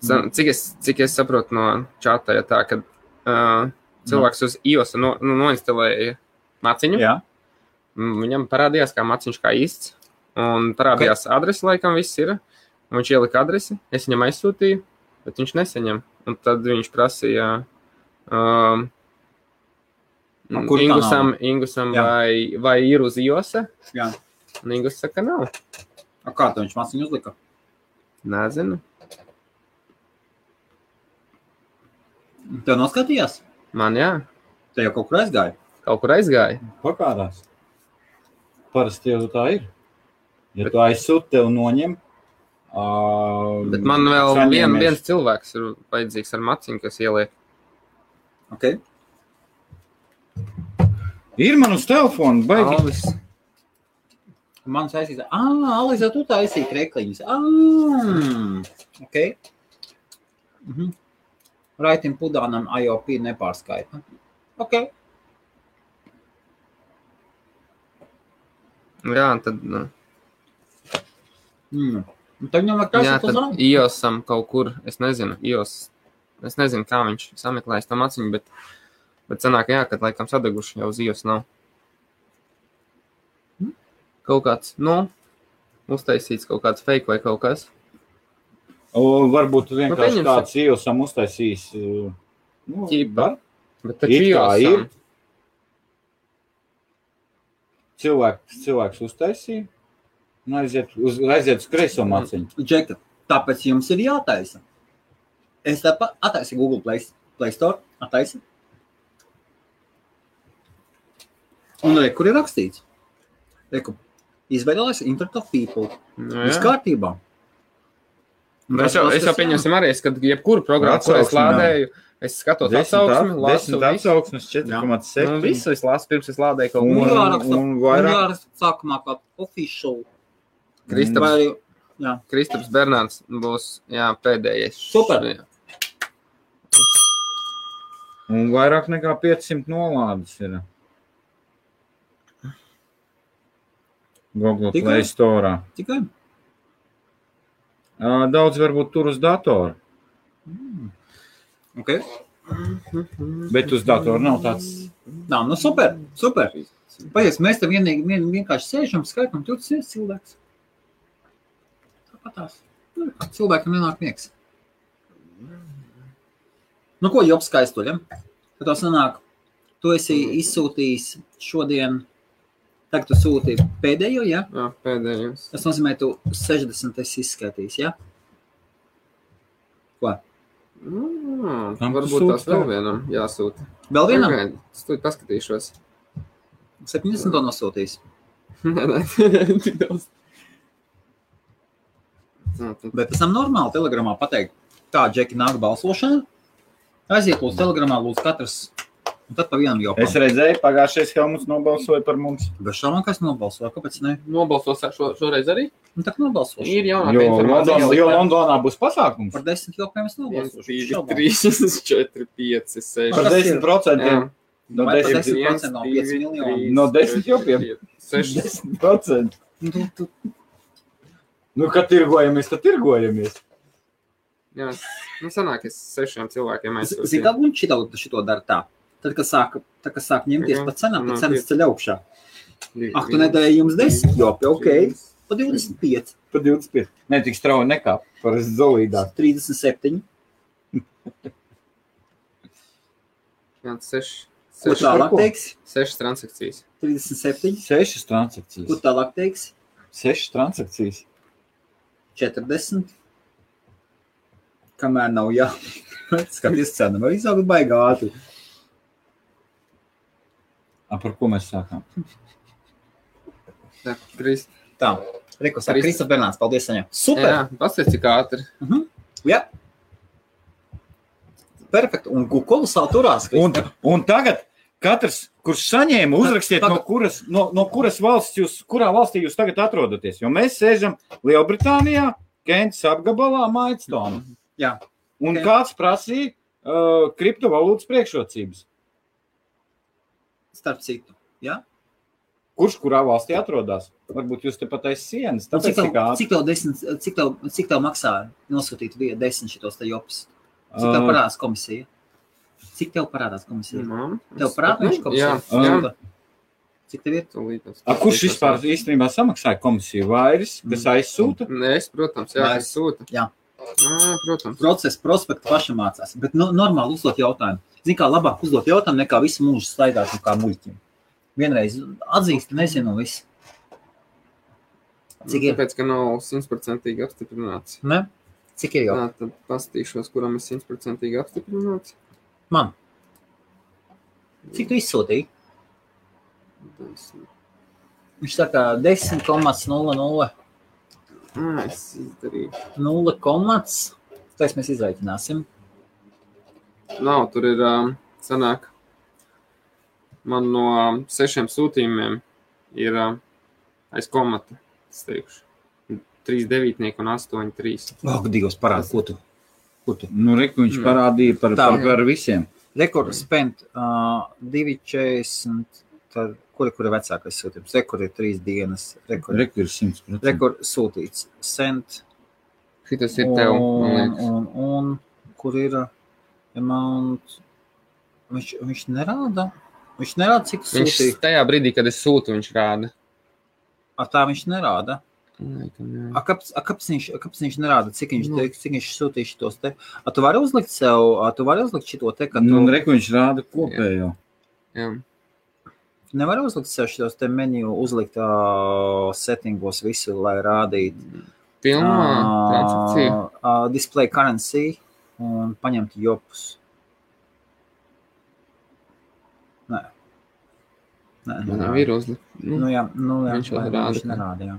Speaker 3: Sa-
Speaker 2: Mhm.
Speaker 3: Cik es, cik es saprotu no čata, ja tā, ka uh,
Speaker 2: Mhm.
Speaker 3: cilvēks uz ielas no, nu, noinstalēja maciņu.
Speaker 2: Jā.
Speaker 3: Mm, Viņam parādījās, kā maciņš kā īsts. Un parādījās okay. adrese, laikam, viss ir. Un Viņš ielika adresi, es viņam aizsūtīju, bet viņš nesaņem. Un tad viņš prasīja um,
Speaker 2: No kur tā
Speaker 3: Ingusam, Ingusam
Speaker 2: Jā.
Speaker 3: vai, vai ir uz Josa.
Speaker 2: Jā.
Speaker 3: Un Ingus saka, nav.
Speaker 2: A, kā tu viņš mācīja uzlika?
Speaker 3: Nezinu.
Speaker 2: Tev noskatījās?
Speaker 3: Man jā,
Speaker 2: Te jau kaut kur aizgāja.
Speaker 3: kaut kur aizgāja.
Speaker 1: Pakārās. Parasti jau tā ir. Ja tu aizsūti, tev noņem.
Speaker 2: Mm.
Speaker 1: Um,
Speaker 3: Bet man vēl vien,
Speaker 1: saņēmies.
Speaker 3: viens cilvēks ir vajadzīgs ar maciņu, kas ieliek.
Speaker 2: Okay.
Speaker 1: Ir man uz telefona, baigi.
Speaker 3: Alvis.
Speaker 2: Man saistīja, ah, Alisa, tu taisīji krekliņus. Ah, ok. Mhm. Raitim Pudānam IOP nepārskaita. Ok.
Speaker 3: Jā, tad, nu,
Speaker 2: Mm. Un Tad viņam vajag
Speaker 3: jā,
Speaker 2: prasīt uz
Speaker 3: tad
Speaker 2: zāli.
Speaker 3: iosam kaut kur, es nezinu, ios, es nezinu, kā viņš sameklējas to maciņu, bet, bet sanāk, jā, kad laikam sadeguši jau uz ios nav. Kaut kāds, nu, uztaisīts kaut kāds fake vai kaut kas.
Speaker 1: O, Varbūt vienkārši
Speaker 3: pieņemsim.
Speaker 1: tāds ielsam uztaisīs. uh, Nu,
Speaker 3: Ķipa.
Speaker 1: var.
Speaker 3: Bet
Speaker 1: It
Speaker 3: taču
Speaker 1: kā
Speaker 3: iosam,
Speaker 1: ir. cilvēks, cilvēks uztaisīja un aiziet uz, aiziet uz kreiso maciņu.
Speaker 2: Džekta, tāpēc jums ir jātaisa. Es tāpat attaisīju Google Play, Play Store, attaisīju. Un re, kur ir rakstīts? Reku, izveidojās Internet of People.
Speaker 3: nu,
Speaker 2: Viss
Speaker 3: jā.
Speaker 2: kārtībā.
Speaker 3: Nu, Es jau, es jau pieņemsim arī, es, kad jebkuru programmu, kur es
Speaker 1: Atsauksmi nav.
Speaker 3: lādēju, es skatos atsauksmi, lasu visu.
Speaker 1: atsauksmes,
Speaker 3: Nu,
Speaker 1: 4,7.
Speaker 3: visu es lasu, pirms es lādēju kaut
Speaker 1: Un,
Speaker 3: ko.
Speaker 2: Jā, raksta.
Speaker 1: un vairāk.
Speaker 2: Vairāk sākumā kā oficiāli.
Speaker 3: Kristaps.
Speaker 2: Vai arī
Speaker 3: Kristaps Bernāns būs jā, pēdējais.
Speaker 2: Super.
Speaker 3: Jā.
Speaker 1: Un vairāk nekā 500 nolādes ir. Google
Speaker 2: Tikai?
Speaker 1: Play Store.
Speaker 2: tikai?
Speaker 1: Daudz varbūt tur uz datora,
Speaker 2: Mm. Ok.
Speaker 1: bet uz datora nav tāds.
Speaker 2: Nā, nu super, super. Paies, mēs te vienīgi, vien, vienkārši sēžam, skaitām, tur tas ir cilvēks. Tāpatās. Nu, kā Cilvēkam nenāk miegs. Nu, ko jau skaistuļam? Tad tas sanāk, tu esi izsūtījis šodien, tagad tu sūti pēdējo, jā? Ja?
Speaker 3: Jā, pēdējais.
Speaker 2: Tas nozīmē, tu 60 esi izskaitījis, jā? Ja?
Speaker 3: Mm,
Speaker 1: Kam tu
Speaker 3: varbūt
Speaker 1: sūti
Speaker 3: tās vēl
Speaker 1: vēl?
Speaker 3: vienam jāsūta.
Speaker 2: Vēl vienam?
Speaker 3: Pagaid, Es tur paskatīšos.
Speaker 2: 70 to nosūtīs.
Speaker 3: Nē, nē, tik daudz. Nā, tad-
Speaker 2: Bet esam normāli telegramā pateikt, tā, Džeki, nāk balsošana. Aiziet uz telegramā, lūdzu, katrs Un tad pa vienam jau
Speaker 1: Es redzēju, pagājušais Helmuts nobalsoja par mums.
Speaker 2: Gašāvam, kas nobalsoja, kāpēc ne?
Speaker 3: Nobalsos šo, šoreiz arī.
Speaker 2: Nu, tā nobalsoja.
Speaker 3: Ir jau
Speaker 1: Jo, London, jo Londonā būs pasākums.
Speaker 2: Par desmit jopiem es nobalsoju.
Speaker 3: 2,
Speaker 2: Šaubos.
Speaker 3: 3, 4, 5, 6.
Speaker 1: Par
Speaker 2: tas ir?
Speaker 1: 10%. No
Speaker 2: Vai par
Speaker 1: 10%.
Speaker 2: 10% no 5 miljoniem.
Speaker 1: No 10 jopiem.
Speaker 3: 6.
Speaker 1: 10%.
Speaker 2: Nu, tu-
Speaker 1: Nu, kad tirgojamies, tad tirgojamies.
Speaker 3: Jā, nu sanāk, es sešiem cilvēkiem
Speaker 2: Z- Zini, kā
Speaker 3: aizsūtīju.
Speaker 2: viņš šito, šito dara tā. Tad, kad sāk, tad, kad sāk ņemties
Speaker 3: Jā.
Speaker 2: par cenām,
Speaker 3: Jā,
Speaker 2: tad cenas
Speaker 3: tieši.
Speaker 2: ceļ augšā. Ah, tu nedēļa jums 10, jo, ok, pa 25,
Speaker 1: Par 25. Ne tik strauji nekā.
Speaker 10: Par zolīdāk.
Speaker 2: 37,
Speaker 3: Jā, 6.
Speaker 2: ko tālāk teiks?
Speaker 3: 6 transakcijas.
Speaker 2: 37,
Speaker 1: Sešas
Speaker 2: ko
Speaker 1: transakcijas.
Speaker 2: tālāk teiks?
Speaker 1: Sešas transakcijas.
Speaker 2: 40. Kamēr nav jā, skaties cenu, vai izaugt baigā ātri.
Speaker 1: A, par ko mēs sākām?
Speaker 3: Jā, 3.
Speaker 2: Tā, Rikos,
Speaker 3: Trīs.
Speaker 2: Krista Bernāns, paldies, Saņa. Super!
Speaker 3: Jā, paskatās, cik ātri.
Speaker 2: Perfekt, un ko kolosāli turās.
Speaker 1: Un, un tagad katrs, kurš saņēma, uzrakstiet, no kuras, no, no kuras valsts jūs, kurā valstī jūs tagad atrodaties. Jo mēs sēžam Lielbritānijā, Kentas apgabalā, Maidstone.
Speaker 2: Mhm. Jā.
Speaker 1: Un
Speaker 2: Ok.
Speaker 1: kāds prasīja uh, kriptovalūtas priekšrocības?
Speaker 2: Starp citu,
Speaker 1: Kurš kurā valstī atrodas? Varbūt jūs tepat aiz sienas.
Speaker 2: Un Nu, cik
Speaker 1: Tāpēc
Speaker 2: tev,
Speaker 1: ir kāds.
Speaker 2: cik tev, desmit, cik tev, cik tev maksā nosūtīt vie- desmit šitos te jopus? Cik tev
Speaker 1: Uh,
Speaker 2: parādās komisija? Cik tev parādās komisija?
Speaker 3: Nē,
Speaker 2: Tev parādās
Speaker 3: Mm. Jā,
Speaker 2: komisija?
Speaker 3: jā.
Speaker 1: Um,
Speaker 2: Cik tev ir?
Speaker 3: Tūlīt tas
Speaker 1: a, kurš vispār īstenībā samaksāja komisiju vairs, kas
Speaker 2: Mhm.
Speaker 1: aizsūta?
Speaker 3: Nē, es, protams, jā,
Speaker 2: Nē.
Speaker 3: es sūtu.
Speaker 2: Jā.
Speaker 3: Nā, protams.
Speaker 2: Process, prospekts pašam mācās. Bet no, normāli uzdot jautājumu. Zini, kā labāk uzdot jautājumu, nekā visu mūžu staigāt nu kā muļķim. Vienreiz atzīst, nezinu, viss. Cik ir?
Speaker 3: Tāpēc, ka nav simtprocentīgi apstiprināts.
Speaker 2: Ne? Cik ir jau?
Speaker 3: Jā, tad pastīšos, kuram ir simtprocentīgi apstiprināts.
Speaker 2: Man. Cik tu izsūtīji? Viņš saka 10,00.
Speaker 3: Nē, es izdarīju.
Speaker 2: 0 komats. Tas mēs izraicināsim.
Speaker 3: Nav, tur ir um, sanāk. Man no um, sešiem sūtījumiem ir um, aiz komata. Es teikšu. Trīs devītnieki un astoņi trīs.
Speaker 2: Ak, Dievs, parāda, ko tu. Ko tu?
Speaker 1: Nu, Riku, viņš
Speaker 3: Mm.
Speaker 1: parādīja par,
Speaker 2: Mhm. Tā.
Speaker 1: par, par visiem.
Speaker 2: Rekords spēļ uh, 2,40. Tad, Kur, kur ir vecākais sūtījums? Rekords ir trīs dienas. Rekords
Speaker 1: Riku ir 100%.
Speaker 2: rekord sūtīts. Sent.
Speaker 3: Šitas ir
Speaker 2: Um,
Speaker 3: tev. man
Speaker 2: Un,
Speaker 3: liekas.
Speaker 2: un, un kur ir uh, amount? Viņš, viņš nerāda. Viņš nerāda, cik tu
Speaker 3: Viņš
Speaker 2: sūtīji.
Speaker 3: tajā brīdī, kad es sūtu, viņš rāda.
Speaker 2: Ar tā viņš nerāda.
Speaker 3: Laikam, jā.
Speaker 2: A kāpēc a kāpēc viņš, a kāpēc viņš nerāda, cik viņš,
Speaker 3: Nu.
Speaker 2: nu. cik viņš sūtīja šos te? A tu vari uzlikt sev, a tu vari uzlikt šito te, ka tu...
Speaker 1: Nu, Riku, viņš rāda kopējo.
Speaker 3: jā.
Speaker 2: Nevar uzlikt sev šos te meniju, uzlikt uh, settingos visu, lai rādītu.
Speaker 3: Pilnā transakcija.
Speaker 2: uh, Ah, display currency un paņemt jopus. Nē. Nē, nu,
Speaker 3: Jā,
Speaker 2: nē.
Speaker 3: ir uzlikts. Nu,
Speaker 2: Nu, jā, nu, jā,
Speaker 3: Viņš jau
Speaker 2: lai-
Speaker 3: rāda,
Speaker 2: viņš
Speaker 3: ka-
Speaker 2: nerāda, jā.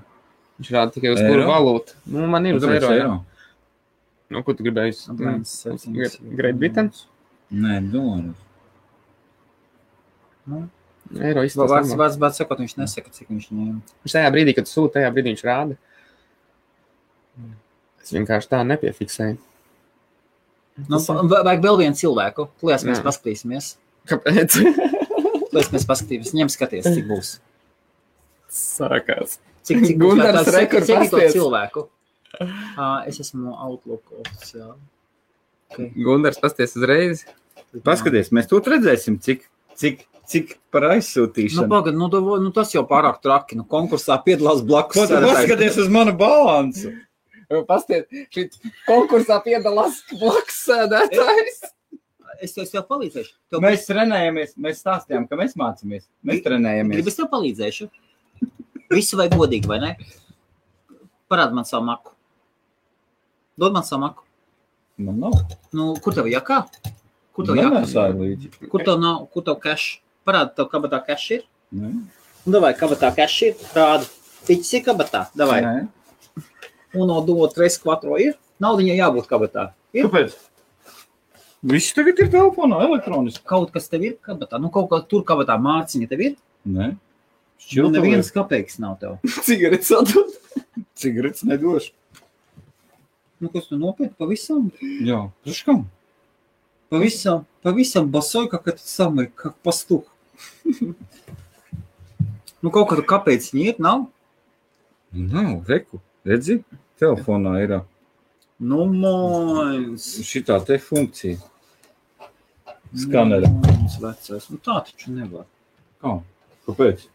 Speaker 3: viņš rāda tikai uz
Speaker 1: Eiro?
Speaker 3: kuru valūtu. Nu, man ir uz
Speaker 1: Tāpēc
Speaker 3: eiro. jā.
Speaker 1: eiro.
Speaker 3: Nu, ko tu gribēji? uz-
Speaker 2: Apmēram
Speaker 3: Great-
Speaker 2: 700.
Speaker 3: Great Britain?
Speaker 1: Nē, dolāru.
Speaker 2: Nu,
Speaker 3: Mm, Eiro
Speaker 2: Vā- Vārds,
Speaker 3: izsaka.
Speaker 2: vārds, vārds sakot, viņš nesaka, cik viņš ņēma.
Speaker 3: Viņš tajā brīdī, kad sūta, tajā brīdī viņš rāda. Mm. Es vienkārši tā nepiefiksēju.
Speaker 2: Nu,
Speaker 3: Tas
Speaker 2: va- vajag vēl vienu cilvēku. Lielas mēs
Speaker 3: Jā.
Speaker 2: paskatīsimies.
Speaker 3: Kāpēc?
Speaker 2: Lielas mēs paskatīsimies. Ņem skaties, cik būs.
Speaker 3: Sākās.
Speaker 2: Cik, cik būs
Speaker 3: Gundars
Speaker 2: vēl tāds-
Speaker 3: rekords
Speaker 2: cik, cik to
Speaker 3: pasties.
Speaker 2: cilvēku? Uh, es esmu Outlook oficiāli.
Speaker 3: Gundars pasties uzreiz.
Speaker 1: Paskaties, mēs to redzēsim, cik, cik, cik par
Speaker 2: Nu,
Speaker 1: aizsūtīšanu.
Speaker 2: pagad, nu, dav- nu, tas jau pārāk traki. Nu, konkursā piedalās blakus.
Speaker 1: Ko tu
Speaker 2: sēdētāji.
Speaker 1: paskaties uz manu balansu?
Speaker 3: Pasties, šī konkursā piedalās blakus sēdētājs.
Speaker 2: Es, es tev palīdzēšu. Tev
Speaker 1: Mēs trenējamies, mēs stāstījām, ka mēs mācāmies. Mēs trenējamies.
Speaker 2: Gribu es tev palīdzēšu. Visu vajag godīgi, vai ne? Parādi man savu maku. Dod man savu maku.
Speaker 1: Man nav.
Speaker 2: Nu, kur tev jākā? Kur tev
Speaker 1: Man
Speaker 2: jākā?
Speaker 1: nesāja līdzi.
Speaker 2: Kur tev nav, kur tev cash? Parādi, tev kabatā cash ir.
Speaker 1: Nē.
Speaker 2: Nu, vai kabatā cash ir? Rādi. Tiķis ir kabatā. Davai.
Speaker 1: Nē.
Speaker 2: Un no do 3, 4 ir. Naudiņai jābūt kabatā. Ir.
Speaker 1: Kāpēc? Viss tagad ir telefonā, elektroniski.
Speaker 2: Kaut kas tev ir kabatā, nu kaut kā tur kabatā mārciņa tev ir.
Speaker 1: Nē,
Speaker 2: Nu,
Speaker 1: šķiltavē.
Speaker 2: neviens kāpēc nav tev.
Speaker 11: Cigaretes atdod.
Speaker 1: cigaretes nedošu.
Speaker 2: Nu, kas tu nopietni pavisam?
Speaker 1: Jā, priekškam.
Speaker 2: Pavisam, pavisam basoj, как этот самый, как пастух. Nu, kaut kāda kāpēc viņa iet, nav
Speaker 1: Nav, Nu, reku, redzi, telefonā ir ā,
Speaker 2: Nu, numurs.
Speaker 1: šitā te funkcija. Skaneri.
Speaker 2: Numurs vecais. Nu, tā taču nevar.
Speaker 1: Kā? Kāpēc?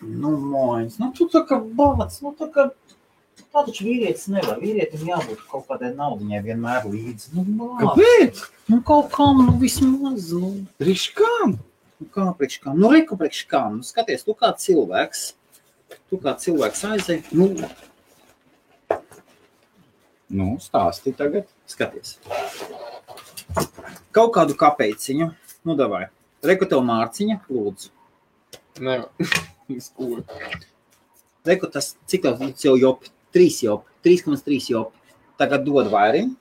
Speaker 2: Numurs. Nu, tu tā kā balats, nu tā kā... Tā taču vīrietis nevar. Vīrietim jābūt kaut kādai naudiņai vienmēr līdzi. Nu, māc.
Speaker 1: Kāpēc?
Speaker 2: Nu, kaut kam, nu, vismaz, nu.
Speaker 1: Priekškam.
Speaker 2: Nu, kā priekš kā? Nu, reku priekš kā? Nu, skaties, tu kā cilvēks. Tu kā cilvēks aizēji. Nu,
Speaker 1: Nu, stāsti tagad.
Speaker 2: skaties. Kaut kādu kāpēciņu, nu, davai. Reku tev mārciņa, lūdzu.
Speaker 3: Nē, skūri.
Speaker 2: Reku tas, cik tev jau jop? 3 jop, 3,3 jop. Tagad dod vairim.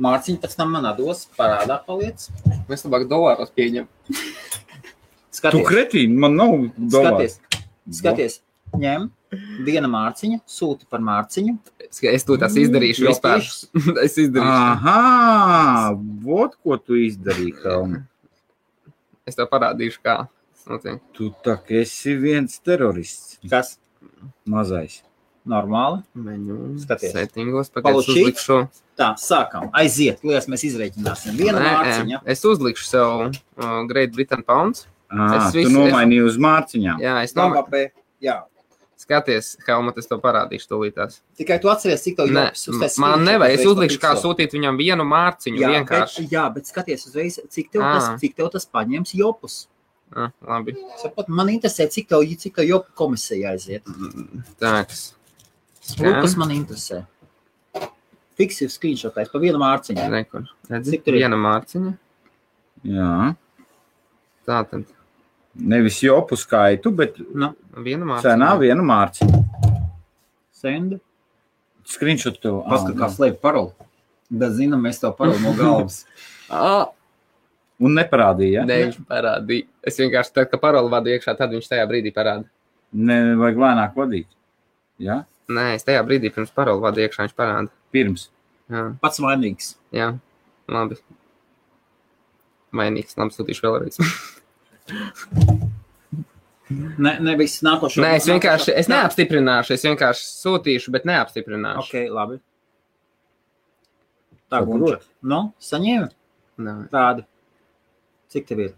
Speaker 2: Mārciņa pēc tam man dos, parādā paliec.
Speaker 3: Mēs labāk dolāros pieņem.
Speaker 1: Tu
Speaker 2: Skaties,
Speaker 1: kretīni, man nav
Speaker 2: skaties,
Speaker 1: domāts.
Speaker 2: skaties. Ņem viena mārciņa, sūti par mārciņu.
Speaker 3: Es- Es to tas izdarīšu
Speaker 2: Jo
Speaker 3: vispār.
Speaker 2: tieši-
Speaker 3: es izdarīšu.
Speaker 2: Ah.
Speaker 1: Aha, vot ko tu izdarīji, Kalni.
Speaker 3: Es tev parādīšu, kā. Tas notiek.
Speaker 1: Tu tā kā esi viens terorists,
Speaker 2: Kas?
Speaker 1: mazais.
Speaker 2: Normāli.
Speaker 3: Menu.
Speaker 2: Skaties.
Speaker 3: Settingos,
Speaker 2: Follow
Speaker 3: pagaidz uzlikšu šo.
Speaker 2: Tā, sākam. Aiziet, liekas, mēs izreikināsim. Viena
Speaker 3: Nē,
Speaker 2: mārciņa.
Speaker 3: ē, Es uzlikšu sev uh, Great Britain Pounds.
Speaker 1: Ah,
Speaker 3: Es
Speaker 1: tu
Speaker 3: visu-
Speaker 1: nomainīji uz mārciņām.
Speaker 3: Jā, es domāju.
Speaker 2: Nobapē. Jā.
Speaker 3: Skaties, Helmut, es to parādīšu tūlītās.
Speaker 2: Tikai tu atceries, cik tev
Speaker 3: Nē,
Speaker 2: joks uztais
Speaker 3: man
Speaker 2: skriņķis,
Speaker 3: nevajag. Es
Speaker 2: uzreiz
Speaker 3: uzlikšu, kā
Speaker 2: papikseli.
Speaker 3: sūtīt viņam vienu mārciņu. Jā,
Speaker 2: Jā,
Speaker 3: vienkārši.
Speaker 2: Bet, jā, bet skaties uzreiz, cik tev,
Speaker 3: Ā.
Speaker 2: tas, cik tev tas paņems jopus.
Speaker 3: Bet... Ah, labi.
Speaker 2: Sapot, man interesē, cik tev, cik tev jopu komisija aiziet.
Speaker 3: Tāks.
Speaker 2: Lūk, kas man interesē. Fiksīvi skrīnšotais pa vienu mārciņu.
Speaker 3: Rekur. Redzi,
Speaker 2: Cik tur ir?
Speaker 3: viena mārciņa.
Speaker 1: Jā,
Speaker 3: Tā tad.
Speaker 1: nevis jopu skaitu, bet
Speaker 3: Viena mārciņa.
Speaker 1: cenā vienu mārciņu.
Speaker 2: Senda.
Speaker 1: Skriņšot tev. ā,
Speaker 2: Paskat, kā slēp paroli. Bet zinām, mēs tev paroli no galvas.
Speaker 3: Ah,
Speaker 1: Un neparādīja.
Speaker 3: Nē, viņš parādīja. Es vienkārši tādu paroli vadu iekšā, tad viņš tajā brīdī parāda.
Speaker 1: Ne, vajag lēnāk vadīt. Jā,
Speaker 3: Nē, es tajā brīdī pirms paroli vadu iekšā, viņš parāda.
Speaker 1: pirms.
Speaker 3: Jā,
Speaker 2: Pats vainīgs.
Speaker 3: jā. labi. Mainīgs, labi, sūtīšu vēlreiz.
Speaker 2: Nē, ne, viss nākošais.
Speaker 3: Nē, es vienkārši es neapstiprināšu, es vienkārši sūtīšu, bet neapstiprināšu.
Speaker 2: Ok, labi. Tā
Speaker 1: Saprotu.
Speaker 2: gudra. Nu, saņēma
Speaker 3: Nē.
Speaker 2: tādu. Cik tev ir?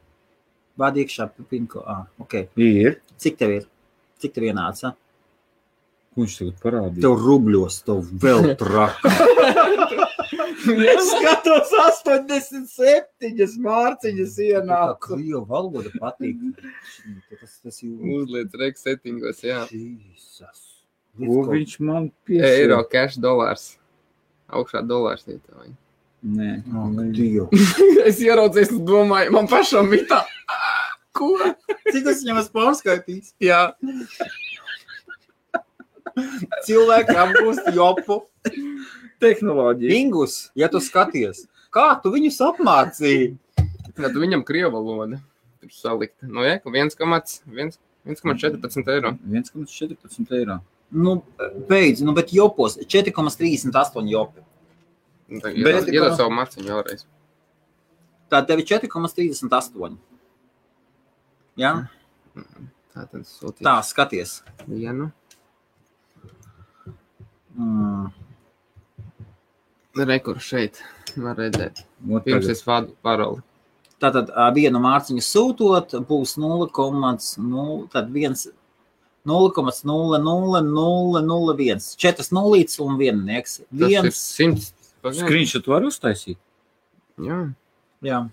Speaker 2: Vādi iekšā, pinko. Ah, ok.
Speaker 1: Ir.
Speaker 2: Cik tev ir? Cik tev ienāca?
Speaker 1: Ko viņš tagad parādīja?
Speaker 2: Tev rubļos, tev vēl trakāk.
Speaker 11: Es skatos 87 mārciņas
Speaker 2: Tā
Speaker 11: ienāk.
Speaker 2: krievu valoda patīk. Tas, tas jau...
Speaker 3: Uzliec reks settingos, Nu, jā.
Speaker 2: Jīsus.
Speaker 5: Nu,
Speaker 1: Ko viņš man
Speaker 3: Eiro,
Speaker 1: piesaka?
Speaker 3: cash, dolārs. Augšā dolārs ir tā. vai?
Speaker 1: Nē,
Speaker 2: Oh,
Speaker 1: nē.
Speaker 2: Dievu.
Speaker 3: Es ieraudzēju, es domāju, man pašam bija tā. Ko?
Speaker 2: Cik tas viņam pārskaitīs?
Speaker 3: Jā,
Speaker 2: Cilvēki apgūst jopu.
Speaker 1: tehnoloģija.
Speaker 2: Ingus, ja tu skaties, kā tu viņus apmācīji?
Speaker 3: tad viņam krieva valoda. Tur salikta. Nu, jā, 1,14 eiro.
Speaker 1: 1,14 eiro.
Speaker 2: Nu, beidz, nu, bet jopos 4,38 jopi.
Speaker 3: Bet
Speaker 1: Bet-
Speaker 3: Nu, iedod savu maciņu vēlreiz.
Speaker 2: Tā tev ir 4,38. Ja?
Speaker 3: Tā tad sūtīt
Speaker 2: Tā, skaties.
Speaker 3: vienu.
Speaker 2: Mm.
Speaker 3: Rekur šeit. Var redzēt.
Speaker 1: Nu,
Speaker 3: Pirms
Speaker 1: tagad.
Speaker 3: es vadu paroli.
Speaker 2: Tātad ā, vienu mārciņu sūtot, būs 0,0, tad viens 0,00001. Četras nulītes un viennieks.
Speaker 3: Tas ir
Speaker 2: Viens.
Speaker 3: 100. Pagaid.
Speaker 1: Skriņšot var uztaisīt.
Speaker 3: Jā.
Speaker 2: Jā.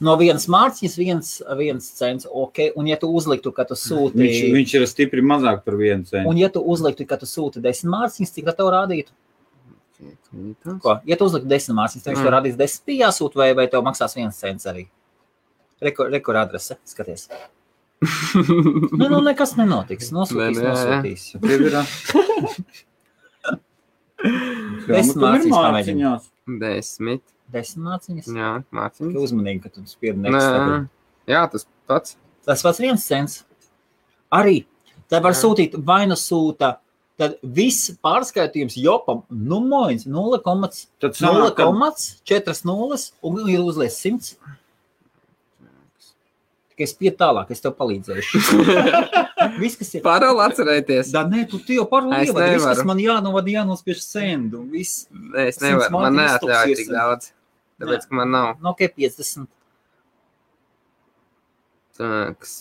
Speaker 2: No vienas mārciņas, viens, viens cents. Okay. Un, ja tu uzliktu, ka tu sūti,
Speaker 1: Viņš, viņš ir stipri mazāk par vienu cenu.
Speaker 2: un, ja tu uzliktu, ka tu sūti desmit mārciņas, cik tad tev rādītu?
Speaker 3: Tūlītās.
Speaker 2: Ko? Ja tu uzliktu desmit mārciņas, tad viņš tev
Speaker 3: Mm.
Speaker 2: rādīs desmit, jāsūta vai, vai tev maksās viens cents arī. Rekur, rekur adrese, skaties. Nu, nu nekas nenotiks. Nosūtīs,
Speaker 3: Nē, nē, jā.
Speaker 2: nosūtīs.
Speaker 1: Tev ir, ā,
Speaker 2: Desmit
Speaker 1: grāmatu ir nu,
Speaker 2: mārciņas pamēģināt.
Speaker 1: mārciņās.
Speaker 3: Desmit.
Speaker 2: Desmit māciņas.
Speaker 5: Jā,
Speaker 12: Tikai
Speaker 5: mācīties.
Speaker 12: uzmanīgi, ka tu spiedi nekas.
Speaker 5: Nē, jā, tas pats.
Speaker 2: Tas pats viens cents. Arī tā var
Speaker 5: Jā.
Speaker 2: sūtīt vai nu sūta. Tad viss pārskaitījums jopam nu, numurs 0,40
Speaker 1: Tad sanāk, ka
Speaker 2: un ir uzliekts 100. Tikai spied tālāk, es tev palīdzēšu. viss, kas ir.
Speaker 5: Parāli atcerēties.
Speaker 2: Da, nē, tu tu jau
Speaker 5: Es
Speaker 2: parunāji, bet viss, kas
Speaker 5: nevaru.
Speaker 2: man jānovada, jānospiež sendu. Viss,
Speaker 5: Nē, Es
Speaker 2: Simts
Speaker 5: nevaru, man
Speaker 2: mātiņas
Speaker 5: neatļauj
Speaker 2: tūkstoši
Speaker 5: tik daudz. Tāpēc, ka man nav.
Speaker 2: nu, ok, 50.
Speaker 5: Tāks,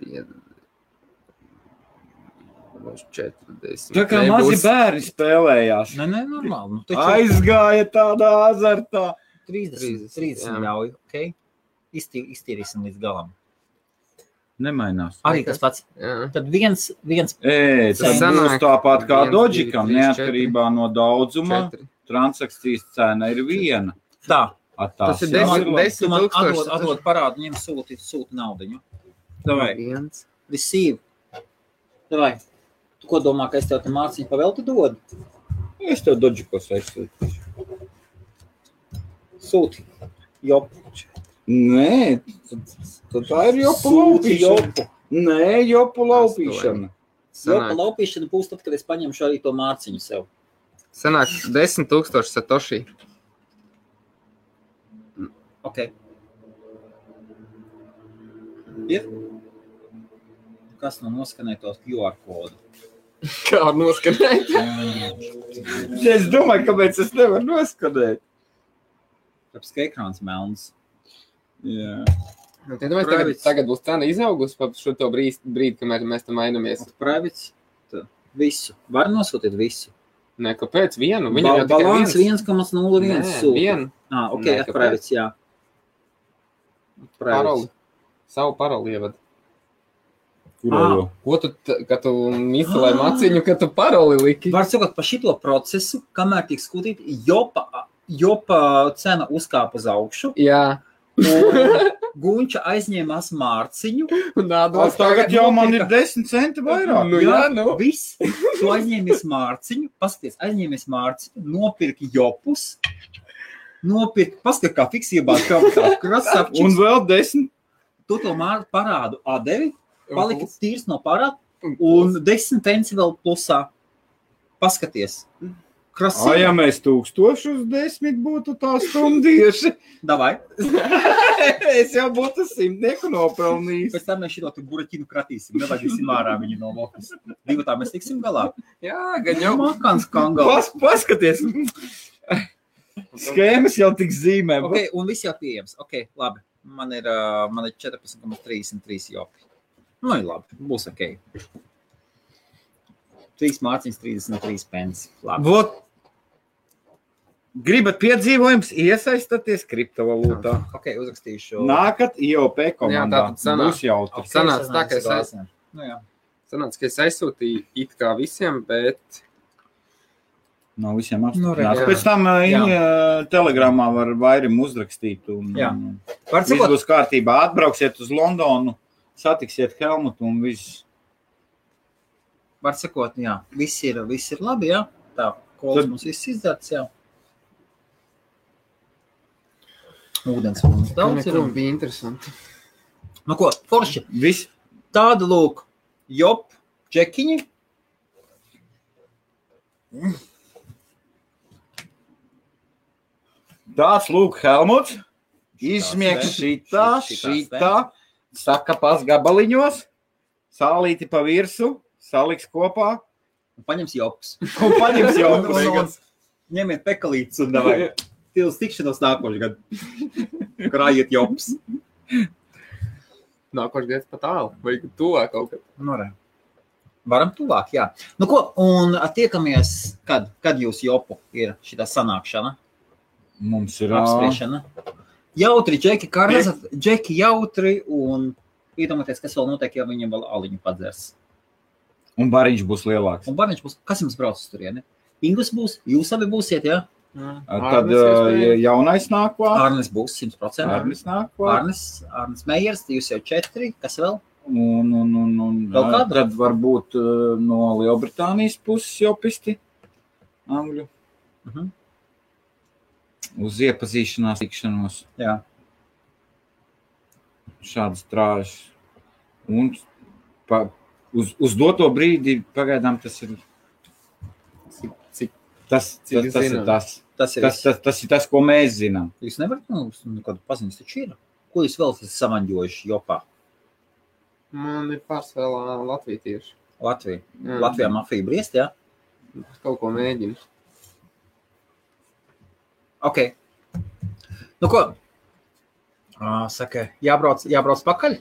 Speaker 5: pied... Būs 40.
Speaker 1: tā kā
Speaker 5: Nebūs.
Speaker 1: mazi bērni spēlējās.
Speaker 2: Nē, nē, normāli. Nu, taču
Speaker 1: Aizgāja tādā azartā.
Speaker 2: 30,
Speaker 5: 30,
Speaker 2: 30
Speaker 5: jā.
Speaker 2: ļauj, ok? Izti- Iztīrīsim līdz galam.
Speaker 1: Nemainās.
Speaker 2: Arī
Speaker 5: Ok.
Speaker 2: tas pats.
Speaker 5: Jā.
Speaker 2: Tad viens, viens
Speaker 1: Ē, tas
Speaker 5: Sanāk,
Speaker 1: būs tāpat kā
Speaker 5: viens, divi,
Speaker 1: Dodžikam,
Speaker 5: trīs,
Speaker 1: neatkarībā no daudzuma.
Speaker 5: Četri.
Speaker 1: Transakcijas cena ir viena.
Speaker 2: tā.
Speaker 5: Tas
Speaker 1: Atās,
Speaker 5: ir
Speaker 1: jā.
Speaker 5: desmit,
Speaker 2: man- Tu
Speaker 5: desmit
Speaker 2: man
Speaker 5: tūkstoši.
Speaker 2: atdod, atdod parādu, ņem sūti, sūti naudu. Davai,
Speaker 5: Viens.
Speaker 2: receive. Davai. Tu ko domā, ka es tev te mācīju pa velti dodu?
Speaker 1: Es tev Dodžikos aizsūtīšu.
Speaker 2: Sūti. Jop.
Speaker 1: Nē, tad tā ir jopu
Speaker 2: Sūti
Speaker 1: laupīšana.
Speaker 2: jopu.
Speaker 1: Nē, jopu laupīšana.
Speaker 2: Jopa
Speaker 5: Sanāk,
Speaker 2: laupīšana būs tad, kad es paņemšu arī to mārciņu sev.
Speaker 5: sanāk desmit tūkstoši satoši.
Speaker 2: Ok. Ir? Kas nu noskanēja tos QR kodu?
Speaker 5: Kā ar noskanēt?
Speaker 1: Es domāju, kāpēc es nevaru noskatīt.
Speaker 2: Tāpēc, ka ekrāns melns.
Speaker 1: Jā,
Speaker 5: Nu, tie domāju,
Speaker 3: Tagad,
Speaker 5: tagad, tagad.
Speaker 3: tagad būs cena izaugusi pa šo to brīdi, brīdi, kamēr mēs tam mainamies.
Speaker 2: Un Privits. tā, Visu. Var nosūtīt visu.
Speaker 3: Nē, kāpēc? Vienu.
Speaker 2: Viņa
Speaker 3: Viņam jau
Speaker 2: ba
Speaker 3: tikai
Speaker 2: balans
Speaker 3: viens.
Speaker 2: 1,01
Speaker 3: Nē,
Speaker 2: sūta.
Speaker 3: vienu.
Speaker 2: Ah, ok,
Speaker 3: Nē,
Speaker 2: ar privāts, jā.
Speaker 3: Paroli.
Speaker 2: Privāts.
Speaker 3: Savu paroli ievad.
Speaker 2: Ah.
Speaker 1: kurā
Speaker 3: Ko tu, t- kad tu izcēlēji maciņu, kad tu paroli liki?
Speaker 2: Var sakot, pa šito procesu, kamēr tiek skūtīti, jopa, jopa cena uzkāpa uz augšu.
Speaker 3: Jā,
Speaker 2: un Gunča aizņēmās mārciņu.
Speaker 3: nādos
Speaker 1: tagad jau man ir desmit centi vairāk.
Speaker 3: Nu, jā, nu.
Speaker 2: Viss. Tu aizņēmies mārciņu, paskaties, aizņēmies mārciņu, nopirki jopus, nopirki, paskaties, kā fiksībā kaut kā krasapčiks.
Speaker 1: Un vēl desmit.
Speaker 2: tu to mār- parādu atdevi, palika tīrs no parāda, un desmit pensi vēl plusā. Paskaties,
Speaker 1: A,
Speaker 2: krāsaini,
Speaker 1: ja mēs tūkstošus desmit būtu tā stundieši,
Speaker 2: davai.
Speaker 1: es jau būtu simtnieku nopelnījis.
Speaker 2: Pēc tam mēs šo te buraķinu kratīsim, nevadīsim ārā viņu no lokas. Divu tā mēs tiksim galā.
Speaker 3: Jā, gan jau.
Speaker 2: Jau makans kangalā.
Speaker 1: Pas, paskaties, skēmas jau tik zīmē.
Speaker 2: Ok, un viss jau pieejams. Ok, labi. Man ir, uh, man ir 14,33 jopi. Nu, ir labi, būs ok. Trīs mārciņas, 33 pence. Labi.
Speaker 1: Vot. Gribat piedzīvojums, iesaistāties kriptovalūtā.
Speaker 2: Ok, uzrakstīšu.
Speaker 1: Nākat IOP komandā.
Speaker 5: Jā, tā tad sanāk.
Speaker 1: Būs jautri.
Speaker 2: Ok,
Speaker 5: Sanāca tā, ka es
Speaker 2: sanāca gāzēm. Nu, jā.
Speaker 5: Sanāca, ka es aizsūtīju it kā visiem, bet
Speaker 1: No visiem
Speaker 2: Nu, re,
Speaker 1: apstiprinās.
Speaker 5: jā.
Speaker 1: Pēc tam ā,
Speaker 2: Jā.
Speaker 1: viņi ā, telegramā var vairim uzrakstīt. Un,
Speaker 2: Jā.
Speaker 1: un-
Speaker 2: Var
Speaker 1: Viss
Speaker 2: sakot,
Speaker 1: būs kārtībā. Atbrauksiet uz Londonu, satiksiet Helmutu un viss.
Speaker 2: var sakot, jā, viss ir, viss ir labi, jā. Tā, kolas
Speaker 1: Tad-
Speaker 2: mums viss izdarts, jā. Ūdens mums daudz ir. un-
Speaker 5: bija interesanti.
Speaker 2: Nu ko, forši.
Speaker 1: Viss
Speaker 2: Tāda lūk, jop, džekiņi.
Speaker 1: tāds lūk, Helmuts. Izsmiegs šitā,
Speaker 2: šitās, ne?
Speaker 1: šitā, saka pas gabaliņos, sālīti pa virsu, saliks kopā
Speaker 2: Un paņems jops.
Speaker 1: un paņems jau
Speaker 2: Un- un- un Ņemiet pekalītes un davai. Tils tikšanos nākošu gadu. Krājiet jops.
Speaker 5: Nākošais gads pat tālu.
Speaker 3: Vai tuvāk kaut kad?
Speaker 2: Nu, re. Varam tuvāk, jā. Nu ko, un tiekamies, kad, kad jūs jopu ir šitā sanākšana?
Speaker 1: Mums ir apspriešana.
Speaker 2: apspriešana. Jautri, Džeki, kā redzat, Džeki jautri un iedomājieties, kas vēl notiek, ja viņam vēl aliņu padzers.
Speaker 1: Un bariņš būs lielāks.
Speaker 2: Un bērniņš būs, kas jums brauc uz turieni? Ingus būs, jūs abi būsiet, jā?
Speaker 1: Tad
Speaker 5: Ārnes
Speaker 1: ā,
Speaker 5: iespēja.
Speaker 1: jaunais nāk klāt.
Speaker 2: Arnes būs 100%.
Speaker 1: Arnis nāk klāt.
Speaker 2: Arnes, Arnes Meijers, jūs jau četri, kas vēl?
Speaker 1: Un, un, un, un,
Speaker 2: Vēl
Speaker 1: ā,
Speaker 2: kādu?
Speaker 1: tad varbūt ā, no Lielbritānijas puses jau pisti angļu.
Speaker 2: Mhm.
Speaker 1: uz iepazīšanās, tikšanos,
Speaker 2: Jā.
Speaker 1: šādas trāžas. Un pa, uz, uz doto brīdi pagaidām tas ir.
Speaker 5: Cik- cik-
Speaker 1: tas,
Speaker 5: cik
Speaker 1: tas, tas ir
Speaker 5: zinām.
Speaker 1: tas.
Speaker 2: Tas ir
Speaker 1: Tas, tas, tas ir tas, ko mēs zinām.
Speaker 2: Jūs nevarat, nu, nu kādu paziņas taču ir. Ko jūs vēl esat samaņojuši jopā?
Speaker 5: Man ir pārsvarā latvieši.
Speaker 2: Latvija.
Speaker 3: É,
Speaker 2: Mm. Latvijā mafija briest, jā?
Speaker 5: Kaut ko mēģinu.
Speaker 2: Ok. Nu ko? Ā, Saka, jābrauc, jābrauc pakaļ?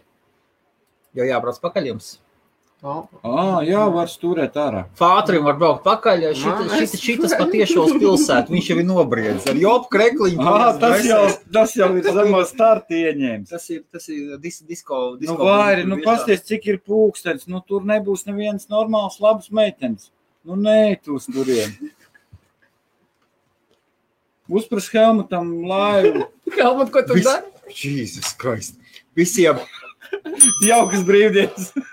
Speaker 2: Jo jābrauc pakaļ jums.
Speaker 5: Oh,
Speaker 1: Ah, jā, var stūrēt ārā.
Speaker 2: Fātrim var braukt pakaļ, jo
Speaker 5: Man
Speaker 2: šitas,
Speaker 5: es-
Speaker 2: šitas, šitas patiešos pilsētu, viņš jau ir nobriedz. Ar jopu krekliņu.
Speaker 1: Ah, tas,
Speaker 2: Mēs-
Speaker 1: jau, tas jau ir zemo startu ieņēmis.
Speaker 2: Tas ir, tas ir dis, disko, disko.
Speaker 1: Nu, vai,
Speaker 2: bumbu
Speaker 1: nu,
Speaker 2: vietā.
Speaker 1: pasties, cik ir pūkstens, nu, tur nebūs nevienas normālas, labas meitenes. Nu, nē, tu uz turien. Uzpras Helmutam laivu.
Speaker 5: Helmut, ko tu
Speaker 2: Viss-
Speaker 5: dari?
Speaker 2: Jēzus Kristus. Visiem
Speaker 1: Jaukas brīvdienas.